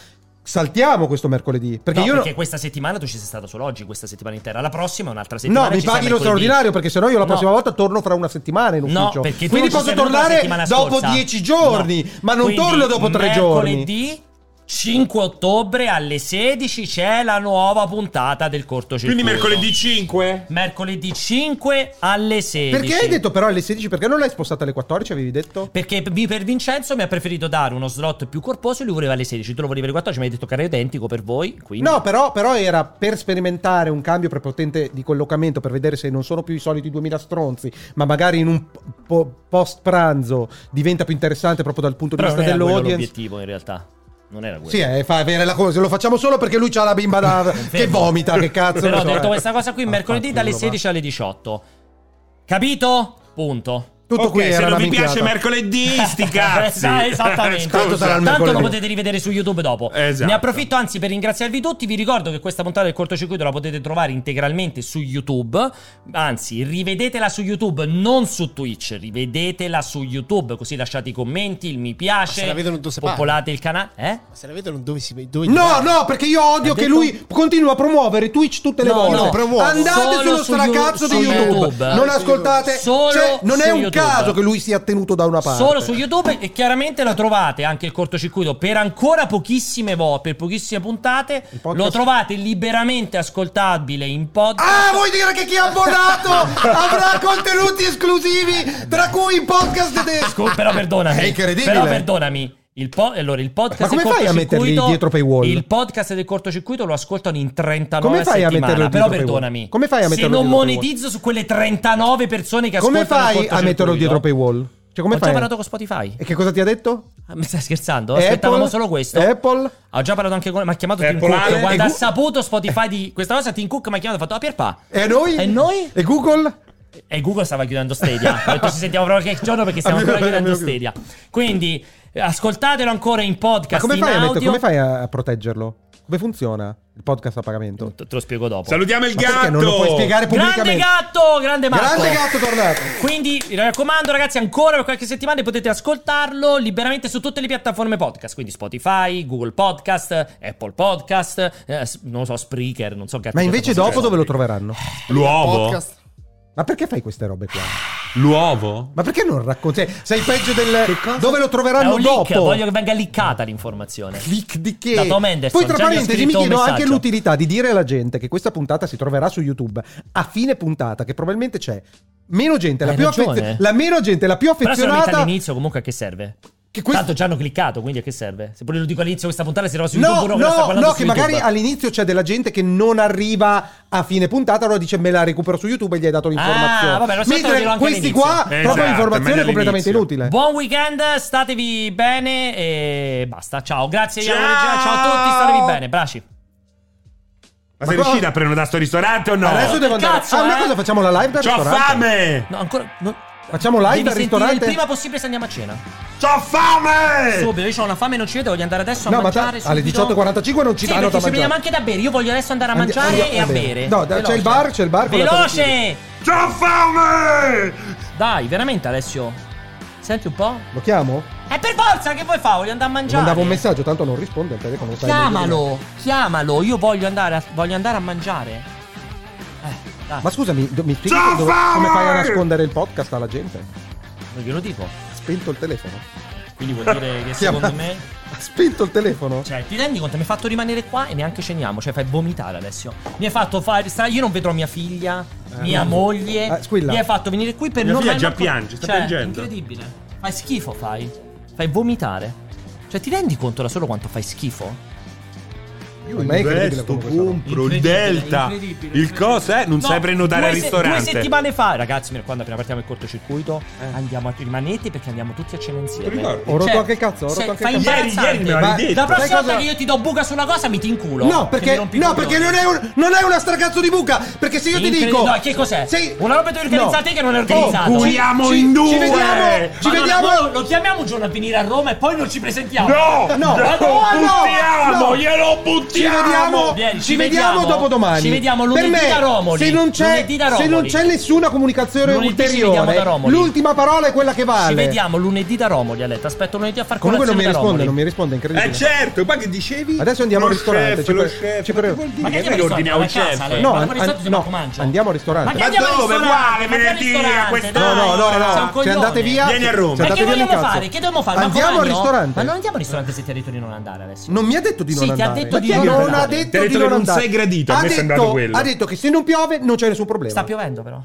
[SPEAKER 3] Saltiamo questo mercoledì, perché
[SPEAKER 1] No,
[SPEAKER 3] io
[SPEAKER 1] perché questa settimana tu ci sei stato solo oggi, questa settimana intera. La prossima è un'altra settimana.
[SPEAKER 3] No, mi
[SPEAKER 1] ci
[SPEAKER 3] paghi
[SPEAKER 1] sei
[SPEAKER 3] lo
[SPEAKER 1] mercoledì.
[SPEAKER 3] straordinario perché sennò io la
[SPEAKER 1] No.
[SPEAKER 3] prossima volta torno fra una settimana in
[SPEAKER 1] No,
[SPEAKER 3] ufficio.
[SPEAKER 1] perché tu
[SPEAKER 3] Quindi
[SPEAKER 1] non ci
[SPEAKER 3] posso
[SPEAKER 1] sei venuto la
[SPEAKER 3] tornare
[SPEAKER 1] settimana
[SPEAKER 3] dopo
[SPEAKER 1] scorsa.
[SPEAKER 3] dieci giorni,
[SPEAKER 1] No.
[SPEAKER 3] ma non
[SPEAKER 1] Quindi
[SPEAKER 3] torno dopo tre giorni.
[SPEAKER 1] Mercoledì 5 ottobre alle 16 c'è la nuova puntata del cortocircuito.
[SPEAKER 2] Quindi mercoledì 5?
[SPEAKER 1] Mercoledì 5 alle 16.
[SPEAKER 3] Perché hai detto però alle 16? Perché non l'hai spostata alle 14? Avevi detto?
[SPEAKER 1] Perché vi- per Vincenzo mi ha preferito dare uno slot più corposo e lui voleva alle 16. Tu lo volevi alle 14, mi hai detto che era identico per voi. Quindi...
[SPEAKER 3] No, però, però era per sperimentare un cambio prepotente di collocamento per vedere se non sono più i soliti 2000 stronzi, ma magari in un post pranzo diventa più interessante proprio dal punto di
[SPEAKER 1] Però non
[SPEAKER 3] vista
[SPEAKER 1] era quello
[SPEAKER 3] dell'audience.
[SPEAKER 1] l'obiettivo in realtà. Non era quello.
[SPEAKER 3] Sì, eh, fa avere la cosa, lo facciamo solo perché lui ha la bimba da- che vomita, che cazzo.
[SPEAKER 1] Però
[SPEAKER 3] ne
[SPEAKER 1] ho
[SPEAKER 3] so,
[SPEAKER 1] detto
[SPEAKER 3] eh.
[SPEAKER 1] questa cosa qui
[SPEAKER 3] Ah,
[SPEAKER 1] mercoledì
[SPEAKER 3] fanculo,
[SPEAKER 1] dalle
[SPEAKER 3] va.
[SPEAKER 1] 16 alle 18. Capito? Punto.
[SPEAKER 3] Tutto
[SPEAKER 2] Ok,
[SPEAKER 3] qui era
[SPEAKER 2] se non
[SPEAKER 3] la
[SPEAKER 2] vi
[SPEAKER 3] minchiata.
[SPEAKER 2] piace mercoledì, sti cazzi.
[SPEAKER 1] Esa- esattamente.
[SPEAKER 2] Scusa.
[SPEAKER 3] Eh, Tanto sarà il
[SPEAKER 1] Tanto lo
[SPEAKER 3] mercoledì.
[SPEAKER 1] potete rivedere su YouTube dopo.
[SPEAKER 2] Esatto.
[SPEAKER 1] Ne approfitto anzi per ringraziarvi tutti. Vi ricordo che questa puntata del cortocircuito la potete trovare integralmente su YouTube. Anzi, rivedetela su YouTube, non su Twitch. Rivedetela su YouTube, così lasciate i commenti, il mi piace.
[SPEAKER 17] Ma se la vedono dove si parla.
[SPEAKER 1] popolate il canale. Eh?
[SPEAKER 17] Ma se la vedono dove si dove
[SPEAKER 3] No, no, perché io odio
[SPEAKER 1] Ha
[SPEAKER 3] che
[SPEAKER 1] detto-
[SPEAKER 3] lui continua a promuovere Twitch tutte le
[SPEAKER 1] No,
[SPEAKER 3] volte.
[SPEAKER 1] no, promuove.
[SPEAKER 3] Andate
[SPEAKER 1] Solo
[SPEAKER 3] sullo
[SPEAKER 1] su
[SPEAKER 3] stracazzo di
[SPEAKER 1] YouTube.
[SPEAKER 3] YouTube.
[SPEAKER 1] YouTube.
[SPEAKER 3] Non
[SPEAKER 1] Solo
[SPEAKER 3] ascoltate.
[SPEAKER 1] su YouTube.
[SPEAKER 3] cioè, non è
[SPEAKER 1] Solo
[SPEAKER 3] un
[SPEAKER 1] su YouTube.
[SPEAKER 3] caso che lui sia tenuto da una parte.
[SPEAKER 1] Solo su YouTube e chiaramente lo trovate anche il cortocircuito per ancora pochissime vo- per pochissime puntate.
[SPEAKER 3] podcast-
[SPEAKER 1] Lo trovate liberamente ascoltabile in podcast.
[SPEAKER 3] Ah, vuoi dire che chi è abbonato avrà contenuti esclusivi, tra cui il podcast tedesco?
[SPEAKER 1] Scu- però perdonami.
[SPEAKER 3] Ah, È incredibile.
[SPEAKER 1] Però perdonami. Il, po- allora, il podcast
[SPEAKER 3] Ma come
[SPEAKER 1] del
[SPEAKER 3] fai a
[SPEAKER 1] cortocircuito-
[SPEAKER 3] metterli dietro paywall?
[SPEAKER 1] Il podcast del cortocircuito lo ascoltano in 39
[SPEAKER 3] Come fai a
[SPEAKER 1] settimane,
[SPEAKER 3] metterlo
[SPEAKER 1] Però
[SPEAKER 3] dietro paywall?
[SPEAKER 1] perdonami.
[SPEAKER 3] Come fai a
[SPEAKER 1] Se
[SPEAKER 3] metterlo
[SPEAKER 1] non
[SPEAKER 3] dietro paywall?
[SPEAKER 1] monetizzo su quelle 39 persone che
[SPEAKER 3] Come
[SPEAKER 1] ascoltano il
[SPEAKER 3] fai a metterlo
[SPEAKER 1] cortocircuito?
[SPEAKER 3] dietro paywall? Cioè, come
[SPEAKER 1] Ho
[SPEAKER 3] fai?
[SPEAKER 1] già parlato con Spotify.
[SPEAKER 3] E che cosa ti ha detto?
[SPEAKER 1] Ah, Mi stai scherzando?
[SPEAKER 3] Apple?
[SPEAKER 1] Aspettavamo solo questo.
[SPEAKER 3] Apple?
[SPEAKER 1] Ho già parlato anche con. Mi ha chiamato Tim
[SPEAKER 2] Apple Ale?
[SPEAKER 1] Cook. Quando
[SPEAKER 3] E
[SPEAKER 1] ha
[SPEAKER 3] Gu-
[SPEAKER 1] saputo Spotify di questa cosa, Tim Cook mi ha chiamato e ha fatto: Ah, Pierpa.
[SPEAKER 3] E a noi?
[SPEAKER 1] E noi?
[SPEAKER 3] E Google?
[SPEAKER 1] E Google stava chiudendo Stadia. Ho detto ci sentiamo proprio qualche giorno perché stiamo ancora
[SPEAKER 3] Abbiamo-
[SPEAKER 1] chiudendo
[SPEAKER 3] abbiamo
[SPEAKER 1] Stadia. Quindi eh, ascoltatelo ancora in
[SPEAKER 3] Ma
[SPEAKER 1] podcast.
[SPEAKER 3] come
[SPEAKER 1] in
[SPEAKER 3] fai, a mettere-
[SPEAKER 1] audio.
[SPEAKER 3] come fai a a proteggerlo? Come funziona il podcast a pagamento?
[SPEAKER 1] Te lo spiego dopo.
[SPEAKER 2] Salutiamo il
[SPEAKER 3] Ma
[SPEAKER 2] gatto.
[SPEAKER 3] perché non lo puoi spiegare
[SPEAKER 1] Eh, Grande
[SPEAKER 3] pubblicamente?
[SPEAKER 1] gatto, grande Marco.
[SPEAKER 3] Grande gatto tornato.
[SPEAKER 1] Quindi mi raccomando ragazzi ancora per qualche settimana potete ascoltarlo liberamente su tutte le piattaforme podcast, quindi Spotify, Google Podcast, Apple Podcast, eh, s- non lo so Spreaker, non so che
[SPEAKER 3] Ma
[SPEAKER 1] altre
[SPEAKER 3] invece
[SPEAKER 1] cose
[SPEAKER 3] dopo
[SPEAKER 1] sono.
[SPEAKER 3] dove lo troveranno?
[SPEAKER 2] L'uovo?
[SPEAKER 3] Ma perché fai queste robe qua?
[SPEAKER 2] L'uovo?
[SPEAKER 3] Ma perché non racconti? Sei- Sei peggio del. Dove lo
[SPEAKER 1] È
[SPEAKER 3] troveranno
[SPEAKER 1] un leak,
[SPEAKER 3] dopo?
[SPEAKER 1] voglio che venga liccata l'informazione.
[SPEAKER 3] Click di che?
[SPEAKER 1] Da Tom Henderson,
[SPEAKER 3] Poi, tra
[SPEAKER 1] già mi ha
[SPEAKER 3] parentesi, mi
[SPEAKER 1] scritto un
[SPEAKER 3] chiedo anche
[SPEAKER 1] messaggio.
[SPEAKER 3] l'utilità di dire alla gente che questa puntata si troverà su YouTube a fine puntata, che probabilmente c'è. Meno gente, la,
[SPEAKER 1] Hai
[SPEAKER 3] più
[SPEAKER 1] ragione.
[SPEAKER 3] affezio- la meno gente, la più
[SPEAKER 1] Però se lo metti
[SPEAKER 3] affezionata.
[SPEAKER 1] all'inizio comunque a che serve?
[SPEAKER 3] Che questo-
[SPEAKER 1] Tanto già hanno cliccato, quindi a che serve? Se pure lo dico all'inizio questa puntata si trova su
[SPEAKER 3] No,
[SPEAKER 1] YouTube, uno che la sta
[SPEAKER 3] no,
[SPEAKER 1] guardando
[SPEAKER 3] no,
[SPEAKER 1] su
[SPEAKER 3] che magari
[SPEAKER 1] YouTube.
[SPEAKER 3] all'inizio c'è della gente che non arriva a fine puntata, allora dice me la recupero su YouTube e gli hai dato l'informazione.
[SPEAKER 1] Ah, vabbè, lo so, te lo
[SPEAKER 3] Mentre
[SPEAKER 1] dico anche
[SPEAKER 3] questi
[SPEAKER 1] all'inizio.
[SPEAKER 3] qua,
[SPEAKER 2] Esatto,
[SPEAKER 3] proprio
[SPEAKER 2] meglio
[SPEAKER 3] l'informazione è completamente
[SPEAKER 2] all'inizio.
[SPEAKER 3] inutile.
[SPEAKER 1] Buon weekend, statevi bene e basta. Ciao, grazie
[SPEAKER 2] Ciao.
[SPEAKER 1] Iago Leggera, ciao a tutti, statevi bene, braci.
[SPEAKER 2] Ma sei
[SPEAKER 3] Ma
[SPEAKER 2] riuscita a prenotare sto ristorante o no?
[SPEAKER 3] Adesso devo andare.
[SPEAKER 1] Cazzo,
[SPEAKER 3] ah, una
[SPEAKER 1] eh?
[SPEAKER 3] cosa facciamo la live dal
[SPEAKER 2] C'ho
[SPEAKER 3] ristorante.
[SPEAKER 2] fame!
[SPEAKER 1] No, ancora no.
[SPEAKER 3] Facciamo live
[SPEAKER 1] Devi
[SPEAKER 3] dal
[SPEAKER 1] sentire il
[SPEAKER 3] ristorante. Eh.
[SPEAKER 1] prima possibile se andiamo a cena.
[SPEAKER 2] C'ho fame!
[SPEAKER 1] Subito, io ho una fame, non ci vedo, voglio andare adesso a
[SPEAKER 3] No, ma ta-
[SPEAKER 1] mangiare.
[SPEAKER 3] alle
[SPEAKER 1] subito.
[SPEAKER 3] 18.45 non ci
[SPEAKER 1] Sì,
[SPEAKER 3] danno
[SPEAKER 1] perché
[SPEAKER 3] da
[SPEAKER 1] ci prendiamo
[SPEAKER 3] mangiare.
[SPEAKER 1] anche da bere. Io voglio adesso andare a
[SPEAKER 3] Andi-
[SPEAKER 1] mangiare
[SPEAKER 3] andiamo
[SPEAKER 1] e a
[SPEAKER 3] bere.
[SPEAKER 1] bere.
[SPEAKER 3] No, da- c'è
[SPEAKER 1] Veloce.
[SPEAKER 3] il bar, c'è il bar con la
[SPEAKER 1] Veloce!
[SPEAKER 2] C'ho fame!
[SPEAKER 1] Dai, veramente Alessio. Senti un po'.
[SPEAKER 3] Lo chiamo?
[SPEAKER 1] È per forza che vuoi fare? Voglio andare a mangiare.
[SPEAKER 3] Mandavo un messaggio, eh, tanto non risponde cioè, al telefono. lo sai meglio
[SPEAKER 1] Chiamalo, chiamalo, io voglio andare a, voglio andare a mangiare.
[SPEAKER 3] di me.
[SPEAKER 1] Eh, dai,
[SPEAKER 3] Ma scusami, do- mi spieghi
[SPEAKER 2] Ciao,
[SPEAKER 3] dove-
[SPEAKER 2] fame!
[SPEAKER 3] come fai a nascondere il podcast alla gente?
[SPEAKER 1] non glielo dico.
[SPEAKER 3] Ha spento il telefono.
[SPEAKER 1] Quindi vuol dire che secondo me.
[SPEAKER 3] Ha spento il telefono?
[SPEAKER 1] Cioè, ti rendi conto? Mi hai fatto rimanere qua e neanche ceniamo. Cioè, fai vomitare Alessio. Mi hai fatto fare. sta- Io non vedrò mia figlia, mia
[SPEAKER 3] no.
[SPEAKER 1] moglie.
[SPEAKER 3] Eh, squilla.
[SPEAKER 1] mi hai fatto venire qui per
[SPEAKER 2] Mia
[SPEAKER 1] non.
[SPEAKER 2] figlia
[SPEAKER 1] mai
[SPEAKER 2] già
[SPEAKER 1] manco-
[SPEAKER 2] piange, sta
[SPEAKER 1] cioè,
[SPEAKER 2] piangendo.
[SPEAKER 1] Incredibile. Fai schifo, fai. Fai vomitare. Cioè, ti rendi conto da solo quanto fai schifo?
[SPEAKER 2] Io
[SPEAKER 3] Ma è incredibile
[SPEAKER 2] investo,
[SPEAKER 3] come questa
[SPEAKER 2] compro il Delta, il cosa eh, non sai prenotare al
[SPEAKER 1] due se-
[SPEAKER 2] ristorante.
[SPEAKER 1] Due settimane fa, ragazzi, mi raccomando, appena partiamo il cortocircuito, andiamo a rimanete perché andiamo tutti a cena insieme. Cioè,
[SPEAKER 3] Ricordo. Ho rotto anche il cazzo, ho
[SPEAKER 1] se-
[SPEAKER 3] rotto anche
[SPEAKER 1] fai
[SPEAKER 3] il cazzo.
[SPEAKER 1] imbarazzante.
[SPEAKER 3] Ieri, ieri me l'avevi
[SPEAKER 1] La
[SPEAKER 3] detto.
[SPEAKER 1] prossima
[SPEAKER 3] Sai
[SPEAKER 1] volta
[SPEAKER 3] cosa-
[SPEAKER 1] che io ti do buca su una cosa, mi ti inculo.
[SPEAKER 3] No,
[SPEAKER 1] Che
[SPEAKER 3] perché,
[SPEAKER 1] mi rompi i
[SPEAKER 3] no,
[SPEAKER 1] coglioni.
[SPEAKER 3] perché non, è un, non è una stracazzo di buca. Perché se io ti
[SPEAKER 1] Incredibile.
[SPEAKER 3] dico.
[SPEAKER 1] No, che cos'è?
[SPEAKER 3] Sì.
[SPEAKER 1] Una roba che organizza te che non è organizzata.
[SPEAKER 3] Oh,
[SPEAKER 1] Ci-
[SPEAKER 2] Siamo
[SPEAKER 3] ci-
[SPEAKER 2] in due!
[SPEAKER 3] Ci
[SPEAKER 2] Eh.
[SPEAKER 3] vediamo! Ci
[SPEAKER 1] Madonna,
[SPEAKER 3] vediamo!
[SPEAKER 1] mo Lo chiamiamo un giorno a venire a Roma e poi non ci presentiamo.
[SPEAKER 2] No!
[SPEAKER 1] no,
[SPEAKER 2] No! Buttiamo! Glielo buttiamo!
[SPEAKER 3] Ci vediamo,
[SPEAKER 1] Vieni,
[SPEAKER 3] ci vediamo dopo domani.
[SPEAKER 1] Ci vediamo lunedì
[SPEAKER 3] per me,
[SPEAKER 1] da Romoli.
[SPEAKER 3] Se non c'è,
[SPEAKER 1] Lunedì da
[SPEAKER 3] se
[SPEAKER 1] Romoli.
[SPEAKER 3] non c'è nessuna comunicazione
[SPEAKER 1] Lunedì ci vediamo da
[SPEAKER 3] ulteriore,
[SPEAKER 1] Romoli.
[SPEAKER 3] l'ultima parola è quella che vale.
[SPEAKER 1] Ci vediamo lunedì da Romoli, Aletta. Aspetto lunedì a far
[SPEAKER 3] Comunque non mi
[SPEAKER 1] colazione
[SPEAKER 3] risponde,
[SPEAKER 1] da Romoli.
[SPEAKER 3] non mi risponde, è incredibile.
[SPEAKER 2] Eh certo, poi che dicevi?
[SPEAKER 3] Adesso andiamo al ristorante.
[SPEAKER 2] Chef, lo
[SPEAKER 3] pre-
[SPEAKER 2] chef,
[SPEAKER 3] ci pre-
[SPEAKER 1] Ma che andiamo al
[SPEAKER 2] ordiniamo il
[SPEAKER 1] ristorante?
[SPEAKER 2] chef?
[SPEAKER 1] Alla casa, lei?
[SPEAKER 3] No,
[SPEAKER 1] Ma
[SPEAKER 3] an-
[SPEAKER 1] come ristorante
[SPEAKER 3] no,
[SPEAKER 1] si può mangiare?
[SPEAKER 3] andiamo al ristorante.
[SPEAKER 1] Ma che andiamo al
[SPEAKER 2] dove?
[SPEAKER 1] ristorante?
[SPEAKER 2] Uguale,
[SPEAKER 1] Ma che
[SPEAKER 2] venerdì, a
[SPEAKER 1] ristorante?
[SPEAKER 2] quest'ora?
[SPEAKER 1] Dai,
[SPEAKER 3] No, no, no, no.
[SPEAKER 1] sei un
[SPEAKER 3] Cioè, andate
[SPEAKER 1] coglione.
[SPEAKER 3] via.
[SPEAKER 2] Vieni a Roma.
[SPEAKER 1] Ma
[SPEAKER 3] Andate
[SPEAKER 1] che
[SPEAKER 3] via nel
[SPEAKER 1] vogliamo
[SPEAKER 3] cazzo.
[SPEAKER 1] fare? Che dobbiamo fare? Ma
[SPEAKER 3] Andiamo
[SPEAKER 1] Covagno?
[SPEAKER 3] al ristorante.
[SPEAKER 1] Ma non andiamo al ristorante se ti ha detto di non andare, Alessio.
[SPEAKER 3] Non mi ha detto di non
[SPEAKER 1] Sì, ti ha
[SPEAKER 3] andare.
[SPEAKER 1] detto di
[SPEAKER 3] Perché
[SPEAKER 1] non
[SPEAKER 3] non
[SPEAKER 1] andare.
[SPEAKER 3] ha detto
[SPEAKER 2] Ti ha detto
[SPEAKER 3] di
[SPEAKER 2] che
[SPEAKER 3] non
[SPEAKER 2] non
[SPEAKER 3] andare.
[SPEAKER 2] sei gradito, a
[SPEAKER 3] Ha
[SPEAKER 2] me è
[SPEAKER 3] detto-
[SPEAKER 2] sembrato quello.
[SPEAKER 3] Ha detto che se non piove non c'è nessun problema.
[SPEAKER 1] Sta piovendo però.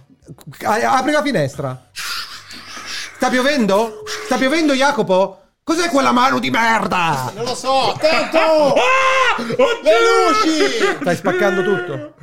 [SPEAKER 3] A- Apri la finestra. Sta piovendo? Sta piovendo, Jacopo? Cos'è quella mano di merda?
[SPEAKER 17] Non lo so, tanto!
[SPEAKER 2] Ah! Oddio!
[SPEAKER 17] Le luci!
[SPEAKER 3] Stai spaccando tutto.